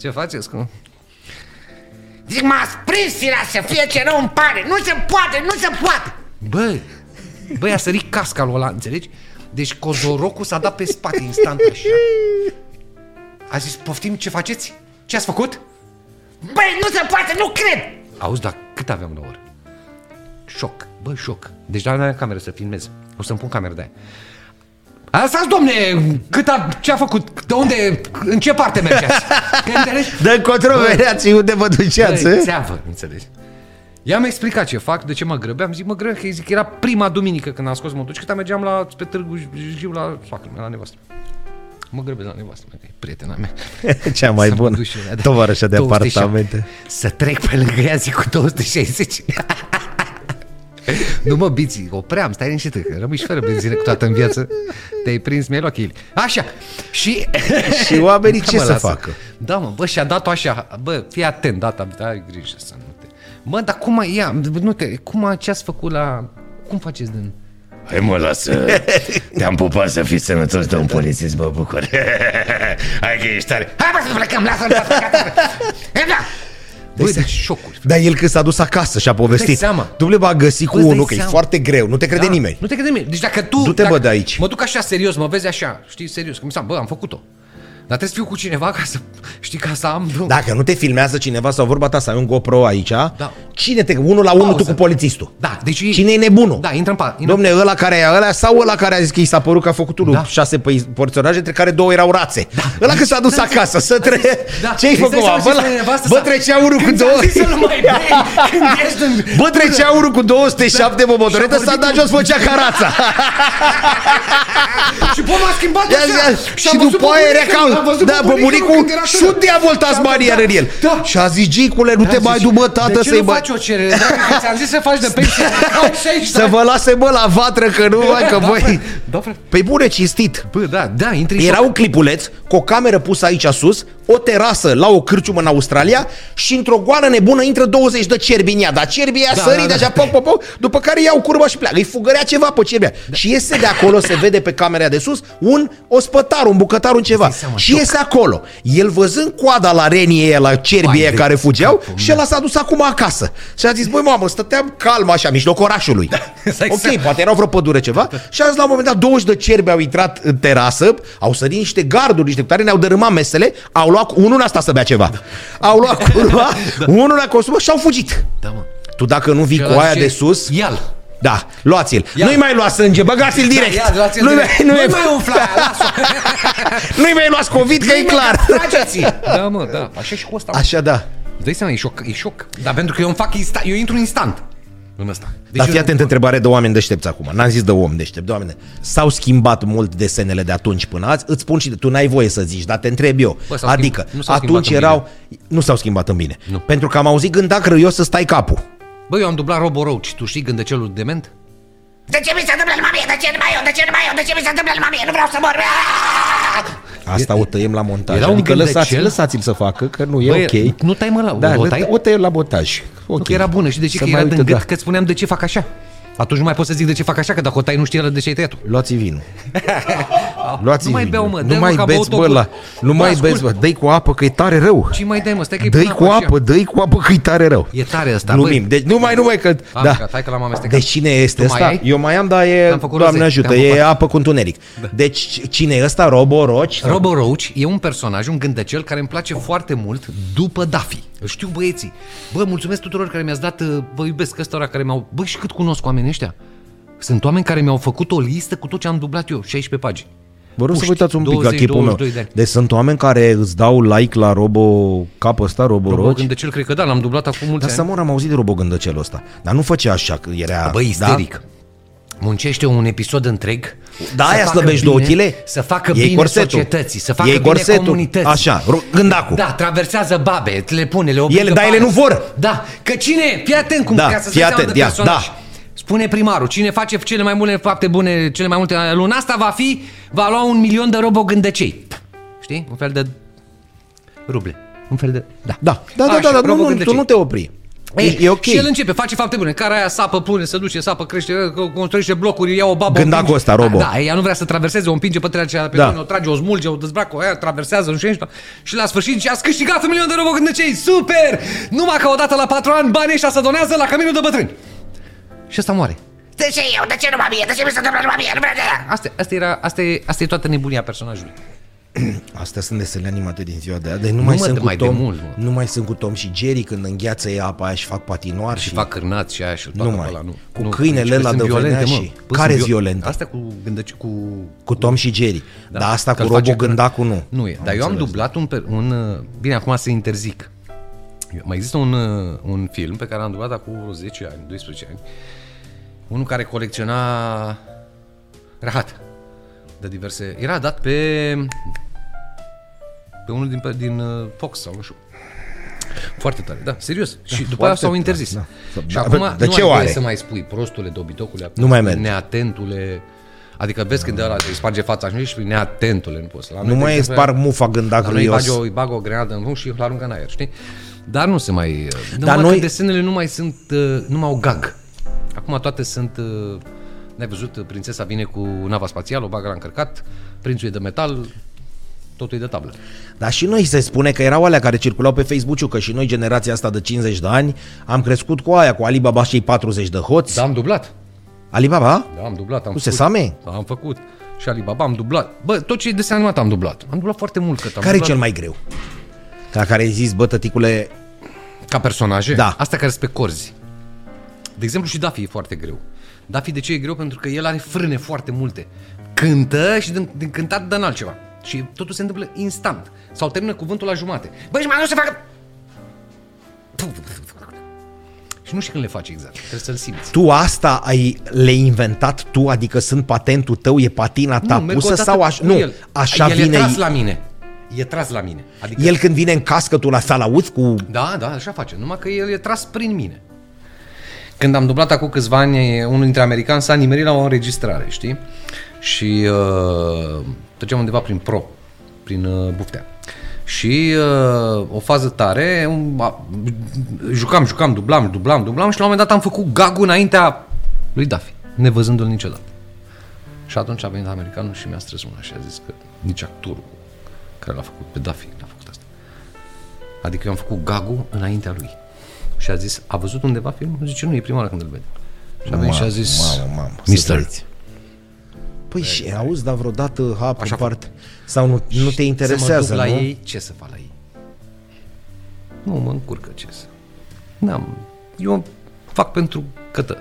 [SPEAKER 2] Ce faceți? Cum?
[SPEAKER 5] Zic, m-a prins firea să fie ce rău îmi pare. Nu se poate, nu se poate.
[SPEAKER 2] Bă, băi, a sărit casca lui ăla, înțelegi? Deci Cozorocul s-a dat pe spate instant așa. A zis, poftim, ce faceți? Ce ați făcut?
[SPEAKER 5] Băi, nu se poate, nu cred.
[SPEAKER 2] Auzi, dar cât aveam la oră? Șoc, bă, șoc. Deci dar n-am cameră să filmez. O să-mi pun camera de aia. Asta domne, cât a, ce a făcut? De unde, în ce parte mergeați? Că înțelegi?
[SPEAKER 1] Dă control, vedeați unde vă duceați.
[SPEAKER 2] Băi,
[SPEAKER 1] eh?
[SPEAKER 2] Țeavă, înțelegi? I-am explicat ce fac, de ce mă grăbeam, zic, mă grăbeam, că zic, era prima duminică când am scos motocicleta, mergeam la, pe Târgu Jiu la soacră mea, la nevastă. Mă grăbesc la nevastă mea, că e prietena mea.
[SPEAKER 1] Cea mai
[SPEAKER 2] exact. Să mă
[SPEAKER 1] bună.
[SPEAKER 2] duc și eu da. la-
[SPEAKER 1] Tovarășa de
[SPEAKER 2] 207.
[SPEAKER 1] apartamente.
[SPEAKER 2] Să trec pe lângă ea, zic, cu 260. nu mă biți, opream, stai liniștită, că rămâi și fără benzină cu toată în viață. Te-ai prins, mi-ai luat cheile. Așa, și...
[SPEAKER 1] Și oamenii
[SPEAKER 2] Da,
[SPEAKER 1] ce
[SPEAKER 2] mă,
[SPEAKER 1] să
[SPEAKER 2] lasă.
[SPEAKER 1] facă?
[SPEAKER 2] Da, mă, bă, și-a dat-o așa, bă, fii atent data viitoare, ai grijă să nu te... Mă, dar cum ai, ia, nu te, cum a, ce ați făcut la... Cum faceți din...
[SPEAKER 6] Hai mă, lasă. Te-am pupat să fii sănătos,
[SPEAKER 5] Da,
[SPEAKER 6] domn polițist, mă bucur. Hai că ești tare.
[SPEAKER 5] Hai, bă, să plecăm, lasă-l, lasă-l, gata. E, da.
[SPEAKER 2] Băi, deci șocuri.
[SPEAKER 1] Dar el când s-a dus acasă și a povestit.
[SPEAKER 2] Îți dai seama?
[SPEAKER 1] Dumne, va găsi cu
[SPEAKER 2] Îți dai
[SPEAKER 1] unul, că e
[SPEAKER 2] seama?
[SPEAKER 1] foarte greu. Nu te crede
[SPEAKER 2] Da,
[SPEAKER 1] nimeni.
[SPEAKER 2] Nu te crede nimeni. Deci dacă tu...
[SPEAKER 1] Du-te,
[SPEAKER 2] dacă
[SPEAKER 1] bă, de aici.
[SPEAKER 2] Mă duc așa serios, mă vezi așa, știi, serios, că mi bă, am făcut-o. Dar trebuie să fiu cu cineva ca să, știi, ca să am...
[SPEAKER 1] Dacă nu te filmează cineva sau vorba ta să ai un GoPro aici,
[SPEAKER 2] Da.
[SPEAKER 1] cine te... Unul la unul tu
[SPEAKER 2] Pauză.
[SPEAKER 1] cu polițistul.
[SPEAKER 2] Da, deci... e-
[SPEAKER 1] Cine e nebunul?
[SPEAKER 2] Da, intră în pat. Intră...
[SPEAKER 1] Domne, ăla care e ăla sau ăla care a zis că i s-a părut că a făcut unul da.
[SPEAKER 2] Da.
[SPEAKER 1] șase păi- porționaje, între care două erau rațe. Da. Ăla că s-a dus
[SPEAKER 2] Da,
[SPEAKER 1] acasă să tre...
[SPEAKER 2] Da.
[SPEAKER 1] Ce-ai
[SPEAKER 2] Îți dai
[SPEAKER 1] făcut?
[SPEAKER 2] seama
[SPEAKER 1] mă?
[SPEAKER 2] ce
[SPEAKER 1] Bă,
[SPEAKER 2] spune
[SPEAKER 1] la...
[SPEAKER 2] nevastă
[SPEAKER 1] bă
[SPEAKER 2] sa?
[SPEAKER 1] trecea unul cu
[SPEAKER 2] Când ți-am
[SPEAKER 1] două...
[SPEAKER 2] zis să nu mai bei, când ești în...
[SPEAKER 1] Bă, trecea unul cu 207 pe motoretă,
[SPEAKER 2] Da. Și-a
[SPEAKER 1] s-a dat
[SPEAKER 2] vorbit Da.
[SPEAKER 1] jos, făcea carața.
[SPEAKER 2] Și bă, m-a schimbat
[SPEAKER 1] Ia,
[SPEAKER 2] așa.
[SPEAKER 1] ia,
[SPEAKER 2] Și-a
[SPEAKER 1] și
[SPEAKER 2] văzut
[SPEAKER 1] după aia era
[SPEAKER 2] bunicul, a
[SPEAKER 1] ca...
[SPEAKER 2] văzut
[SPEAKER 1] Da, bă, bunicul,
[SPEAKER 2] când era
[SPEAKER 1] și
[SPEAKER 2] tânăr.
[SPEAKER 1] unde a voltat
[SPEAKER 2] Da,
[SPEAKER 1] Maria
[SPEAKER 2] da,
[SPEAKER 1] în el?
[SPEAKER 2] da.
[SPEAKER 1] Și a zis, gicule, nu te mai du, bă, tată,
[SPEAKER 2] de ce
[SPEAKER 1] să-i
[SPEAKER 2] nu
[SPEAKER 1] bă...
[SPEAKER 2] faci o cerere? Dragă, că ți-am zis să faci de pensie. Hai, șești,
[SPEAKER 1] Să
[SPEAKER 2] hai.
[SPEAKER 1] vă lase, bă, la vatră, că nu, mai că
[SPEAKER 2] Da,
[SPEAKER 1] voi...
[SPEAKER 2] frate. Da, frate.
[SPEAKER 1] Păi bune, cinstit.
[SPEAKER 2] Bă, da, da, intri
[SPEAKER 1] Era un clipuleț cu o cameră pusă aici sus, o terasă la o cârciumă în Australia și într-o goană nebună intră 20 de cerbi în ea. Dar cerbii ea da,
[SPEAKER 2] Da,
[SPEAKER 1] sărit de
[SPEAKER 2] da, da.
[SPEAKER 1] așa, poc, poc, poc, după care iau curba și pleacă. Îi fugărea ceva pe cerbia. Da. Și iese de acolo, se vede pe camera de sus, un ospătar, un bucătar, un ceva.
[SPEAKER 2] Îți dai seama,
[SPEAKER 1] și
[SPEAKER 2] șoc.
[SPEAKER 1] iese acolo. El văzând coada la renii aia, la cerbii
[SPEAKER 2] Vai
[SPEAKER 1] aia
[SPEAKER 2] de
[SPEAKER 1] care fugeau,
[SPEAKER 2] capul
[SPEAKER 1] și el s-a dus acum acasă. Și a zis, băi, mamă, stăteam calm așa, în mijlocul orașului.
[SPEAKER 2] îți dai
[SPEAKER 1] ok,
[SPEAKER 2] seama.
[SPEAKER 1] poate erau vreo pădure ceva și azi la un moment dat 20 de cerbi au intrat în terasă, au sărit niște garduri, niște tare, ne-au dărâmat mesele, au luat unul ăsta să bea ceva. Au luat curva, unul a consumat și au fugit.
[SPEAKER 2] Da, mă.
[SPEAKER 1] Tu dacă nu vii cu
[SPEAKER 2] Celălalt
[SPEAKER 1] aia
[SPEAKER 2] zice,
[SPEAKER 1] de sus,
[SPEAKER 2] Ia-l.
[SPEAKER 1] da, luați-l.
[SPEAKER 2] Ia.
[SPEAKER 1] Nu-i mai lua sânge, băgați-l direct.
[SPEAKER 2] Da, ia, luați-l
[SPEAKER 1] Nu-i
[SPEAKER 2] direct.
[SPEAKER 1] mai- nu-i-
[SPEAKER 2] Nu-i mai umfla, lasă-o.
[SPEAKER 1] Nu-i mai luați COVID, că e clar.
[SPEAKER 2] Da, mă, da. Așa și cu ăsta.
[SPEAKER 1] Așa da.
[SPEAKER 2] Îți dai seama, e șoc, e șoc. Dar pentru că eu îmi fac insta- eu intru instant în ăsta. Deci
[SPEAKER 1] Dar fii
[SPEAKER 2] eu-
[SPEAKER 1] atent întrebare de oameni deștepți acum. N-am zis de om deștept, de oameni. de- S-au schimbat mult desenele de atunci până azi. Îți spun și tu n-ai voie să zici, dar te întreb eu.
[SPEAKER 2] Bă, s-au
[SPEAKER 1] adică
[SPEAKER 2] schimbat- nu s-au
[SPEAKER 1] atunci
[SPEAKER 2] schimbat în
[SPEAKER 1] erau nu s-au schimbat în bine. Nu. Pentru că am auzit gândac eu să stai capul.
[SPEAKER 2] Bă, eu am dublat Robo Roach. Tu știi gândecelul dement?
[SPEAKER 5] De ce mi se întâmplă numai mie? De ce numai eu? De ce numai eu? De ce mi se întâmplă numai mie? Nu vreau să mor. Aaaa!
[SPEAKER 1] Asta o tăiem la montaj.
[SPEAKER 2] Era un
[SPEAKER 1] adică
[SPEAKER 2] gând de
[SPEAKER 1] lăsați,
[SPEAKER 2] cel?
[SPEAKER 1] lăsați-l să facă, că nu e
[SPEAKER 2] Băi,
[SPEAKER 1] ok.
[SPEAKER 2] nu tai mă la-
[SPEAKER 1] da,
[SPEAKER 2] o
[SPEAKER 1] o,
[SPEAKER 2] tai?
[SPEAKER 1] o tăiem la montaj. Okay.
[SPEAKER 2] Că era bună și de ce că
[SPEAKER 1] mai
[SPEAKER 2] era din gât,
[SPEAKER 1] da.
[SPEAKER 2] că îți spuneam de ce fac așa. Atunci nu mai pot să zic de ce fac așa, că dacă o tai nu știe el de ce ai tăiat-o.
[SPEAKER 1] Luați vinul. Ah, Luați
[SPEAKER 2] nu mai beau, mă,
[SPEAKER 1] nu
[SPEAKER 2] dă-mă
[SPEAKER 1] mai
[SPEAKER 2] că am
[SPEAKER 1] beți,
[SPEAKER 2] băut o
[SPEAKER 1] bă, la,
[SPEAKER 2] cu-
[SPEAKER 1] nu
[SPEAKER 2] Bă,
[SPEAKER 1] mai
[SPEAKER 2] ascult.
[SPEAKER 1] beți, bă, dă-i cu apă că e tare rău.
[SPEAKER 2] Ce mai dai, mă? Stai că e
[SPEAKER 1] Dă-i
[SPEAKER 2] până
[SPEAKER 1] cu
[SPEAKER 2] acolo și
[SPEAKER 1] apă, dă-i cu apă că e tare rău.
[SPEAKER 2] E tare asta,
[SPEAKER 1] Glumim.
[SPEAKER 2] băi.
[SPEAKER 1] Deci nu mai, nu mai că...
[SPEAKER 2] Am
[SPEAKER 1] da.
[SPEAKER 2] da. Hai că l-am amestecat.
[SPEAKER 1] Deci cine este
[SPEAKER 2] Tu mai
[SPEAKER 1] ăsta?
[SPEAKER 2] ai?
[SPEAKER 1] Eu mai am, dar e,
[SPEAKER 2] Am făcut
[SPEAKER 1] doamne
[SPEAKER 2] rozet,
[SPEAKER 1] ajută,
[SPEAKER 2] te-am
[SPEAKER 1] e
[SPEAKER 2] ocupat.
[SPEAKER 1] apă cu întuneric. Deci cine e ăsta? Robo Roci?
[SPEAKER 2] Robo Roach e un personaj, un gândecel care îmi place foarte mult după Daffy. Îl știu băieții. Bă, mulțumesc tuturor care mi-ați dat, uh, vă iubesc ăstora care mi-au... Bă, și cât cunosc oamenii ăștia? Sunt oameni care mi-au făcut o listă cu tot ce am dublat eu, 16 pagini.
[SPEAKER 1] Vă rog să vă
[SPEAKER 2] Puști,
[SPEAKER 1] uitați un pic la
[SPEAKER 2] 20,
[SPEAKER 1] chipul meu.
[SPEAKER 2] 22 de ani.
[SPEAKER 1] Deci sunt oameni care îți dau like la Robo capul ăsta, Robo,
[SPEAKER 2] Robo
[SPEAKER 1] Roci?
[SPEAKER 2] Gândecel, cred că da, l-am dublat acum mulți
[SPEAKER 1] Dar
[SPEAKER 2] ani.
[SPEAKER 1] să mor, am auzit de Robo Gândăcelul ăsta. Dar nu făcea așa, că era...
[SPEAKER 2] Bă, isteric. Muncește un episod întreg.
[SPEAKER 1] Da,
[SPEAKER 2] să
[SPEAKER 1] aia
[SPEAKER 2] facă
[SPEAKER 1] slăbești
[SPEAKER 2] bine-
[SPEAKER 1] două chile?
[SPEAKER 2] Să facă
[SPEAKER 1] Iei
[SPEAKER 2] bine
[SPEAKER 1] corsetul.
[SPEAKER 2] societății, să facă
[SPEAKER 1] Iei
[SPEAKER 2] bine
[SPEAKER 1] corsetul.
[SPEAKER 2] comunității.
[SPEAKER 1] Așa, ru- gândacul.
[SPEAKER 2] Da, traversează babe, le pune, le obligă
[SPEAKER 1] Ele- dar
[SPEAKER 2] pe
[SPEAKER 1] ele
[SPEAKER 2] aia.
[SPEAKER 1] nu vor.
[SPEAKER 2] Da, că cine, fii atent cum,
[SPEAKER 1] Da,
[SPEAKER 2] ca să
[SPEAKER 1] fii
[SPEAKER 2] se
[SPEAKER 1] atent,
[SPEAKER 2] de
[SPEAKER 1] ia,
[SPEAKER 2] personaj.
[SPEAKER 1] da.
[SPEAKER 2] Spune primarul, cine face cele mai multe fapte bune, cele mai multe luna asta va fi, va lua un milion de robo gândecei. Știi? Un fel de ruble. Un fel de... Da.
[SPEAKER 1] Da, da, da,
[SPEAKER 2] Așa,
[SPEAKER 1] da, da nu, nu,
[SPEAKER 2] robogândecei.
[SPEAKER 1] tu nu te opri. E, e ok.
[SPEAKER 2] Și el începe, face fapte bune. Care aia sapă pune, se duce, sapă crește, construiește blocuri, ia o babă. o
[SPEAKER 1] Gândacul
[SPEAKER 2] împinge.
[SPEAKER 1] ăsta, robo.
[SPEAKER 2] Da, da, ea nu vrea să traverseze, o împinge pe treia cealaltă, pe
[SPEAKER 1] Da.
[SPEAKER 2] da. o trage, o smulge, o dezbracă, o aia traversează, nu știu, nu știu. Și la sfârșit și ați câștigat un milion de robo când cei super! Numai că odată la patru ani banii ăștia se donează la caminul de bătrâni. Și asta moare.
[SPEAKER 5] De ce eu? De ce nu mă mie? De ce mi se întâmplă numai mie? Nu vreau de ea.
[SPEAKER 2] Asta, asta, era, asta, e, asta e toată nebunia personajului.
[SPEAKER 1] Astea sunt desene animate din ziua de azi. Deci nu, mai,
[SPEAKER 2] mă,
[SPEAKER 1] sunt
[SPEAKER 2] de
[SPEAKER 1] cu
[SPEAKER 2] mai de
[SPEAKER 1] Tom,
[SPEAKER 2] mult, mă.
[SPEAKER 1] nu mai sunt cu Tom și Jerry când îngheață ei apa aia și fac patinoar și,
[SPEAKER 2] Și fac cârnați și aia și îl
[SPEAKER 1] Nu
[SPEAKER 2] toată
[SPEAKER 1] mai.
[SPEAKER 2] pe ăla, nu.
[SPEAKER 1] Cu
[SPEAKER 2] nu,
[SPEAKER 1] câinele
[SPEAKER 2] deci că
[SPEAKER 1] ăla
[SPEAKER 2] sunt
[SPEAKER 1] de
[SPEAKER 2] violente,
[SPEAKER 1] venea
[SPEAKER 2] mă.
[SPEAKER 1] și-
[SPEAKER 2] Păi
[SPEAKER 1] care
[SPEAKER 2] sunt vio-
[SPEAKER 1] violente?
[SPEAKER 2] Astea cu gândăci, cu
[SPEAKER 1] cu Tom și Jerry. Da, Dar asta
[SPEAKER 2] că
[SPEAKER 1] cu
[SPEAKER 2] îl face
[SPEAKER 1] Robo
[SPEAKER 2] că-
[SPEAKER 1] Gândacul nu.
[SPEAKER 2] Nu e, dar eu am
[SPEAKER 1] înțeles.
[SPEAKER 2] dublat un, per- un... uh, Bine, acum să interzic. Eu- Mai există un, uh, un film pe care l-am dublat acum vreo 10 ani, 12 ani. Unul care colecționa rahat de diverse... Era dat pe... pe unul din, pe- din uh, Fox sau nu știu. Foarte tare, da, serios. și după aia
[SPEAKER 1] foarte
[SPEAKER 2] s-au
[SPEAKER 1] tare,
[SPEAKER 2] interzis.
[SPEAKER 1] da.
[SPEAKER 2] Și
[SPEAKER 1] Da,
[SPEAKER 2] acum
[SPEAKER 1] de
[SPEAKER 2] nu
[SPEAKER 1] ce
[SPEAKER 2] ai voie
[SPEAKER 1] oare?
[SPEAKER 2] să mai spui prostule, dobitocule,
[SPEAKER 1] Nu mai merge.
[SPEAKER 2] neatentule. Adică vezi când de ăla îi sparge fața și nu ești neatentule, nu poți. La noi,
[SPEAKER 1] Nu
[SPEAKER 2] de
[SPEAKER 1] mai
[SPEAKER 2] exemplu,
[SPEAKER 1] spar mufa
[SPEAKER 2] la noi
[SPEAKER 1] gândacului.
[SPEAKER 2] îi
[SPEAKER 1] Ios.
[SPEAKER 2] bagi o, îi bag o grenadă în vânt și îl aruncă în aer, știi? Dar nu se mai... uh,
[SPEAKER 1] Dar
[SPEAKER 2] Dar
[SPEAKER 1] noi-
[SPEAKER 2] noi... desenele nu mai sunt, uh, nu mai au gag. Acum toate sunt... uh, N-ai văzut, uh, prințesa vine cu nava spațială, o bagă la încărcat, prințul e de metal, totul e de tablă.
[SPEAKER 1] Dar și noi se spune că erau alea care circulau pe Facebook-ul, că și noi, generația asta de 50 de ani, am crescut cu aia, cu Alibaba și cei 40 de hoți.
[SPEAKER 2] Dar Da, am dublat.
[SPEAKER 1] Alibaba?
[SPEAKER 2] Da, am dublat, am
[SPEAKER 1] Cu
[SPEAKER 2] făcut.
[SPEAKER 1] Sesame?
[SPEAKER 2] Da, am făcut. Și Alibaba am dublat. Bă, tot ce e desen animat am dublat. Am dublat foarte mult cât am
[SPEAKER 1] Care e
[SPEAKER 2] dublat.
[SPEAKER 1] cel mai greu? La care ai zis, bă, tăticule,
[SPEAKER 2] Ca personaje?
[SPEAKER 1] Da.
[SPEAKER 2] Astea care sunt pe corzi. De exemplu și Daffy e foarte greu. Daffy de ce e greu? Pentru că el are frâne foarte multe. Cântă și din, din cântat dă în altceva. Și totul se întâmplă instant. Sau termină cuvântul la jumate. Bă,
[SPEAKER 5] Băi, și mai nu se facă...
[SPEAKER 2] și nu știi când le faci exact. Trebuie să-l simți.
[SPEAKER 1] tu asta ai le inventat tu, adică sunt patentul tău, e patina ta
[SPEAKER 2] merg
[SPEAKER 1] Da, pusă
[SPEAKER 2] odată
[SPEAKER 1] sau aș...
[SPEAKER 2] cu
[SPEAKER 1] nu,
[SPEAKER 2] el. Adică
[SPEAKER 1] așa
[SPEAKER 2] el
[SPEAKER 1] vine
[SPEAKER 2] e tras la mine. E tras la mine. Adică
[SPEAKER 1] el când vine în cască, tu la sala auzi cu...
[SPEAKER 2] Da, da, așa face. Numai că el e tras prin mine. Când am dublat acum câțiva ani, unul dintre americani s-a nimerit la o înregistrare, știi? Și uh, treceam undeva prin pro, prin uh, buftea. Și uh, o fază tare, um, a, jucam, jucam, dublam, dublam, dublam și la un moment dat am făcut gagul înaintea lui Daffy, nevăzându-l niciodată. Și atunci a venit americanul și mi-a strâns mâna și a zis că nici actorul care l-a făcut pe Daffy n-a făcut asta. Adică eu am făcut gagul înaintea lui. Și a zis, a văzut undeva filmul? Zice, nu, e prima oară când îl vede. Și a venit și a zis,
[SPEAKER 1] Mamă, mamă, să
[SPEAKER 2] Mister,
[SPEAKER 1] vezi. Păi și auzi, dar vreodată hap Așa parte, sau nu, nu te
[SPEAKER 2] să
[SPEAKER 1] interesează,
[SPEAKER 2] mă duc
[SPEAKER 1] nu?
[SPEAKER 2] la ei, ce să fac la ei? Nu, mă încurcă ce să... N-am... Eu fac pentru cătă.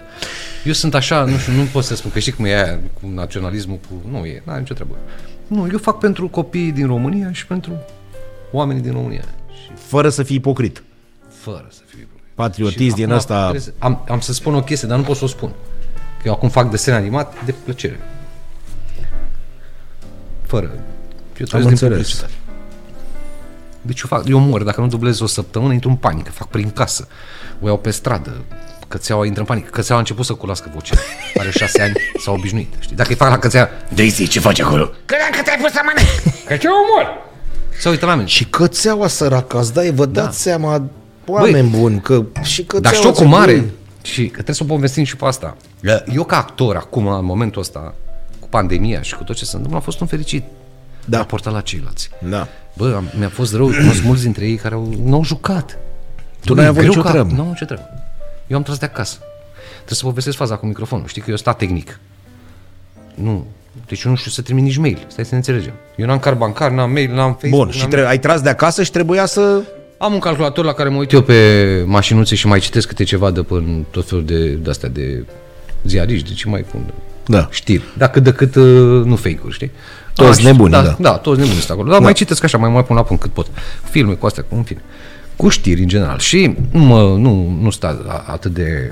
[SPEAKER 2] Eu sunt așa, nu știu, nu pot să spun, că știi cum e aia, cu naționalismul, cu... Nu e, n-are nicio treabă. Nu, eu fac pentru copiii din România și pentru oamenii din România. Și
[SPEAKER 1] Fără să fii ipocrit.
[SPEAKER 2] fără să fiu ipocrită.
[SPEAKER 1] Patriotism
[SPEAKER 2] Și
[SPEAKER 1] din
[SPEAKER 2] acum
[SPEAKER 1] ăsta-
[SPEAKER 2] trebuie să- Am, am să spun o chestie, dar nu pot să o spun. Că eu acum fac desen animat de plăcere. Fără. Eu trăiesc din
[SPEAKER 1] înțeles.
[SPEAKER 2] publicitate. Deci eu fac, eu mor, dacă nu dublez o săptămână, intru în panică, fac prin casă, o iau pe stradă, Cățeaua intră în panică. Cățeaua a început să culească vocea. Are șase ani, s-a obișnuit. Știi? Dacă îi fac la cățea,
[SPEAKER 6] Daisy, ce faci acolo?
[SPEAKER 5] Credeam că te-ai pus la mână.
[SPEAKER 4] Că ce omor!
[SPEAKER 2] se uită la mine.
[SPEAKER 1] Și cățeaua săracă, ați dai, vă dați seama, oameni buni, că și cățeaua...
[SPEAKER 2] Da. Dar știu
[SPEAKER 1] ți-o
[SPEAKER 2] cu mare.
[SPEAKER 1] bun.
[SPEAKER 2] Și că trebuie să o povestim și pe asta.
[SPEAKER 1] Da.
[SPEAKER 2] Eu ca actor, acum, în momentul ăsta, cu pandemia și cu tot ce se întâmplă, am fost un fericit.
[SPEAKER 1] Da.
[SPEAKER 2] Raportat la ceilalți.
[SPEAKER 1] Da.
[SPEAKER 2] Bă, am, mi-a fost rău, cunosc mulți dintre ei care au, n-au jucat.
[SPEAKER 1] Tu n-ai
[SPEAKER 2] E
[SPEAKER 1] avut
[SPEAKER 2] greu
[SPEAKER 1] nicio
[SPEAKER 2] ca-
[SPEAKER 1] treabă.
[SPEAKER 2] Nu am avut ce treabă. Eu am tras de acasă. Trebuie să povestesc faza cu microfonul. Știi că eu stat tehnic. Nu. Deci eu nu știu să trimit nici mail. Stai să ne înțelegem. Eu n-am card bancar, n-am mail, n-am Facebook.
[SPEAKER 1] Bun, și
[SPEAKER 2] n-am-
[SPEAKER 1] tre- ai tras de acasă și trebuia să...
[SPEAKER 2] am un calculator la care mă uit eu pe mașinuțe și mai citesc câte ceva de până tot felul de, de astea de ziariști, de ce mai pun
[SPEAKER 1] Da.
[SPEAKER 2] știri. Dacă de cât uh, nu fake-uri, știi?
[SPEAKER 1] Toți
[SPEAKER 2] și-
[SPEAKER 1] nebuni, da.
[SPEAKER 2] da. Da, toți nebuni sunt acolo. Dar da. mai citesc așa, mai mai pun la punct cât pot. Filme cu astea, cu în fine. Cu știri în general. Și nu, mă, nu, nu sta a- atât de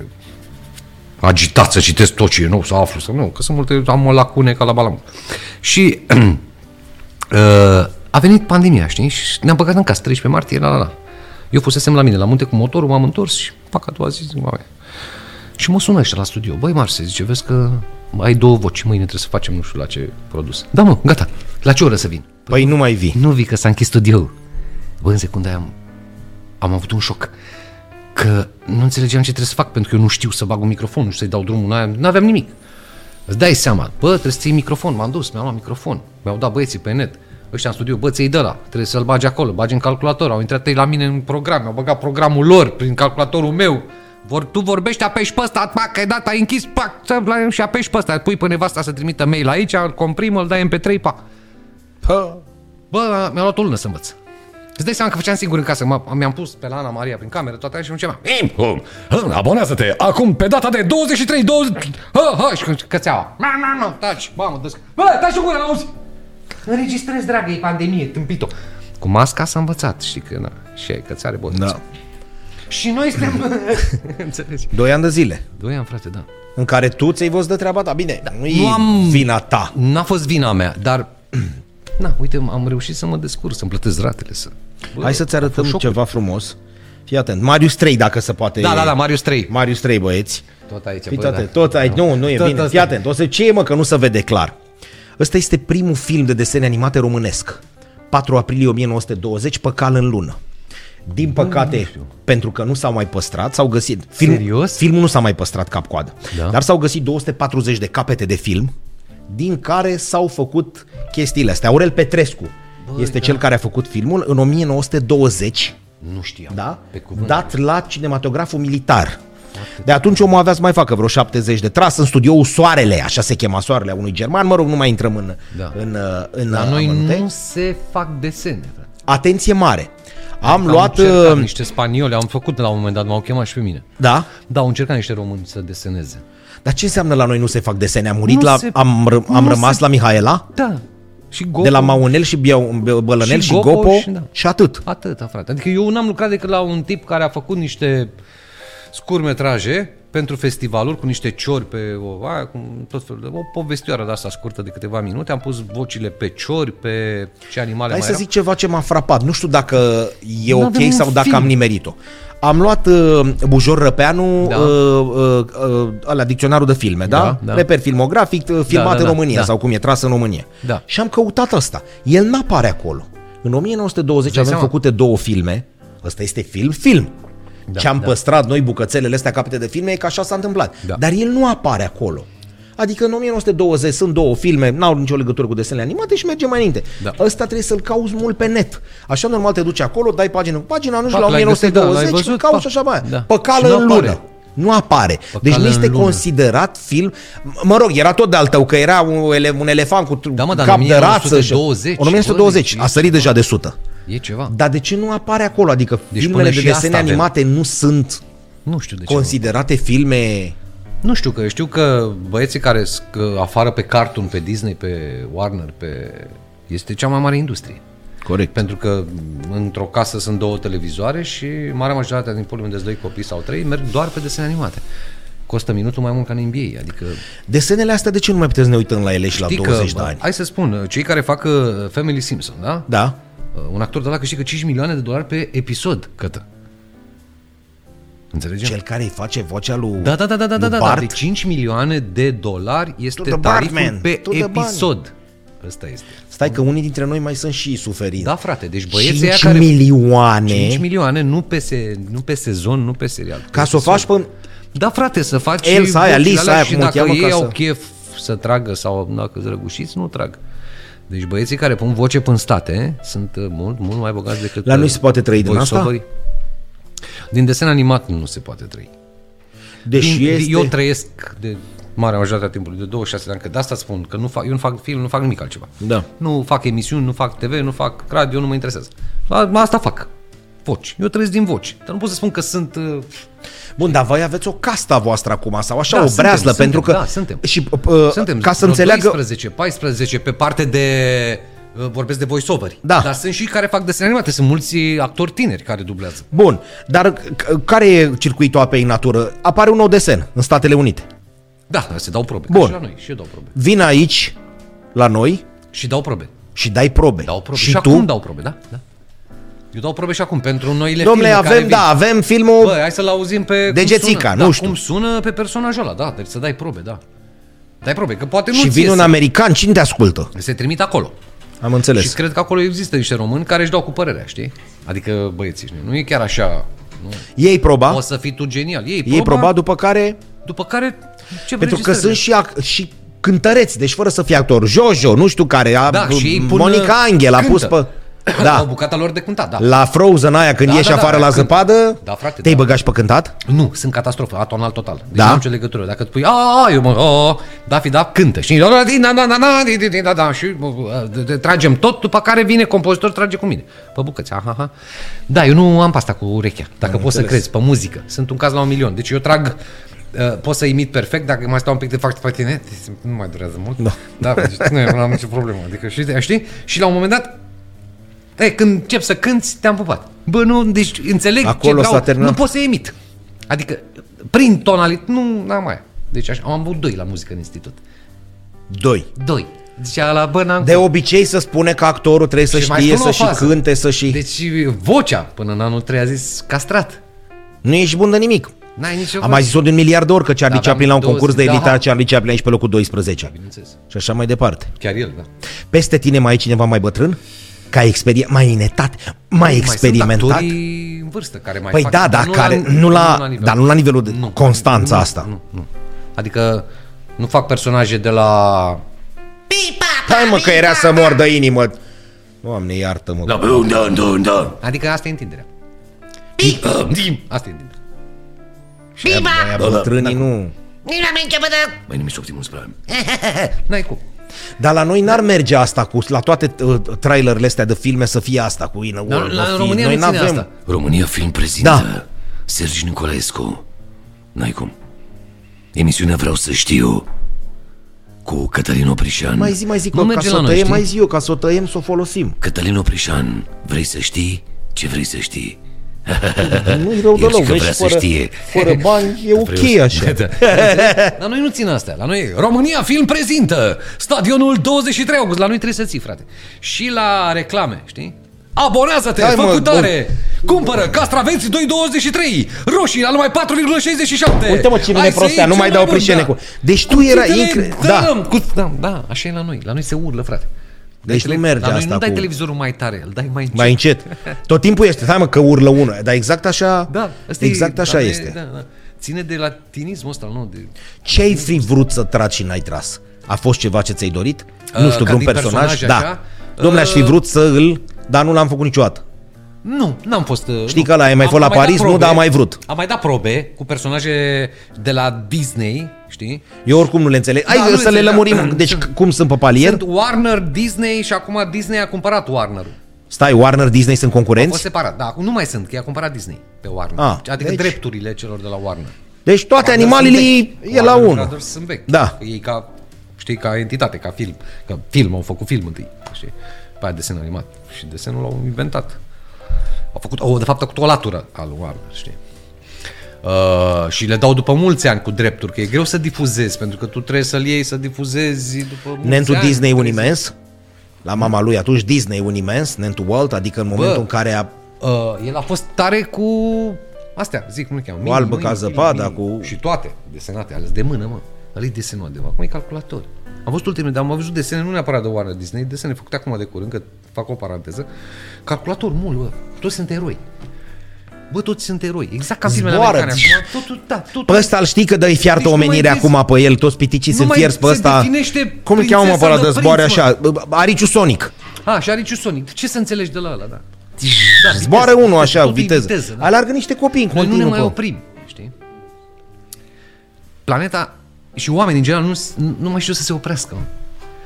[SPEAKER 2] agitat să citesc tot ce e nou, să aflu, să nu, că sunt multe, am o lacune ca la balam. Și Uh, a venit pandemia, știi? Și ne-am băgat în casă, 13 martie, la la la. Eu fusesem la mine la munte cu motorul, m-am întors și fac a doua zi, zic, "Mame." Și mă sună ăștia la studio. Băi, Marse, zice, vezi că ai două voci, mâine trebuie să facem nu știu la ce produs. Da, mă, gata. La ce oră să vin?
[SPEAKER 1] Păi nu mai vii.
[SPEAKER 2] Nu vii că s-a închis studioul. Bă, în secunda aia am, am avut un șoc. Că nu înțelegeam ce trebuie să fac, pentru că eu nu știu să bag un microfon, nu știu să-i dau drumul, n-aia- n-aveam nimic. Îți dai seama, bă, trebuie să ții microfon, m-am dus, mi-am luat microfon, mi-au dat băieții pe net. Ăștia în studiu, bă, ți-i de la, trebuie să-l bagi acolo, bagi în calculator, au intrat ei la mine în program, mi-au băgat programul lor prin calculatorul meu. Vor, tu vorbești, apeși pe ăsta, pac, ai dat, ai închis, pac, țap, la- și apeși pe ăsta, pui pe nevasta să trimită mail aici, îl comprimă, îl dai MP3, pac. Bă, mi-a luat o lună să învăț. Îți dai seama că făceam singur în casă, m- mi-am pus pe la Ana Maria prin cameră, toate alea și nu ceva.
[SPEAKER 4] Im, hum, abonează-te acum pe data de 23, 20...
[SPEAKER 2] Hă, hă, și când- cățeaua. Ma, ma, ma, taci, mamă, dă Bă, taci o gură, auzi! Înregistrez, dragă, e pandemie, tâmpito. Cu masca s-a învățat, știi că, na, și ai cățare bolă.
[SPEAKER 1] Da.
[SPEAKER 2] Și noi suntem... Înțelegi?
[SPEAKER 1] Doi ani de zile.
[SPEAKER 2] Doi ani, frate, da.
[SPEAKER 1] În care tu ți-ai văzut de treaba ta. Bine, da. nu e
[SPEAKER 2] Nu am-
[SPEAKER 1] vina ta.
[SPEAKER 2] N-a fost vina mea, dar... Na, uite, am reușit să mă descurc, să-mi plătesc ratele, să... Bă,
[SPEAKER 1] Hai să-ți arătăm
[SPEAKER 2] șocul.
[SPEAKER 1] ceva frumos. Fii atent. Marius 3, dacă se poate.
[SPEAKER 2] Da, da, da, Marius 3.
[SPEAKER 1] Marius 3, băieți.
[SPEAKER 2] Tot aici,
[SPEAKER 1] Fii
[SPEAKER 2] bă,
[SPEAKER 1] atent,
[SPEAKER 2] da.
[SPEAKER 1] tot aici. Nu, nu e
[SPEAKER 2] Tot
[SPEAKER 1] bine. Fii
[SPEAKER 2] ăsta.
[SPEAKER 1] atent. O să ce e, mă, că nu se vede clar. Ăsta este primul film de desene animate românesc. 4 aprilie 1920, Păcal în lună. Din păcate, pentru că nu s-au mai păstrat, s-au găsit... Film,
[SPEAKER 2] Serios?
[SPEAKER 1] Filmul nu s-a mai păstrat cap-coadă.
[SPEAKER 2] Da.
[SPEAKER 1] Dar s-au găsit 240 de capete de film, din care s-au făcut chestiile astea. Aurel Petrescu Bă, este da. cel care a făcut filmul în 1920
[SPEAKER 2] Nu știam.
[SPEAKER 1] da?
[SPEAKER 2] Pe cuvânt.
[SPEAKER 1] dat la cinematograful militar. De atunci omul avea să mai facă vreo 70 de tras în studioul Soarele, așa se chema Soarele a unui german, mă rog, nu mai intrăm în, da.
[SPEAKER 2] Da.
[SPEAKER 1] în, uh, în
[SPEAKER 2] La noi
[SPEAKER 1] amănunte.
[SPEAKER 2] nu se fac desene, frate.
[SPEAKER 1] Atenție mare! Am
[SPEAKER 2] Am
[SPEAKER 1] luat...
[SPEAKER 2] încercat
[SPEAKER 1] uh,
[SPEAKER 2] niște spanioli, am făcut la un moment dat, m-au chemat și pe mine.
[SPEAKER 1] Da?
[SPEAKER 2] Da, au încercat niște români să deseneze.
[SPEAKER 1] Dar ce înseamnă la noi nu se fac desene? Am murit
[SPEAKER 2] Nu
[SPEAKER 1] la...
[SPEAKER 2] se-
[SPEAKER 1] Am, ră- am
[SPEAKER 2] nu
[SPEAKER 1] rămas
[SPEAKER 2] se-
[SPEAKER 1] la Mihaela,
[SPEAKER 2] Da. Și Gopo,
[SPEAKER 1] de la Maunel și Biau- Bă- Bălănel și,
[SPEAKER 2] Și
[SPEAKER 1] și
[SPEAKER 2] Gopo
[SPEAKER 1] Gopo și,
[SPEAKER 2] și- da.
[SPEAKER 1] și atât.
[SPEAKER 2] Atâta, frate. Adică eu n-am lucrat decât la un tip care a făcut niște scurmetraje pentru festivaluri cu niște ciori pe o, aia, cu tot felul de, o povestioară de asta scurtă de câteva minute. Am pus vocile pe ciori, pe ce animale
[SPEAKER 1] Hai
[SPEAKER 2] mai
[SPEAKER 1] să
[SPEAKER 2] erau.
[SPEAKER 1] zic ceva ce m-a frapat. Nu știu dacă e
[SPEAKER 2] N-avem
[SPEAKER 1] ok
[SPEAKER 2] un
[SPEAKER 1] sau dacă
[SPEAKER 2] film.
[SPEAKER 1] am nimerit-o. Am luat uh, Bujor Răpeanu, da.
[SPEAKER 2] Da.
[SPEAKER 1] uh, uh, uh, ăla, dicționarul de filme, da?
[SPEAKER 2] Da,
[SPEAKER 1] da?
[SPEAKER 2] da.
[SPEAKER 1] Reper filmografic, uh, filmat
[SPEAKER 2] da,
[SPEAKER 1] în
[SPEAKER 2] da,
[SPEAKER 1] România
[SPEAKER 2] da.
[SPEAKER 1] sau cum e tras în România.
[SPEAKER 2] Da.
[SPEAKER 1] Și am căutat asta. El n-apare acolo. În 1920
[SPEAKER 2] Îți dai
[SPEAKER 1] avem
[SPEAKER 2] seama?
[SPEAKER 1] făcute două filme. Ăsta este film, film. Da, Ce am da. păstrat noi bucățelele astea capete de filme, e că așa s-a întâmplat.
[SPEAKER 2] Da.
[SPEAKER 1] Dar el nu apare acolo. Adică în 1920 sunt două filme, n-au nicio legătură cu desenele animate și mergem mai înainte.
[SPEAKER 2] Da.
[SPEAKER 1] Ăsta trebuie să-l cauți mult pe net. Așa normal te duci acolo, dai pagină cu pagină, ajungi
[SPEAKER 2] Pac,
[SPEAKER 1] la
[SPEAKER 2] l-ai găsit, da, l-ai
[SPEAKER 1] 1920 și
[SPEAKER 2] văzut,
[SPEAKER 1] cauți
[SPEAKER 2] pac.
[SPEAKER 1] așa mai. Da.
[SPEAKER 2] Da.
[SPEAKER 1] Păcală
[SPEAKER 2] Și nu
[SPEAKER 1] în
[SPEAKER 2] apare.
[SPEAKER 1] lună. Nu apare.
[SPEAKER 2] Păcală
[SPEAKER 1] deci nu
[SPEAKER 2] în
[SPEAKER 1] este
[SPEAKER 2] lună.
[SPEAKER 1] considerat film. M- Mă rog, era tot de-al tău, că era un, ele- un elefant cu
[SPEAKER 2] Da, mă, dar
[SPEAKER 1] cap
[SPEAKER 2] în
[SPEAKER 1] de rață. și-
[SPEAKER 2] 1920,
[SPEAKER 1] În 1920. A sărit
[SPEAKER 2] deci
[SPEAKER 1] deja de 100.
[SPEAKER 2] E ceva.
[SPEAKER 1] Dar de ce nu apare acolo? Adică deci
[SPEAKER 2] Deci
[SPEAKER 1] filmele
[SPEAKER 2] până
[SPEAKER 1] de
[SPEAKER 2] și asta
[SPEAKER 1] desene
[SPEAKER 2] avem.
[SPEAKER 1] animate nu sunt
[SPEAKER 2] Nu știu de ce.
[SPEAKER 1] considerate filme...
[SPEAKER 2] Nu știu că știu că băieții care sc- afară pe Cartoon, pe Disney, pe Warner, pe este cea mai mare industrie.
[SPEAKER 1] Corect.
[SPEAKER 2] Pentru că m, într-o casă sunt două televizoare și marea majoritate din polul unde sunt doi copii sau trei merg doar pe desene animate. Costă minutul mai mult ca în NBA, adică
[SPEAKER 1] Desenele astea de ce nu mai putem să ne uităm la ele și la
[SPEAKER 2] știi
[SPEAKER 1] 20
[SPEAKER 2] că,
[SPEAKER 1] de ani?
[SPEAKER 2] Hai să spun, cei care fac uh, Family Simpson, da?
[SPEAKER 1] Da?
[SPEAKER 2] Uh, Un actor de la câștigă 5 milioane de dolari pe episod, cătă.
[SPEAKER 4] Înțelegem?
[SPEAKER 1] Cel care îi face vocea lui
[SPEAKER 2] Da, da, da, da, da, da,
[SPEAKER 1] lui
[SPEAKER 2] da, da.
[SPEAKER 1] Bart?
[SPEAKER 2] De 5 milioane de dolari este
[SPEAKER 1] the
[SPEAKER 2] tariful
[SPEAKER 1] Bartman,
[SPEAKER 2] pe
[SPEAKER 1] to the Bartman.
[SPEAKER 2] episod. Ăsta este.
[SPEAKER 1] Stai că unii dintre noi mai sunt și suferinți.
[SPEAKER 2] Da, frate, deci băieții aia
[SPEAKER 1] 5
[SPEAKER 2] care...
[SPEAKER 1] milioane
[SPEAKER 2] 5 milioane, nu pe, se, nu pe sezon, nu pe serial.
[SPEAKER 1] ca să o faci până...
[SPEAKER 2] Da, frate, să faci
[SPEAKER 1] Elsa aia,
[SPEAKER 2] vocile
[SPEAKER 1] Lisa
[SPEAKER 2] alea
[SPEAKER 1] aia,
[SPEAKER 2] și
[SPEAKER 1] cum o
[SPEAKER 2] dacă
[SPEAKER 1] cheamă,
[SPEAKER 2] ei
[SPEAKER 1] ca
[SPEAKER 2] au
[SPEAKER 1] să-
[SPEAKER 2] chef să tragă sau dacă îți răgușiți, nu trag. Deci băieții care pun voce până în state sunt uh, mult, mult mai bogați decât
[SPEAKER 1] La noi
[SPEAKER 2] uh,
[SPEAKER 1] se poate trăi din asta?
[SPEAKER 2] voiceoverii. Din desen animat nu se poate trăi.
[SPEAKER 1] Deși
[SPEAKER 2] Din,
[SPEAKER 1] este...
[SPEAKER 2] Eu trăiesc de marea majoritate a timpului, de 26 de ani, că de asta spun, că nu fac, eu nu fac film, nu fac nimic altceva.
[SPEAKER 1] Da.
[SPEAKER 2] Nu fac emisiuni, nu fac TV, nu fac radio, nu mă interesează. A- Asta fac. Voci. Eu trăiesc din voci. Dar nu pot să spun că sunt... uh,
[SPEAKER 1] Bun, dar voi aveți o casta voastră acum sau așa,
[SPEAKER 2] Da,
[SPEAKER 1] o
[SPEAKER 2] suntem,
[SPEAKER 1] breazlă,
[SPEAKER 2] suntem,
[SPEAKER 1] pentru că...
[SPEAKER 2] da, suntem.
[SPEAKER 1] Și, uh,
[SPEAKER 2] Suntem
[SPEAKER 1] ca să
[SPEAKER 2] vreo
[SPEAKER 1] înțeleagă...
[SPEAKER 2] 12, 14 pe parte de uh, vorbesc de voiceover.
[SPEAKER 1] Da.
[SPEAKER 2] Dar sunt și care fac desene animate, sunt mulți actori tineri care dublează.
[SPEAKER 1] Bun, dar c- care e circuitul apei în natură? Apare un nou desen în Statele Unite.
[SPEAKER 2] Da, se dau probe.
[SPEAKER 1] Bun.
[SPEAKER 2] Ca și la noi, și eu dau probe.
[SPEAKER 1] Vin aici, la noi,
[SPEAKER 2] Și dau probe.
[SPEAKER 1] și dai probe.
[SPEAKER 2] Dau probe.
[SPEAKER 1] Și,
[SPEAKER 2] Și,
[SPEAKER 1] tu?
[SPEAKER 2] acum dau probe, da? da? Eu dau probe și acum pentru noile
[SPEAKER 1] Domnule,
[SPEAKER 2] filme care
[SPEAKER 1] avem,
[SPEAKER 2] vin.
[SPEAKER 1] da, avem filmul...
[SPEAKER 2] Bă, hai să-l auzim pe
[SPEAKER 1] Degețica,
[SPEAKER 2] cum sună,
[SPEAKER 1] nu
[SPEAKER 2] da,
[SPEAKER 1] știu.
[SPEAKER 2] cum sună pe personajul ăla, da, deci să dai probe, da. Dai probe, că poate nu
[SPEAKER 1] și vine un american, cine te ascultă?
[SPEAKER 2] se trimit acolo.
[SPEAKER 1] Am înțeles.
[SPEAKER 2] Și cred că acolo există niște români care își dau cu părerea, știi? Adică băieții, știi, nu e chiar așa, nu?
[SPEAKER 1] Ei proba,
[SPEAKER 2] O să fii tu genial. Ei proba,
[SPEAKER 1] ei proba, după care...
[SPEAKER 2] după care ce
[SPEAKER 1] Pentru că
[SPEAKER 2] registrezi?
[SPEAKER 1] sunt și, ac- și cântăreți, deci fără să fie actor. Jojo, nu știu care, a,
[SPEAKER 2] Da, și ei pun,
[SPEAKER 1] Monica Angel a
[SPEAKER 2] cântă.
[SPEAKER 1] pus pe...
[SPEAKER 2] Au
[SPEAKER 1] Da,
[SPEAKER 2] bucata lor de cântat, da.
[SPEAKER 1] la Frozen aia când
[SPEAKER 2] Da,
[SPEAKER 1] ieși
[SPEAKER 2] da, da,
[SPEAKER 1] afară
[SPEAKER 2] aia
[SPEAKER 1] la
[SPEAKER 2] cântă.
[SPEAKER 1] zăpadă,
[SPEAKER 2] Da, frate,
[SPEAKER 1] te-ai
[SPEAKER 2] da.
[SPEAKER 1] băgat și pe cântat?
[SPEAKER 2] Nu, sunt catastrofă, atonal total. Deci
[SPEAKER 1] Da?
[SPEAKER 2] nu am nicio legătură. Dacă tu pui, a, eu mă, a, da, fi, da, cântă. Și da, da, da, da, da, da, da, da, da, și bă, bă, de- de- tragem tot, după care vine compozitor, trage cu mine. Pe bucăți, aha, aha. Da, eu nu am pasta cu urechea, dacă poți să crezi, pe muzică. Sunt un caz la un milion. Deci eu trag Uh, pot să imit perfect, dacă mai stau un pic de fapt pe tine, nu mai durează mult. Da, da deci nu, eu nu am nicio problemă. Adică, știi, știi? Și la un moment dat, E, când încep să cânti, te-am pupat. Bă, nu, deci înțeleg
[SPEAKER 1] Acolo
[SPEAKER 2] ce vreau,
[SPEAKER 1] s-a terminat.
[SPEAKER 2] nu pot să emit. Adică, prin tonalitate, nu, n-am mai. Deci așa, am avut doi la muzică în institut.
[SPEAKER 1] Doi.
[SPEAKER 2] Doi. Deci la bă, n-am...
[SPEAKER 1] De obicei să spune că actorul trebuie să
[SPEAKER 2] Și mai
[SPEAKER 1] știe
[SPEAKER 2] spun
[SPEAKER 1] să
[SPEAKER 2] o
[SPEAKER 1] și
[SPEAKER 2] fază.
[SPEAKER 1] cânte, să și...
[SPEAKER 2] Deci vocea până în anul 3 a zis castrat.
[SPEAKER 1] Nu ești bun de nimic.
[SPEAKER 2] N-ai nicio
[SPEAKER 1] Am mai zis-o de un miliard de ori că Charlie
[SPEAKER 2] Da,
[SPEAKER 1] Chaplin la un
[SPEAKER 2] aveam
[SPEAKER 1] concurs de
[SPEAKER 2] 20,
[SPEAKER 1] elită,
[SPEAKER 2] da.
[SPEAKER 1] Charlie Chaplin aici pe locul 12.
[SPEAKER 2] Bineînțeles.
[SPEAKER 1] Și așa mai departe.
[SPEAKER 2] Chiar el, da.
[SPEAKER 1] Peste tine mai e cineva mai bătrân? Ca experie... mai inetat, mai
[SPEAKER 2] Mai sunt
[SPEAKER 1] experimentat?
[SPEAKER 2] actorii în vârstă care mai
[SPEAKER 1] Păi
[SPEAKER 2] fac,
[SPEAKER 1] da, dar
[SPEAKER 2] nu
[SPEAKER 1] care,
[SPEAKER 2] la,
[SPEAKER 1] nu la,
[SPEAKER 2] nivel.
[SPEAKER 1] dar nu la nivelul de Constanța
[SPEAKER 2] nu,
[SPEAKER 1] asta.
[SPEAKER 2] Nu, nu. Adică nu fac personaje de la...
[SPEAKER 1] Hai mă că era să mor de inimă. Doamne, iartă-mă.
[SPEAKER 6] Da, bun, da, da, da.
[SPEAKER 2] Adică asta e întinderea. Asta e întinderea.
[SPEAKER 1] Aia bătrânii nu.
[SPEAKER 5] Nici n-am început de...
[SPEAKER 6] Mai nimic Optimus Prime.
[SPEAKER 1] Eh,
[SPEAKER 2] N-ai cum.
[SPEAKER 1] Dar la noi n-ar merge asta cu la toate uh, trailerele astea de filme să fie asta cu ină.
[SPEAKER 2] La,
[SPEAKER 1] oră,
[SPEAKER 2] la
[SPEAKER 1] fi.
[SPEAKER 2] România
[SPEAKER 1] noi
[SPEAKER 2] nu ține
[SPEAKER 1] n-avem.
[SPEAKER 2] asta.
[SPEAKER 6] România Film prezintă
[SPEAKER 1] Da.
[SPEAKER 6] da. Sergi Nicolaescu. N-ai cum. Emisiunea Vreau să știu cu Cătălin Oprișan.
[SPEAKER 1] Mai zi, mai zic,
[SPEAKER 2] Nu
[SPEAKER 1] mă, ca
[SPEAKER 2] merge
[SPEAKER 1] să
[SPEAKER 2] la
[SPEAKER 1] o
[SPEAKER 2] noi,
[SPEAKER 1] tăiem,
[SPEAKER 2] știi?
[SPEAKER 1] mai zi eu, ca să o tăiem, să o folosim.
[SPEAKER 6] Cătălin Oprișan, vrei să știi ce vrei să știi?
[SPEAKER 1] Nu-i rău
[SPEAKER 6] El și
[SPEAKER 1] deloc,
[SPEAKER 6] că vrea
[SPEAKER 1] vezi,
[SPEAKER 6] să
[SPEAKER 1] fără,
[SPEAKER 6] știe.
[SPEAKER 1] fără bani e ok așa.
[SPEAKER 2] Da. La noi nu țin astea. La noi România Film prezintă stadionul 23 august. La noi trebuie să ții, frate. Și la reclame, știi? Abonează-te,
[SPEAKER 1] Hai,
[SPEAKER 2] Hai,
[SPEAKER 1] mă,
[SPEAKER 2] fă cu tare! Cumpără castraveți 2,23 Roșii la numai 4,67
[SPEAKER 1] Uite mă ce mine
[SPEAKER 2] Hai să iei
[SPEAKER 1] prostea, nu
[SPEAKER 2] cel
[SPEAKER 1] mai dau
[SPEAKER 2] bun,
[SPEAKER 1] prișene
[SPEAKER 2] da.
[SPEAKER 1] cu... Deci tu era
[SPEAKER 2] Cuțitele,
[SPEAKER 1] incre... Da,
[SPEAKER 2] Da. Cu... da, da, așa e la noi. La noi se urlă, frate.
[SPEAKER 1] Deci nu merge
[SPEAKER 2] la noi
[SPEAKER 1] asta
[SPEAKER 2] nu dai
[SPEAKER 1] cu-
[SPEAKER 2] televizorul mai tare, îl dai mai încet.
[SPEAKER 1] mai încet. Tot timpul este, stai mă că urlă unul, dar exact așa,
[SPEAKER 2] Da, asta
[SPEAKER 1] exact
[SPEAKER 2] e,
[SPEAKER 1] așa
[SPEAKER 2] dar e-
[SPEAKER 1] este.
[SPEAKER 2] Da, da. Ține de latinismul ăsta, nu? De,
[SPEAKER 1] Ce ai fi vrut să tragi și n-ai tras? A fost ceva ce ți-ai dorit? nu
[SPEAKER 2] Uh,
[SPEAKER 1] știu,
[SPEAKER 2] ca
[SPEAKER 1] vreun
[SPEAKER 2] din
[SPEAKER 1] personaj?
[SPEAKER 2] personaj,
[SPEAKER 1] da.
[SPEAKER 2] așa?
[SPEAKER 1] Domnule, aș fi
[SPEAKER 2] Uh,
[SPEAKER 1] vrut să îl, dar nu l-am făcut niciodată.
[SPEAKER 2] Nu, n-am fost...
[SPEAKER 1] Știi că ăla e mai fost la Paris, nu, dar a mai vrut.
[SPEAKER 2] Am mai dat probe cu personaje de la Disney, știi?
[SPEAKER 1] Eu oricum nu le înțeleg. Hai
[SPEAKER 2] Da, nu
[SPEAKER 1] să le
[SPEAKER 2] înțeleg, da.
[SPEAKER 1] lămurim. Deci c- cum sunt pe palier?
[SPEAKER 2] Sunt Warner, Disney și acum Disney a cumpărat Warner-ul.
[SPEAKER 1] Stai, Warner, Disney sunt
[SPEAKER 2] A fost
[SPEAKER 1] concurenți?
[SPEAKER 2] separat, da, acum nu mai sunt, că i-a cumpărat Disney pe Warner.
[SPEAKER 1] Deci- Ah,
[SPEAKER 2] adică
[SPEAKER 1] deci-
[SPEAKER 2] drepturile celor de la Warner.
[SPEAKER 1] Deci toate animalele
[SPEAKER 2] Brothers sunt vechi.
[SPEAKER 1] e la
[SPEAKER 2] Warner
[SPEAKER 1] unul.
[SPEAKER 2] Brothers sunt vechi.
[SPEAKER 1] Da.
[SPEAKER 2] Ei ca, știi, ca entitate, ca film. Că film, au făcut film întâi, știi? Pe aia desen animat. Și desenul l-au inventat. Au făcut, au, de fapt, au făcut o latură al lui Warner, știi? Uh, și le dau după mulți ani cu drepturi, că e greu să difuzezi, pentru că tu trebuie să-l iei, să difuzezi după mulți
[SPEAKER 1] Nentul
[SPEAKER 2] ani.
[SPEAKER 1] Disney un
[SPEAKER 2] Trebuie să-
[SPEAKER 1] imens. La mama lui atunci Disney un imens, Nentul Walt, adică în momentul în care a...
[SPEAKER 2] Uh, el a fost tare cu Astea, zic, cum le cheamă?
[SPEAKER 1] albă ca zăpada, cu-
[SPEAKER 2] Și toate desenate, ales de mână, mă. Ăla e desenat de mă. Acum e calculator. Am văzut ultimul, dar am văzut desene, nu neapărat de Warner Disney, desene făcute acum de curând, că fac o paranteză. Calculator mult, bă. Toți sunt eroi. Bă, toți sunt eroi. Exact ca filmele
[SPEAKER 1] Zboară. Păi-
[SPEAKER 2] americane acum. Totul, da, totul.
[SPEAKER 1] Pe ăsta îl știi că dă-i fiartă
[SPEAKER 2] Deci nu mai
[SPEAKER 1] omenirea
[SPEAKER 2] vezi-
[SPEAKER 1] acum pe el, toți piticii
[SPEAKER 2] nu
[SPEAKER 1] sunt
[SPEAKER 2] mai
[SPEAKER 1] fierți pe
[SPEAKER 2] se
[SPEAKER 1] ăsta.
[SPEAKER 2] definește
[SPEAKER 1] Cum îl cheamă pe
[SPEAKER 2] prințesa
[SPEAKER 1] ăla
[SPEAKER 2] de
[SPEAKER 1] de zboare
[SPEAKER 2] prinț,
[SPEAKER 1] așa? Ariciu Sonic.
[SPEAKER 2] A, și are Sonic. Ce să înțelegi de la ăla, da? da
[SPEAKER 1] Zboară
[SPEAKER 2] viteză,
[SPEAKER 1] unul așa,
[SPEAKER 2] totul e
[SPEAKER 1] viteză.
[SPEAKER 2] da.
[SPEAKER 1] Alargă niște copii în
[SPEAKER 2] Noi nu ne
[SPEAKER 1] continuu.
[SPEAKER 2] mai
[SPEAKER 1] pe-
[SPEAKER 2] oprim, știi? Planeta și oamenii în general nu, nu mai știu să se oprească. mă.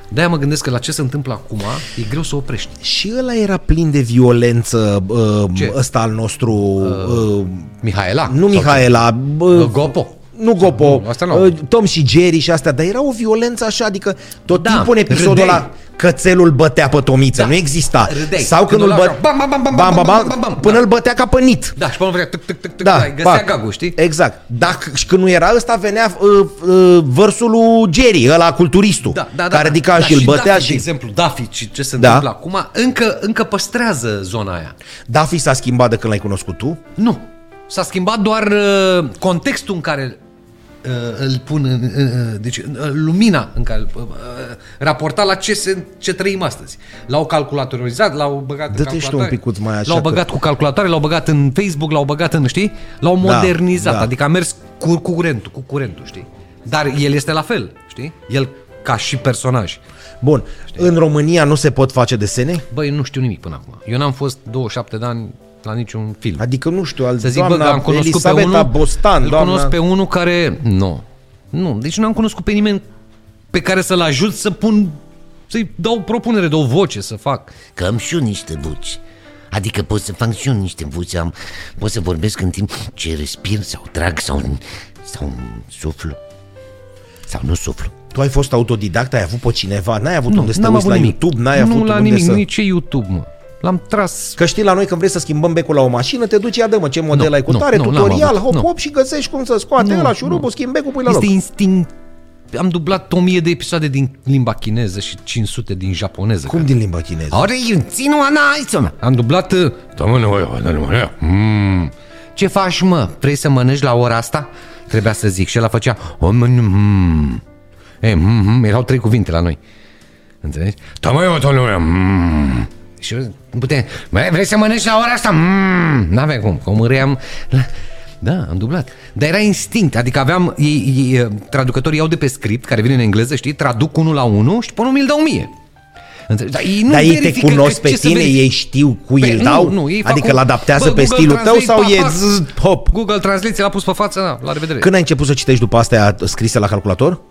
[SPEAKER 2] De-aia mă gândesc că la ce se întâmplă acum e greu să oprești.
[SPEAKER 1] Și ăla era plin de violență, ă,
[SPEAKER 2] Ce? Uh,
[SPEAKER 1] ăsta al nostru, ă,
[SPEAKER 2] Mihaela?
[SPEAKER 1] nu Mihaela, bă,
[SPEAKER 2] Sau, Gopo?
[SPEAKER 1] nu Gopo,
[SPEAKER 2] Nu, asta nu.
[SPEAKER 1] ă, Tom și Jerry și astea, dar era o violență așa, adică tot
[SPEAKER 2] Da,
[SPEAKER 1] timpul în episodul
[SPEAKER 2] râdeai.
[SPEAKER 1] ăla cățelul bătea pe Tomiță,
[SPEAKER 2] Da,
[SPEAKER 1] nu exista.
[SPEAKER 2] râdeai.
[SPEAKER 1] Sau când,
[SPEAKER 2] Când
[SPEAKER 1] îl
[SPEAKER 2] ăla
[SPEAKER 1] bătea,
[SPEAKER 2] așa, bam, bam, bam, bam, bam, bam, bam,
[SPEAKER 1] până
[SPEAKER 2] da.
[SPEAKER 1] îl bătea ca pe nit.
[SPEAKER 2] Da, și pe urmă venea tic, tic, tic, tic,
[SPEAKER 1] Da,
[SPEAKER 2] da, găsea
[SPEAKER 1] pac.
[SPEAKER 2] gagul, știi?
[SPEAKER 1] Exact. Dacă, și când nu era ăsta, venea uh, uh, versul lui Jerry, ăla culturistul,
[SPEAKER 2] Da, da, da.
[SPEAKER 1] care ridica
[SPEAKER 2] da,
[SPEAKER 1] și îl bătea
[SPEAKER 2] Daffy,
[SPEAKER 1] și...
[SPEAKER 2] De exemplu, Daffy și ce se
[SPEAKER 1] Da.
[SPEAKER 2] întâmplă acum, încă, încă păstrează zona aia.
[SPEAKER 1] Daffy s-a schimbat de când l-ai cunoscut tu?
[SPEAKER 2] Nu. S-a schimbat doar uh, contextul în care uh, îl pun, în, uh, deci uh, lumina în care îl- uh, raportat la ce, se, ce trăim astăzi. L-au calculatorizat, l-au băgat
[SPEAKER 1] Dă-te
[SPEAKER 2] în
[SPEAKER 1] și tu
[SPEAKER 2] calculatoare,
[SPEAKER 1] un picuț mai așa
[SPEAKER 2] L-au
[SPEAKER 1] că-
[SPEAKER 2] băgat cu calculatoare, l-au băgat în Facebook, l-au băgat în, știi? L-au
[SPEAKER 1] Da,
[SPEAKER 2] modernizat,
[SPEAKER 1] da.
[SPEAKER 2] adică a mers cu, cu curentul, cu curentul, știi? Dar el este la fel, știi? El ca și personaj.
[SPEAKER 1] Bun. În România nu se pot face desene?
[SPEAKER 2] Băi, nu știu nimic până acum. Eu n-am fost 27 de ani la niciun film.
[SPEAKER 1] Adică, nu știu, al
[SPEAKER 2] Să zic,
[SPEAKER 1] doamna
[SPEAKER 2] bă, că am cunoscut
[SPEAKER 1] Elisabeta
[SPEAKER 2] pe unul,
[SPEAKER 1] Bostan,
[SPEAKER 2] îl
[SPEAKER 1] doamna...
[SPEAKER 2] cunosc pe unul care... Nu. Nu, deci n-am cunoscut pe nimeni pe care să-l ajut să pun să-i dau propunere de o voce să fac.
[SPEAKER 3] Că am și eu niște voci. Adică pot să fac și eu niște voci, am, pot să vorbesc în timp ce respir sau trag sau, sau suflu. Sau nu suflu.
[SPEAKER 1] Tu ai fost autodidact, ai avut pe cineva, n-ai avut unde să te
[SPEAKER 2] n-am
[SPEAKER 1] uiți
[SPEAKER 2] avut
[SPEAKER 1] la
[SPEAKER 2] nimic.
[SPEAKER 1] YouTube, n-ai
[SPEAKER 2] nu
[SPEAKER 1] avut
[SPEAKER 2] la
[SPEAKER 1] unde
[SPEAKER 2] nimic,
[SPEAKER 1] să...
[SPEAKER 2] nici ce YouTube, mă. L-am tras
[SPEAKER 1] Că știi, la noi când vrei să schimbăm becul la o mașină, te duci, ia dă mă, ce model
[SPEAKER 2] Nu,
[SPEAKER 1] ai cu
[SPEAKER 2] nu,
[SPEAKER 1] tare,
[SPEAKER 2] nu, n-am
[SPEAKER 1] tutorial,
[SPEAKER 2] avut,
[SPEAKER 1] hop,
[SPEAKER 2] nu.
[SPEAKER 1] hop și găsești cum să scoate
[SPEAKER 2] Nu,
[SPEAKER 1] ăla
[SPEAKER 2] nu.
[SPEAKER 1] șurubul, schimbi becul, pui la loc.
[SPEAKER 2] Este instinct. Am dublat 1000 de episoade din limba chineză și 500 din japoneză.
[SPEAKER 1] Cum din limba chineză?
[SPEAKER 2] Are ținu ana aițona. Am dublat... uh, Mm. Ce faci, mă? Vrei să mănânci la ora asta? Trebuia să zic. Și el a făcea... "O, mă, nu, mm." E, mm, mm, erau trei cuvinte la noi. Înțelegi? Mm. Și eu nu puteam... "Bă, Vrei să mănânci la ora asta? Mm. N-aveam cum. Că omorâiam... Da, am dublat. Dar era instinct, adică aveam, ei, ei, ă, traducătorii iau de pe script, care vine în engleză, știi, traduc unul la unul și pe unul mi-l dau mie. Înțelegi? Dar ei, nu
[SPEAKER 1] Dar ei te
[SPEAKER 2] verifică
[SPEAKER 1] cunosc
[SPEAKER 2] că
[SPEAKER 1] pe
[SPEAKER 2] ce să
[SPEAKER 1] tine,
[SPEAKER 2] verifice.
[SPEAKER 1] ei știu cui
[SPEAKER 2] Păi
[SPEAKER 1] îl
[SPEAKER 2] nu,
[SPEAKER 1] dau?
[SPEAKER 2] nu, ei fac
[SPEAKER 1] Adică
[SPEAKER 2] un-
[SPEAKER 1] îl adaptează
[SPEAKER 2] Bă,
[SPEAKER 1] pe
[SPEAKER 2] Google
[SPEAKER 1] stilul tău sau
[SPEAKER 2] Translate, pa,
[SPEAKER 1] e
[SPEAKER 2] pa.
[SPEAKER 1] zzz, hop?
[SPEAKER 2] Google Translate l-a pus pe față, na, la revedere.
[SPEAKER 1] Când ai început să citești după astea scrise la calculator?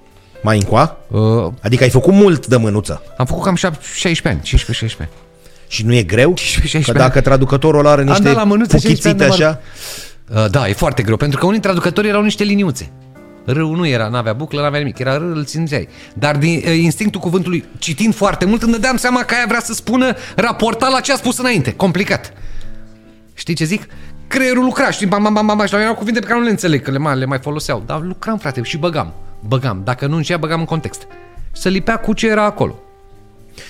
[SPEAKER 1] Mai încoa?
[SPEAKER 2] Uh,
[SPEAKER 1] Adică ai făcut mult de mânuță.
[SPEAKER 2] am făcut cam șap- 16 ani, 15-16 ani.
[SPEAKER 1] Și nu e greu?
[SPEAKER 2] 15-16
[SPEAKER 1] Că dacă traducătorul ăla are
[SPEAKER 2] dat
[SPEAKER 1] niște
[SPEAKER 2] la mânuță 16
[SPEAKER 1] puchițite
[SPEAKER 2] de
[SPEAKER 1] așa...
[SPEAKER 2] Uh, da, e foarte greu, pentru că unii traducători erau niște liniuțe. Râul nu era, n-avea buclă, n-avea nimic, era râul, îl țineai. Dar din uh, instinctul cuvântului, citind foarte mult, îmi dădeam seama că aia vrea să spună raportat la ce a spus înainte. Complicat. Știi ce zic? Creierul lucra, știi, bam, bam, bam, bam, bam, și la mine erau cuvinte pe care nu le înțeleg, că le mai, le mai foloseau. Dar lucram, frate, și băgam. Băgam. Dacă nu înșea, băgam în context. Se lipea cu ce era acolo.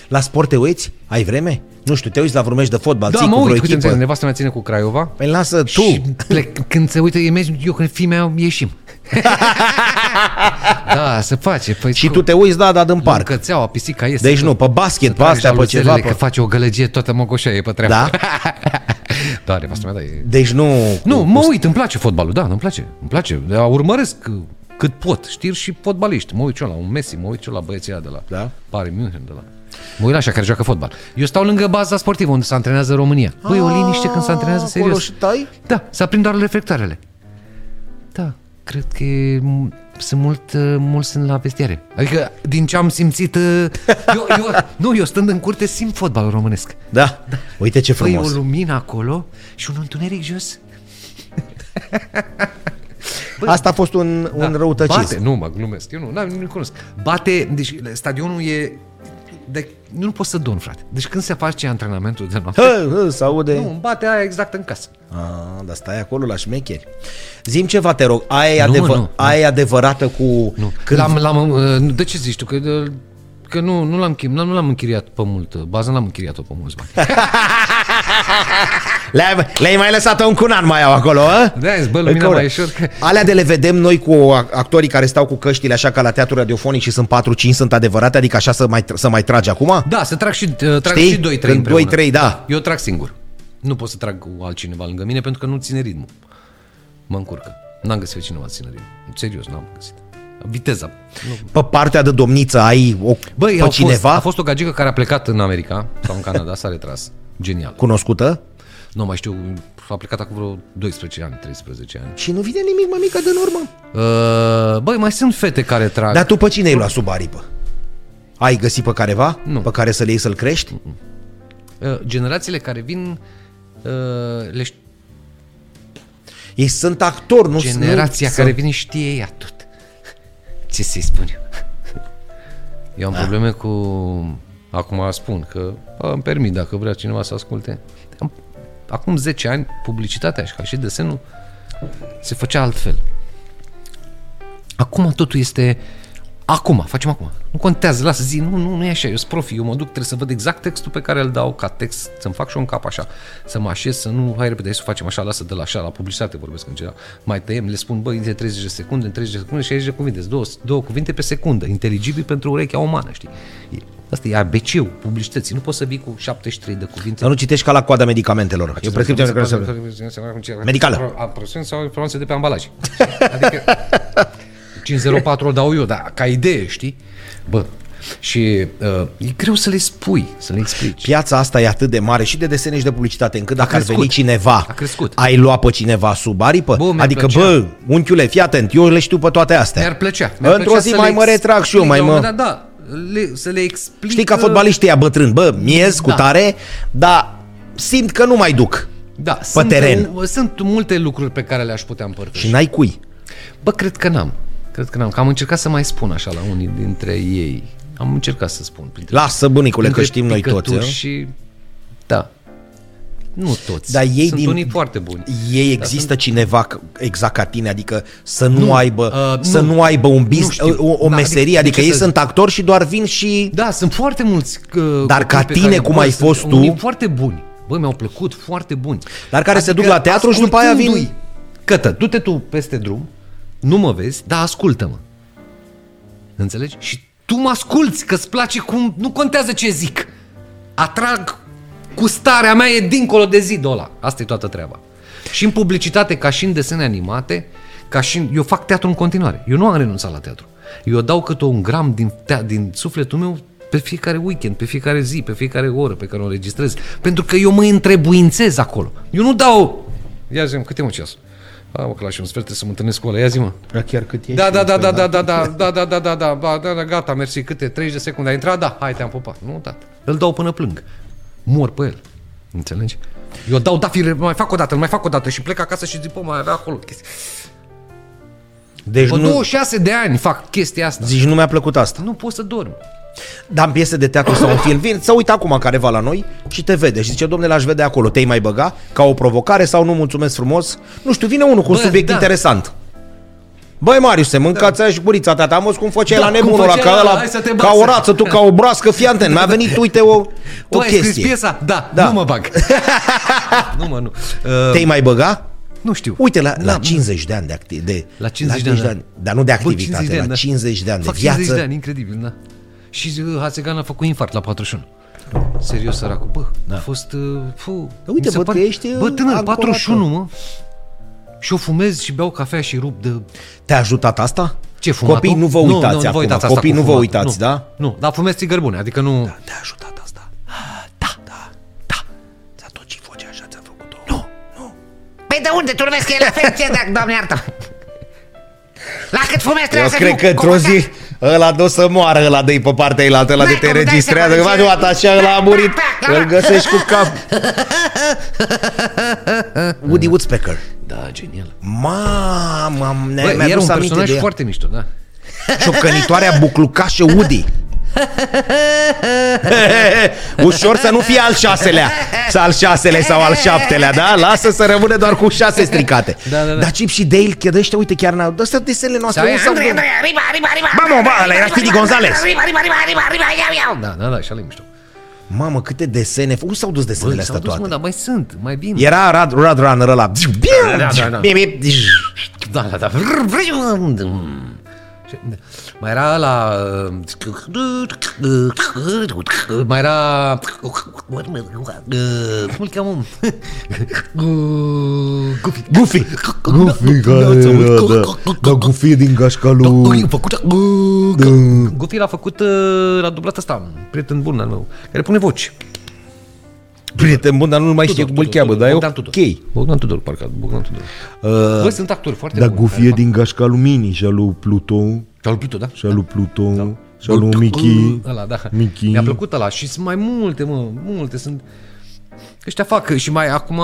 [SPEAKER 1] La sport te uiți? Ai vreme? Nu știu, te uiți la vreun meci de fotbal,
[SPEAKER 2] Da,
[SPEAKER 1] ții
[SPEAKER 2] mă
[SPEAKER 1] cu vreo
[SPEAKER 2] uit, uite,
[SPEAKER 1] echipă.
[SPEAKER 2] nevastă mea ține cu Craiova,
[SPEAKER 1] Păi lasă
[SPEAKER 2] Și
[SPEAKER 1] tu.
[SPEAKER 2] plec, când se uită, e meci, eu când fii mea, ieșim. da, se face. Păi
[SPEAKER 1] Și tu te uiți, da, da, din parc.
[SPEAKER 2] Cățeaua, pisica este.
[SPEAKER 1] Deci nu, pe basket, pe
[SPEAKER 2] Trage
[SPEAKER 1] astea, pe
[SPEAKER 2] jaluzelele,
[SPEAKER 1] ceva.
[SPEAKER 2] Că
[SPEAKER 1] Pe...
[SPEAKER 2] face o gălăgie toată mogoșaie pe treabă.
[SPEAKER 1] Da?
[SPEAKER 2] da, nevastă mea, da, e...
[SPEAKER 1] Deci nu...
[SPEAKER 2] Nu, mă uit, îmi place fotbalul, da, îmi place, îmi place. Da, Urmăresc uh, cât pot, știri și fotbaliști. Mă uit și eu la un Messi, mă uit și eu la băieții ăia de la
[SPEAKER 1] Da?
[SPEAKER 2] Paris München, de la... Mă uit la așa care joacă fotbal. Eu stau lângă baza sportivă unde se antrenează România. Băi, o liniște când se antrenează
[SPEAKER 1] Ah, Acolo
[SPEAKER 2] serios.
[SPEAKER 1] și tai?
[SPEAKER 2] Da, se aprind doar reflectoarele. Da, cred că e m- sunt mult, uh, mulți sunt la vestiare. Adică, din ce am simțit... uh, Eu, eu, nu, eu stând în curte simt fotbalul românesc.
[SPEAKER 1] Da. Uite ce
[SPEAKER 2] Păi
[SPEAKER 1] frumos.
[SPEAKER 2] o lumină acolo și un întuneric jos.
[SPEAKER 1] Asta a fost un, un
[SPEAKER 2] păi- Da,
[SPEAKER 1] răutăcist.
[SPEAKER 2] Bate, nu mă glumesc, eu nu, n-am, nu cunosc. Bate, deci stadionul e... De, nu poți să dormi, frate. Deci când se face antrenamentul de noapte,
[SPEAKER 1] Hă, hă, se aude.
[SPEAKER 2] nu, îmi bate aia exact în casă.
[SPEAKER 1] Ah, dar stai acolo la șmecheri. Zim ceva, te rog, aia e,
[SPEAKER 2] Nu, mă,
[SPEAKER 1] adevă-
[SPEAKER 2] nu.
[SPEAKER 1] aia e adevărată cu...
[SPEAKER 2] Nu.
[SPEAKER 1] Când...
[SPEAKER 2] L-am, l-am, uh, de ce zici tu? Că, uh, că nu, nu, l-am, chem- nu l-am închiriat pe mult. uh, Baza nu l-am închiriat-o pe mulți bani.
[SPEAKER 1] Le-ai, le-ai mai lăsat-o încă un an mai au acolo, a?
[SPEAKER 2] Da, zis, bă, lumina
[SPEAKER 1] Încă
[SPEAKER 2] mai
[SPEAKER 1] una.
[SPEAKER 2] ușor că...
[SPEAKER 1] Alea de le vedem noi cu actorii care stau cu căștile așa ca la teatru radiofonic și sunt 4-5, sunt adevărate, adică așa să mai, să mai tragi acum?
[SPEAKER 2] Da, să trag și, uh, trag
[SPEAKER 1] Știi?
[SPEAKER 2] și 2-3
[SPEAKER 1] Când
[SPEAKER 2] împreună.
[SPEAKER 1] 2-3, da.
[SPEAKER 2] Eu trag singur. Nu pot să trag cu altcineva lângă mine pentru că nu ține ritmul. Mă încurcă. N-am găsit eu cineva să țină ritmul. Serios, n-am găsit. Viteza. Nu.
[SPEAKER 1] Pe partea de domniță ai o,
[SPEAKER 2] Băi,
[SPEAKER 1] pe
[SPEAKER 2] au
[SPEAKER 1] cineva
[SPEAKER 2] Fost, a fost o gagică care a plecat în America sau în Canada, s-a retras. Genial.
[SPEAKER 1] cunoscută
[SPEAKER 2] Nu mai știu, a plecat acum vreo 12 ani, 13 ani.
[SPEAKER 1] și nu vine nimic, mămică, de urmă.
[SPEAKER 2] Uh, băi, mai sunt fete care trag.
[SPEAKER 1] Dar tu pe cine ai luat sub aripă? Ai găsit pe careva
[SPEAKER 2] Nu.
[SPEAKER 1] pe care să le iei să-l crești?
[SPEAKER 2] Uh, generațiile care vin, uh, le știu,
[SPEAKER 1] Ei sunt actori, nu
[SPEAKER 2] generația
[SPEAKER 1] nu,
[SPEAKER 2] care vine știe ea tot. Ce să-i spun eu? Eu am
[SPEAKER 1] Ah.
[SPEAKER 2] probleme cu... Acum spun că bă, îmi permit dacă vrea cineva să asculte. Am- Acum 10 ani, publicitatea și ca și desenul se făcea altfel. Acum totul este... Acum, facem acum. Nu contează, lasă, zi, nu, nu, nu e așa, eu sunt profi, eu mă duc, trebuie să văd exact textul pe care îl dau ca text, să-mi fac și eu în cap așa, să mă așez, să nu, hai repede, hai să facem așa, lasă de la așa, la publicitate vorbesc în general, mai tăiem, le spun, băi, de 30 de secunde, în 30 de secunde, 60 de cuvinte, două, două cuvinte pe secundă, inteligibil pentru urechea umană, știi? E, asta e abc publicității, nu poți să vii cu 73 de cuvinte.
[SPEAKER 1] Să nu citești ca la coada medicamentelor. E o prescripție care se... Medicală.
[SPEAKER 2] Apropțiune sau informație de pe ambalaj. Adică 504 o dau eu, dar ca idee, știi? Bă, și uh, e greu să le spui, să le explici.
[SPEAKER 1] Piața asta e atât de mare și de desene și de publicitate, încât dacă
[SPEAKER 2] crescut.
[SPEAKER 1] ar veni cineva,
[SPEAKER 2] A crescut.
[SPEAKER 1] ai lua pe cineva sub aripă?
[SPEAKER 2] Bă, mi-ar
[SPEAKER 1] adică,
[SPEAKER 2] plăcea.
[SPEAKER 1] bă, unchiule, fii atent, eu le știu pe toate astea.
[SPEAKER 2] Mi-ar plăcea. Mi-ar
[SPEAKER 1] Într-o
[SPEAKER 2] plăcea
[SPEAKER 1] zi
[SPEAKER 2] să
[SPEAKER 1] mai
[SPEAKER 2] le
[SPEAKER 1] mă retrag și eu,
[SPEAKER 2] explic
[SPEAKER 1] mai
[SPEAKER 2] la un
[SPEAKER 1] mă...
[SPEAKER 2] moment dat, da, le, să le explic.
[SPEAKER 1] Știi ca
[SPEAKER 2] uh,
[SPEAKER 1] fotbaliștii ăia bătrâni, bă, miez cu
[SPEAKER 2] Da.
[SPEAKER 1] tare, dar simt că nu mai duc.
[SPEAKER 2] da, pe
[SPEAKER 1] teren.
[SPEAKER 2] Sunt multe lucruri pe care le-aș putea împărtăși.
[SPEAKER 1] Și n-ai cui.
[SPEAKER 2] Bă, cred că n-am. Cred că n-am. Că am încercat să mai spun așa la unii dintre ei. Am încercat să spun. Printre,
[SPEAKER 1] Lasă, bunicule, că
[SPEAKER 2] printre
[SPEAKER 1] știm noi
[SPEAKER 2] picături
[SPEAKER 1] toți. eh?
[SPEAKER 2] Și... Da. Nu toți.
[SPEAKER 1] Dar ei
[SPEAKER 2] sunt
[SPEAKER 1] din-
[SPEAKER 2] unii foarte buni.
[SPEAKER 1] Ei există da, cineva c- exact ca tine, adică să nu, nu aibă,
[SPEAKER 2] uh,
[SPEAKER 1] să nu,
[SPEAKER 2] nu.
[SPEAKER 1] nu aibă un
[SPEAKER 2] Nu
[SPEAKER 1] business,
[SPEAKER 2] știu.
[SPEAKER 1] o, o
[SPEAKER 2] Da,
[SPEAKER 1] meserie,
[SPEAKER 2] adică-
[SPEAKER 1] adică
[SPEAKER 2] de ce
[SPEAKER 1] ei
[SPEAKER 2] să
[SPEAKER 1] sunt actori și doar vin și
[SPEAKER 2] Da, sunt foarte mulți. Uh,
[SPEAKER 1] Dar ca
[SPEAKER 2] copii pe
[SPEAKER 1] tine,
[SPEAKER 2] care îi
[SPEAKER 1] cum
[SPEAKER 2] cunosc,
[SPEAKER 1] ai
[SPEAKER 2] sunt
[SPEAKER 1] fost tu-
[SPEAKER 2] unii foarte buni. Bă, mi-au plăcut, foarte buni. Adică
[SPEAKER 1] Dar care se duc la teatru și după aia vin-
[SPEAKER 2] ascultându-i- Cătă, du-te tu peste drum, nu mă vezi, dar ascultă-mă. Înțelegi? Și tu mă asculți, că-ți place cum... Nu contează ce zic. Atrag cu starea mea, e dincolo de zidul ăla. Asta e toată treaba. Și în publicitate, ca și în desene animate, ca și în... Eu fac teatru în continuare. Eu nu am renunțat la teatru. Eu dau câte un gram din, te- din sufletul meu pe fiecare weekend, pe fiecare zi, pe fiecare oră pe care o înregistrez. Pentru că eu mă întrebuințez acolo. Eu nu dau... Ia zi câte mă ceas? A, mă, că la și un sfert trebuie să mă întâlnesc cu ăla. Ia zi, mă.
[SPEAKER 1] chiar cât ești.
[SPEAKER 2] Da, da, da, da, da, da, da, da, da, da, da, da, ba, da, da, gata, mersi, câte, 30 de secunde, ai intrat, da, hai, te-am pupat. Nu, da, îl dau până plâng. Mor pe el, înțelegi? Eu dau, da, fire, mai fac o dată, îl mai fac o dată și plec acasă și zic, bă, mai avea acolo chestii.
[SPEAKER 1] Deci
[SPEAKER 2] După
[SPEAKER 1] nu,
[SPEAKER 2] 26 de ani fac chestia asta.
[SPEAKER 1] zici, nu mi-a plăcut asta.
[SPEAKER 2] Nu pot să dorm.
[SPEAKER 1] Dar în piese de teatru sau în film, vin, să uită acum careva la noi și te vede și zice, domnule, l-aș vedea acolo, te-ai mai băga ca o provocare sau nu mulțumesc frumos? Nu știu, vine unul cu un
[SPEAKER 2] Bă,
[SPEAKER 1] subiect
[SPEAKER 2] da.
[SPEAKER 1] interesant. Băi, Mariuse, mâncați da. și gurița ta, am cum făceai
[SPEAKER 2] Da,
[SPEAKER 1] la
[SPEAKER 2] cum
[SPEAKER 1] nebunul ăla,
[SPEAKER 2] făceai
[SPEAKER 1] ca,
[SPEAKER 2] ăla,
[SPEAKER 1] ăla,
[SPEAKER 2] hai să te
[SPEAKER 1] ca
[SPEAKER 2] bază."
[SPEAKER 1] o rață, tu ca o broască, fii atent, mi-a venit, uite, o,
[SPEAKER 2] Tu
[SPEAKER 1] o
[SPEAKER 2] ai scris
[SPEAKER 1] chestie.
[SPEAKER 2] piesa? Da,
[SPEAKER 1] Da.
[SPEAKER 2] nu mă bag. nu mă, nu. Uh,
[SPEAKER 1] Te-ai mai băga?
[SPEAKER 2] nu știu.
[SPEAKER 1] Uite, la, la
[SPEAKER 2] N-am-
[SPEAKER 1] 50 de ani de, acti- de
[SPEAKER 2] Da, La 50 de ani, da.
[SPEAKER 1] dar nu de
[SPEAKER 2] Bă,
[SPEAKER 1] activitate,
[SPEAKER 2] de ani,
[SPEAKER 1] la
[SPEAKER 2] da.
[SPEAKER 1] 50 de ani de
[SPEAKER 2] Fac
[SPEAKER 1] viață.
[SPEAKER 2] 50 de ani, incredibil, da. Și uh, Hasegan a făcut infart la 41. Serios, săracul, bă, da. a fost... uh, Fu,
[SPEAKER 1] uite,
[SPEAKER 2] mi se
[SPEAKER 1] bă, că ești, uh,
[SPEAKER 2] Bă, tânăr,
[SPEAKER 1] ancorat,
[SPEAKER 2] 41, mă. Și eu fumez și beau cafea și rup de...
[SPEAKER 1] Te-a ajutat asta?
[SPEAKER 2] Ce fumatul?
[SPEAKER 1] Copii, nu vă
[SPEAKER 2] nu,
[SPEAKER 1] uitați
[SPEAKER 2] nu,
[SPEAKER 1] acum.
[SPEAKER 2] vă uitați asta
[SPEAKER 1] Copii,
[SPEAKER 2] cu
[SPEAKER 1] nu vă
[SPEAKER 2] fumatul,
[SPEAKER 1] uitați,
[SPEAKER 2] nu.
[SPEAKER 1] da?
[SPEAKER 2] Nu, dar fumez țigări bune, adică nu... Da.
[SPEAKER 1] Te-a ajutat asta? Da, da, da. Ți-a tot și vocea așa ți-a făcut-o. Nu.
[SPEAKER 5] Păi de unde? Tu nu vezi că e la fel ce dacă, doamne iartă La cât fumezi
[SPEAKER 1] Eu
[SPEAKER 5] trebuie să
[SPEAKER 1] cred
[SPEAKER 5] fiu
[SPEAKER 1] că într-o
[SPEAKER 5] comandat.
[SPEAKER 1] zi ăla d-o să moară, ăla dă-i pe partea ei, ăla de
[SPEAKER 5] N-ai
[SPEAKER 1] te
[SPEAKER 5] cum, dai
[SPEAKER 1] registrează, că
[SPEAKER 5] seama
[SPEAKER 1] faci
[SPEAKER 5] ce-
[SPEAKER 1] o atașa, ăla a murit,
[SPEAKER 5] Pa, pa, la-
[SPEAKER 1] îl găsești cu cap. Woody Woodpecker.
[SPEAKER 2] Da, genial.
[SPEAKER 1] Mamă, am- ne-
[SPEAKER 2] Bă,
[SPEAKER 1] mi-a
[SPEAKER 2] era
[SPEAKER 1] dus
[SPEAKER 2] un
[SPEAKER 1] aminte
[SPEAKER 2] personaj
[SPEAKER 1] de foarte...
[SPEAKER 2] foarte mișto, da.
[SPEAKER 1] Ciocănitoarea buclucașă Woody. Ușor să nu fie al șaselea Să al șaselea sau al șaptelea da? Lasă să rămână doar cu șase stricate
[SPEAKER 2] Da, da, da.
[SPEAKER 1] Dar Chip și Dale Chiar ăștia, uite chiar n-au Ăsta desenele noastre nu s-au
[SPEAKER 5] Andrei, Andrei, arriba, arriba, arriba
[SPEAKER 1] Mamă, bă, ăla era Speedy Gonzales.
[SPEAKER 5] Arriba, arriba, arriba, arriba, iau, iau
[SPEAKER 2] Da, da, da, și ăla e mișto.
[SPEAKER 1] Mamă, câte desene. Unde s-au dus desenele
[SPEAKER 2] Bă,
[SPEAKER 1] astea
[SPEAKER 2] s-au dus, mă,
[SPEAKER 1] toate?
[SPEAKER 2] dar mai sunt, mai bine.
[SPEAKER 1] Era Rad, Rad Runner ăla.
[SPEAKER 2] Da, da, da.
[SPEAKER 1] Bip, bip.
[SPEAKER 2] Da, da, da. Mai era ăla... Mai era... Cum îl cheamă? Goofy.
[SPEAKER 1] Goofy.
[SPEAKER 2] Goofy, care era, da. Da,
[SPEAKER 1] Goofy e din gașca lui...
[SPEAKER 2] Goofy l-a făcut, uh, l-a dublat ăsta, prieten bun al meu, care pune voci.
[SPEAKER 1] Prieten bun, dar nu mai știu
[SPEAKER 2] Tudor,
[SPEAKER 1] cum îl
[SPEAKER 2] Tudor,
[SPEAKER 1] cheamă, dar e
[SPEAKER 2] Bogdan
[SPEAKER 1] ok.
[SPEAKER 2] Tudor. Bogdan Tudor, parcă, Bogdan Tudor. Băi, sunt actori foarte
[SPEAKER 7] Da,
[SPEAKER 2] buni.
[SPEAKER 7] Goofy e din gașca luminii și a lui Pluton,
[SPEAKER 2] Te-au plutut, da?
[SPEAKER 7] și a lui Pluton, și a lui Mickey.
[SPEAKER 2] Ăla, da.
[SPEAKER 7] Mickey.
[SPEAKER 2] Mi-a plăcut ăla și sunt mai multe, mă, multe sunt... Ăștia fac și mai acum,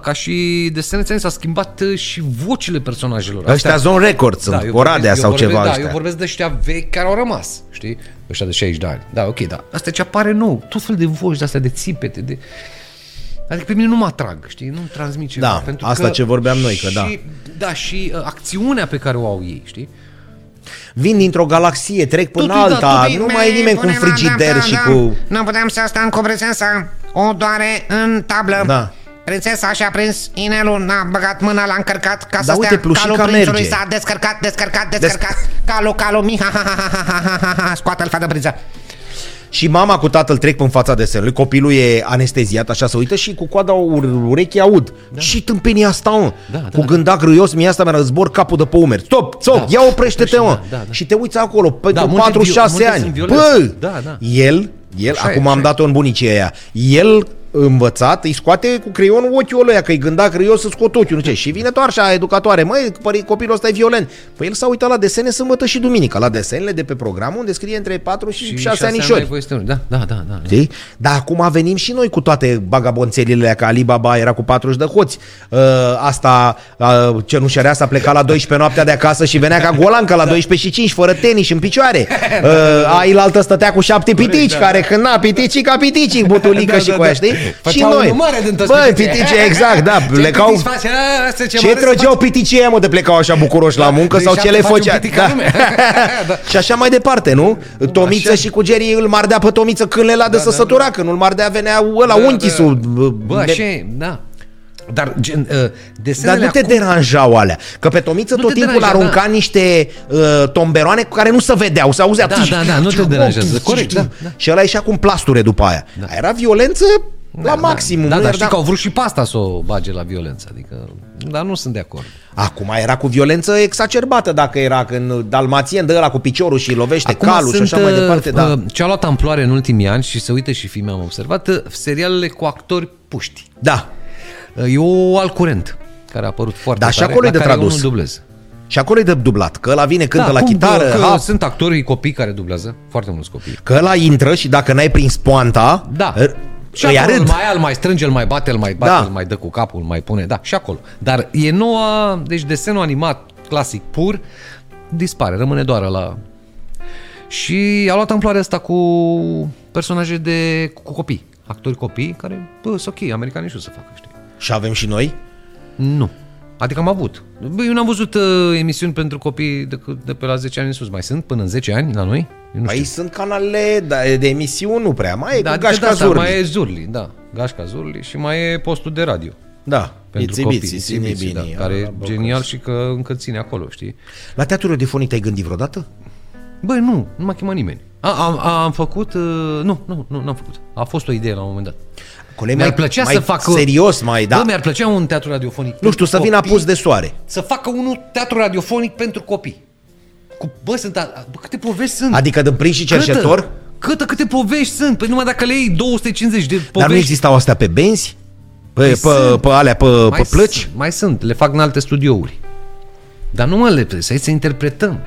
[SPEAKER 2] ca și desene, ți-am zis, s-a schimbat uh, și vocile personajelor.
[SPEAKER 1] Ăștia Zone Records
[SPEAKER 2] Da,
[SPEAKER 1] sunt,
[SPEAKER 2] eu
[SPEAKER 1] Oradea
[SPEAKER 2] vorbesc- eu
[SPEAKER 1] sau
[SPEAKER 2] vorbesc,
[SPEAKER 1] ceva
[SPEAKER 2] Da,
[SPEAKER 1] ăștia.
[SPEAKER 2] eu vorbesc de ăștia vechi care au rămas, știi? Ăștia de 60 de ani. Da, ok, da. Asta ce apare nou, tot fel de voci de astea, de țipete, de... Adică pe mine nu mă atrag, știi? Nu-mi transmit ceva.
[SPEAKER 1] Da,
[SPEAKER 2] pentru
[SPEAKER 1] asta
[SPEAKER 2] că
[SPEAKER 1] ce vorbeam noi, că
[SPEAKER 2] și,
[SPEAKER 1] da.
[SPEAKER 2] Da, și uh, acțiunea pe care o au ei, știi?
[SPEAKER 1] Vin dintr-o galaxie, trec până
[SPEAKER 2] Totul, da,
[SPEAKER 1] alta,
[SPEAKER 2] totul
[SPEAKER 1] nu mai e nimeni cu un
[SPEAKER 4] da,
[SPEAKER 1] frigider și cu...
[SPEAKER 5] da. Nu puteam să stăm cu prințesa, o doare în tablă.
[SPEAKER 1] Da.
[SPEAKER 5] Prințesa și-a prins inelul, n-a băgat mâna, l-a încărcat ca să
[SPEAKER 1] Dar uite,
[SPEAKER 5] stea.
[SPEAKER 1] plușica
[SPEAKER 5] calul prințului
[SPEAKER 1] merge.
[SPEAKER 5] s-a descărcat, descărcat, descărcat. Calul, calul, mi, ha, ha, ha, ha, ha, ha, ha, ha, scoate-l, fată prință.
[SPEAKER 1] Și mama cu tatăl trec în fața desenului, copilul e anesteziat, așa se uită și cu coada ur- urechii aud. Da. Și tâmpenia asta, mă. Da, da, cu gândac râios, mi asta mi-a războr capul de pe umeri. Stop, stop, da. ia oprește-te, mă. Da, da, da. Și te uiți acolo, pentru
[SPEAKER 2] multe vi-
[SPEAKER 1] 46
[SPEAKER 2] multe
[SPEAKER 1] ani.
[SPEAKER 2] sunt
[SPEAKER 1] Bă,
[SPEAKER 2] violenți. Da, da.
[SPEAKER 1] el, el,
[SPEAKER 2] Așa e,
[SPEAKER 1] acum
[SPEAKER 2] așa
[SPEAKER 1] am
[SPEAKER 2] e.
[SPEAKER 1] dat-o în bunicii aia, el învățat, îi scoate cu creionul ochiul ăla, că îi gânda că eu să scot ochiul, nu ce? Și vine doar așa, educatoare, măi, pări- copilul ăsta e violent. Păi el s-a uitat la desene sâmbătă și duminică, la desenele de pe program unde scrie între 4 și, și 6
[SPEAKER 2] ani
[SPEAKER 1] anișori.
[SPEAKER 2] mai voie să te urci. Da, da, da, da.
[SPEAKER 1] Știi? Dar acum venim și noi cu toate bagabonțelile alea, că Alibaba era cu 40 de hoți. Uh, asta, uh, cenușărea s-a plecat la 12 noaptea de acasă și venea ca golancă
[SPEAKER 2] Da.
[SPEAKER 1] la 12 și 5, fără tenis, în picioare. Uh, ailaltă stătea cu șapte pitici,
[SPEAKER 2] da.
[SPEAKER 1] care când na, piticii ca piticii, butulică și cu aia, știi? și
[SPEAKER 2] Făceau
[SPEAKER 1] noi.
[SPEAKER 2] numare din toți
[SPEAKER 1] Bă,
[SPEAKER 2] piticii.
[SPEAKER 1] pitici, exact, da,
[SPEAKER 2] Ce
[SPEAKER 1] plecau...
[SPEAKER 2] pitici face? A, asta
[SPEAKER 1] Ce
[SPEAKER 2] mare să
[SPEAKER 1] trăgeau piticii ăia, mă, de plecau așa bucuroși la muncă
[SPEAKER 2] Deci
[SPEAKER 1] sau
[SPEAKER 2] și
[SPEAKER 1] ce le
[SPEAKER 2] acum faci un
[SPEAKER 1] făcea?
[SPEAKER 2] pitic ca lumea. Da.
[SPEAKER 1] Și așa mai departe, nu? Tomiță și cu Jerry îl mardea pe Tomiță când le la
[SPEAKER 2] Da,
[SPEAKER 1] de să sătura, când îl mardea venea ăla da, unchisul.
[SPEAKER 2] Bă, așa e, da. Dar gen, uh,
[SPEAKER 1] Dar
[SPEAKER 2] desenele
[SPEAKER 1] nu te
[SPEAKER 2] acum...
[SPEAKER 1] deranjau alea, că pe Tomiță
[SPEAKER 2] Nu
[SPEAKER 1] tot
[SPEAKER 2] te
[SPEAKER 1] timpul
[SPEAKER 2] deranja, da.
[SPEAKER 1] arunca niște uh, tomberoane cu care nu se vedeau, se auzea.
[SPEAKER 2] Da, da, da, nu te deranjează, corect, da, da.
[SPEAKER 1] Și ăla ieșea cu un plasture după aia. Era violență la maximum.
[SPEAKER 2] Da,
[SPEAKER 1] nu
[SPEAKER 2] dar
[SPEAKER 1] era-
[SPEAKER 2] știi că au vrut și pasta să o bage la violență, adică, dar nu sunt de acord.
[SPEAKER 1] Acum era cu violență exacerbată dacă era când dalmațien dă ăla cu piciorul și lovește calul și așa mai
[SPEAKER 2] uh,
[SPEAKER 1] departe,
[SPEAKER 2] uh,
[SPEAKER 1] da.
[SPEAKER 2] Ce a luat amploare în ultimii ani și se uită și filme, am observat, uh, serialele cu actori puști.
[SPEAKER 1] Da.
[SPEAKER 2] Uh, E o al curent care a apărut foarte
[SPEAKER 1] Dar și
[SPEAKER 2] tare,
[SPEAKER 1] acolo e
[SPEAKER 2] la
[SPEAKER 1] de
[SPEAKER 2] care eu
[SPEAKER 1] tradus.
[SPEAKER 2] nu dublez. Da,
[SPEAKER 1] Și acolo e de dublat, că ăla vine, cântă la
[SPEAKER 2] cum,
[SPEAKER 1] chitară,
[SPEAKER 2] că
[SPEAKER 1] hap,
[SPEAKER 2] sunt actorii copii care dublează, foarte mulți copii.
[SPEAKER 1] că ăla intră și dacă n-ai prins poanta,
[SPEAKER 2] Da.
[SPEAKER 1] r-
[SPEAKER 2] Și
[SPEAKER 1] îi
[SPEAKER 2] acolo
[SPEAKER 1] arăt.
[SPEAKER 2] îl mai ia, îl mai strânge, îl mai bate, îl mai bate,
[SPEAKER 1] Da.
[SPEAKER 2] da. îl mai dă cu capul, îl mai pune, da, și acolo. Dar e noua, deci desenul animat clasic pur dispare, rămâne doar la și a luat amploare asta cu personaje de cu copii, actori copii care, bă, sunt ok, americanii știu să facă, știi.
[SPEAKER 1] Și avem și noi.
[SPEAKER 2] Nu. Adică am avut. Bă, eu n-am văzut uh, emisiuni pentru copii de, de pe la 10 ani în sus. Mai sunt până în 10 ani la noi? Eu nu
[SPEAKER 1] Păi sunt canale da, de emisiuni, nu prea. Mai e da,
[SPEAKER 2] da,
[SPEAKER 1] cu
[SPEAKER 2] adică de
[SPEAKER 1] Gașca
[SPEAKER 2] asta,
[SPEAKER 1] Zurli.
[SPEAKER 2] mai e Zurli, da. Gașca Zurli și mai e postul de radio.
[SPEAKER 1] Da,
[SPEAKER 2] Pentru
[SPEAKER 1] Ițibiții,
[SPEAKER 2] copii,
[SPEAKER 1] Sinibii,
[SPEAKER 2] Ițibiții, da,
[SPEAKER 1] Binii,
[SPEAKER 2] care
[SPEAKER 1] ăla,
[SPEAKER 2] e
[SPEAKER 1] bă,
[SPEAKER 2] genial și că încă ține acolo, știi?
[SPEAKER 1] La teatru radiofonic te-ai gândit vreodată?
[SPEAKER 2] Băi, nu, nu m-a chemat nimeni. A, am, am făcut... uh, Nu, nu, nu, n-am făcut. A fost o idee la un moment dat.
[SPEAKER 1] Coleg,
[SPEAKER 2] Mi-ar plăcea
[SPEAKER 1] mai
[SPEAKER 2] să fac... uh,
[SPEAKER 1] Serios, mai, da.
[SPEAKER 2] Bă, mi-ar plăcea un teatru radiofonic.
[SPEAKER 1] nu știu, să
[SPEAKER 2] pentru
[SPEAKER 1] vină
[SPEAKER 2] copii.
[SPEAKER 1] apus de soare.
[SPEAKER 2] Să facă unul teatru radiofonic pentru copii. Cu, bă, sunt... a- Bă, câte povești sunt.
[SPEAKER 1] Adică din prins și cerșetor?
[SPEAKER 2] Câtă, câtă, câte povești sunt? Păi numai dacă le iei 250 de povești... Păi
[SPEAKER 1] Dar nu existau astea pe benzi? Pe, pe, pe,
[SPEAKER 2] sunt.
[SPEAKER 1] alea, pe,
[SPEAKER 2] mai
[SPEAKER 1] pe plăci?
[SPEAKER 2] Sunt, mai sunt, le fac în alte studiouri. Dar nu mă le să să interpretăm.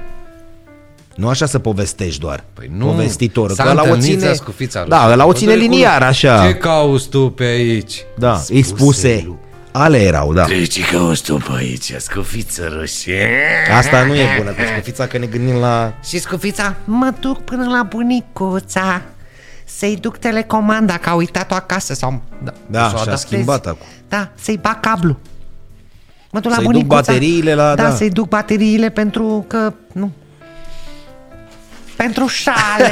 [SPEAKER 1] Nu așa să povestești doar.
[SPEAKER 2] Păi nu.
[SPEAKER 1] Povestitor.
[SPEAKER 2] S-a
[SPEAKER 1] Că ăla o
[SPEAKER 2] întâlnit
[SPEAKER 1] ține...
[SPEAKER 2] cu fița lui.
[SPEAKER 1] da, ăla o
[SPEAKER 2] Bă,
[SPEAKER 1] ține
[SPEAKER 2] dă-i cu-
[SPEAKER 1] liniar, așa.
[SPEAKER 2] Ce cauți tu pe aici?
[SPEAKER 1] Da, îi spuse. Ale erau, da.
[SPEAKER 6] Treci ca o stopă aici, scufiță roșie.
[SPEAKER 1] Asta nu e bună cu scufița, că ne gândim la...
[SPEAKER 5] Și scufița, mă duc până la bunicuța Să-i duc telecomanda, că a uitat-o acasă sau... Da,
[SPEAKER 1] Da,
[SPEAKER 2] Să o
[SPEAKER 1] și-a
[SPEAKER 2] adaptezi.
[SPEAKER 1] schimbat acum.
[SPEAKER 5] da să-i bag cablu Mă duc la
[SPEAKER 1] Să-i duc
[SPEAKER 5] bunicuța
[SPEAKER 1] bateriile la-
[SPEAKER 5] Da,
[SPEAKER 1] da.
[SPEAKER 5] să-i duc bateriile pentru că... Nu pentru șale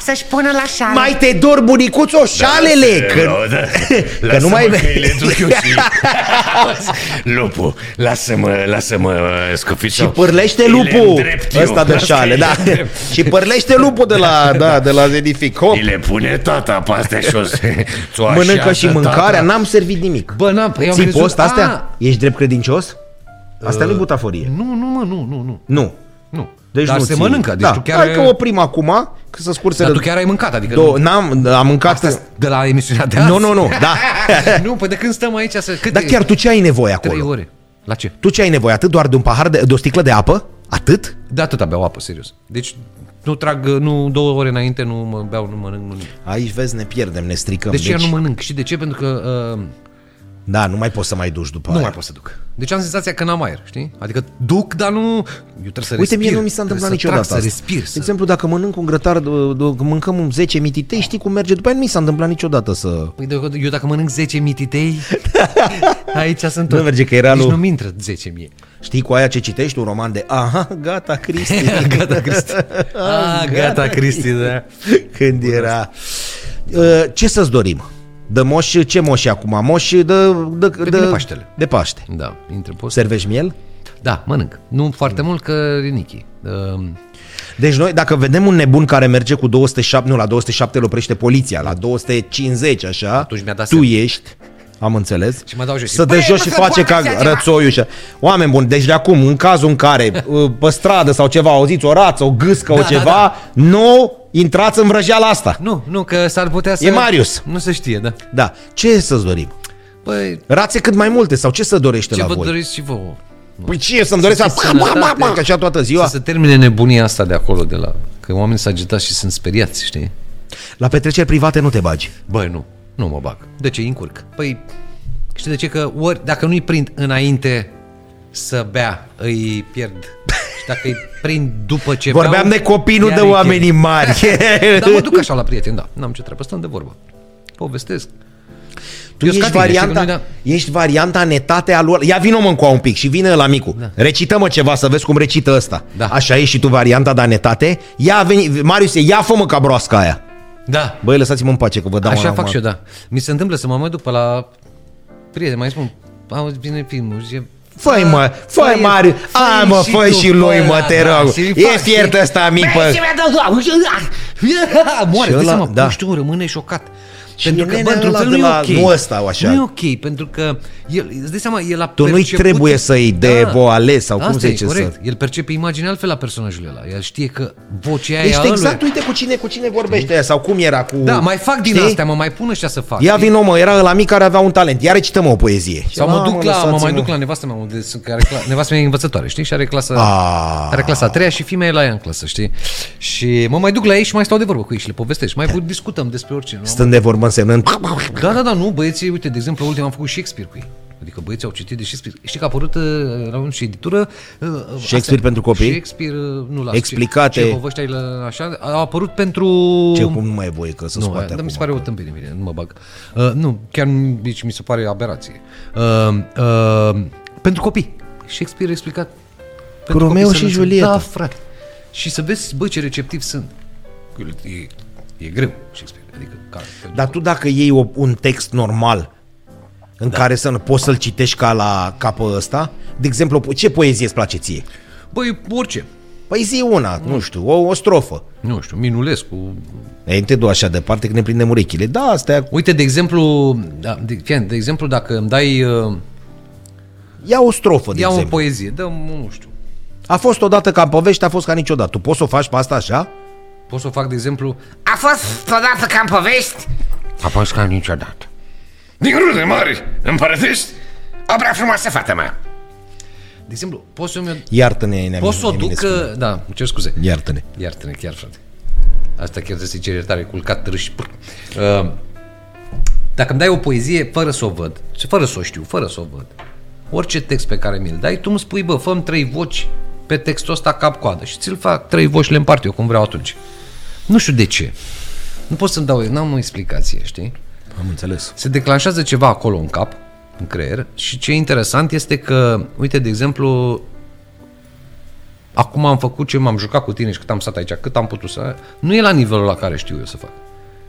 [SPEAKER 5] să-și pună la șale.
[SPEAKER 1] Mai te dor bunicuțo șalele
[SPEAKER 4] Da,
[SPEAKER 1] că,
[SPEAKER 4] da,
[SPEAKER 1] că nu mai
[SPEAKER 4] Lupul, lasă-mă, lasă-mă, scufiță.
[SPEAKER 1] Și pârlește lupul ăsta de șale, da. Și pârlește lupul de la, da, de la zedific. Hop,
[SPEAKER 4] Îi le pune tata pe astea jos. Ți-o
[SPEAKER 1] mănâncă
[SPEAKER 4] așează
[SPEAKER 2] da,
[SPEAKER 1] și mâncarea,
[SPEAKER 4] tata.
[SPEAKER 1] n-am servit nimic.
[SPEAKER 2] Bă, n-am, păi am
[SPEAKER 1] Ții
[SPEAKER 2] crezut-
[SPEAKER 1] post
[SPEAKER 2] A,
[SPEAKER 1] astea? Ești drept credincios? Asta nu-i butaforie.
[SPEAKER 2] Uh, Nu, nu, mă, nu, nu, nu.
[SPEAKER 1] Nu.
[SPEAKER 2] nu.
[SPEAKER 1] Deci
[SPEAKER 2] Dar
[SPEAKER 1] nu
[SPEAKER 2] se
[SPEAKER 1] ții.
[SPEAKER 2] mănâncă, deci
[SPEAKER 1] da.
[SPEAKER 2] tu chiar...
[SPEAKER 1] Hai că oprim acum, că să
[SPEAKER 2] Dar
[SPEAKER 1] scurse
[SPEAKER 2] tu chiar ai mâncat, adică...
[SPEAKER 1] două.
[SPEAKER 2] nu-
[SPEAKER 1] N-am, am mâncat...
[SPEAKER 2] Asta de la emisiunea de azi?
[SPEAKER 1] Nu, nu, nu, da.
[SPEAKER 2] nu, păi de când stăm aici să... Cât
[SPEAKER 1] Dar chiar tu ce ai nevoie
[SPEAKER 2] Trei
[SPEAKER 1] acolo?
[SPEAKER 2] ore. La ce?
[SPEAKER 1] Tu ce ai nevoie? Atât doar de un pahar, de, de o sticlă de apă? Atât?
[SPEAKER 2] De atâta beau apă, serios. Deci nu trag, nu două ore înainte nu mă beau, nu mănânc, nu nimic.
[SPEAKER 1] Aici, vezi, ne pierdem, ne stricăm.
[SPEAKER 2] Deci, deci... eu nu mănânc. Și de ce? Pentru că uh,
[SPEAKER 1] Da, nu mai poți să mai duci după
[SPEAKER 2] nu
[SPEAKER 1] aia.
[SPEAKER 2] mai pot să duc. Deci am senzația că n-am aer, știi? Adică duc, dar nu... Eu trebuie să
[SPEAKER 1] Uite,
[SPEAKER 2] respir.
[SPEAKER 1] mie nu mi s-a
[SPEAKER 2] trebuie
[SPEAKER 1] întâmplat
[SPEAKER 2] să
[SPEAKER 1] niciodată
[SPEAKER 2] trag,
[SPEAKER 1] asta. Deci-
[SPEAKER 2] Să respir,
[SPEAKER 1] De
[SPEAKER 2] să...
[SPEAKER 1] exemplu, dacă mănânc un grătar, d- d- mâncăm un 10 mititei, știi cum merge? După aia nu mi s-a întâmplat niciodată să...
[SPEAKER 2] Păi de- eu dacă mănânc 10 mititei, aici sunt
[SPEAKER 1] Nu
[SPEAKER 2] tot.
[SPEAKER 1] merge, că era
[SPEAKER 2] Nici
[SPEAKER 1] lui-
[SPEAKER 2] nu-mi intră 10 mie.
[SPEAKER 1] Știi cu aia ce citești, un roman de Aha, gata, Cristi.
[SPEAKER 2] gata, Cristi. Ah, gata, Cristi, da.
[SPEAKER 1] Când era... Uh, Ce să-ți dorim? De moș, ce moș e acum? Moș de, de, de,
[SPEAKER 2] vine Paștele.
[SPEAKER 1] De Paște.
[SPEAKER 2] Da, intră post.
[SPEAKER 1] Servești miel?
[SPEAKER 2] Da, mănânc. Nu foarte mult că rinichi. Uh,
[SPEAKER 1] Deci noi, dacă vedem un nebun care merge cu 207, nu, la 207 îl oprește poliția, la 250, așa,
[SPEAKER 2] Atunci mi-a dat
[SPEAKER 1] tu
[SPEAKER 2] semn.
[SPEAKER 1] ești, am înțeles,
[SPEAKER 2] Și mă dau jos.
[SPEAKER 1] să de
[SPEAKER 2] Băi,
[SPEAKER 1] jos
[SPEAKER 2] mă,
[SPEAKER 1] și
[SPEAKER 2] să
[SPEAKER 1] face
[SPEAKER 2] poate
[SPEAKER 1] ca
[SPEAKER 2] așa ceva.
[SPEAKER 1] rățoiul și... Oameni buni, deci de acum, în cazul în care uh, pe stradă sau ceva auziți o rață, o gâscă, o
[SPEAKER 2] Da, da,
[SPEAKER 1] ceva,
[SPEAKER 2] da.
[SPEAKER 1] nu intrați în vrăjeala asta.
[SPEAKER 2] nu, nu, că s-ar putea să...
[SPEAKER 1] E Marius.
[SPEAKER 2] Nu se știe, da.
[SPEAKER 1] Da, ce să-ți dorim?
[SPEAKER 2] Păi,
[SPEAKER 1] Rațe cât mai multe sau ce să dorește
[SPEAKER 2] ce
[SPEAKER 1] la
[SPEAKER 2] vă
[SPEAKER 1] voi?
[SPEAKER 2] doriți și vouă?
[SPEAKER 1] Păi ce să-mi doresc
[SPEAKER 2] Să
[SPEAKER 1] să...
[SPEAKER 2] fie sănătate.
[SPEAKER 1] Că așa toată
[SPEAKER 2] Să
[SPEAKER 1] ziua.
[SPEAKER 2] se termine nebunia asta de acolo, de la... Că oamenii s-au agitat și sunt speriați, știi?
[SPEAKER 1] La petreceri private nu te bagi.
[SPEAKER 2] Băi, nu, nu mă bag. De ce? Îi Încurc. Păi, știi de ce? Că ori, dacă nu-i prind înainte să bea, îi pierd. Și dacă îi prind după ce
[SPEAKER 1] Vorbeam
[SPEAKER 2] beau,
[SPEAKER 1] de copii, nu
[SPEAKER 2] da, iar
[SPEAKER 1] de
[SPEAKER 2] îi
[SPEAKER 1] oamenii
[SPEAKER 2] pierd.
[SPEAKER 1] mari.
[SPEAKER 2] Dar mă duc așa la prieteni, da. N-am ce treabă, stăm de vorbă. Povestesc.
[SPEAKER 1] Tu
[SPEAKER 2] Eu sunt
[SPEAKER 1] ești
[SPEAKER 2] ca tine, știi că
[SPEAKER 1] varianta,
[SPEAKER 2] nu-i da-
[SPEAKER 1] ești varianta netate a lui Ia vină mă încoa un pic și vine la micu. Da. Recită-mă ceva să vezi cum recită ăsta.
[SPEAKER 2] Da.
[SPEAKER 1] Așa ești și tu varianta de anetate. Ia veni, Marius, ia fă mă ca broasca aia.
[SPEAKER 2] Da,
[SPEAKER 1] Băi, lăsați-mă în pace că vă dau
[SPEAKER 2] Așa
[SPEAKER 1] una,
[SPEAKER 2] fac
[SPEAKER 1] mă.
[SPEAKER 2] și eu, da. Mi se întâmplă să mă mai duc pe la prieteni, mai spun, auzi, bine filmul, zice, "Da,
[SPEAKER 1] Fă-i mă, fă-i Marius, ai mă, fă și lui mă, te
[SPEAKER 2] da,
[SPEAKER 1] rog. E fiert ăsta mic,
[SPEAKER 5] Băi,
[SPEAKER 1] bă.
[SPEAKER 5] ce mi-a dat
[SPEAKER 2] Moare,
[SPEAKER 1] Și
[SPEAKER 2] vezi
[SPEAKER 1] ăla-
[SPEAKER 2] mă,
[SPEAKER 1] da.
[SPEAKER 2] da. știu, rămâne șocat.
[SPEAKER 1] Și
[SPEAKER 2] pentru că,
[SPEAKER 1] nenea
[SPEAKER 2] bă, într-un
[SPEAKER 1] ăla
[SPEAKER 2] fel
[SPEAKER 1] de
[SPEAKER 2] nu e
[SPEAKER 1] la-
[SPEAKER 2] ok.
[SPEAKER 1] nu ăsta, așa.
[SPEAKER 2] Nu e ok, pentru că el, îți dai seama, el a
[SPEAKER 1] Tu nu-i
[SPEAKER 2] perceput- Da.
[SPEAKER 1] trebuie să-i devoalezi sau cum
[SPEAKER 2] Asta
[SPEAKER 1] se
[SPEAKER 2] e,
[SPEAKER 1] zice să-
[SPEAKER 2] corect. El percepe imaginea altfel la personajul ăla. El știe că vocea aia a
[SPEAKER 1] Ești
[SPEAKER 2] lui.
[SPEAKER 1] exact, uite cu cine, cu cine vorbește aia sau cum era cu...
[SPEAKER 2] Da, mai fac din
[SPEAKER 1] Știi?
[SPEAKER 2] astea, mă mai pun ăștia să fac.
[SPEAKER 1] Ia vino mă, era la mic care avea un talent. Ia recită-mă o poezie.
[SPEAKER 2] Sau mă duc la, mă mai
[SPEAKER 1] lăsați-mă.
[SPEAKER 2] duc la nevastă mea, unde sunt, care cla- nevastă mea e învățătoare, știi? Și are clasa,
[SPEAKER 1] Ah.
[SPEAKER 2] are clasa a treia și femeia e la ea în clasă, știi? Și mă mai duc la ei și mai stau de vorbă cu ei și le povestesc. Mai vo- discutăm despre orice. Nu?
[SPEAKER 1] Stând de vorbă însemnând...
[SPEAKER 2] Da, da, da, nu, băieții, uite, de exemplu, ultima am făcut Shakespeare cu ei. Adică băieții au citit de Shakespeare. Știi că a apărut uh, la un și editură... uh, uh, astea,
[SPEAKER 1] pentru copii?
[SPEAKER 2] Shakespeare, uh, nu la
[SPEAKER 1] Explicate.
[SPEAKER 2] Ce, ce așa, au apărut pentru...
[SPEAKER 1] Ce, cum nu mai e voie că să
[SPEAKER 2] Nu,
[SPEAKER 1] scoate
[SPEAKER 2] dar mi se
[SPEAKER 1] acum.
[SPEAKER 2] pare o tâmpire, bine, nu mă bag. Uh, nu, chiar nu- deci mi se pare aberație. Uh, uh, pentru copii. Shakespeare a explicat. Pentru
[SPEAKER 1] Romeo
[SPEAKER 2] copii să
[SPEAKER 1] și
[SPEAKER 2] le înțeleagă.
[SPEAKER 1] Julieta.
[SPEAKER 2] Da, frate. Și să vezi, bă, ce receptiv sunt. E, e greu, Shakespeare. Adică, ca, da.
[SPEAKER 1] Dar tu dacă iei o, un text normal în da. care să nu poți să-l citești ca la capă ăsta, de exemplu, po- ce poezie îți place ție?
[SPEAKER 2] Băi, orice.
[SPEAKER 1] Păi zi una,
[SPEAKER 2] Mm.
[SPEAKER 1] nu știu, o, o strofă.
[SPEAKER 2] Nu știu, Minulescu.
[SPEAKER 1] Ei, nu te du așa departe că ne prindem urechile. Da, astea,
[SPEAKER 2] Uite, de exemplu, da, de, fii, de exemplu, dacă îmi dai, uh,
[SPEAKER 1] ia o strofă, de
[SPEAKER 2] ia o
[SPEAKER 1] exemplu.
[SPEAKER 2] poezie, dă, nu știu,
[SPEAKER 1] a fost odată ca în povești, a fost ca niciodată. Tu poți să o faci pe asta așa?
[SPEAKER 2] pot să o fac, de exemplu,
[SPEAKER 5] A fost odată ca în povești?
[SPEAKER 3] A fost ca niciodată.
[SPEAKER 4] Din rude mari, împărătești, o prea frumoasă fată mea.
[SPEAKER 2] de exemplu, pot să-mi,
[SPEAKER 1] Iartă-ne,
[SPEAKER 2] pot să o duc,
[SPEAKER 1] Eminescu.
[SPEAKER 2] uh, da, îmi cer scuze,
[SPEAKER 1] Iartă-ne.
[SPEAKER 2] Iartă-ne chiar, frate. Asta chiar trebuie să-i ceri iertare, culcat, râși. pur. Uh, dacă îmi dai o poezie fără să o văd, și fără să o știu, fără să o văd, orice text pe care mi-l dai, tu îmi spui, bă, făm trei voci pe textul ăsta cap-coadă și ți-l fac trei voci, le împart eu cum vreau atunci. Nu știu de ce. Nu pot să-mi dau eu, n-am o explicație, știi?
[SPEAKER 1] Am înțeles.
[SPEAKER 2] se declanșează ceva acolo în cap, în creier și ce e interesant este că, uite, de exemplu, acum am făcut ce m-am jucat cu tine și cât am stat aici, cât am putut să... Nu e la nivelul la care știu eu să fac.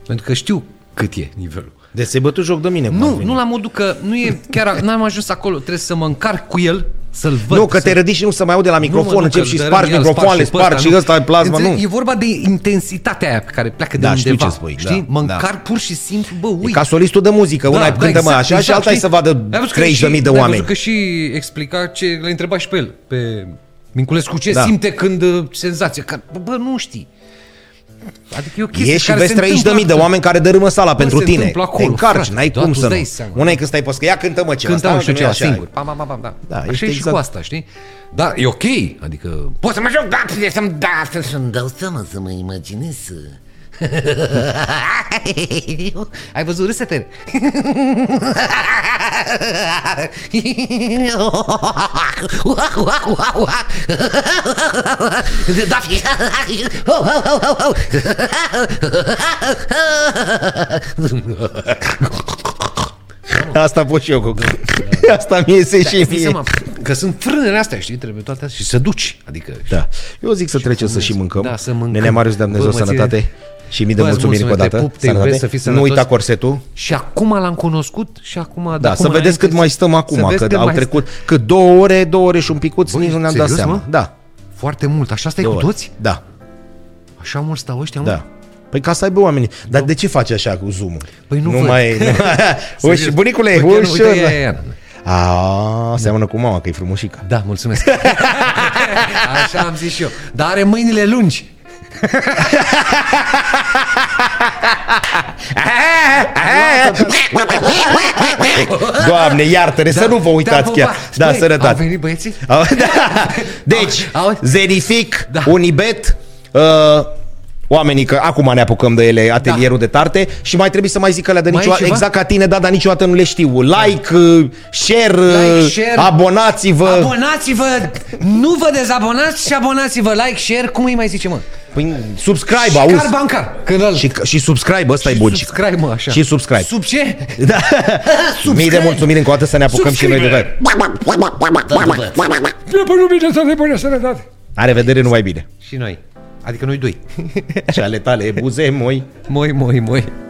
[SPEAKER 2] Pentru că știu cât e nivelul.
[SPEAKER 1] Deci se bătu joc de mine. cum ar
[SPEAKER 2] Nu,
[SPEAKER 1] veni.
[SPEAKER 2] nu la modul că nu e chiar, n-am ajuns acolo, trebuie să mă încarc cu el, să-l văd.
[SPEAKER 1] Nu, că
[SPEAKER 2] să...
[SPEAKER 1] te rădiți și nu se mai aude la
[SPEAKER 2] mă,
[SPEAKER 1] microfon,
[SPEAKER 2] nu,
[SPEAKER 1] încep
[SPEAKER 2] că
[SPEAKER 1] și
[SPEAKER 2] îl
[SPEAKER 1] spargi
[SPEAKER 2] dărâm, el,
[SPEAKER 1] microfoanele, spargi și ăsta e plasma,
[SPEAKER 2] Înțelegi?
[SPEAKER 1] nu.
[SPEAKER 2] E vorba de intensitatea aia pe care pleacă
[SPEAKER 1] Da,
[SPEAKER 2] de
[SPEAKER 1] știu
[SPEAKER 2] undeva.
[SPEAKER 1] ce spui,
[SPEAKER 2] știi?
[SPEAKER 1] da,
[SPEAKER 2] mă
[SPEAKER 1] da.
[SPEAKER 2] încarc pur și simplu, bă,
[SPEAKER 1] E
[SPEAKER 2] uit.
[SPEAKER 1] ca solistul de muzică,
[SPEAKER 2] Da,
[SPEAKER 1] una e cântă mă așa și alta e
[SPEAKER 2] exact, știi?
[SPEAKER 1] să vadă
[SPEAKER 2] Ai văzut că
[SPEAKER 1] 30.000
[SPEAKER 2] și-
[SPEAKER 1] de
[SPEAKER 2] ai
[SPEAKER 1] oameni.
[SPEAKER 2] văzut că și explica ce le întreba și pe el, pe Minculescu, ce
[SPEAKER 1] Da.
[SPEAKER 2] simte când uh, senzație, că bă, bă, nu știi. Adică e o chestie
[SPEAKER 1] E și
[SPEAKER 2] care
[SPEAKER 1] vezi
[SPEAKER 2] se întâmplă
[SPEAKER 1] 30.000 de
[SPEAKER 2] acolo.
[SPEAKER 1] oameni care dărâmă sala pentru
[SPEAKER 2] se
[SPEAKER 1] tine.
[SPEAKER 2] întâmplă acolo,
[SPEAKER 1] Te încarci,
[SPEAKER 2] frate,
[SPEAKER 1] n-ai
[SPEAKER 2] doar
[SPEAKER 1] cum
[SPEAKER 2] tu
[SPEAKER 1] să
[SPEAKER 2] îți dai
[SPEAKER 1] nu.
[SPEAKER 2] seama.
[SPEAKER 1] Una e când stai pe scă, ia cântă mă ceva.
[SPEAKER 2] Cântăm
[SPEAKER 1] stai,
[SPEAKER 2] și eu
[SPEAKER 1] mă, că nu e așa.
[SPEAKER 2] ceva singur. Pam, pam, pam, pam, da.
[SPEAKER 1] Da,
[SPEAKER 2] Așa
[SPEAKER 1] este
[SPEAKER 2] e și
[SPEAKER 1] exact.
[SPEAKER 2] cu asta, știi? Da, e ok. Adică
[SPEAKER 5] Poți să mă joc, da, să să-mi da, să
[SPEAKER 8] Îmi dau seama să mă imaginez să-
[SPEAKER 2] ai văzut râsete?
[SPEAKER 8] Da, fi-
[SPEAKER 1] Asta pot și eu cu Asta mi iese și
[SPEAKER 2] Ți
[SPEAKER 1] mie.
[SPEAKER 2] seama că sunt frânele astea, știi? Trebuie toate astea și să duci. Adică
[SPEAKER 1] Da. Eu zic să trecem să și mâncăm.
[SPEAKER 2] Da, să mâncăm.
[SPEAKER 1] Nene Marius, de Dumnezeu,
[SPEAKER 2] Bă, mă ține-
[SPEAKER 1] sănătate. Și mii de
[SPEAKER 2] Bă, îți
[SPEAKER 1] mulțumiri încă o
[SPEAKER 2] mulțumesc, te
[SPEAKER 1] dată.
[SPEAKER 2] pup, te iubesc,
[SPEAKER 1] Sănătate.
[SPEAKER 2] să fii
[SPEAKER 1] Nu
[SPEAKER 2] sănătos.
[SPEAKER 1] uita corsetul.
[SPEAKER 2] Și acum l-am cunoscut și acum...
[SPEAKER 1] Da, să vedeți cât mai stăm acum, că au trecut că două ore, două ore și un picuț,
[SPEAKER 2] Băi,
[SPEAKER 1] nici nu ne-am dat
[SPEAKER 2] serios,
[SPEAKER 1] seama.
[SPEAKER 2] mă?
[SPEAKER 1] Da.
[SPEAKER 2] Foarte mult. Așa stai
[SPEAKER 1] două
[SPEAKER 2] cu
[SPEAKER 1] ore.
[SPEAKER 2] toți?
[SPEAKER 1] Da,
[SPEAKER 2] Așa mult stau ăștia, mă?
[SPEAKER 1] da. Păi ca să aibă oamenii. Dar de ce faci așa cu zoom
[SPEAKER 2] Păi nu văd.
[SPEAKER 1] mai... Nu. Uși, bunicule,
[SPEAKER 2] Uite,
[SPEAKER 1] ușor.
[SPEAKER 2] Păi uite, ia, ia, ia.
[SPEAKER 1] A, seamănă cu mama, că e frumușică.
[SPEAKER 2] Da, mulțumesc. Așa am zis și eu. Dar are mâinile lungi.
[SPEAKER 1] Doamne, iartă-ne, să nu vă uitați
[SPEAKER 2] da,
[SPEAKER 1] chiar. Da,
[SPEAKER 2] Băi, Au
[SPEAKER 1] sănătate.
[SPEAKER 2] venit băieții?
[SPEAKER 1] Au- da. Deci,
[SPEAKER 2] Au- au-
[SPEAKER 1] Zenific,
[SPEAKER 2] Da.
[SPEAKER 1] Unibet, uh, oamenii, că acum ne apucăm de ele, atelierul da. de tarte și mai trebuie să mai zic alea de
[SPEAKER 2] Mai e
[SPEAKER 1] niciodată,
[SPEAKER 2] ceva? Da.
[SPEAKER 1] exact ca tine, da, dar niciodată nu le știu. Like, uh, share,
[SPEAKER 2] Like,
[SPEAKER 1] uh,
[SPEAKER 2] share.
[SPEAKER 1] abonați-vă.
[SPEAKER 2] Abonați-vă! Nu vă dezabonați și abonați-vă! Like, share, cum îi mai zice, mă?
[SPEAKER 1] Păi, subscribe,
[SPEAKER 2] și car
[SPEAKER 1] auzi.
[SPEAKER 2] bancar. Când ăla-
[SPEAKER 1] Și, și subscribe, ăsta e
[SPEAKER 2] și
[SPEAKER 1] bun.
[SPEAKER 2] subscribe, mă, așa.
[SPEAKER 1] Și subscribe.
[SPEAKER 2] Sub ce?
[SPEAKER 1] Da. Mii de mulțumiri încă o dată să ne apucăm și noi de verde.
[SPEAKER 4] Bine, păi nu bine, să te pune sănătate.
[SPEAKER 1] La revedere, numai bine.
[SPEAKER 2] Și noi. Adică noi doi.
[SPEAKER 1] Și ale tale, buze, moi.
[SPEAKER 2] Moi, moi, moi.